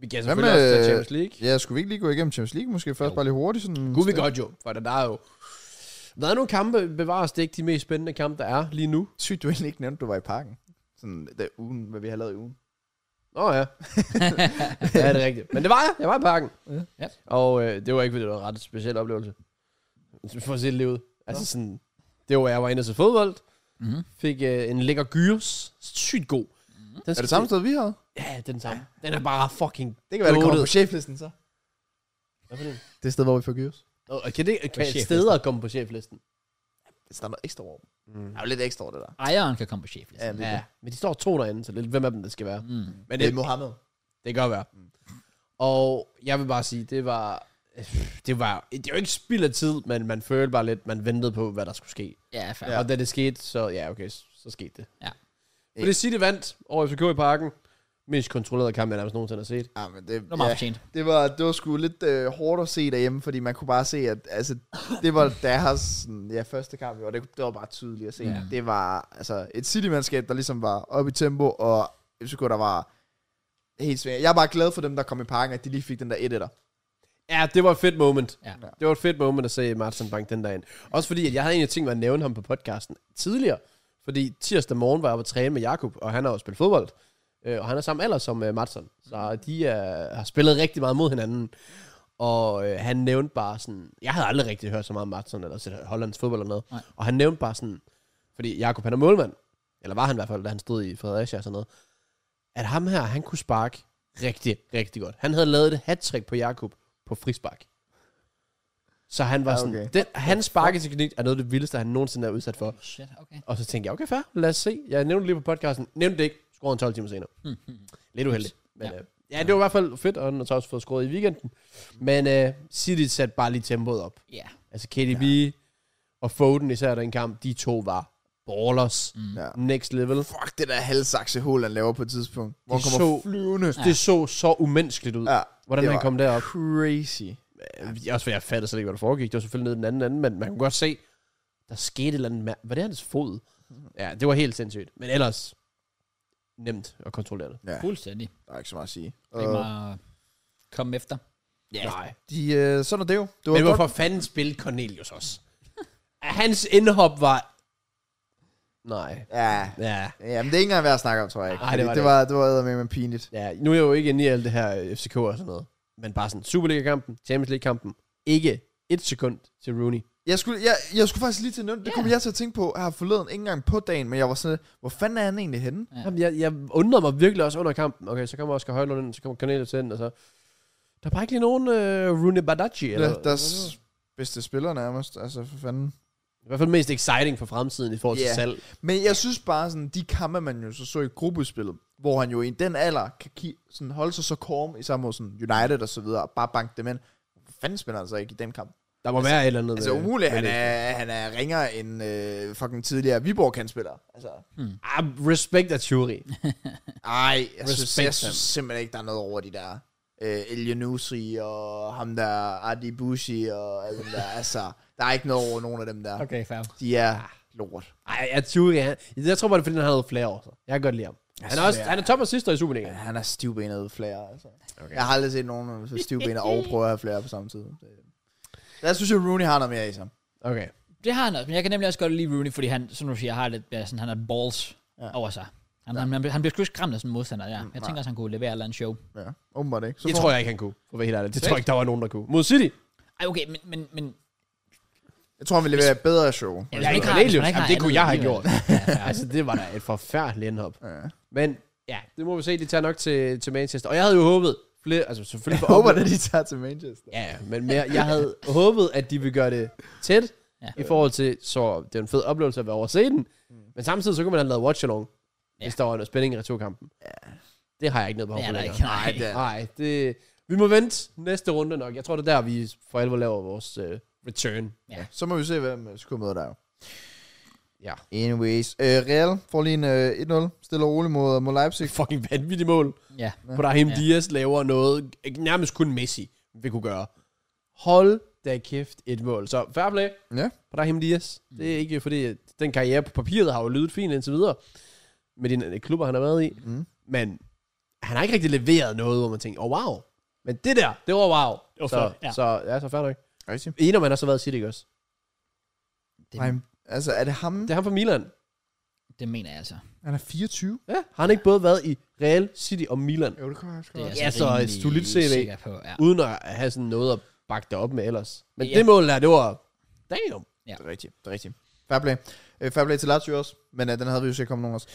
S2: Vi kan
S3: Hvad
S2: selvfølgelig også
S3: med- øh,
S2: tage Champions League.
S3: Ja, skulle vi ikke lige gå igennem Champions League måske først?
S2: Jo.
S3: Bare lige hurtigt sådan...
S2: Kunne vi godt jo, for der er jo... Der er nogle kampe, bevares det er ikke de mest spændende kampe, der er lige nu.
S3: Sygt, du egentlig ikke nævnte, du var i parken. Sådan der ugen, hvad vi har lavet i ugen.
S2: Nå
S1: [laughs]
S2: ja. ja, det er rigtigt. Men det var jeg. Jeg var i parken.
S1: Ja.
S2: Og øh, det var ikke, fordi det var en ret speciel oplevelse. For at se det lige ud. Altså sådan... Det var, hvor jeg var inde til fodbold.
S1: Mm-hmm.
S2: Fik øh, en lækker gyros. Sygt
S1: Mhm.
S2: god. Den
S3: Er det samme sted, vi havde?
S2: Ja, den samme. Den er bare fucking...
S3: Det kan være, det kommer
S2: Loaded.
S3: på cheflisten så.
S2: Hvad for en?
S3: Det sted, hvor vi får gyros.
S2: Nå, kan det kan
S1: cheflisten.
S2: steder komme på cheflisten?
S3: Det starter ekstra over.
S2: Mm.
S3: Der er jo lidt ekstra over det der.
S1: Ejeren kan komme på chef. Ligesom.
S3: Ja, det er
S2: Ja, men de står to derinde, så det er lidt, hvem af dem det skal være.
S1: Mm.
S2: Men
S3: Det
S2: det,
S3: er Mohammed.
S2: det kan godt være. Og jeg vil bare sige, det var... Det var det var ikke spild af tid, men man følte bare lidt, man ventede på, hvad der skulle ske.
S1: ja fair.
S2: Ja. Og da det skete, så ja, okay, så, så skete det.
S1: Ja.
S2: For det City vandt over FCK i parken. Mest kontrollerede kamp, jeg nærmest nogensinde har set.
S3: Ja, men det,
S1: Det var meget fortjent.
S3: det, var, det var sgu lidt øh, hårdt at se derhjemme, fordi man kunne bare se, at altså, det var deres sådan, ja, første kamp, og det, det var bare tydeligt at se.
S1: Ja.
S3: Ja. Det var altså, et City-mandskab, der ligesom var oppe i tempo, og FCK, der var helt svært. Jeg er bare glad for dem, der kom i parken, at de lige fik den der 1
S2: Ja, det var et fedt moment.
S1: Ja.
S2: Det var et fedt moment at se Martin Bank den dag ind. Også fordi, at jeg havde egentlig tænkt mig at nævne ham på podcasten tidligere. Fordi tirsdag morgen var jeg på træne med Jakob, og han har jo spillet fodbold. Øh, Og han er samme alder som øh, Martin. Så de øh, har spillet rigtig meget mod hinanden. Og øh, han nævnte bare sådan... Jeg havde aldrig rigtig hørt så meget om Martin, eller set Hollands fodbold eller noget.
S1: Nej.
S2: Og han nævnte bare sådan... Fordi Jakob han er målmand. Eller var han i hvert fald, da han stod i Fredericia og sådan noget. At ham her, han kunne sparke rigtig, rigtig godt. Han havde lavet et hat på Jakob på frispark. Så han var
S3: Ja,
S2: ja, okay. sådan,
S3: okay.
S2: den, hans sparketeknik er noget af det vildeste, han nogensinde er udsat for.
S1: Oh, Shit, okay.
S2: Og så tænkte jeg, okay, fair, lad os se. Jeg nævnte det lige på podcasten. Nævnte det ikke. Skruede han 12 timer senere.
S1: Hmm, hmm.
S2: Lidt uheldigt. Men,
S1: Ja.
S2: ja. Øh, ja, det var i hvert fald fedt, og han har så også fået scoret i weekenden. Men øh, City satte bare lige tempoet op.
S1: Ja.
S2: Altså KDB ja. og Foden især i den kamp, de to var ballers. Mm.
S3: Ja.
S2: Next level.
S3: Fuck, det der halvsakse hul, han laver på et tidspunkt. Hvor han
S2: Det
S3: kommer
S2: så-
S3: flyvende.
S2: Ja. Det så så umenneskeligt ud, ja,
S3: Ja,
S2: hvordan
S3: det
S2: han
S3: var
S2: kom derop.
S3: Crazy.
S2: Øh, Også fordi jeg fattede slet ikke, hvad der foregik. Det var selvfølgelig nede i den anden ende, men man kunne godt se, der skete et eller andet. mær- Var det hans fod? Ja, det var helt sindssygt. Men ellers, nemt at kontrollere det.
S3: Ja,
S1: Fuldstændig.
S3: der er ikke så meget at sige.
S1: Det er ikke
S3: Og
S1: meget at komme efter.
S2: Ja. Nej.
S3: de, øh, sådan er det jo. Det var
S2: Men
S3: godt.
S2: hvorfor fanden spillede Cornelius også? At Hans indhop var... Nej.
S3: Ja,
S2: Ja.
S3: ja men det er ikke engang værd at snakke om, tror jeg ikke.
S2: Nej, det var
S3: det
S2: det
S3: var, det var eddermame pinligt.
S2: ja. Nu er jeg jo ikke inde i alt det her øh, FCK og sådan noget. Men bare sådan Superliga-kampen, Champions League-kampen. Ikke et sekund til Rooney.
S3: Jeg skulle, jeg, jeg skulle faktisk lige til at nævne, det kom jeg til at tænke på her forleden, ikke engang på dagen, men jeg var sådan, lidt, hvor fanden er han egentlig henne?
S1: Ja.
S2: Jamen, jeg, jeg undrede mig virkelig også under kampen. Okay, så kommer Oscar Højlund ind, så kommer Cornelius ind, og så... Der er bare ikke lige nogen øh, Rooney Badaji, eller...
S3: Ja,
S2: hvad det
S3: deres bedste spiller nærmest, altså for fanden.
S2: var. I hvert fald mest exciting for fremtiden i forhold til
S3: Ja.
S2: salg.
S3: Men jeg synes bare sådan, de kampe, man jo så så i gruppespillet, hvor han jo i den alder kan ki- sådan holde sig så korm i sammen med sådan United og så videre, og bare banke dem ind. Hvor fanden spiller han så ikke i den kamp?
S2: Der må være et eller andet...
S3: Altså
S2: øh,
S3: umuligt,
S2: med
S3: han
S2: det.
S3: er, han er ringere end øh, fucking tidligere Viborg-kandspiller. Altså,
S2: Ah, respekt af
S3: [laughs]
S2: Thierry.
S3: Ej, jeg synes,
S2: Respekt,
S3: jeg
S2: mand.
S3: synes simpelthen ikke, der er noget over de der. Øh, El Yunusi og ham der Adi Bushi og alle dem der. altså, der er ikke noget over nogen af dem der.
S1: Okay, fair.
S3: De er lort.
S2: Ej, at Thierry, han, jeg tror bare, det er, fordi han havde flere år. Så. Jeg kan godt lide ham. Han er, også,
S3: svært.
S2: han er top assister i
S3: Ja,
S2: Superligaen.
S3: han er stivbenet flere, altså. Okay. Jeg har aldrig set nogen der er så stivbenet og prøver at have flere på samme tid. Det- Der synes jeg, Rooney har noget mere i sig.
S2: Okay.
S1: Det har han også, men jeg kan nemlig også godt lide Rooney, fordi han, som du siger, har lidt, ja, sådan, han har balls ja.
S3: Ja.
S1: over sig. Han, ja. han, han, han bliver sgu ikke skræmt af sådan en modstander, ja. Jeg tænker også, han kunne levere et eller andet show.
S3: Ja, åbenbart ikke. Så
S2: Det
S3: får-
S2: tror jeg ikke, han kunne. For at være helt ærlig. Det tror jeg ikke, der var nogen, der kunne. Mod City.
S1: Ej, okay, men, men, men
S3: jeg tror, han vil levere et bedre show. Altså,
S1: Ja,
S2: Jeg
S1: ikke
S2: ikke
S1: har- hvis
S2: Cornelius.
S1: Altså, man ikke
S2: Jamen,
S1: har
S2: det kunne jeg
S1: andet
S2: have gjort.
S1: alligevel. Ja, fair.
S2: Altså, det var da et forfærdeligt indhop.
S3: Ja.
S2: Men ja, det må vi se. De tager nok til, til Manchester. Og jeg havde jo håbet flere... Altså, selvfølgelig
S3: [laughs] Jeg
S2: for
S3: håber, at de tager til Manchester.
S2: Ja, ja, men mere, jeg havde håbet, at de ville gøre det tæt,
S1: Ja. Mm.
S2: ja. i forhold til, så det er en fed oplevelse at være over at se den, men samtidig så kunne man have lavet watch-along,
S1: Ja.
S2: ja. hvis der var noget spænding i returkampen. Ja. Det har jeg ikke noget behov
S1: Det er
S2: for
S1: der
S2: længere.
S1: ikke. Nej,
S3: det
S2: Nej,
S3: er-
S2: det, vi må vente næste runde nok. Jeg tror, det er der, vi for alvor laver vores øh, return.
S3: Så må vi se, hvem øh, skulle møde dig.
S2: Ja.
S3: Anyways. Øh, Real får lige en øh, 1-0. Stille og roligt mod, mod Leipzig.
S2: Det er fucking vanvittigt mål.
S1: ja.
S2: Ja. Brahim
S1: Ja.
S2: ja. Dias laver noget, ikke- nærmest kun Messi vil kunne gøre. Hold da kæft et mål. Så fair play.
S3: Ja.
S2: Brahim Dias. Det er ikke fordi, at den karriere på papiret har jo lydet fint indtil videre. Med de øh, klubber, han har været i.
S3: Mm.
S2: Men han har ikke rigtig leveret noget, hvor man tænker, åh oh, wow. Men det der, det var wow. Det
S1: var
S2: så,
S1: flot, ja.
S2: ja. så ja, så færdig.
S3: Rigtig.
S2: En man har så været i City, ikke også?
S1: Det,
S3: Nej, altså er det ham?
S2: Det er ham fra Milan.
S1: det mener jeg altså.
S3: Han er 24.
S2: Ja, har han ikke både været i Real City og Milan,
S3: Jo, det kan jeg også
S1: Det er
S2: Ja, så et
S1: rimelig
S2: solidt CV.
S1: sikker på, ja.
S2: uden at have sådan noget at bakke det op med ellers. Men
S1: Ja.
S2: ja. det mål der, det var... Damn.
S3: Det er rigtigt, det er rigtigt. Fair play. Øh, fair play til Lazio også, men øh, den havde vi jo sikkert kommet nogen også.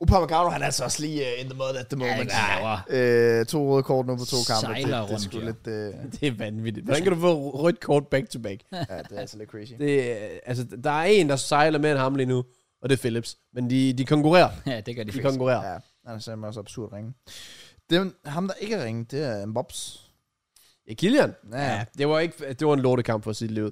S3: Upamecano, han er altså også lige uh, in the mud at the moment.
S1: Ja, det er
S3: øh, to røde kort nu på to kampe.
S1: Sejler
S3: det, det er
S1: rundt,
S3: sgu
S1: ja.
S3: lidt, øh,
S2: Det er vanvittigt. Hvordan kan du få rødt kort back to back?
S3: ja, det er altså lidt crazy.
S2: Det, er- altså, der er en, der sejler med en ham lige nu, og det er Philips. Men de, de konkurrerer.
S1: ja, det gør de
S2: De
S1: faktisk.
S2: konkurrerer. Ja.
S3: Ja, han er simpelthen også absurd ringe. Det, ham, der ikke er ringe, det er Mobs.
S2: ja Kilian.
S3: Ja, ja.
S2: Det var, ikke, det var en lortekamp for sit liv.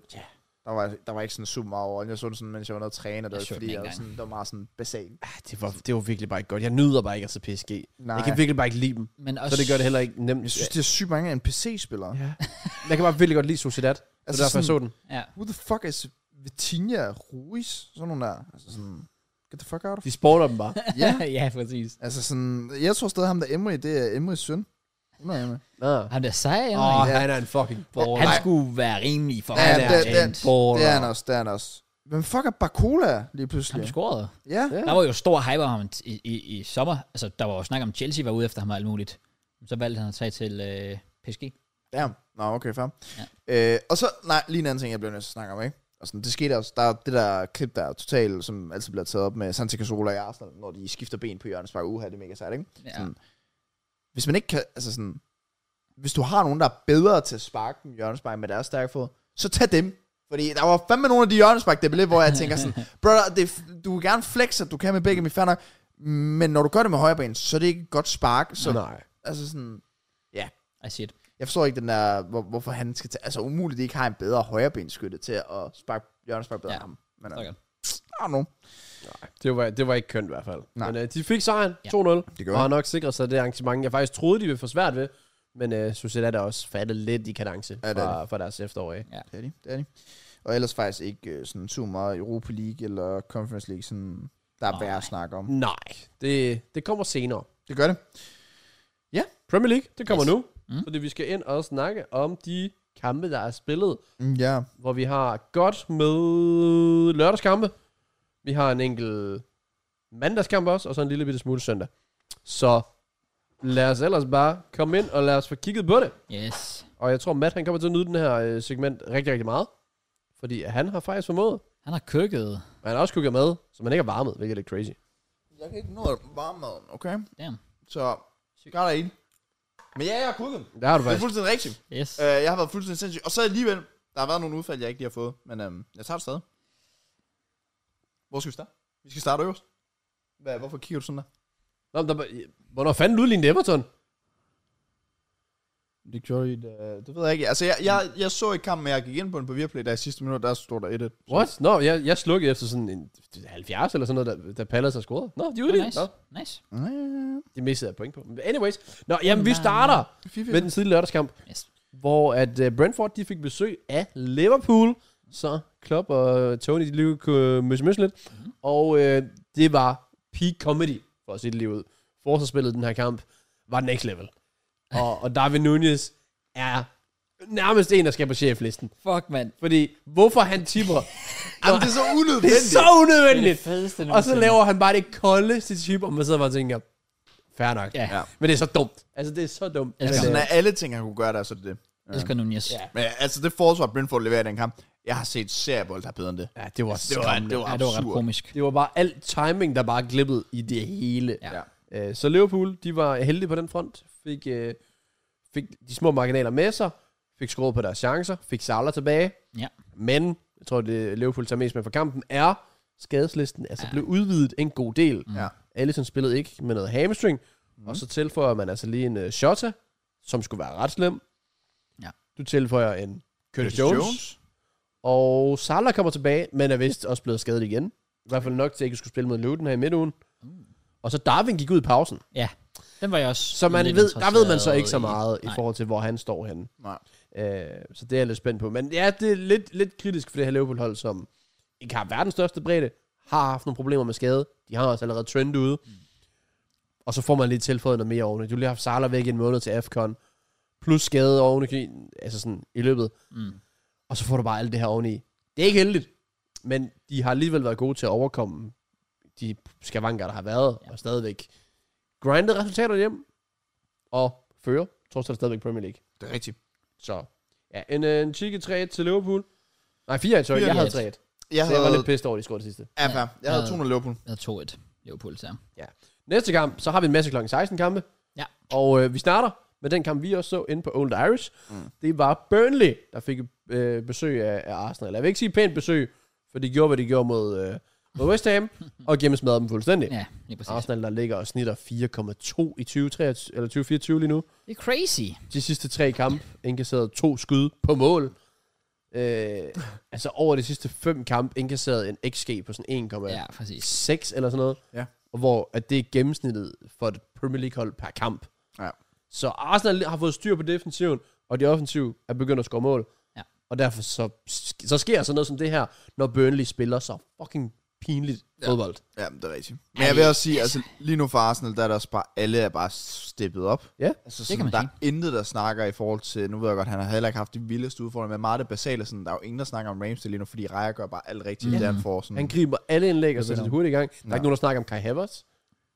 S3: Der, var, der var ikke sådan super meget over. Jeg så den sådan, mens jeg var nede og træne, og det
S1: Jeg
S3: var
S1: så den
S3: ikke, fordi
S1: ikke
S3: jeg var
S1: engang.
S3: sådan, det var meget sådan basalt.
S2: Ah, Det var, det var virkelig bare ikke godt. Jeg nyder bare ikke at se PSG. Nej. Jeg
S3: Nej.
S2: kan virkelig bare ikke lide dem.
S1: Men også,
S2: Så det gør det heller ikke nemt.
S3: Jeg synes, det er sygt mange NPC-spillere.
S2: Ja. Jeg kan bare virkelig godt lide Sociedad. Så altså
S3: Altså
S2: derfor jeg så den.
S1: Ja. [laughs]
S3: Who the fuck is Vitinha, Ruiz, sådan nogle der. Altså sådan, get the fuck out of
S2: De sporter dem bare.
S3: Ja,
S1: ja, præcis.
S3: altså sådan, jeg tror stadig ham der Emery, det er Emerys søn. Hun er Emery.
S2: Nå.
S1: Han der sej,
S2: Åh, oh,
S1: oh,
S2: han er en fucking baller.
S1: han
S3: nej.
S1: skulle være rimelig for
S3: Ja,
S1: ja,
S3: det- det-
S1: det,
S3: Det er han også, det er han også. Hvem fuck er Bakula lige
S1: Han
S3: pludselig?
S1: scorede.
S3: Ja,
S2: Ja.
S1: Der var jo stor hype om ham i, i, i sommer. Altså, der var jo snak om, Chelsea var ude efter ham og alt muligt. Så valgte han at tage til øh, PSG.
S3: ja. Nå, okay, fair. Ja. Øh, og så, nej, lige en anden ting, jeg blev nødt til at snakke om, ikke? Og sådan, det skete også. Der er det der klip, der er totalt, som altid bliver taget op med Santi Cazorla i Arsenal, når de skifter ben på Jørgens Bakke. Uha, det er mega sejt, ikke?
S1: Ja.
S3: Sådan. Hvis man ikke kan, altså sådan, hvis du har nogen, der er bedre til at sparke end hjørnespark med deres stærke fod, så tag dem. Fordi der var fandme nogle af de hjørnespark, det blev, hvor jeg
S2: [laughs]
S3: tænker sådan, brother, det, er f- du vil gerne flexe, at du kan med begge, mit fair nok, men når du gør det med højre ben, så er det ikke et godt spark. Så,
S2: Nej.
S3: altså sådan,
S1: I see it.
S3: jeg forstår ikke den der, hvor, hvorfor han skal tage, altså umuligt, de ikke har en bedre højrebenskytte til at sparke hjørnespark bedre
S1: Ja.
S3: ja. ham. Men,
S1: Okay.
S3: okay. I don't know.
S2: Det var, det var ikke kønt i hvert fald.
S3: Nej.
S2: Men øh, de fik sejren
S1: Ja.
S2: 2-0.
S3: Det
S2: Og har nok sikret sig det arrangement, jeg faktisk troede, de ville få svært ved. Men øh, Sociedad er også fattet lidt i kadence
S3: Ja, det er
S2: fra, fra deres efterår af.
S3: Det er de, det er de. Og ellers faktisk ikke øh, sådan super meget Europa League eller Conference League, sådan, der er værd at snakke om.
S2: Nej, det, det kommer senere.
S3: Det gør det.
S2: Premier League, det kommer
S1: Yes.
S2: yes.
S1: Mm.
S2: nu. Mm. Fordi vi skal ind og snakke om de kampe, der er spillet.
S3: Mm, Ja.
S2: Hvor vi har godt med lørdagskampe. Vi har en enkelt mandagskamp også, og så en lille bitte smule søndag. Så lad os ellers bare komme ind, og lad os få kigget på det.
S1: Yes.
S2: Og jeg tror, Matt han kommer til at nyde den her øh, segment rigtig, rigtig meget. Fordi han har faktisk formået.
S1: Han har køkket.
S2: Og han har også kukket mad, så man ikke har varmet, hvilket er lidt crazy.
S3: Jeg kan ikke nå at varme maden, okay?
S1: Damn.
S3: Så, gør der en. Men ja, jeg har kunnet.
S2: Der har du
S3: Det er
S2: faktisk.
S3: fuldstændig rigtigt.
S1: Yes.
S3: Øh, jeg har været fuldstændig sindssyg. Og så alligevel, der har været nogle udfald, jeg ikke lige har fået. Men øhm, jeg tager det stadig. Hvor skal vi starte? Vi skal starte øverst. Hvad, hvorfor kigger du sådan der?
S2: Nå, men der, hvornår fanden udlignede Everton?
S3: Det gjorde I det. Det ved jeg ikke. Altså, jeg, jeg, jeg så ikke kampen, men jeg gik ind på den på Viaplay, der i sidste minut, der stod der 1-1. Så-
S2: What? Nå, jeg, jeg slukkede efter sådan en 70 eller sådan noget, der, der Palace har scoret. Nå, de
S1: Oh,
S2: udlignede.
S1: nice.
S2: Nå,
S1: Nice.
S3: Ja, ja, ja.
S2: det missede jeg point på. Men Anyways. Nå, jamen vi
S1: Nej.
S2: starter
S3: Fiffi.
S2: med den tidlige lørdagskamp.
S1: Yes.
S2: hvor at uh, Brentford de fik besøg af Liverpool. Så Klopp og Tony de lige kunne uh, møsse møsse lidt. Mm. Og uh, det var peak comedy, for at sige det lige ud. Forsvarsspillet i den her kamp var next level. Og, og David Nunez er nærmest en, der skal på cheflisten.
S1: Fuck, mand.
S2: Fordi, hvorfor han tipper,
S3: Jamen, det er så
S2: det er
S3: unødvendigt.
S2: så unødvendigt.
S1: fedeste
S2: Og så
S1: nogensinde.
S2: laver han bare det koldeste tip, og man sidder bare og tænker, fair nok.
S1: Ja. ja.
S2: Men det er så dumt. Altså, det er så dumt.
S1: Jeg
S2: at,
S1: skal
S2: øh,
S3: Sådan er alle ting, han kunne gøre der, så er det det.
S1: Jeg elsker Nunez.
S2: Ja.
S3: Men altså, det forsvar, Brentford leverer i den kamp, jeg har set seriebold, der er bedre end det.
S2: Ja, det var,
S3: Det var,
S1: Ja,
S3: det var,
S1: det var ret
S3: absurd.
S1: komisk.
S2: Det var bare alt timing, der bare glippede i det hele.
S1: Ja.
S2: Øh, Så Liverpool, de var heldige på den front. Fik, øh, fik de små marginaler med sig. Fik skruet på deres chancer. Fik Salah tilbage.
S1: Ja.
S2: Men, jeg tror, det Liverpool tager mest med fra kampen, er skadeslisten. Altså ja. blev udvidet en god del.
S3: Ja.
S2: Allison spillede ikke med noget hamstring. Mm. Og så tilføjer man altså lige en uh, Shota, som skulle være ret slem.
S1: Ja.
S2: Du tilføjer en Curtis Jones. Jones. Og Salah kommer tilbage, men er vist også blevet skadet igen. I hvert fald nok til at ikke skulle spille mod Luton her i midtugen.
S1: Mm.
S2: Og så Darwin gik ud i pausen.
S1: Den var jeg også
S2: Så man
S1: lidt
S2: ved, der ved man så
S1: interesseret
S2: ikke så meget i
S1: Nej.
S2: forhold til, hvor han står henne.
S3: Nej.
S2: Øh, så det er jeg lidt spændt på. Men ja, det er lidt, lidt kritisk for det her Liverpool-hold, som ikke har verdens største bredde, har haft nogle problemer med skade. De har også allerede Trent ude. Og så får man lige tilføjet noget mere oveni. Du har lige haft Salah væk i en måned til AFCON. Plus skade oveni, altså sådan i løbet.
S1: Mm.
S2: Og så får du bare alt det her oveni. Det er ikke heldigt. Men de har alligevel været gode til at overkomme de skavanker, der har været. Ja. Og stadigvæk grindet resultater hjem. Og fører. Trods alt stadigvæk Premier League.
S3: Det er rigtigt.
S2: Så ja, en, øh, en chikke 3 til Liverpool. Nej, 4 sorry. Jeg havde
S1: 4-1.
S2: 3 1
S3: Jeg
S2: Så
S3: havde,
S2: jeg var lidt pissed over, at de scorede det sidste.
S3: ja, fair. jeg havde
S1: Ja.
S3: 200 Liverpool.
S1: Jeg havde 2-1. Liverpool til ham.
S2: Næste kamp, så har vi en masse klokken 16 kampe.
S1: Ja.
S2: Og øh, vi starter med den kamp, vi også så inde på Old Irish. Mm. Det var Burnley, der fik øh, besøg af, af Arsenal. Eller Jeg vil ikke sige pænt besøg, for de gjorde, hvad de gjorde mod, øh, mod West
S1: [laughs]
S2: Ham, og gennemsmadrede dem fuldstændig.
S1: Ja, lige præcis.
S2: Arsenal, der ligger og snitter 4,2 i 2023 eller 2024 lige nu.
S1: Det er crazy.
S2: De sidste tre kampe indkasseret to skud på mål. Øh, altså over de sidste fem kampe indkasseret en XG på sådan 1,1.
S1: Ja, præcis.
S2: 6 eller sådan noget.
S3: Ja.
S2: Og hvor at det er gennemsnittet for et Premier League-hold per kamp.
S3: Ja.
S2: Så Arsenal har fået styr på defensiven, og de offensive er begyndt at score mål.
S1: Ja.
S2: Og derfor så, så sker sådan noget som det her, når Burnley spiller så fucking pinligt ja. fodbold.
S3: Ja, det er rigtigt. Men jeg vil også sige, altså lige nu for Arsenal, der er der også bare, alle er bare steppet op.
S2: Ja.
S3: Altså,
S1: Det
S3: sådan,
S1: kan man
S3: der er intet, der snakker i forhold til, nu ved jeg godt, han har heller ikke haft de vildeste udfordringer, men meget det basale, sådan, der er jo ingen, der snakker om Ramsey lige nu, fordi Raja gør bare alt rigtigt, mm. der han får sådan.
S2: Han griber alle indlæg og sætter det hurtigt i gang. Der er ikke nogen, der snakker om Kai Havertz.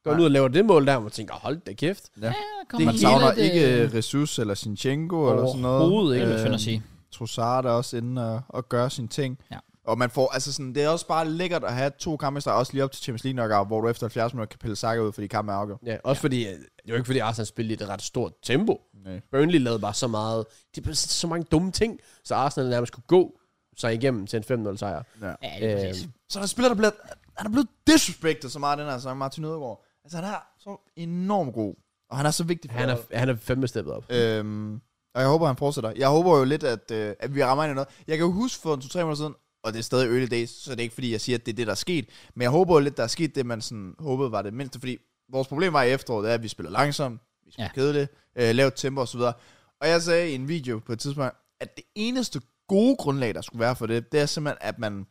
S2: Går han ud og laver det mål der, og man tænker, hold da kæft.
S1: Ja, kom
S2: Det
S3: man
S1: lige
S3: savner
S1: lidt, øh,
S3: ikke øh, Ressus eller Sinchenko eller sådan noget.
S2: Overhovedet
S1: Det
S2: ikke.
S1: er lidt synd at sige.
S3: Trossard er også inde og, og gøre sine ting.
S1: Ja.
S3: Og man får, altså sådan, det er også bare lækkert at have to kampe, der også lige op til Champions League knockout, hvor du efter 70 minutter kan pille Saka ud, fordi kampen er afgjort.
S2: Ja, også ja. fordi, øh, det er jo ikke fordi Arsenal spillede i et ret stort tempo.
S3: Nej.
S2: Burnley lavede bare så meget, de så mange dumme ting, så Arsenal nærmest kunne gå sig igennem til en 5-0 sejr.
S1: Ja, lige præcis.
S2: Øhm,
S3: Så er der spiller, der bliver, han er blevet disrespektet så meget, den her sang, Martin Ødegaard. Altså, han er så enormt god, og han er så vigtig for
S2: Han
S3: holdet.
S2: er, han er fandme steppet op.
S3: Øhm, og jeg håber, han fortsætter. Jeg håber jo lidt, at, øh, at vi rammer ind i noget. Jeg kan jo huske for en 2-3 måneder siden, og det er stadig early days, så det er ikke fordi, jeg siger, at det er det, der er sket. Men jeg håber jo lidt, der er sket det, man sådan håbede var det mindste. Fordi vores problem var i efteråret, det er, at vi spiller langsomt, vi spiller ja. kedeligt, øh, lavt tempo osv. Og jeg sagde i en video på et tidspunkt, at det eneste gode grundlag, der skulle være for det, det er simpelthen, at man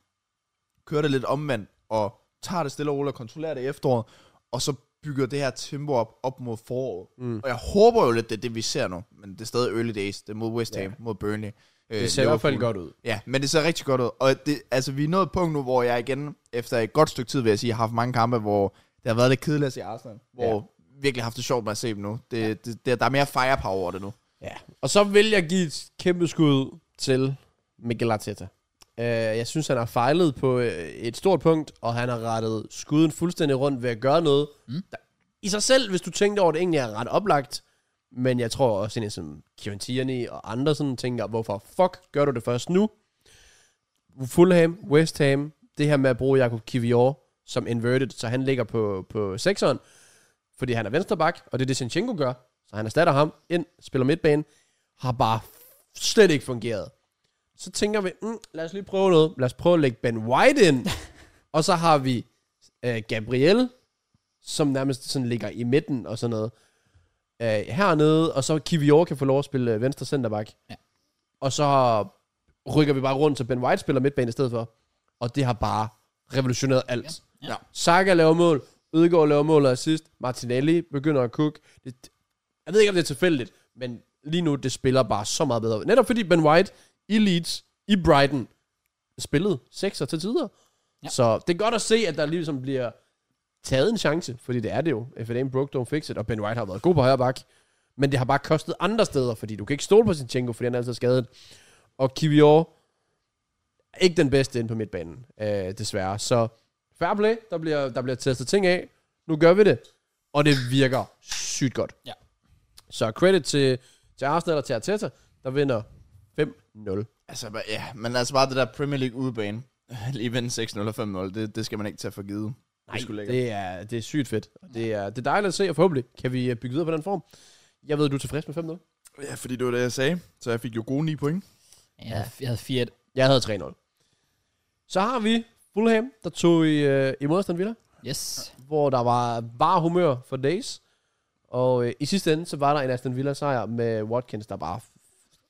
S3: kører det lidt omvendt, og tager det stille og roligt og kontrollerer det i efteråret, og så bygger det her tempo op, op mod foråret. Mm. Og jeg håber jo lidt, det er det, vi ser nu, men det er stadig early days, det er mod West Ham,
S2: Ja.
S3: mod Burnley. øh,
S2: Det ser i hvert fald godt ud.
S3: Ja, men det ser rigtig godt ud. Og det, altså, vi er nået et punkt nu, hvor jeg igen, efter et godt stykke tid, vil jeg sige, har haft mange kampe, hvor det har været lidt kedeligt at se Arsenal. Hvor
S2: Ja.
S3: ja. virkelig har haft det sjovt med at se dem nu. Det, ja. det, det, der er mere firepower over det nu.
S2: Ja. Og så vil jeg give et kæmpe skud til Mikel Arteta. Uh, jeg synes, han har fejlet på øh, et stort punkt, og han har rettet skuden fuldstændig rundt ved at gøre noget. Mm. Der, I sig selv, hvis du tænkte over det, egentlig er ret oplagt. Men jeg tror også, at som Kieran Tierney og andre sådan tænker, hvorfor fuck gør du det først nu? Fulham, West Ham, det her med at bruge Jakob Kivior som inverted, så han ligger på, på sekseren, fordi han er venstreback, og det er det, Sinchenko gør. Så han erstatter ham ind, spiller midtbane, har bare slet ikke fungeret. Så tænker vi, mm, lad os lige prøve noget. Lad os prøve at lægge Ben White ind. og så har vi øh, Gabriel, som nærmest sådan ligger i midten og sådan noget. Øh, hernede, og så Kivior kan få lov at spille øh, venstre centerback.
S1: Ja.
S2: Og så rykker vi bare rundt, så Ben White spiller midtbane i stedet for. Og det har bare revolutioneret alt.
S1: Ja. Ja.
S2: Saka laver mål, Ødegaard laver mål og assist, Martinelli begynder at cook. Det, jeg ved ikke, om det er tilfældigt, men lige nu, det spiller bare så meget bedre. Netop fordi Ben White i Leeds, i Brighton, spillede sekser til tider. Ja.
S1: Ja.
S2: Så det er godt at se, at der ligesom bliver taget en chance, fordi det er det jo. If it ain't broke, don't fix it. Og Ben White har været god på højre bak, men det har bare kostet andre steder, fordi du kan ikke stole på Sinchenko, fordi han er altid skadet. Og Kivior, ikke den bedste inde på midtbanen, øh, desværre. Så fair play, der bliver, der bliver testet ting af. Nu gør vi det, og det virker sygt godt.
S1: Ja.
S2: Så credit til, til Arsenal og til Arteta, der vinder 5-0.
S3: Altså, bare- ja, men altså bare det der Premier League udebane. [laughs] Lige vende 6-0 og 5-0, det, det skal man ikke tage for givet.
S2: Nej,
S3: sgu lækkert.
S2: det er, det er sygt fedt. Og Det er, det er dejligt at se, og forhåbentlig kan vi øh, bygge videre på den form. Jeg ved, du er tilfreds med 5-0.
S3: Ja, fordi det var det, jeg sagde. Så jeg fik jo gode 9 point.
S1: Jeg havde- Jeg havde 4-1.
S2: Jeg havde 3-0. Så har vi Fulham, der tog i, øh, imod Aston Villa,
S1: Yes.
S2: hvor der var bare humør for days. Og øh, i sidste ende, så var der en Aston Villa-sejr med Watkins, der bare,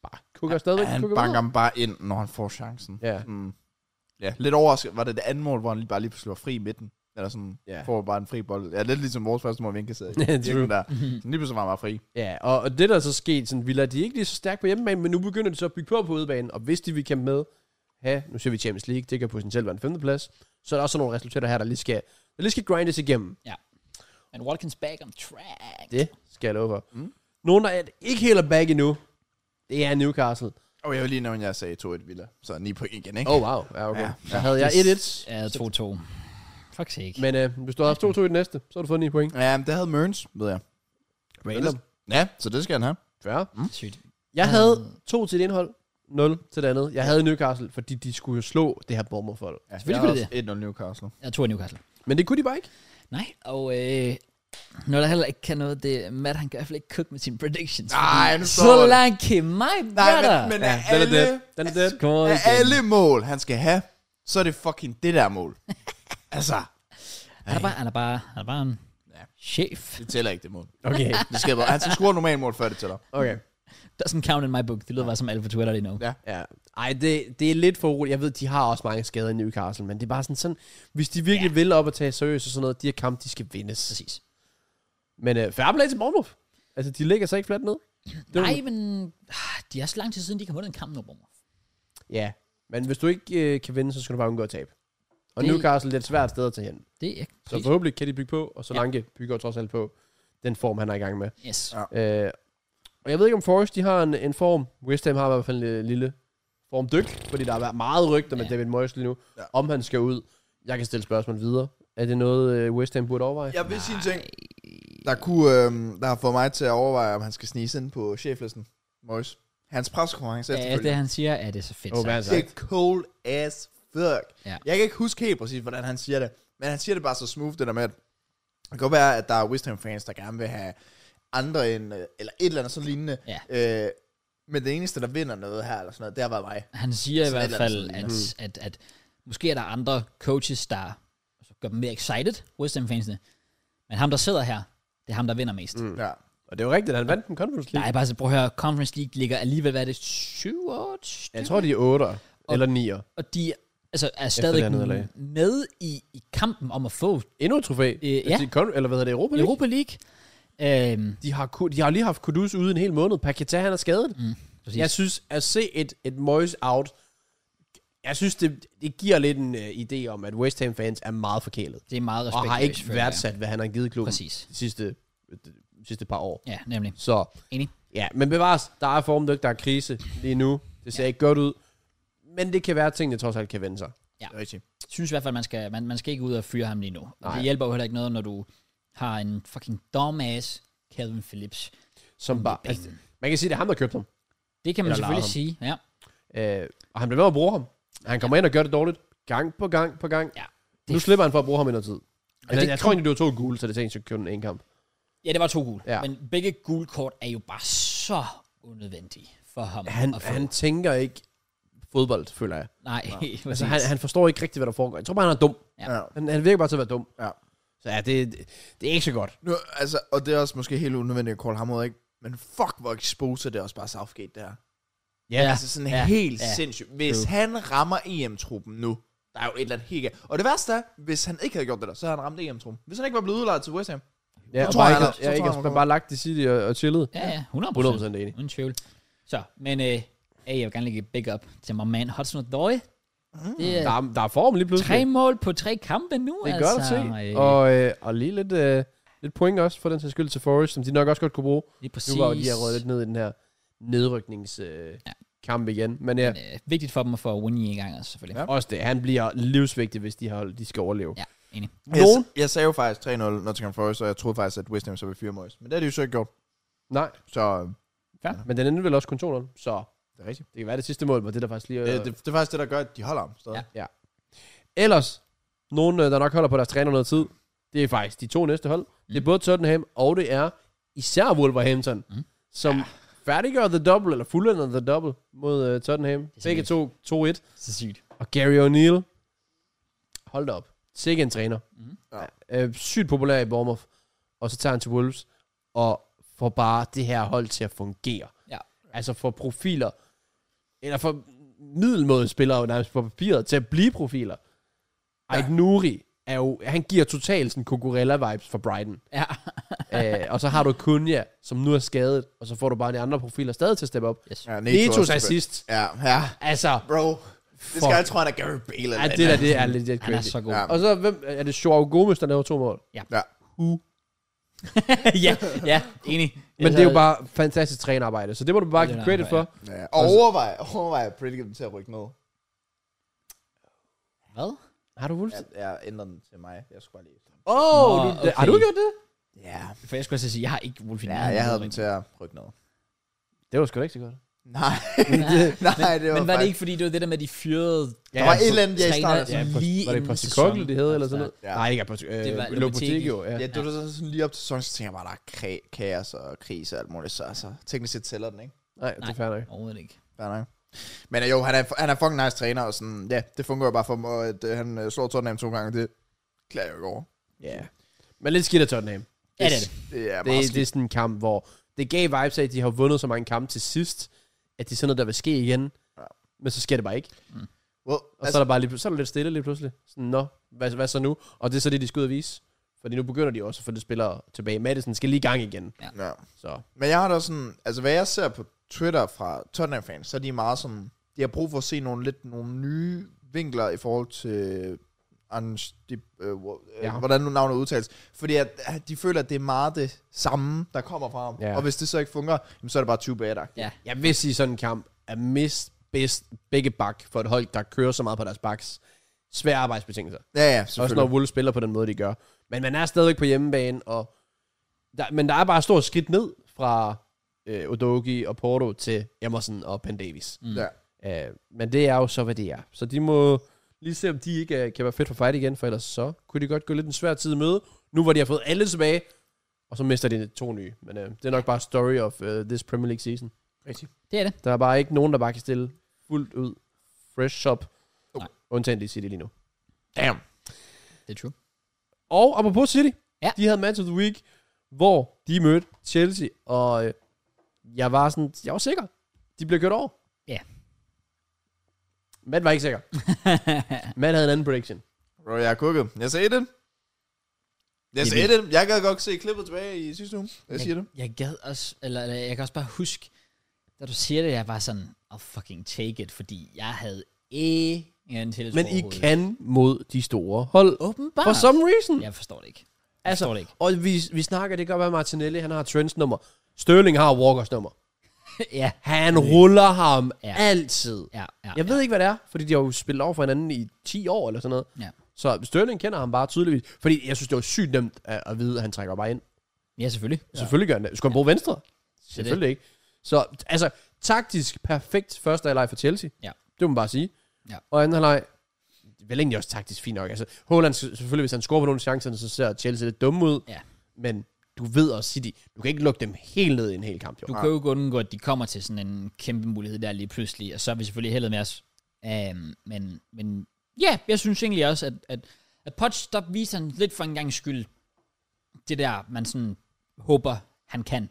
S2: bare kukker stadigvæk.
S3: Han
S2: kukker
S3: banker
S2: videre.
S3: ham bare ind, når han får chancen.
S2: Ja.
S3: Mm. Ja, lidt overrasket var det det andet mål, hvor han lige bare lige pludselig var fri i midten. Eller sådan,
S2: Ja.
S3: får bare en fri bold. Ja, lidt ligesom vores første mål, vi [laughs] indkasserede. i
S2: Ja,
S3: kirken
S2: true.
S3: Der. Sådan, lige pludselig var han bare fri.
S2: Ja, og, og det der er så sket, sådan, Villa, de er ikke lige så stærke på hjemmebane, men nu begynder de så at bygge på på udebanen, og hvis de vil kæmpe med, ja, nu ser vi Champions League, det kan potentielt være en femteplads, så er der også nogle resultater her, der lige skal, der lige skal grindes igennem.
S1: Men Watkins back on track.
S2: Det skal jeg love for. Mm.
S3: Mm.
S2: Nogen, der er ikke helt er back endnu, det er Newcastle.
S3: Og jeg vil lige nævne, at jeg sagde 2-1 Villa. Så 9 point igen, ikke?
S2: Oh wow, ja, okay. Ja.
S3: Ja.
S2: Der havde jeg 1-1,
S1: Ja, 2-2. Fuck sake.
S2: men øh, hvis du har haft 2-2 i det næste, så har du fået 9 point.
S3: Ja, men det havde Mørns, ved jeg.
S2: Random.
S3: Ja, så det skal han have. Mm.
S2: Fair.
S1: Sygt.
S2: Jeg havde 2 til det ene hold, 0 til det andet. Jeg havde Newcastle, fordi de skulle jo slå det her Bournemouth-hold.
S3: Ja,
S1: Selvfølgelig kunne
S3: jeg havde også 1-0 Newcastle.
S1: Jeg tror Newcastle.
S2: Men det kunne de bare ikke.
S1: Nej, og øh, noget, der heller ikke kan noget, det er Matt, han kan i hvert fald ikke cook med sine predictions.
S3: Nej,
S1: fordi
S3: nu
S1: Så
S3: står det.
S1: langt kan mig,
S3: Nej,
S1: brother.
S3: men, men
S2: Ja,
S3: ja,
S2: den er
S3: alle,
S2: dead. Den er dead.
S1: Skål
S3: af
S1: igen.
S3: alle mål, han skal have, så er det fucking det der [laughs] mål. altså,
S1: Han er bare, han er bare, han er bare en
S3: Ja.
S1: chef.
S3: det tæller ikke det mål.
S2: Okay.
S3: Det skal bare, han skal score normalt mål, før det tæller.
S2: [laughs] Okay.
S1: Doesn't count in my book. Det lyder bare som alt på Twitter lige nu.
S3: Ja.
S2: Ja. Ej, det, det er lidt for roligt. Jeg ved, de har også mange skader i Newcastle, men det er bare sådan, sådan hvis de virkelig ja. vil op og tage seriøst og sådan noget, de her kampe, de skal vindes.
S1: Præcis.
S2: Men øh, færre play til Bournemouth. Altså, de ligger sig ikke fladt ned. Det er
S1: Nej,
S2: jo-
S1: men ah, de er så lang tid siden, de kan vundet en kamp nu, Brummer.
S2: Ja. Men hvis du ikke øh, kan vinde, så skal du bare undgå at tabe. Og
S1: Det-
S2: det... Newcastle, det er et svært sted at tage hen.
S1: Det er
S2: Så
S1: præcis.
S2: forhåbentlig kan de bygge på, og så
S1: Ja.
S2: Lange bygger jo trods alt på den form, han er i gang med.
S1: Yes.
S3: Ja.
S2: Øh, og jeg ved ikke, om Forrest de har en, en form. West Ham har i hvert fald en lille- lille formdyk, fordi der har været meget rygter med
S1: Ja.
S2: David Moyes lige nu, ja.
S3: Ja.
S2: om han skal ud. Jeg kan stille spørgsmål videre. Er det noget, øh, West Ham burde overveje?
S3: Jeg vil sige en ting, der, kunne, øh, der har fået mig til at overveje, om han skal snige ind på cheflisten. Mois. Hans pressekonference
S1: Ja, det han siger, er det er så fedt.
S2: Åh,
S1: sagt.
S2: hvad han
S3: Det er cold as fuck.
S1: Ja.
S3: Ja. Jeg kan ikke huske helt præcis, hvordan han siger det, men han siger det bare så smooth, det der med, at det kan godt være, at der er West Ham fans, der gerne vil have andre end, øh, eller et eller andet sådan lignende. Ja. Øh, men det eneste, der vinder noget her, eller sådan noget, det har været mig.
S1: Han siger i
S3: Sådan
S1: hvert
S3: et
S1: fald,
S3: eller
S1: at,
S3: andet
S1: at, at, at måske er der andre coaches, der altså, gør dem mere excited, West Ham-fansene. Men ham, der sidder her, det er ham, der vinder mest. Mm.
S3: Ja.
S2: Og det er jo rigtigt, at han vandt den Conference League.
S1: Nej, bare så prøv at høre, Conference League ligger allivel, hvad er det, 7 8
S2: Jeg tror, de er 8 eller 9.
S1: Og de altså, er
S2: det
S1: stadig
S2: her nederlag.
S1: med i, i kampen om at få
S2: Endnu et trofæ. Altså,
S1: Øh, ja.
S2: de er kon- eller hvad hedder det, Europa League?
S1: Europa League. Øhm,
S2: De har, ku- de har lige haft Kudus ude en hel måned. Paketa, han er skadet. Mm,
S1: præcis.
S2: jeg synes, at se et, et Moyes out, jeg synes, det, det giver lidt en uh, idé om, at West Ham fans er meget forkælet.
S1: det er meget
S2: og
S1: respektløst.
S2: har ikke
S1: føler jeg.
S2: værdsat, hvad han har givet klubben
S1: Præcis.
S2: de sidste, de sidste par år.
S1: Ja, nemlig.
S2: Så
S1: Enig.
S2: ja, men bevares, der er formdyk, der er krise lige nu. Det ser ja. ikke godt ud. Men det kan være, at tingene trods alt kan vende sig.
S3: Rigtig.
S1: Jeg synes i hvert fald, man skal, man, man skal ikke ud og fyre ham lige nu. Og
S2: Nej.
S1: det hjælper jo heller ikke noget, når du har en fucking dumbass Calvin Phillips.
S2: Som bare, altså, man kan sige, det er ham, der købte ham.
S1: Det kan man
S2: Eller
S1: selvfølgelig
S2: lejer
S1: sige, ja.
S2: Øh, og han bliver ved at bruge ham. Han kommer ind og gør det dårligt. Gang på gang på gang.
S1: Ja,
S2: Ja,
S1: det-
S2: nu slipper han for at bruge ham i noget tid. Altså,
S1: det
S2: jeg tror egentlig, det var to gule, så det tænkte jeg kun en kamp.
S1: Ja, det var to gule.
S2: Ja.
S1: Ja. Men begge gule kort er jo bare så unødvendige for ham.
S2: Han,
S1: at få.
S2: han tænker ikke fodbold, føler jeg.
S1: Nej, [laughs]
S2: Altså, han, han forstår ikke rigtigt, hvad der foregår. Jeg tror bare, han er dum.
S1: Ja.
S3: Ja.
S2: Han, han virker bare til at være dum.
S3: Ja.
S2: Så ja, det, det, det er ikke så godt.
S3: Nu, altså, og det er også måske helt unødvendigt at kalde ham ud, ikke? Men fuck, hvor exposer det er også bare Southgate der.
S1: ja, ja.
S3: Altså sådan ja, helt
S1: ja.
S3: ja. sindssygt. Hvis True. han rammer EM-truppen nu, der er jo et eller andet helt galt. Og det værste er, hvis han ikke havde gjort det der, så havde han ramt EM-truppen. Hvis han ikke var blevet udlejet til West Ham.
S2: Ja,
S3: Så
S2: og
S3: tror
S2: bare
S3: jeg,
S2: ikke,
S3: han-
S2: at-
S3: så
S2: ja,
S3: tror
S2: ikke
S3: jeg,
S2: at
S3: han
S2: man
S3: kommer.
S2: bare lagt i City og, og chillet.
S1: ja, ja, 100 procent.
S2: 100% enig.
S1: Uden tvivl. Så, men øh, hey, jeg vil gerne lægge et big up til my man Hudson Odoi. Det
S2: Der
S1: er
S2: er, der er form lige pludselig.
S1: tre mål på tre kampe nu,
S2: det er
S1: altså.
S2: godt at se.
S1: Øh,
S2: Og, øh, og lige lidt, øh, lidt point også for den sags skyld til Forest, som de nok også godt kunne bruge.
S1: lige
S2: Nu
S1: præcis.
S2: var jo de her røget lidt ned i den her nedrykningskamp
S1: Ja.
S2: øh, kamp igen. Men ja,
S1: Men, øh, vigtigt for dem at få Winnie i gang, altså, selvfølgelig.
S3: Ja.
S2: også det. Han bliver livsvigtig, hvis de, har, de skal overleve.
S1: Ja, enig.
S2: Nogen?
S3: Jeg, jeg sagde jo faktisk 3-0 Nottingham Forest, og jeg troede faktisk, at West Ham så ville fyre Moyes. Men det har de jo så ikke gjort.
S2: Nej,
S3: Så øh,
S2: men den endte vel også kun 2-0, så
S3: det er rigtigt.
S2: det kan være det sidste mål, var det der faktisk lige...
S3: Øh, det, det, er faktisk det, der gør, at de holder ham stadig.
S1: Ja.
S3: Ja.
S2: Ellers, nogen, øh, der nok holder på deres træner noget tid, det er faktisk de to næste hold. Mm. Det er både Tottenham, og det er især Wolverhampton,
S1: Mm.
S2: mm. som ja. færdiggør The Double, eller fuldender The Double mod uh, Tottenham.
S1: er
S2: Begge to 2-1.
S1: Så sygt.
S2: Og Gary O'Neill, hold da op. Sikke en træner.
S1: Mhm.
S3: Ja.
S2: Ja. Øh, sygt populær i Bournemouth. Og så tager han til Wolves, og får bare det her hold til at fungere.
S1: Ja.
S2: Altså for profiler, eller for middelmåde spillere jo nærmest på papiret, til at blive profiler. Ja.
S3: Ja.
S2: Ait Nuri, er jo, han giver totalt sådan Cucurella-vibes for Brighton.
S1: Ja. [laughs]
S2: Æ, og så har du Kunja, som nu er skadet, og så får du bare de andre profiler stadig til at steppe op.
S1: Yes.
S3: Ja, Neto
S2: Netos
S3: også tilbage.
S2: assist.
S3: Ja, ja.
S2: Altså,
S3: Bro, det skal
S2: Fuck.
S3: jeg tro, han er Gary Bale eller
S2: ja,
S3: et
S2: det
S3: eller
S2: der,
S3: andet.
S2: det er lidt
S1: Han er
S2: crazy.
S1: så god.
S3: Ja.
S2: Og så, hvem, er det Joao Gomes, der laver to mål?
S1: [laughs] ja, ja, enig. Altså,
S2: Men det er jo bare fantastisk trænerarbejde, så det må du bare
S1: Det er
S2: give
S1: der,
S2: credit
S1: ja.
S2: for.
S3: Ja, og overvej, overvej at predikke dem til at rykke ned.
S1: Hvad?
S2: Har du
S3: Jeg,
S2: fuldstændig?
S3: jeg ændrer den til mig. Jeg skulle bare lige...
S2: Åh,
S1: Nå,
S2: oh, okay. har
S1: okay.
S2: du gjort det?
S3: Ja,
S1: For jeg skulle også sige, jeg har ikke Wolfie.
S3: ja jeg havde dem til at rykke ned.
S2: Det var sgu da ikke så godt.
S3: Nej, [laughs] nej, det
S1: Men
S3: var
S1: var det
S3: faktisk-
S1: ikke, fordi det var det der med, at de fyrede
S2: Ja,
S3: Der var
S2: så-
S3: et eller andet, jeg i
S1: træner
S3: starten...
S2: Ja,
S1: sådan
S2: på-
S1: lige
S2: var det
S1: inden
S2: Postecockle,
S1: sæsonen?
S2: det hed, eller sådan noget?
S3: Ja.
S2: Nej, ikke Postecockle.
S1: Det var
S2: Øh, Lopetegu, ja.
S3: Ja, det var sådan, sådan lige op til sæsonen, så tænker jeg bare, der er kræ- kaos og kris og alt muligt, så altså, teknisk set tæller den, ikke?
S2: Nej, det er fair nok.
S1: Overhovedet ikke.
S3: Fair nok. Men øh, jo, han er, han er fucking nice træner, og sådan, ja, det fungerer jo bare for mig, at øh, han øh, slår Tottenham to gange, det klager jeg jo ikke over.
S2: Ja. Men lidt skidt af Tottenham.
S1: Ja, det er det.
S3: Det er meget
S2: Det, altså, det
S3: skidt.
S2: er sådan en kamp, hvor det gav vibes af, at de har vundet så mange kampe til sidst, at det er sådan noget, der vil ske igen.
S3: Ja.
S2: Men så sker det bare ikke.
S3: Well,
S2: Og så er, der bare lige, pl- så er der lidt stille lige pludselig. Sådan, nå, hvad, hvad så nu? Og det er så det, de skal ud og vise. Fordi nu begynder de også at få lidt spillere tilbage. Madison skal lige i gang igen.
S3: ja.
S2: Så
S3: Men jeg har da sådan, altså hvad jeg ser på Twitter fra Tottenham-fans, så er de meget sådan, de har brug for at se nogle lidt nogle nye vinkler i forhold til Anders, de, øh, hvor- øh,
S2: Ja.
S3: ja. hvordan nu navnet udtales. Fordi at, at de føler, at det er meget det samme, der kommer fra ham.
S2: Ja.
S3: Ja. Og hvis det så ikke fungerer, jamen, så er det bare 20 bag
S1: Ja.
S2: jeg vil sige, sådan en kamp er mest bedst begge bak for et hold, der kører så meget på deres baks. Svære arbejdsbetingelser.
S3: Ja, ja,
S2: Også
S3: selvfølgelig.
S2: når Wolves spiller på den måde, de gør. Men man er stadigvæk på hjemmebane, og der, men der er bare stort skridt ned fra øh, Odogi og Porto til Emerson og Ben Davis.
S1: Mm.
S3: Ja.
S2: Øh, men det er jo så, hvad det er. Så de må lige se, om de ikke øh, kan være fedt for fight igen, for ellers så kunne de godt gå lidt en svær tid i møde. Nu hvor de har fået alle tilbage, og så mister de to nye. Men øh, det er nok bare story of øh, this Premier League season.
S1: Det er det.
S2: Der er bare ikke nogen, der bare kan stille fuldt ud fresh up.
S1: Nej.
S2: Undtagen de City lige nu. Damn.
S1: Det er true.
S2: Og apropos City,
S1: Ja.
S2: de havde match of the week, hvor de mødte Chelsea, og øh, jeg var sådan, jeg var sikker. De blev kørt over.
S1: Ja.
S2: Matt var ikke
S1: [laughs]
S2: sikker. Matt havde en anden prediction.
S3: Bro, jeg har kukket. Jeg sagde det. Jeg
S1: Det er
S3: sagde det. Jeg kan godt se klippet tilbage i sidste uge. Jeg siger det.
S1: Jeg gad også, eller, eller jeg kan også bare huske, da du siger det, jeg var sådan, I'll fucking take it, fordi jeg havde ingen tillids
S2: Men I
S1: overhovedet.
S2: kan mod de store hold.
S1: Åbenbart.
S2: For some reason.
S1: Jeg forstår det ikke. Jeg altså, forstår det ikke. [laughs]
S2: Og vi, vi snakker, det kan godt være Martinelli, han har Trents nummer. Sterling har Walkers nummer.
S1: ja,
S2: Han ruller ham
S1: Ja.
S2: ja. altid.
S1: ja, ja.
S2: Jeg ved ikke, hvad det er, fordi de har jo spillet over for hinanden i 10 år eller sådan noget.
S1: Ja.
S2: Så Sterling kender ham bare tydeligvis. Fordi jeg synes, det var sygt nemt at, at vide, at han trækker bare ind.
S1: Ja, selvfølgelig.
S2: Ja. Selvfølgelig gør han det. Skulle han bruge venstre? Selvfølgelig ikke. Så altså, taktisk perfekt første halvleg for Chelsea.
S1: Ja.
S2: Det må man bare sige.
S1: Ja.
S2: Og anden halvleg, vel egentlig også taktisk fint nok. Altså, Haaland, selvfølgelig, hvis han scorer på nogle af chancerne, så ser Chelsea lidt dumme ud.
S1: Ja.
S2: Men du ved også, City, du kan ikke lukke dem helt ned i en hel kamp. Jo.
S1: Du kan jo ikke undgå, at de kommer til sådan en kæmpe mulighed der lige pludselig, og så er vi selvfølgelig heldet med os. Um, men, men ja, jeg synes egentlig også, at, at, at Poch, der viser han lidt for en gang skyld det der, man sådan håber, han kan.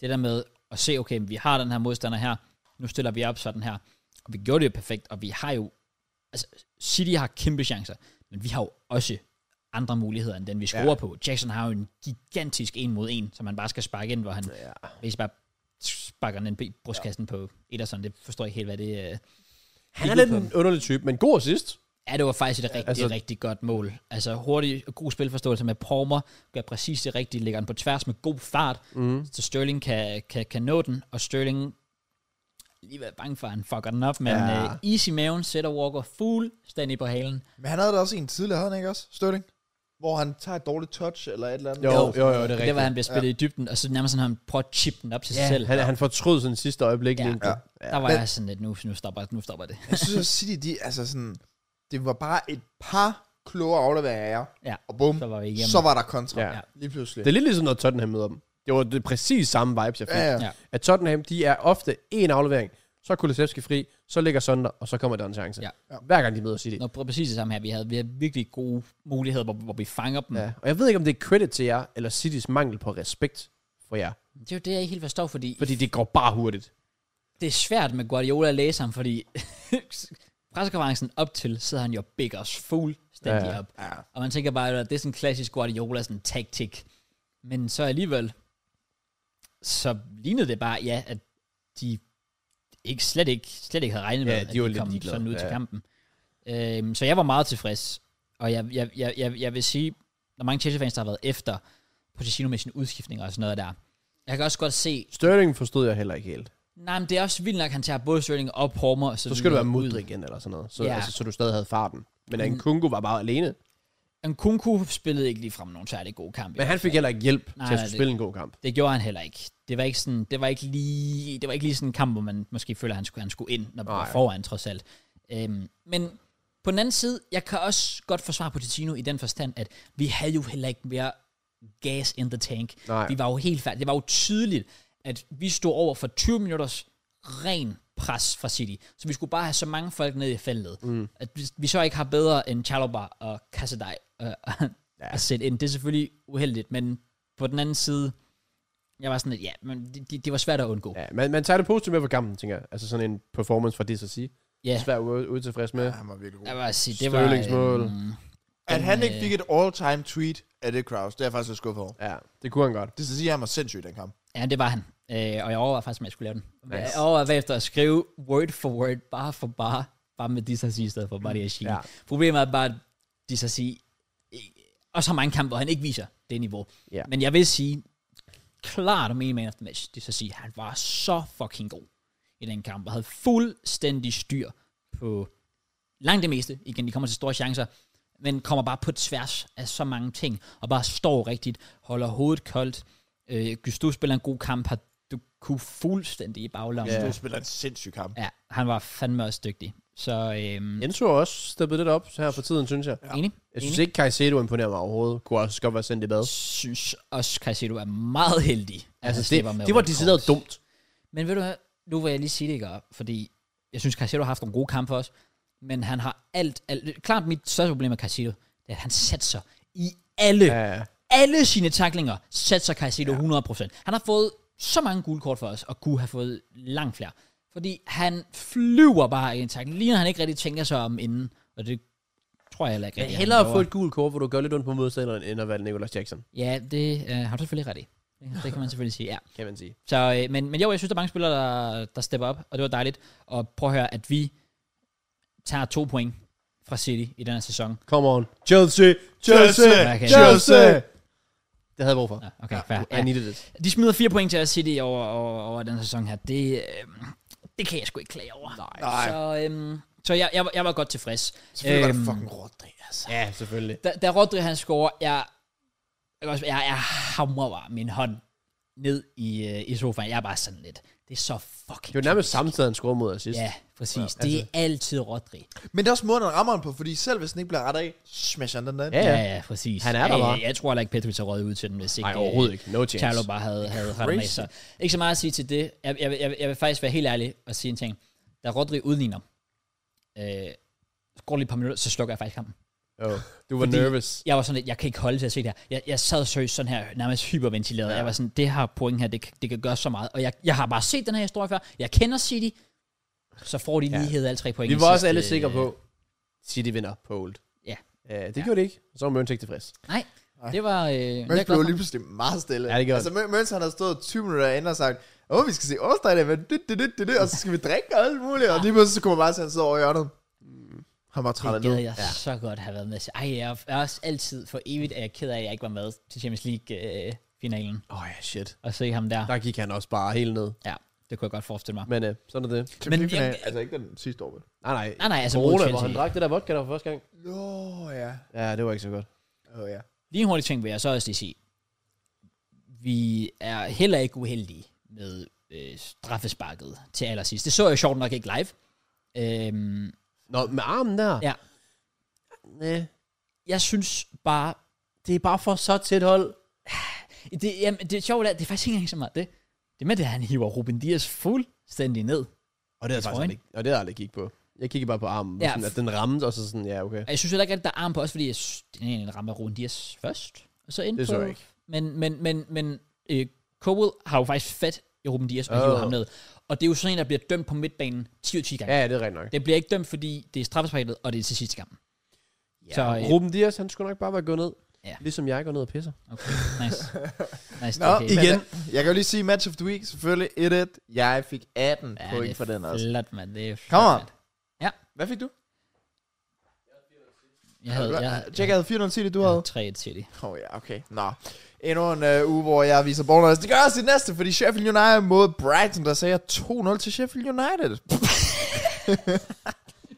S1: Det der med at se, okay, vi har den her modstander her, nu stiller vi op sådan her, og vi gjorde det jo perfekt, og vi har jo, altså City har kæmpe chancer, men vi har jo også andre muligheder, end den vi scorer ja. på. Jackson har jo en gigantisk en mod en, som han bare skal sparke ind, hvor han
S2: Ja.
S1: hvis bare sparker den ind i brystkassen ja. på Ederson. Det forstår jeg ikke helt, hvad det øh,
S2: Han
S1: gik
S2: er
S1: ud
S2: lidt
S1: på
S2: en underlig type, men god assist.
S1: Ja, det var faktisk et rigtig, altså,
S2: altså-
S1: rigtig godt mål. Altså hurtig og god spilforståelse med Palmer, gør præcis det rigtige, lægger den på tværs med god fart, mm. så Sterling kan, kan, kan nå den, og Sterling lige været bange for, at han fucker den op, men ja.
S3: Ja.
S1: uh, easy maven, sætter Walker fuldstændig på halen.
S3: Men han havde da også en tidligere, havde han ikke også? Støtting? Hvor han tager et dårligt touch eller et eller andet.
S2: Jo, jo, jo, det er
S1: Det
S2: rigtigt.
S1: var, han bliver spillet ja. i dybden, og så nærmest sådan, han prøver at chippe den op til sig selv.
S2: Han, han fortrød sådan sidste øjeblik.
S1: Ja.
S2: Ja. Ja.
S1: der var
S3: men-
S1: jeg sådan lidt, nu, nu, stopper, nu stopper det.
S3: Jeg synes, at City, de, altså sådan, det var bare et par kloge afleveringer af jer,
S1: ja,
S3: og bum,
S1: så var vi
S3: så,
S1: igennem.
S3: så var der kontra.
S2: Ja.
S3: Ja. Lige pludselig.
S2: Det er lidt ligesom, når Tottenham møder dem. Det var det præcis samme vibes, jeg fik.
S3: ja, ja.
S1: Ja.
S3: ja.
S2: At Tottenham, de er ofte en aflevering, så er Kulisevski fri, så ligger Sonder, og så kommer der en chance.
S1: Ja.
S3: Ja.
S2: Hver gang de møder City.
S1: Nå, pr- præcis det samme her. Vi havde, vi havde virkelig gode muligheder, hvor, hvor vi fanger dem. Ja.
S2: Ja. Og jeg ved ikke, om det er credit til jer, eller Citys mangel på respekt for jer.
S1: Det er jo det, jeg ikke helt forstår, fordi, fordi
S2: Fordi det går bare hurtigt.
S1: det er svært med Guardiola at læse ham, fordi [laughs] pressekonferencen op til, sidder han jo og bigger os fuldstændig
S2: Ja.
S1: ja. op. Og man tænker bare, at det er sådan en klassisk Guardiola sådan taktik. Men så alligevel, så lignede det bare, ja, at de ikke, slet, ikke, slet ikke havde regnet med,
S2: Ja, de
S1: at
S2: var
S1: de
S2: lidt
S1: kom
S2: ligeglade,
S1: sådan ud
S2: ja.
S1: til kampen. Øhm, så jeg var meget tilfreds. Og jeg, jeg, jeg, jeg, jeg vil sige, der er mange Chelsea-fans, der har været efter Pochettino med sine udskiftninger og sådan noget der. Jeg kan også godt se,
S2: Sterling forstod jeg heller ikke helt.
S1: nej, men det er også vildt nok, at han tager både Sterling og Palmer. Og så,
S2: Så skal du
S1: videre
S2: være
S1: ud.
S2: mudre igen eller sådan noget. Så,
S1: Mm. Ja. Mm.
S2: altså, så du stadig havde farten. Men Ankungu var bare alene.
S1: Nkunku spillede ikke ligefrem nogen særlig gode kampe.
S2: Men han fik heller ikke hjælp
S1: Nej,
S2: til
S1: nej,
S2: at skulle
S1: det-
S2: spille en god kamp.
S1: Det gjorde han heller ikke. Det var ikke, sådan, det var ikke, lige, det var ikke lige sådan en kamp, hvor man måske føler, at han skulle, han skulle ind, når man var
S2: Nej.
S1: foran, trods alt. Øhm, men på den anden side, jeg kan også godt forsvare Pochettino i den forstand, at vi havde jo heller ikke mere gas in the tank.
S2: Nej.
S1: Vi var jo helt færdige. Det var jo tydeligt, at vi stod over for 20 minutters ren pres fra City. Så vi skulle bare have så mange folk ned i feltet. Mm. At vi, vi så ikke har bedre end Chalobah og Kassadej øh, ja. at sætte ind. Det er selvfølgelig uheldigt, men på den anden side, jeg var sådan lidt, ja, men det, det, det var svært at undgå. Ja,
S2: Ja, man, man tager det positivt med på kampen, tænker jeg. Altså sådan en performance fra det, så sige.
S1: ja
S2: Svær ude, ude tilfreds med.
S3: Ja, han var virkelig god.
S1: jeg var sige, det
S2: Sterlings
S1: var...
S2: mål.
S1: mm,
S3: At han ikke
S1: øh,
S3: fik et all-time tweet af det Kraus, det er jeg faktisk lidt skuffet over.
S2: Ja, det kunne han godt.
S3: Det skal sige, at han var sindssyg i den kamp.
S1: ja, det var han. Øh, og jeg overvejede faktisk, om jeg skulle lave den. Nice. Jeg
S2: Nice.
S1: overvejede bagefter at skrive word for word, bare for bare, bare med Disasi i stedet for bare det
S2: Mm, Ja.
S1: ja. Problemet er bare, at Disasi også har mange kampe, hvor han ikke viser det niveau.
S2: Ja.
S1: Men jeg vil sige, klart om en man of the match, Disasi, han var så fucking god i den kamp, og havde fuldstændig styr på langt det meste. Igen, de kommer til store chancer, men kommer bare på tværs af så mange ting, og bare står rigtigt, holder hovedet koldt. Øh, Gustav spiller en god kamp, har du kunne fuldstændig i baglommen.
S3: Ja.
S1: Yeah.
S3: Du spiller en sindssyg kamp.
S1: Ja, han var fandme også dygtig. Så øhm,
S2: Enzo har også steppet lidt op her for tiden, synes jeg.
S1: ja. enig?
S2: Jeg synes ikke, Caicedo imponerer mig overhovedet. Kunne også godt være sendt i bad.
S1: synes også, Caicedo er meget heldig.
S2: Altså,
S1: at han
S2: det,
S1: slipper med
S2: det var
S1: rødt
S2: decideret
S1: kort.
S2: dumt.
S1: Men ved du hvad, nu vil jeg lige sige det ikke, fordi jeg synes, Caicedo har haft nogle gode kampe for os, men han har alt, alt klart mit største problem med Caicedo, det er, at han satte sig i alle, ja.
S2: Ja,
S1: alle sine taklinger, satte sig Caicedo ja. 100%. Han har fået så mange gule kort for os, og kunne have fået langt flere. Fordi han flyver bare i en takling, lige når han ikke rigtig tænker sig om inden, og det tror jeg heller ikke
S2: men
S1: rigtig, han
S2: hellere at få
S1: gjorde.
S2: et gult kort, hvor du gør lidt ondt på modstanderen, end at valge Nicolas Jackson,
S1: Ja, det øh, har du selvfølgelig ret i. Det kan man selvfølgelig sige, ja.
S2: kan man sige.
S1: Så, øh, men, men jo, jeg synes, der er mange spillere, der, der stepper op, og det var dejligt. Og prøv at høre, at vi tager to point fra City i den her sæson.
S2: Come on. Chelsea! Chelsea!
S1: Okay.
S2: Chelsea! Det havde jeg brug for.
S1: Nå, Okay, fair.
S2: I
S1: Ja.
S2: needed it.
S1: De smider fire point til os City over, over, over den her sæson her. Det, øh, det kan jeg sgu ikke klage over.
S3: Nej.
S1: Så, øh, så jeg, jeg, var- jeg var godt tilfreds.
S3: Selvfølgelig var det
S1: Øhm,
S3: fucking Rodri, altså.
S2: Ja, selvfølgelig.
S1: Da, da Rodri han scorer, jeg, jeg, kan også- jeg, jeg hamrer bare min hånd ned i, øh, i sofaen. Jeg er bare sådan lidt, det er så fucking
S2: Det var nærmest samtidig, han scorede mod os sidst.
S1: Ja, præcis. Ja,
S2: altså-
S1: altså. Det er altid Rodri.
S3: Men det er også måden, han rammer den på, fordi selv hvis den ikke bliver rettet af, smasher han den der.
S2: Ja, ja.
S1: Ja, ja, præcis.
S2: Han er
S1: ja,
S2: der bare.
S1: ja, Jeg tror heller ikke, Petri tager røget ud til den, hvis ikke... øh,
S2: Nej, overhovedet ikke. altså No chance.
S1: Charlo bare havde, havde holdt med.
S3: Crazy.
S1: Så ikke så meget at sige til det. Jeg, jeg, vil- jeg, vil- jeg vil faktisk være helt ærlig og sige en ting. Da Rodri udligner, øh, så går lige et par minutter, så slukker jeg faktisk kampen.
S2: Oh, du var
S1: Fordi-
S2: nervous.
S1: Jeg var sådan lidt, jeg kan ikke holde til at se det her. Jeg, jeg sad seriøst sådan her, nærmest hyperventileret.
S2: Ja.
S1: Ja. Jeg var sådan, det her point her, det, kan- det kan gøre så meget. Og jeg, jeg har bare set den her historie før. Jeg kender City. Så får de
S2: Ja.
S1: lighed alle tre point.
S2: Vi
S1: i
S2: var også
S1: sidste- øh,
S2: alle sikre på, City vinder på old.
S1: Ja.
S2: Uh, det gjorde det ikke. Så var Mørens ikke tilfreds.
S1: Nej, det var... Øh, det er jeg
S3: Møns
S1: glad
S3: blev
S1: for.
S3: lige pludselig meget stille.
S2: Ja, det gjorde
S3: altså, Mø- Møns han havde stået 20 minutter inde og sagt, åh, vi skal se Årstad i dag, men det, det, det, det, det, og så skal vi drikke og alt muligt. Og lige pludselig så kommer bare til, at han sidder over i hjørnet. Han var træt af
S1: Det gad
S3: det.
S1: jeg ja. så godt have været med til. Ej, jeg er også altid for evigt, at jeg er ked af, at jeg ikke var med til Champions League-finalen.
S2: Åh oh, ja, shit.
S1: og se ham der.
S2: Der gik han også bare helt ned.
S1: Ja, det kunne jeg godt forestille mig.
S2: Men uh, sådan er det.
S1: Men
S3: Men, jeg,
S1: jeg-
S3: altså ikke den sidste år, vel?
S2: Nej, nej.
S1: Nej, nej, altså mod
S2: Corona, hvor
S1: Chelsea.
S2: han drak det der vodka der for første gang.
S3: Nå, ja.
S2: Ja, det var ikke så godt.
S3: Åh, ja.
S1: Lige en hurtig ting vil jeg så også lige sige. Vi er heller ikke uheldige med øh, straffesparket til allersidst. Det så jeg sjovt nok ikke live. Øhm,
S2: Nå, med armen der?
S1: Ja.
S2: Næh.
S1: jeg synes bare,
S2: Det er bare for så tæt hold.
S1: det, jamen, det er sjovt, at det er faktisk ikke engang så meget det. Det med, at han hiver Ruben Dias fuldstændig ned.
S2: Og det er
S1: Trøjen.
S2: jeg aldrig, og det har jeg aldrig kigget på. Jeg kigger bare på armen, ja.
S1: Ja.
S2: sådan, at den ramte, og så sådan, ja, okay.
S1: Og jeg synes heller ikke, at der er arm på os, fordi jeg synes, det er egentlig en ramme af Ruben Dias først. Og så ind
S2: Det
S1: på...
S2: så jeg ikke.
S1: Men, men, men, men øh, Cowell har jo faktisk fat Ruben Dias, man hiver
S2: Åh.
S1: ham ned. Og det er jo sådan en, der bliver dømt på midtbanen 10 ud af 10 gange.
S2: Ja, ja, det er rigtigt nok.
S1: Det bliver ikke dømt, fordi det er straffesparket, og det er til sidste kamp. Så,
S2: Ja, så,
S1: øh,
S2: Ruben Dias, han skulle nok bare være gået ned.
S1: Ja.
S2: Ja. Ligesom jeg går ned og pisser.
S1: Okay, nice. nice
S3: Nå,
S1: det er okay.
S3: okay. igen.
S2: igen.
S3: Jeg kan jo lige sige match of the week, selvfølgelig 1-1. Jeg fik 18
S1: Ja,
S3: ja,
S1: det er
S3: point for den også.
S1: Flot, mand. Det er flot,
S3: Come on.
S1: mand.
S3: Hvad fik du?
S1: Jeg havde, jeg, jeg,
S3: Tjek, jeg havde 400 City, du
S1: jeg havde
S3: havde.
S1: 3 til det.
S3: Åh oh, ja, okay. Nå. Endnu en øh, uge, hvor jeg viser bonus. Det gør også det næste, fordi Sheffield United mod Brighton, der sagde jeg 2-0 til Sheffield United.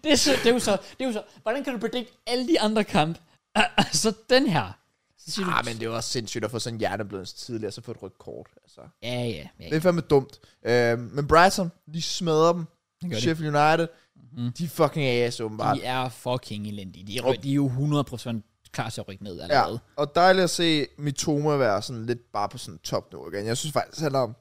S1: Det er, så, det, er jo så, det er jo så, hvordan kan du predict alle de andre kampe? [laughs] Ah, ah, Så den her. Så siger du,
S3: Ah, men det var også sindssygt at få sådan en hjerneblødelse tidligere, så få et rødt kort. Altså.
S1: ja, ja, ja.
S3: Det er fandme dumt. Øh, men Brighton, de smadrer dem.
S1: Det gør de. Mhm.
S3: Sheffield United, mm-hmm. de er fucking ass åbenbart.
S1: De er fucking elendige. De er, de er jo 100% klar til at rykke ned
S3: Ja,
S1: allerede. Ja.
S3: og dejligt at se Mitoma være sådan lidt bare på sådan top nu igen. Jeg synes faktisk, han har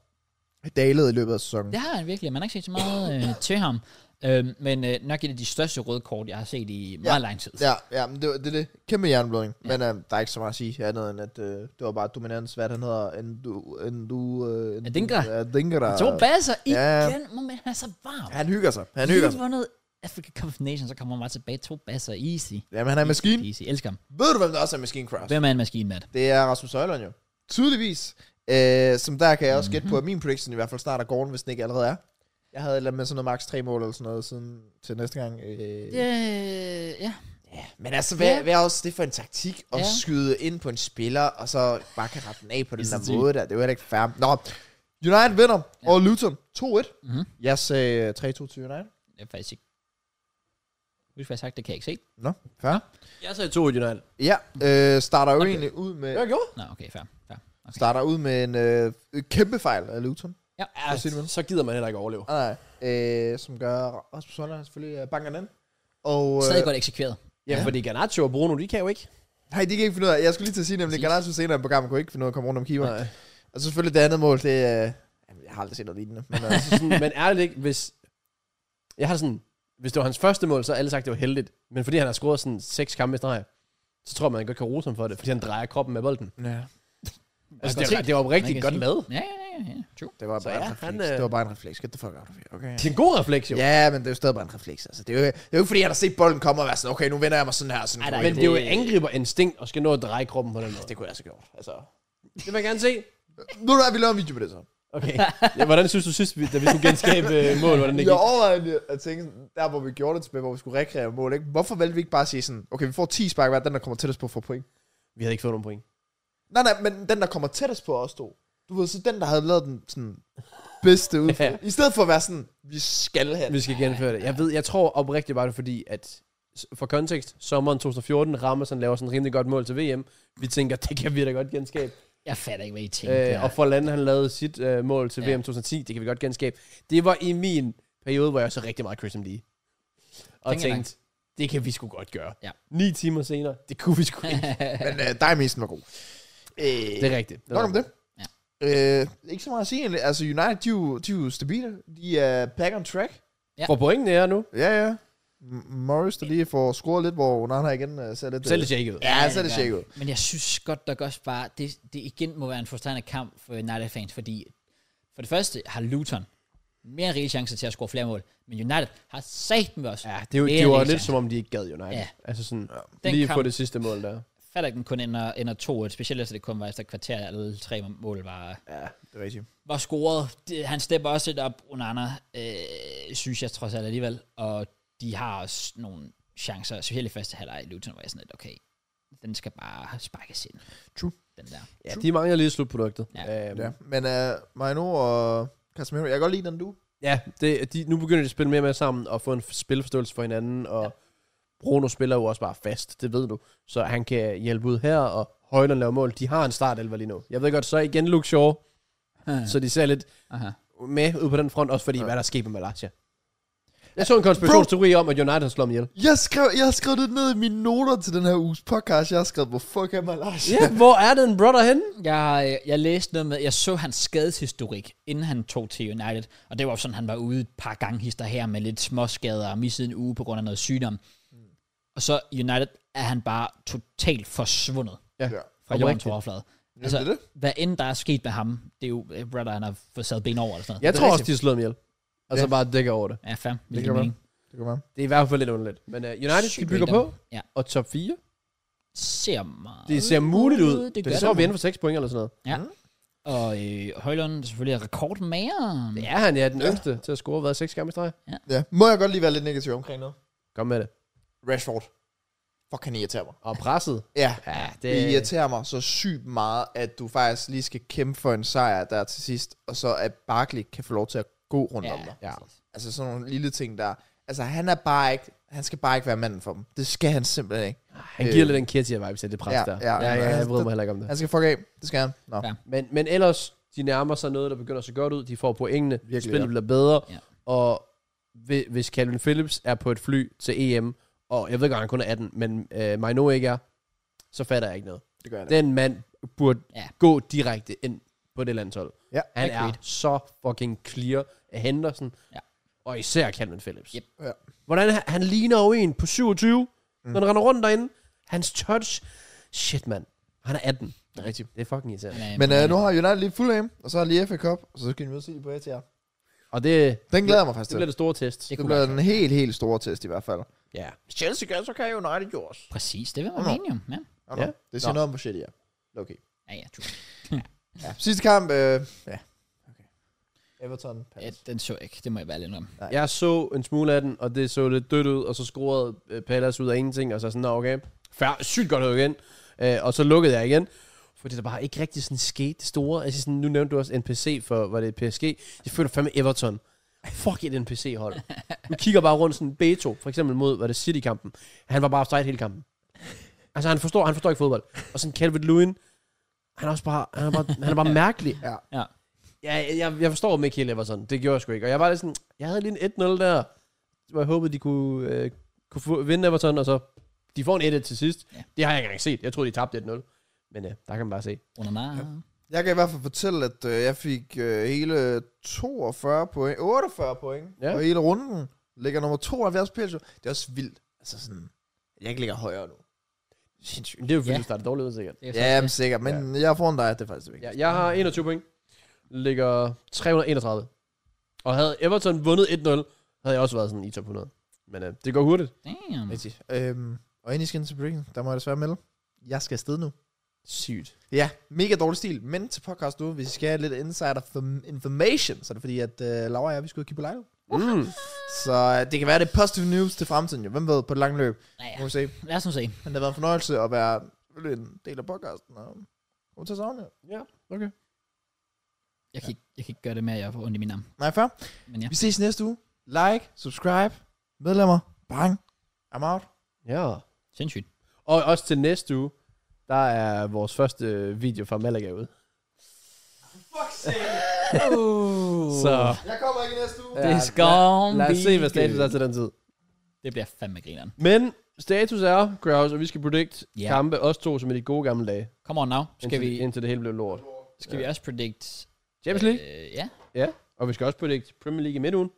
S3: dalet i løbet af sæsonen.
S1: Det har han virkelig. Man har ikke set så meget øh, til ham. Øhm, men øh, nok et af de største røde kort, jeg har set i meget lang tid.
S3: Ja, ja men det, var- det er det. Kæmpe jernblødning. Ja. Men øh, der er ikke så meget at sige andet, end at øh, det var bare dominans, hvad han hedder, end du... End du øh, end
S1: Adingra.
S3: Ja, Adingra.
S1: To basser igen,
S3: Ja.
S1: ja. men han er så varm.
S3: Han hygger sig. Han
S1: Lige
S3: hygger sig.
S1: vundet Africa Cup of Nations, så kommer han bare tilbage. To basser, easy.
S3: Jamen, han er en maskine.
S1: Easy, elsker ham.
S3: Ved du, hvem der også er en maskine, Kraus?
S1: Hvem er en maskine, Matt?
S3: Det er Rasmus Søjlund jo. Tydeligvis. Øh, som der kan jeg også gætte på, at min prediction i hvert fald snart er gården, hvis den ikke allerede er. Jeg havde et eller andet med sådan noget max 3 mål eller sådan noget siden til næste gang. Øh,
S1: Øh, ja.
S3: Men altså, hvad,
S1: Ja.
S3: hvad er også det for en taktik at
S1: Ja.
S3: ja. skyde ind på en spiller, og så bare kan rette den af på den
S1: Det er
S3: der
S1: sindssygt.
S3: måde der? Det er jo heller ikke fair. Nå, United vinder ja. over Luton 2-1.
S1: Mhm.
S3: Jeg sagde 3-2 til United.
S1: Det er faktisk ikke... Husk, hvad jeg har sagt, det kan jeg ikke se.
S3: Nå, fair.
S2: Jeg sagde to i United.
S3: Ja, øh, starter jo
S1: Okay.
S3: egentlig ud med,
S2: Jeg gjorde.
S1: Nå, okay, fair. fair. Okay.
S3: starter ud med en øh, kæmpe fejl af Luton.
S1: Ja,
S3: Hvad siger du, Matt?
S2: Så gider man heller ikke overleve.
S3: Nej, nej. øh, som gør Rasmus Sønder selvfølgelig øh, banker den. ind. Og,
S1: stadig
S3: øh,
S1: godt eksekveret.
S2: Ja,
S3: Ja.
S2: fordi Garnaccio og Bruno, de kan jo ikke.
S3: nej, det kan jeg ikke finde ud af. Jeg skulle lige til at sige nemlig,
S1: Præcis.
S3: Garnaccio senere i programmet kunne ikke finde ud af at komme rundt om keeper. Og så selvfølgelig det andet mål, det er... Øh, jamen, jeg har aldrig set noget lignende. Men, øh,
S2: Altså sådan, men ærligt ikke, hvis... Jeg har sådan... Hvis det var hans første mål, så har alle sagt, det var heldigt. Men fordi han har scoret sådan seks kampe i streg, så tror man, at han godt kan rose ham for det, fordi han drejer kroppen med bolden.
S3: [laughs] ja.
S2: Altså,
S1: godt
S2: det, var,
S1: set.
S2: det var
S1: Man
S2: rigtig
S1: kan
S2: godt
S1: sige.
S2: lavet.
S1: Ja, ja, ja, ja. True.
S3: Det var
S2: Så
S3: bare
S2: ja,
S3: en refleks.
S2: han, øh,
S3: Det var bare en refleks. Get the fuck out of here. Okay.
S2: Det er en god refleks, jo.
S3: Ja, men det er jo stadig bare en refleks. Altså. Det, er jo, det er jo ikke fordi, han har set bolden komme og være sådan, okay, nu vender jeg mig sådan her. Sådan,
S1: Ej, der er
S2: Men
S1: ikke
S2: det er jo
S1: det-
S2: angriber instinkt og skal nå at dreje kroppen på den måde.
S3: det kunne jeg altså gjort. Altså.
S2: Det vil jeg gerne se.
S3: Nu er vi lavet en video på det så.
S1: [laughs]
S2: Okay. Ja, hvordan synes du sidst, vi, da vi skulle genskabe øh, mål, hvordan det
S3: Jeg
S2: gik?
S3: overvejede egentlig at tænke, sådan, der hvor vi gjorde det tilbage, hvor vi skulle rekreere mål, ikke? hvorfor valgte vi ikke bare at sige sådan, okay, vi får 10 spark hver, den der kommer tættest på får point.
S2: Vi havde ikke fået nogen point.
S3: Nej, nej, men den der kommer tættest på os to. Du ved, så den der havde lavet den sådan bedste ud.
S2: [laughs] Ja.
S3: I stedet for at være sådan, vi skal have
S2: Vi
S3: det.
S2: skal genføre det. Jeg ved, jeg tror oprigtigt bare, det er fordi, at s- for kontekst, sommeren 2014, Rammersson laver sådan et rimelig godt mål til VM. Vi tænker, [laughs] det kan vi da godt genskabe.
S1: Jeg fatter ikke, hvad I tænker.
S2: Øh, og Forlande, han lavede sit øh, mål til
S1: Ja.
S2: ja. VM 2010, det kan vi godt genskabe. Det var i min periode, hvor jeg så rigtig meget Christian Lee. Og
S1: Tænker
S2: tænkte,
S1: langt.
S2: det kan vi sgu godt gøre.
S1: Ja.
S2: Ni timer senere, det kunne vi
S1: [laughs]
S2: sgu ikke.
S3: Men øh, dig, Misen, var god. Øh,
S2: det er rigtigt. Det
S3: Nok om det.
S1: Ja.
S3: Øh, ikke så meget at sige egentlig. Altså, United, de er jo, de er jo stabile. De er back on track.
S1: Ja.
S2: For pointene er nu,
S3: Ja, ja. M- Morris, der lige får scoret lidt, hvor Onana igen uh, ser lidt...
S2: selv det tjekket.
S3: Ja, så er det
S1: gør
S3: tjekket ud.
S1: han. Men jeg synes godt nok også bare, det, det igen må være en frustrerende kamp for United fans, fordi for det første har Luton mere rige chancer til at score flere mål, men United har sat med os.
S2: Ja, det, er jo,
S1: Det er
S2: det, var
S1: lidt
S2: lidt
S1: sejt.
S2: som om, de ikke gad United.
S1: Ja.
S2: Ja. Altså sådan,
S1: Den
S2: lige
S1: kamp-
S2: få det sidste mål der.
S1: Fatter ikke, den kun ender, ender 2-1, specielt efter det kun var efter et kvarter, alle tre mål var,
S3: Ja, det er rigtigt.
S1: var scoret. Det, han stepper også lidt op, Onana, øh, synes jeg trods alt alligevel, og de har også nogle chancer, specielt i første halvleg i Luton, var jeg sådan lidt, okay, den skal bare sparkes ind.
S3: True.
S1: Den der.
S2: Ja, de mangler lige slutproduktet.
S1: Ja.
S2: Øhm,
S3: Ja. Men uh, Marino og Casemiro, jeg kan godt lide den du.
S2: Ja, det, de, nu begynder de at spille mere med sammen og få en f- spilforståelse for hinanden, og ja. Bruno spiller jo også bare fast, det ved du. Så han kan hjælpe ud her, og Højlund laver mål. De har en start lige nu. Jeg ved godt, så igen Luke Shaw, så de ser lidt
S1: Aha.
S2: med ud på den front, også fordi, ja. hvad der sker med Malaysia. Jeg så en konspirationsteori om, at United har slået ham ihjel.
S3: Jeg skrev, jeg skrev det ned i mine noter til den her uges podcast. Jeg har skrevet, hvor fuck er Malaysia?
S2: Ja, hvor er den brother henne?
S1: Jeg, øh, jeg læste noget med, jeg så hans skadeshistorik, inden han tog til United, og det var jo sådan, han var ude et par gange hister her med lidt småskader og missede en uge på grund af noget sygdom. Og så i United er han bare totalt forsvundet
S2: Ja.
S3: Ja.
S1: fra
S2: Og
S1: jordens
S2: rigtigt.
S1: overflade.
S3: Jamen,
S1: Altså,
S3: det er det.
S1: Hvad end der er sket med ham, det er jo, uh, brother, han har fået sat ben over eller sådan noget.
S2: Jeg
S3: Det er
S2: tror også,
S3: rigtigt.
S2: de har slået dem ihjel. Altså
S3: Ja.
S2: bare dækker over det.
S1: Ja, fair. Det
S3: kan
S1: kan mening.
S3: Det kan være.
S2: Det er i hvert fald lidt underligt. Men uh, United
S1: Sygt
S2: skal bygge på,
S1: random. Ja.
S2: og top 4.
S1: Ser meget
S2: Det ser muligt ud.
S1: uh, Det,
S2: Det,
S1: gør
S2: det
S1: det,
S2: tror vi inden for 6 point eller sådan noget.
S1: Og øh, Højlund er selvfølgelig rekordmageren.
S2: Det er han, ja, den yngste til at score, hvad, 6 gange i streg?
S3: Ja. Må jeg godt lige være lidt negativ omkring noget?
S2: Kom med det.
S3: Rashford. Fuck, han irriterer mig.
S2: Og presset.
S3: Ja,
S2: Ja,
S3: det irriterer mig så sygt meget, at du faktisk lige skal kæmpe for en sejr der til sidst, og så at Barkley kan få lov til at gå rundt om dig.
S2: Ja.
S3: Altså sådan nogle lille ting der. Altså han er bare ikke, han skal bare ikke være manden for dem. Det skal han simpelthen ikke.
S2: Han giver
S3: Øh.
S2: lidt en Ketia-vibe til det pres
S3: Ja,
S2: der. Ja,
S3: ja,
S2: ja,
S3: ja. Altså-
S2: jeg bryder mig heller ikke om det.
S3: Han skal fuck af. Det skal han. Nå.
S1: Ja.
S2: Men, men ellers, de nærmer sig noget, der begynder at se godt ud. De får pointene.
S3: Virkelig,
S2: Spillet
S3: ja.
S2: bliver bedre.
S1: Ja.
S2: Og hvi- hvis Calvin Phillips er på et fly til EM, og jeg ved godt, han kun er 18, men øh, Maino ikke er, så fatter jeg ikke noget.
S3: Det gør han.
S2: Den mand burde
S1: Ja.
S2: ja. gå direkte ind på det landshold.
S3: Ja.
S2: Han
S1: Agreed.
S2: er så fucking clear af Henderson.
S1: Ja.
S2: Og især Calvin Phillips.
S1: Yep.
S3: Ja.
S2: Hvordan han, han ligner jo en på 27, mm.
S3: Mm.
S2: når han render rundt derinde. Hans touch. Shit, mand. Han er 18.
S3: Det er rigtigt.
S2: Det er fucking irriterende.
S3: Men øh, nu har United lige fuld aim, og så har lige FA Cup, og så skal vi mødes i på ATR.
S2: Og det,
S3: Den glæder jeg mig faktisk
S2: Det
S3: til.
S2: bliver det store test.
S1: Det
S3: Det
S1: kunne
S3: bliver
S1: være
S3: en helt, helt stor test i hvert fald.
S2: Ja.
S3: Chelsea gør, så kan United jo også.
S1: Præcis, det vil man
S3: Nå.
S1: mene jo. Ja,
S3: Oh, no.
S2: Ja.
S3: ja. Det siger
S2: Nå.
S3: noget om, hvor shit I er. Okay.
S1: ja, ja true.
S3: Ja. Sidste kamp, øh, ja. Okay. Everton,
S1: Ja,
S3: Palace.
S1: den så jeg ikke. Det må jeg være lidt om.
S3: Nej.
S2: Jeg så en smule af den, og det så lidt dødt ud, og så scorede øh, Pallas ud af ingenting, og så sådan, nå okay, Fær, sygt godt ud igen. Øh, og så lukkede jeg igen, fordi der bare ikke rigtig sådan skete det store. Altså sådan, nu nævnte du også NPC for, var det PSG? Jeg føler fandme Everton. Fuck et NPC-hold. Du kigger bare rundt sådan, Beto, for eksempel mod, var det City-kampen. Han var bare offside hele kampen. Altså han forstår, han forstår ikke fodbold. Og sådan Calvert-Lewin, han er også bare, han er bare, han er bare mærkelig.
S3: Ja.
S1: Ja.
S2: Ja, jeg, jeg forstår Mick Hill Everson. Det gjorde jeg sgu ikke. Og jeg var lidt sådan, jeg havde lige en 1-0 der, hvor jeg håbede, de kunne, øh, kunne få, vinde Everton, og så de får en 1-1 til sidst.
S1: Ja.
S2: Ja. Det har jeg ikke engang set. Jeg troede, de tabte 1-0. Men øh, der kan man bare se.
S1: Under mig. Ja.
S3: Jeg kan i hvert fald fortælle, at øh, jeg fik øh, hele 42 point, 48 point
S2: Ja.
S3: ja. på hele runden. Ligger nummer 72 på PLG. Det er også vildt. Altså sådan, jeg ikke ligger højere nu.
S2: Sindssygt. Det er jo fordi,
S1: Ja.
S2: ja. du startede dårligt ud, sikkert.
S1: Det er
S3: Ja, men sikkert. Men ja. jeg er foran dig, det er faktisk det vigtigste.
S2: Ja, jeg har 21 point. Ligger 331. Og havde Everton vundet 1-0, havde jeg også været sådan i top 100. Men øh, det går hurtigt.
S1: Damn.
S3: Rigtigt. Øhm, og inden I skal ind til breaking, der må jeg desværre melde. Jeg skal afsted nu.
S2: Sygt.
S3: Ja, mega dårlig stil. Men til podcast nu, hvis I skal have lidt insider fam- information, så er det fordi, at øh, Laura og jeg, vi skal ud og kigge på lejlighed.
S2: Mm.
S3: Så øh, det kan være, det er positive news til fremtiden jo. Hvem ved, på det lange løb.
S1: Ja, ja.
S3: Må vi se.
S1: Lad os nu se.
S3: Men det har været en fornøjelse at være selvfølgelig en del af podcasten. Og god til at savne jer.
S2: Ja, okay.
S1: Jeg kan, ikke, jeg kan ikke gøre det med, at jeg får ondt i min arm.
S3: Nej, fair.
S1: Men ja.
S3: Vi ses næste uge. Like, subscribe, medlemmer, bang. I'm out.
S2: Ja.
S1: Sindssygt.
S2: Og også til næste uge, der er vores første øh, video fra Malaga ude.
S3: Fuck sake.
S2: Så
S3: Jeg kommer ikke næste uge.
S1: Det
S2: Ja,
S1: skal ja,
S2: lad os se, hvad status er til den tid.
S1: Det bliver fandme grineren.
S2: Men status er, Kraus, og vi skal predict
S1: Ja.
S2: yeah. kampe, os to, som i de gode gamle dage.
S1: Come on now. Skal
S2: indtil,
S1: vi,
S2: indtil det hele blev lort.
S1: skal vi også predict...
S2: Champions League,
S1: Øh, ja.
S2: og vi skal også predict Premier League i midtugen.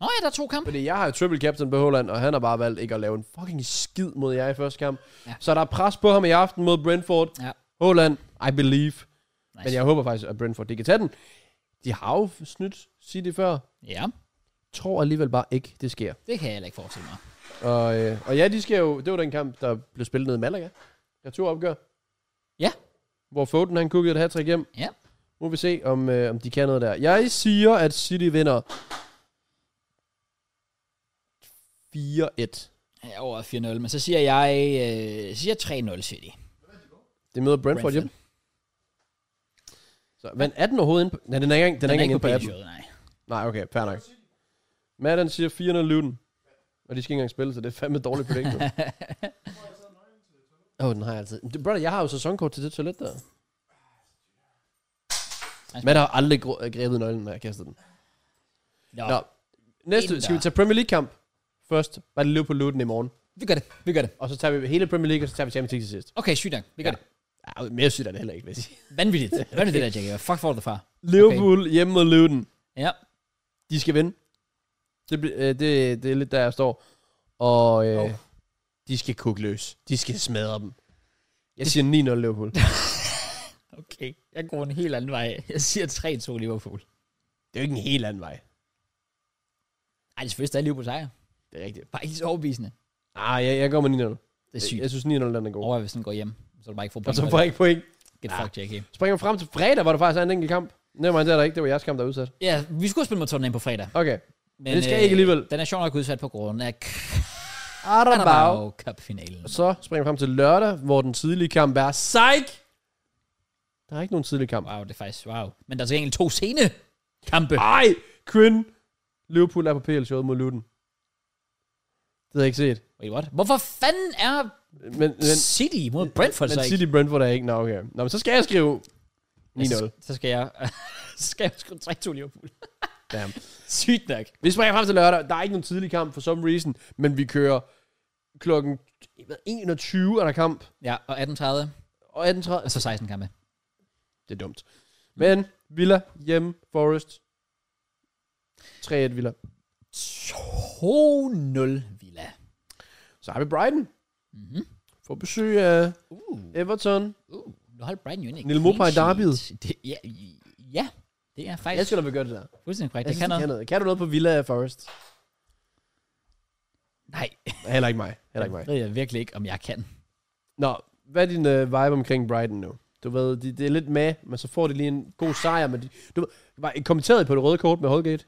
S1: Nå ja, der er to kampe.
S2: Fordi jeg har jo triple captain på Holland, og han har bare valgt ikke at lave en fucking skid mod jer i første kamp.
S1: Ja.
S2: Ja. Så der er pres på ham i aften mod Brentford.
S1: Ja.
S2: Holland, I believe. Nice.
S1: Nice.
S2: Men jeg håber faktisk, at Brentford de kan tage den. De har jo snydt City før.
S1: Ja,
S2: Tror alligevel bare ikke, det sker.
S1: det kan jeg heller ikke forestille mig.
S2: Og, øh, og ja, de skal jo, det var den kamp, der blev spillet ned i Malaga. Returopgør.
S1: Ja.
S2: Hvor Foden han kuggede et hat hjem.
S1: Ja.
S2: Må vi se, om, øh, om de kan noget der. Jeg siger, at City vinder 4-1.
S1: Jeg er over 4-0, men så siger jeg, øh, siger 3-0 City.
S2: Det møder Brentford,
S1: Brentford.
S2: hjem. Så, men er den overhovedet inde på... Nej, den er ikke engang, den er ikke engang inde på appen.
S1: showet, nej.
S2: Nej, okay, fair nok. Madden siger 4-0 Luton. Og de skal ikke engang spille, så det er fandme dårligt prediction. Åh, oh, den har jeg altid. Du, Brother, jeg har jo sæsonkort til det toilet der. Matt har aldrig gro- øh, grebet nøglen, når jeg kastede den.
S1: Nå,
S2: Nå,
S1: Inden
S2: næste skal
S1: der.
S2: vi tage Premier League-kamp først. Var det Liverpool Luton i morgen.
S1: vi gør det, vi gør det.
S2: Og så tager vi hele Premier League, og så tager vi Champions League til sidst.
S1: Okay, sygt nok, vi gør
S2: Ja.
S1: det.
S2: Ja, mere sygt er det heller ikke, vil jeg sige.
S1: Vanvittigt, vanvittigt det der, Jackie. Fuck for det, far.
S2: Liverpool okay. hjemme mod Luton.
S1: Ja,
S2: De skal vinde. Det, bl- øh, det, det er lidt der, jeg står. Og øh,
S1: Hov.
S2: oh. de skal kukke løs. De skal smadre dem. Jeg siger 9-0 Liverpool.
S1: Okay, jeg går en helt anden vej. Jeg siger 3-2 Liverpool.
S2: Det er jo ikke en helt anden vej.
S1: Ej, det er selvfølgelig stadig Liverpool sejr.
S2: Det er rigtigt.
S1: Bare ikke så overbevisende.
S2: Ah, jeg, jeg går med 9-0.
S1: Det er sygt.
S2: Øh, Jeg, jeg synes 9-0 den er god.
S1: Overvej, hvis den går hjem. Så er du bare ikke får
S2: Og
S1: point.
S2: så
S1: for
S2: får jeg Ah. ikke point.
S1: det. Get
S2: Ja.
S1: fucked, JK.
S2: Springer frem til fredag, hvor der faktisk er en enkelt kamp. Nej, det er der ikke. Det var jeres kamp, der er udsat.
S1: Ja, vi skulle spille mod Tottenham på fredag.
S2: Okay.
S1: Men øh,
S2: Det skal I ikke alligevel.
S1: Den er sjovt nok udsat på grund af
S2: Arambau.
S1: Carabao Cup-finalen.
S2: Og så springer vi frem til lørdag, hvor den tidlige kamp er Psych! Der er ikke nogen tidlig kamp.
S1: Wow, det er faktisk wow. Men der er til gengæld to sene kampe.
S2: Ej! Kvinde! Liverpool er på PL showet mod Luton. Det havde jeg ikke set.
S1: Wait, what? Hvorfor fanden er
S2: Men, men,
S1: City mod Brentford så
S2: men
S1: Altså ikke?
S2: City Brentford er ikke. Nå, okay. Nå, men så skal jeg skrive
S1: Ja, så,
S2: 9-0.
S1: så skal jeg, [laughs] så skal jeg sgu 3-2 Liverpool.
S2: Damn.
S1: Sygt nok.
S2: Vi springer frem til lørdag. Der er ikke nogen tidlig kamp for some reason, men vi kører klokken 21 er der kamp,
S1: Ja, og 18.30,
S2: og 18.30.
S1: og så 16 kampe.
S2: Det er dumt. Men Villa, hjem, Forest. 3-1 Villa.
S1: 2-0 Villa.
S2: Så har vi Brighton.
S1: Mhm.
S2: Får besøg af
S1: Uh,
S2: Everton.
S1: uh. Nu holdt Brighton jo ikke.
S2: Nil Mopai
S1: clean
S2: derbyet.
S1: sheet. Det, ja, ja, det er faktisk
S2: Jeg skal da begynde det der.
S1: fuldstændig korrekt.
S2: Altså, Jeg
S1: Det
S2: synes,
S1: kan noget.
S2: noget. Kan du noget på Villa og Forest?
S1: Nej,
S2: Heller ikke mig. Heller ikke mig.
S1: det ved jeg virkelig ikke, om jeg kan.
S2: Nå, hvad er din øh, vibe omkring Brighton nu? Du ved, det, det er lidt med, men så får de lige en god sejr. Men de, du ved, var, kommenterede I på det røde kort med Holgate?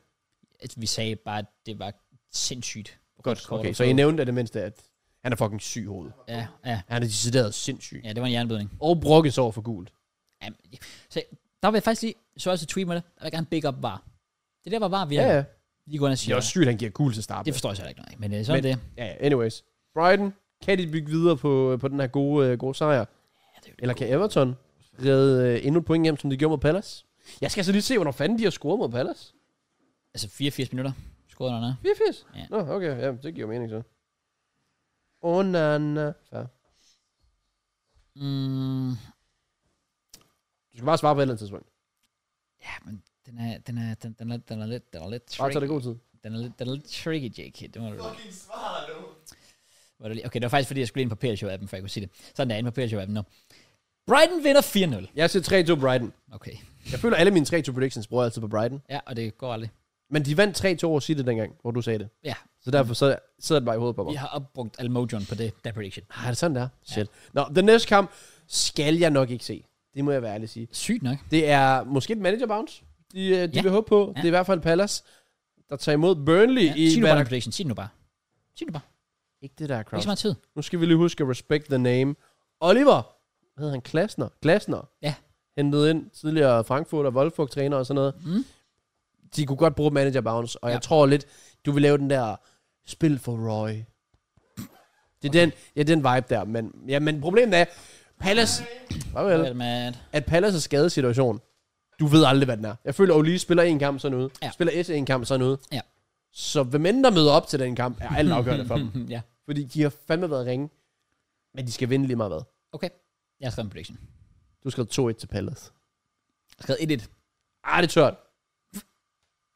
S1: Altså, Vi sagde bare, at det var sindssygt.
S2: Godt,
S1: kort
S2: okay.
S1: at
S2: Så
S1: få.
S2: I nævnte at det mindste, at han er fucking syg i hovedet.
S1: Ja, ja.
S2: Han er decideret sindssyg.
S1: Ja, det var en jernblødning.
S2: Og brokkes over for gult.
S1: Ja, men- så der vil jeg faktisk lige, så også et tweet med det, der vil jeg gerne big up var. Det der var var, vi
S2: Ja, ja.
S1: lige går ind og
S2: Det er
S1: siger.
S2: også sygt, at han giver gult til start.
S1: Det forstår jeg så heller ikke noget, af, men øh, sådan
S2: Men-
S1: men, det.
S2: Ja, ja, anyways. Brighton, kan de bygge videre på, på den her gode, øh, gode sejr?
S1: Ja, det er jo det
S2: Eller
S1: gode.
S2: kan Everton redde øh, endnu et point hjem, som de gjorde mod Palace? Jeg skal så lige se, hvornår fanden de har scoret mod Palace.
S1: Altså 84 minutter, scorede der noget.
S2: 84?
S1: Ja.
S2: Nå, okay, ja, det giver mening så. Oh, na, na. Fair.
S1: Mm,
S2: Du skal bare svare på et eller andet tidspunkt.
S1: ja, men den er, den er, den, den er, den er lidt, den er lidt
S2: Bare tag
S1: tricky.
S2: det god tid.
S1: Den er lidt, den er lidt tricky, JK. Det må du Fucking svar nu. Okay, det var faktisk, fordi jeg skulle ind på PLShow-appen, før jeg kunne sige det. Sådan der, inde på PLShow-appen nu. Brighton vinder 4-0.
S2: Jeg ser 3-2 Brighton.
S1: Okay.
S2: Jeg føler, alle mine 3-2 predictions bruger jeg altid på Brighton.
S1: Ja, og det går aldrig.
S2: Men de vandt 3-2 over City dengang, hvor du sagde det.
S1: Ja,
S2: Så derfor så sidder det bare i hovedet på mig.
S1: vi har opbrugt al mojoen på det, der prediction.
S2: Ej, er det sådan, der? Shit. Nå, den næste kamp skal jeg nok ikke se. Det må jeg være ærlig at sige.
S1: Sygt nok.
S2: Det er måske et manager bounce, de, øh, de
S1: Ja.
S2: ja. vil håbe på.
S1: Ja.
S2: Ja. Det er i hvert fald Palace, der tager imod Burnley
S1: Ja,
S2: ja. i
S1: sig nu
S2: hvad
S1: bare
S2: der...
S1: din prediction. Sig det nu bare. Sig det nu bare.
S2: Ikke det
S1: Det
S2: der,
S1: er ikke
S2: Kraus.
S1: så meget tid.
S2: Nu skal vi lige huske at respect the name. Oliver, hvad hedder han? Klasner? Klasner?
S1: Ja.
S2: Hentet ind tidligere Frankfurt og Wolfsburg træner og sådan noget.
S1: Mm.
S2: De kunne godt bruge manager bounce, og
S1: Ja.
S2: ja. jeg tror lidt, du vil lave den der spil for Roy. Det er den, ja, den vibe der, men, ja, men problemet er, Palace,
S1: Hvad
S2: Farvel.
S1: er det, Matt?
S2: at Palace' skadesituation, du ved aldrig, hvad den er. Jeg føler, at Oli spiller en kamp sådan ud.
S1: Ja.
S2: Ja. Spiller et en kamp sådan ud.
S1: Ja.
S2: Så hvem end der møder op til den kamp, er alt afgørende for
S1: [laughs]
S2: dem.
S1: ja,
S2: Fordi de har fandme været ringe. Men de skal vinde lige meget hvad.
S1: okay. Jeg har skrevet en prediction.
S2: Du skal 2-1 til Palace.
S1: Jeg har skrevet 1-1.
S2: Ah, det er tørt.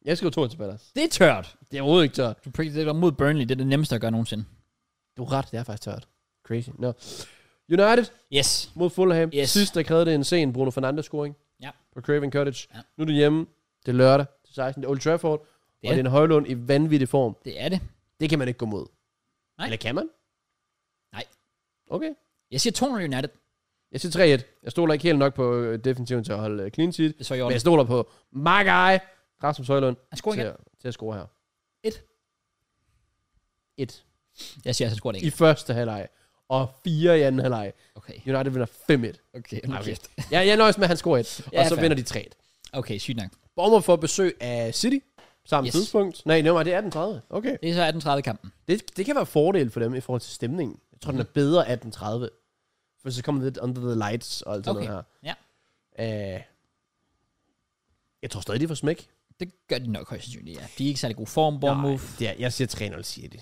S2: Jeg skal 2-1 til Palace.
S1: Det er tørt.
S2: Det er overhovedet ikke tørt.
S1: Du predicted det mod Burnley. Det er det nemmeste at gøre nogensinde.
S2: Du har ret, det er faktisk tørt. Crazy. No. United
S1: Yes.
S2: mod Fulham.
S1: Yes.
S2: Sidst, der krævede det en sen Bruno Fernandes scoring.
S1: Ja.
S2: På Craven Cottage.
S1: Ja.
S2: Nu er det hjemme. Det er lørdag. Det er 16. Det er Old Trafford.
S1: Ja.
S2: Og det er en højlund i vanvittig form.
S1: Det er det.
S2: Det kan man ikke gå mod.
S1: Nej.
S2: Eller kan man?
S1: Nej.
S2: Okay.
S1: Jeg siger 200 United.
S2: Jeg siger 3-1. Jeg stoler ikke helt nok på øh, defensiven til at holde øh, clean sheet.
S1: Det så jeg
S2: Men jeg
S1: ordentligt.
S2: stoler på Magai, Rasmus Højlund,
S1: Han scorer
S2: til,
S1: igen.
S2: at, til at score her.
S1: Et.
S2: 1.
S1: Jeg siger, at han scorer det
S2: I
S1: ikke.
S2: første halvleg. Og 4 i anden halvleg.
S1: Okay.
S2: United vinder 5-1.
S1: Okay.
S2: Ej,
S1: Okay,
S2: Ja, jeg nøjes med, at han scorer 1.
S1: [laughs] Ja,
S2: og så
S1: fair.
S2: vinder de 3
S1: okay sygt nok.
S2: Bournemouth får besøg af City. Samme
S1: Yes.
S2: yes. tidspunkt. Nej, nej, det er 18.30. Okay.
S1: Det er så 18.30 kampen.
S2: Det, det kan være fordel for dem i forhold til stemningen. Jeg tror, mm. den er bedre 18.30. For så kommer det lidt under the lights og alt sådan
S1: Okay,
S2: noget
S1: ja.
S2: her. Ja. Uh, jeg tror stadig, de får smæk.
S1: Det gør de nok højst sandsynligt, ja. De er ikke særlig god form, Bournemouth.
S2: Nej, det er, jeg siger 3-0, siger de.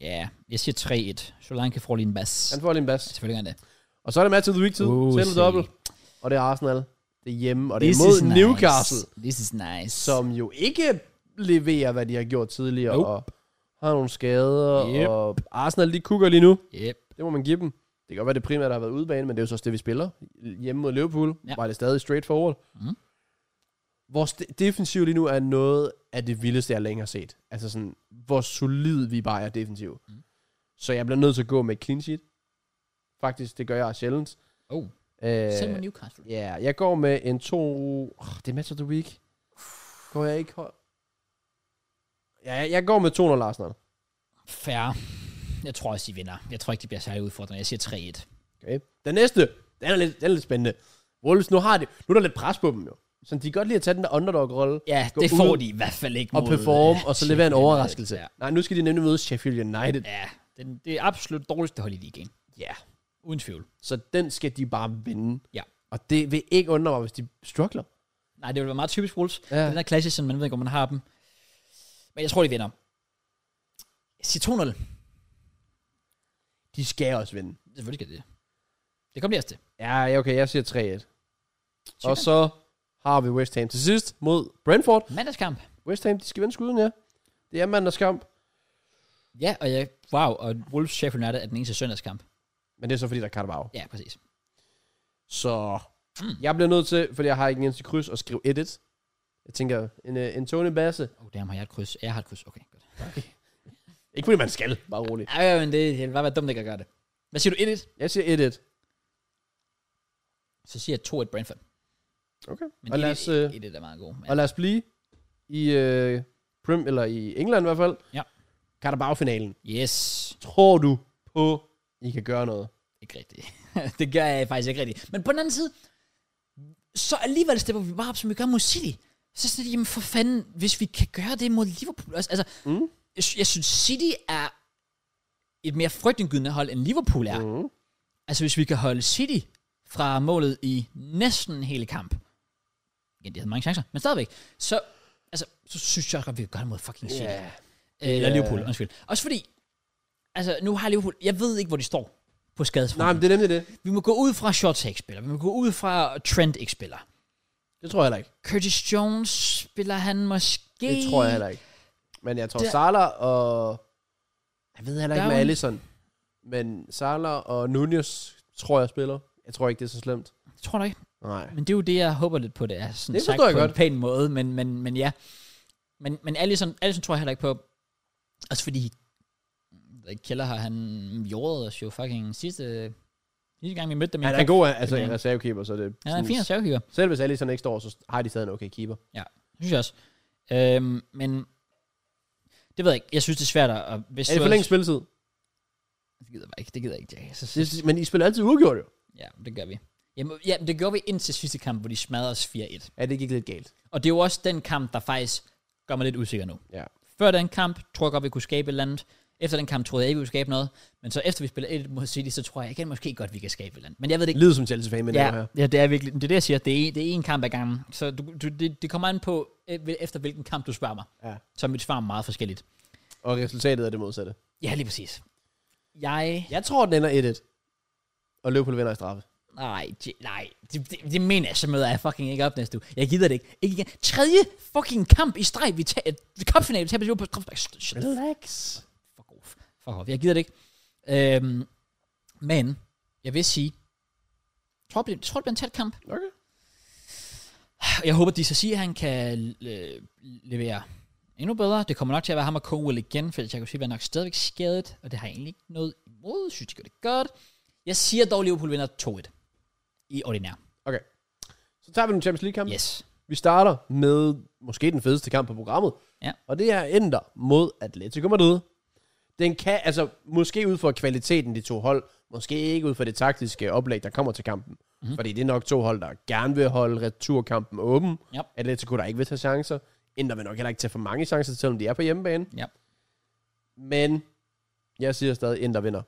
S1: Ja, jeg siger 3-1. Solanke får lige en bas.
S2: Han får lige en bas.
S1: Selvfølgelig gør han det.
S2: Og så er det match of the week tid.
S1: Uh,
S2: Uh,
S1: se.
S2: dobbelt. Og det er Arsenal. Det er hjemme, og det er
S1: This is
S2: mod
S1: nice.
S2: Newcastle.
S1: This is nice.
S2: Som jo ikke leverer, hvad de har gjort tidligere.
S1: Nope.
S2: Og har nogle skader.
S1: Yep.
S2: Og Arsenal, de kukker lige nu.
S1: Yep.
S2: Det må man give dem. Det kan godt være, det primært har været udebane, men det er jo så også det, vi spiller. Hjemme mod Liverpool
S1: Ja.
S2: ja. var det stadig straightforward.
S1: Mhm.
S2: Mm. Vores de- defensiv lige nu er noget af det vildeste, jeg længe har set. Altså sådan, hvor solid vi bare er defensiv.
S1: Mhm.
S2: Mm. Så jeg bliver nødt til at gå med et clean sheet. Faktisk, det gør jeg sjældent.
S1: Oh,
S2: Øh,
S1: selv med Newcastle.
S2: Ja, yeah, jeg går med en to... Oh, det er match of the week. Går jeg ikke hold... Ja, jeg, jeg går med 200 Larsen.
S1: Færre. Jeg tror også, de vinder. Jeg tror ikke, de bliver særlig udfordrende. Jeg siger 3-1.
S2: Okay. Den næste, den er lidt, den er lidt spændende. Wolves, nu har de, nu er der lidt pres på dem jo. Så de kan godt lide at tage den der underdog-rolle
S1: Ja,
S2: Gå
S1: det
S2: ud
S1: får de i hvert fald ikke
S2: og
S1: mod,
S2: performe,
S1: øh,
S2: og så levere en
S1: Sheffield
S2: overraskelse.
S1: United.
S2: Nej, nu skal de nemlig møde Sheffield United.
S1: Ja, ja den, det er absolut dårligste hold i ligaen.
S2: Ja.
S1: Uden tvivl.
S2: Så den skal de bare vinde.
S1: Ja.
S2: Og det vil ikke undre mig, hvis de struggler.
S1: Nej, det vil være meget typisk Wolves. Ja.
S2: Ja.
S1: Den der klasse, som man ved ikke, om man har dem. Men jeg tror, de vinder. Jeg siger 2-0.
S2: De skal også vinde.
S1: Selvfølgelig skal de det. Det kommer de også til.
S2: Ja, ja, okay, jeg siger 3-1. Og
S1: Sikkert.
S2: så har vi West Ham til sidst mod Brentford.
S1: Mandagskamp.
S2: West Ham, de skal vinde skuden, ja. Det er mandagskamp.
S1: Ja, og jeg, wow, og Wolves Sheffield United er den eneste søndagskamp.
S2: Men det er så fordi, der er Carabao.
S1: Ja, præcis.
S2: Så jeg bliver nødt til, fordi jeg har ikke en eneste kryds, at skrive 1-1. Jeg tænker, en, øh, en Tony Basse.
S1: Oh, damn, har jeg et kryds? Jeg har et kryds, okay. Godt.
S2: Ikke fordi man skal, bare roligt.
S1: Ja, ja, men det, det vil bare være dumt, ikke at gøre det. Hvad siger du? 1-1?
S2: Jeg siger 1-1.
S1: Så siger jeg 2-1 Brentford.
S2: Okay.
S1: Men
S2: Og lad, os, øh,
S1: 1-1 er meget god. Ja.
S2: og lad os blive i øh, Prim, eller i England i hvert fald.
S1: Ja.
S2: Carabao-finalen.
S1: Yes.
S2: Tror du på, I kan gøre noget?
S1: Ikke rigtigt. [laughs] det gør jeg faktisk ikke rigtigt. Men på den anden side, så alligevel stepper vi bare op, som vi gør mod City. Så er det, jamen for fanden, hvis vi kan gøre det mod Liverpool også. Altså,
S2: Mm.
S1: jeg, sy- jeg synes, City er et mere frygtindgydende hold, end Liverpool er. Mm.
S2: Mm.
S1: Altså, hvis vi kan holde City fra målet i næsten hele kamp. Igen, de havde mange chancer, men stadigvæk. Så, altså, så synes jeg godt, vi kan gøre det mod fucking City.
S2: Ja.
S1: Øh, Eller
S2: Ja.
S1: Liverpool, undskyld. Også fordi, altså nu har Liverpool, jeg ved ikke, hvor de står på
S2: Nej, men
S1: skadesfronten.
S2: det er nemlig det.
S1: Vi må gå ud fra, at Shots ikke spiller. Vi må gå ud fra, at Trent ikke spiller.
S2: Det tror jeg heller ikke.
S1: Curtis Jones spiller han måske.
S2: Det tror jeg heller ikke. Men jeg tror,
S1: Der-
S2: Salah og... Jeg ved heller ikke med
S1: Darwin.
S2: Allison. Men Salah og Nunez tror jeg spiller. Jeg tror ikke, det er så slemt.
S1: Tror du ikke?
S2: Nej.
S1: Men det er jo det, jeg håber lidt på, det er sådan
S2: Det
S1: sagt
S2: forstår jeg
S1: på en
S2: godt.
S1: pæn måde, men, men, men ja. Men, men Allison, Allison tror jeg heller ikke på. Også fordi, Keller har han jordet os jo fucking sidste, sidste gang, vi mødte dem. i
S2: Han er
S1: en
S2: en
S1: kamp.
S2: god altså,
S1: Det er
S2: en
S1: han.
S2: reservekeeper, så det
S1: Han er en fin altså. reservehyre.
S2: Selv hvis Allison ikke står, så har de stadig en okay keeper.
S1: Det synes jeg også. Øhm, men det ved jeg ikke. Jeg synes, det er svært at... og Hvis
S2: Er det
S1: du
S2: for længe
S1: også-
S2: spilletid?
S1: Det gider jeg ikke. Det gider jeg ikke, Jack. Så,
S2: Det, men I spiller altid uafgjort jo.
S1: ja, det gør vi. Jamen, ja, det gjorde vi indtil sidste kamp, hvor de smadrede os 4-1.
S2: Ja, det gik lidt galt.
S1: Og det er jo også den kamp, der faktisk gør mig lidt usikker nu.
S2: Ja.
S1: Før den kamp, tror jeg godt, vi kunne skabe et eller andet. Efter den kamp troede jeg ikke, vi kunne skabe noget. Men så efter vi spiller 1 mod City, så tror jeg igen måske godt, vi kan skabe et eller andet. Men jeg ved det ikke.
S2: Lidt som Chelsea-fan med ja. det
S1: Ja,
S2: her.
S1: ja, det er virkelig. Det er det, jeg siger. Det er, det er én kamp ad gangen. Så du, du, det, det kommer an på, øh, efter hvilken kamp du spørger mig.
S2: Ja.
S1: Så er mit svar meget forskelligt.
S2: Og resultatet er det modsatte.
S1: Ja, lige præcis. Jeg...
S2: Jeg tror, den ender 1-1. Og Liverpool vinder i straffe.
S1: Nej, de, nej. Det, det, det mener jeg, så møder jeg fucking ikke op næste uge. Jeg gider det ikke. Ikke igen. Tredje fucking kamp i streg. Vi tager... Kampfinale, vi tager Liverpool på straffespark. Shut- Shut the
S2: Relax.
S1: fuck off. Fuck off. Jeg gider det ikke. Øhm, men, jeg vil sige... Jeg tror, det bliver- jeg tror, det bliver en tæt kamp.
S2: Okay.
S1: Jeg håber, de så siger, at han kan øh, levere endnu bedre. Det kommer nok til at være ham og Cowell igen, for jeg kan sige, at han er nok stadigvæk skadet, og det har jeg egentlig ikke noget imod. Jeg synes, de gør det godt. Jeg siger dog, at Liverpool vinder 2-1 i ordinær.
S2: Okay. Så tager vi den Champions League-kamp.
S1: Yes.
S2: Vi starter med måske den fedeste kamp på programmet.
S1: Ja.
S2: Og det er Inter mod Atletico Madrid. Den kan, altså måske ud fra kvaliteten de to hold, måske ikke ud fra det taktiske oplæg, der kommer til kampen.
S1: Mhm.
S2: Mm-hmm. Fordi det er nok to hold, der gerne vil holde returkampen åben.
S1: Ja.
S2: Atletico, der ikke vil tage chancer. Inter vil nok heller ikke tage for mange chancer, selvom de er på hjemmebane.
S1: Ja.
S2: Men jeg siger stadig, Inter vinder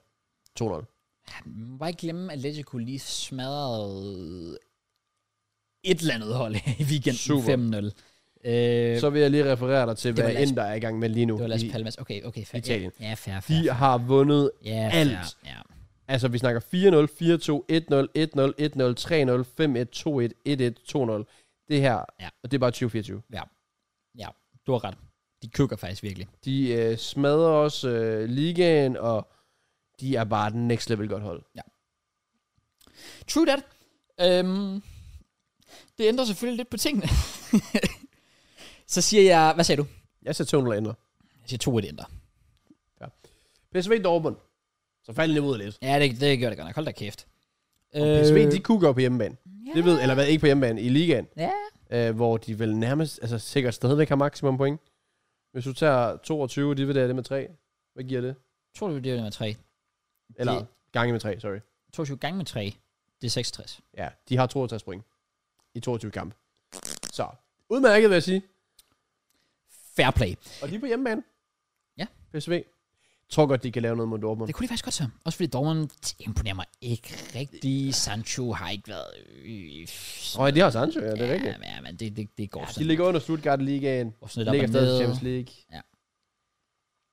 S2: 2-0.
S1: Ja, Man må bare ikke glemme, at Atletico lige smadrede et eller andet hold i
S2: Super.
S1: weekenden 5-0. Øh,
S2: Så vil jeg lige referere dig til,
S1: Det var
S2: hvad
S1: Las-
S2: Inter er i gang med lige nu.
S1: det var Las
S2: De-
S1: Palmas. Okay, okay, fair.
S2: Italien.
S1: Ja, fair, fair.
S2: De har vundet
S1: ja, fair,
S2: alt.
S1: Ja.
S2: Altså, vi snakker 4-0, 4-2, 1-0, 1-0, 1-0, 3-0, 5-1, 2-1, 1-1, 2-0. Det her,
S1: Ja.
S2: og det er bare 2024.
S1: ja, du har ret. De køkker faktisk virkelig.
S2: De øh, smadrer også øh, ligaen, og de er bare den next level godt hold.
S1: Ja. True that. Øhm, det ændrer selvfølgelig lidt på tingene. [laughs] så siger jeg, hvad sagde du?
S2: Jeg ser 200 ændre.
S1: Jeg siger to, at det ændrer.
S2: PSV Dortmund. Så faldt niveauet lidt.
S1: Ja, det, det gør det godt nok. Hold da kæft. Øh,
S2: PSV, de kunne gå på hjemmebane.
S1: ja.
S2: Det ved, eller hvad, ikke på hjemmebane, i ligaen.
S1: Ja.
S2: Øh, hvor de vel nærmest, altså sikkert stadigvæk har maksimum point. Hvis du tager 22, de vil det med 3. Hvad giver det?
S1: Tror du, det er med 3?
S2: Eller
S1: Det-
S2: gange med 3, sorry.
S1: 22 gange med 3, det er 66.
S2: Ja, de har 62 point i 22 kampe. Så, udmærket vil jeg sige.
S1: Fair play.
S2: Og de er på hjemmebane.
S1: Ja.
S2: PSV. Jeg tror godt, de kan lave noget mod Dortmund.
S1: Det kunne de faktisk godt så. Også fordi dommeren imponerer mig ikke rigtig. Sancho har ikke været... Øh,
S2: Åh, ja, de har Sancho, ja, det er rigtigt.
S1: ja, ja, men det, det, det går
S2: Ja,
S1: ja,
S2: de
S1: sådan.
S2: ligger under Stuttgart Ligaen.
S1: og sådan
S2: De ligger
S1: lidt
S2: stadig
S1: op
S2: i
S1: og
S2: Champions
S1: ned.
S2: League.
S1: Ja.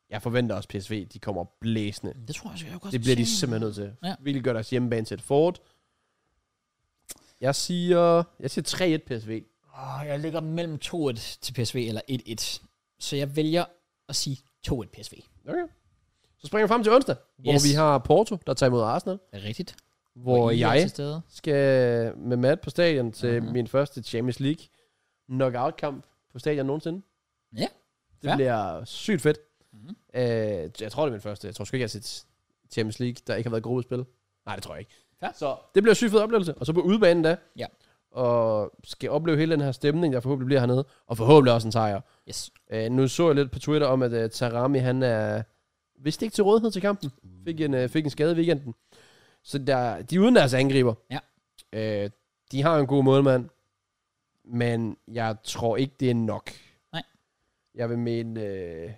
S2: Jeg forventer også PSV, de kommer blæsende.
S1: Det tror jeg også, jeg kunne godt
S2: Det bliver de
S1: se.
S2: simpelthen nødt til.
S1: Ja.
S2: Ja. Virkelig gør deres hjemmebane til et fort. Jeg siger, jeg siger 3-1 PSV.
S1: Åh, jeg ligger mellem 2-1 til PSV eller 1-1. Så jeg vælger at sige 2-1 PSV.
S2: Okay. Så springer vi frem til onsdag, yes.
S1: Yes.
S2: hvor vi har Porto, der tager imod Arsenal.
S1: Er det rigtigt?
S2: Hvor
S1: I er
S2: jeg
S1: til stede.
S2: skal med Matt på stadion til
S1: Mhm.
S2: mm-hmm. min første Champions League knockout-kamp på stadion nogensinde.
S1: Ja.
S2: Det
S1: Ja.
S2: bliver sygt fedt.
S1: Mhm.
S2: Mm-hmm. Øh, jeg tror, det er min første. Jeg tror sgu ikke, jeg har set Champions League, der ikke har været gruppespil. Nej, det tror jeg ikke.
S1: Ja.
S2: Så det bliver en sygt fed oplevelse. Og så på udebanen da.
S1: Ja.
S2: Og skal opleve hele den her stemning, der forhåbentlig bliver hernede. Og forhåbentlig også en sejr.
S1: Yes.
S2: Øh, nu så jeg lidt på Twitter om, at øh, Tarami, han er vist ikke til rådighed til kampen.
S1: Mm.
S2: Fik en, øh, fik en skade i weekenden. Så der, de er uden deres angriber.
S1: Ja.
S2: Øh, de har en god målmand, men jeg tror ikke, det er nok.
S1: Nej.
S2: Jeg vil mene... Øh,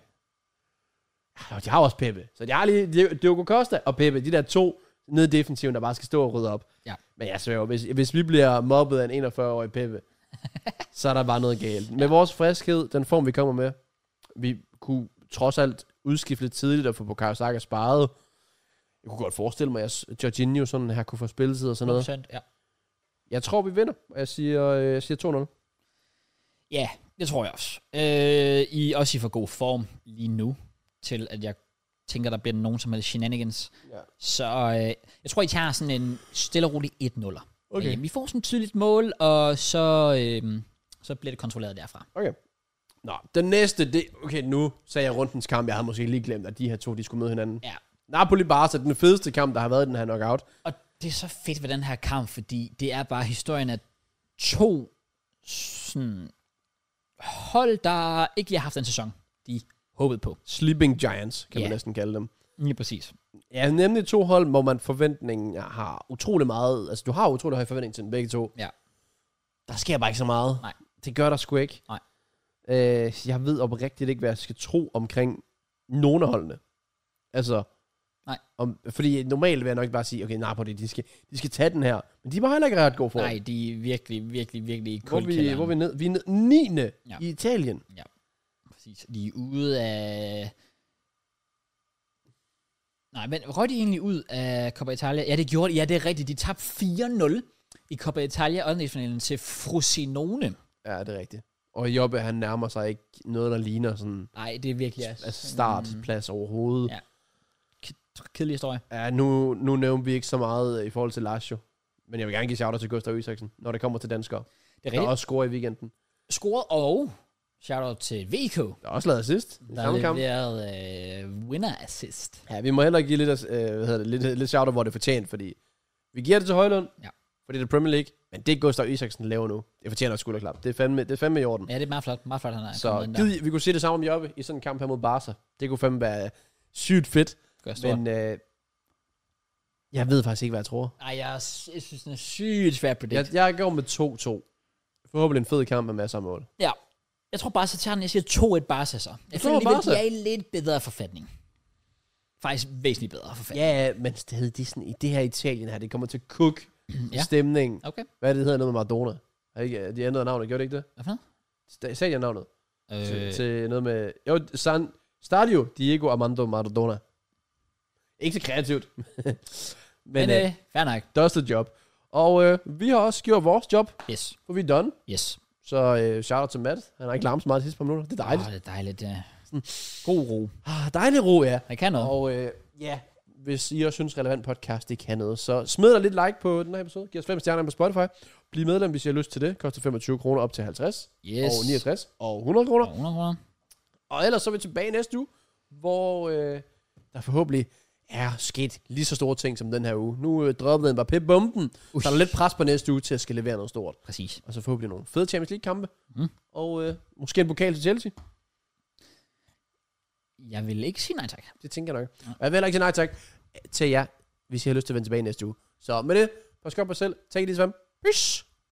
S2: ah, de har også Peppe. Så de har lige Di- Diogo Costa og Peppe. De der to nede i defensiven, der bare skal stå og rydde op.
S1: Ja.
S2: Men jeg sværger, hvis, hvis vi bliver mobbet af en
S1: [laughs]
S2: 41-årig Peppe, så er der bare noget galt. Med vores friskhed, den form, vi kommer med, vi kunne trods alt udskifte lidt tidligt og få Bukayo Saka sparet. Jeg kunne godt forestille mig, at Jorginho sådan her kunne få spilletid og sådan noget.
S1: 100%, ja.
S2: Jeg tror, vi vinder. Jeg siger, øh, jeg siger 2-0.
S1: Ja, det tror jeg også. Øh, I er også i for god form lige nu, til at jeg tænker, der bliver nogen som helst shenanigans.
S2: Ja.
S1: Så øh, jeg tror, I tager sådan en stille og rolig 1-0'er.
S2: Okay.
S1: Men, øh, vi får sådan et tydeligt mål, og så, øh, så bliver det kontrolleret derfra.
S2: Okay. Nå, den næste, det... Okay, nu sagde jeg rundens kamp. Jeg havde måske lige glemt, at de her to, de skulle møde hinanden.
S1: Ja.
S2: Napoli Barca, den fedeste kamp, der har været i den her knockout.
S1: Og det er så fedt ved den her kamp, fordi det er bare historien af to sådan, hold, der ikke lige har haft en sæson, de håbede på.
S2: Sleeping Giants, kan
S1: Ja.
S2: man næsten kalde dem.
S1: Lige præcis.
S2: Ja, nemlig to hold, hvor man forventningen har utrolig meget... Altså, du har utrolig høj forventning til dem begge to.
S1: Ja.
S2: Der sker bare ikke så meget.
S1: Nej.
S2: Det gør der sgu ikke.
S1: Nej.
S2: Øh, jeg ved oprigtigt ikke, hvad jeg skal tro omkring nogen af holdene. Altså...
S1: Nej.
S2: Om, fordi normalt vil jeg nok bare sige, okay, Napoli, de skal, de skal tage den her. Men de er bare heller ikke ret god for.
S1: Nej, de er virkelig, virkelig, virkelig i
S2: hvor vi,
S1: kuldkælderen.
S2: hvor vi er ned, vi er ned, 9.
S1: Ja.
S2: Ja. i Italien.
S1: Præcis. De er ude af... Nej, men røg de egentlig ud af Coppa Italia? Ja, det gjorde de. Ja, det er rigtigt. De tabte 4-0 i Coppa Italia åndedelsfinalen til Frosinone.
S2: Ja, det er rigtigt. Og Jobbe, han nærmer sig ikke noget, der ligner sådan
S1: Nej, det er virkelig...
S2: yes. altså startplads overhovedet.
S1: Mm. Ja. K- kedelig historie.
S2: Ja, nu, nu nævner vi ikke så meget øh, i forhold til Lazio. Men jeg vil gerne give shout til Gustav Isaksen, når det kommer til danskere.
S1: Det er
S2: Der
S1: rigtigt.
S2: også scorer i weekenden.
S1: Scoret og... Shoutout til VK,
S2: Der er også lavet assist.
S1: der
S2: i Samme kamp.
S1: leverede øh, winner assist.
S2: Ja, vi må heller give lidt, øh, hvad hedder det, lidt, lidt shout hvor det er fortjent, fordi vi giver det til Højlund,
S1: Ja.
S2: fordi det er Premier League, men det Gustav Isaksen laver nu, det fortjener et skulderklap. Det er fandme, det er fandme i orden.
S1: Ja, det er meget flot. Meget flot, han er kommet
S2: Så
S1: ind der.
S2: gid, vi kunne se det samme om Jobbe i sådan en kamp her mod Barca. Det kunne fandme være sygt fedt.
S1: Gør stort.
S2: Men øh, jeg ved faktisk ikke, hvad jeg tror.
S1: Ej, jeg, er- jeg synes, den er sygt svær på det.
S2: Jeg, jeg går med 2-2. Forhåbentlig en fed kamp med masser af mål.
S1: Ja. Jeg tror bare, så tager den, jeg siger 2-1 Barca så. Jeg føler alligevel,
S2: Barca?
S1: de er i lidt bedre forfatning. Faktisk væsentligt bedre forfatning.
S2: Ja, men stadig de sådan, i det her Italien her, det kommer til cook
S1: ja.
S2: ja. stemning.
S1: Okay.
S2: Hvad er det, det hedder noget med Maradona? Har ikke, øh, de ændrede navnet, gjorde det ikke det?
S1: Hvad for
S2: Sta- Sagde jeg navnet? Øh.
S1: noget?
S2: Til,
S1: Øh,
S2: til, noget med... Jo, San, Stadio Diego Armando Maradona. Ikke så kreativt. [laughs] men
S1: men
S2: men øh,
S1: øh, fair nok.
S2: der er også et job. Og øh, vi har også gjort vores job,
S1: Yes.
S2: for vi er done.
S1: Yes.
S2: Så øh, shout out til Matt. Han har ikke larmet så meget de sidste par minutter. Det er
S1: Ej, oh,
S2: dejligt.
S1: det er dejligt. Ja. God ro.
S2: Ah, dejlig ro, ja.
S1: Jeg kan noget.
S2: Og øh, ja, hvis I også synes, relevant podcast, det kan noget. Så smid dig lidt like på den her episode. Giv os fem stjerner på Spotify. Bliv medlem, hvis I har lyst til det. Koster 25 kroner op til 50,
S1: Yes.
S2: og 69 og 100 kroner.
S1: Og 100 kroner.
S2: Og ellers så er vi tilbage næste uge, hvor øh, der forhåbentlig er sket lige så store ting som den her uge. Nu øh, droppede den bare bomben
S1: Ush.
S2: så er der lidt pres på næste uge til at skal levere noget stort.
S1: Præcis.
S2: Og så forhåbentlig nogle fede Champions League-kampe.
S1: Mhm.
S2: Og øh, måske en pokal til Chelsea.
S1: Jeg vil ikke sige nej tak.
S2: Det tænker jeg nok. Og jeg vil heller ikke sige nej tak til jer, hvis I har lyst til at vende tilbage næste uge. Så med det, pas godt på jer selv. Tak i det, Svend. Peace.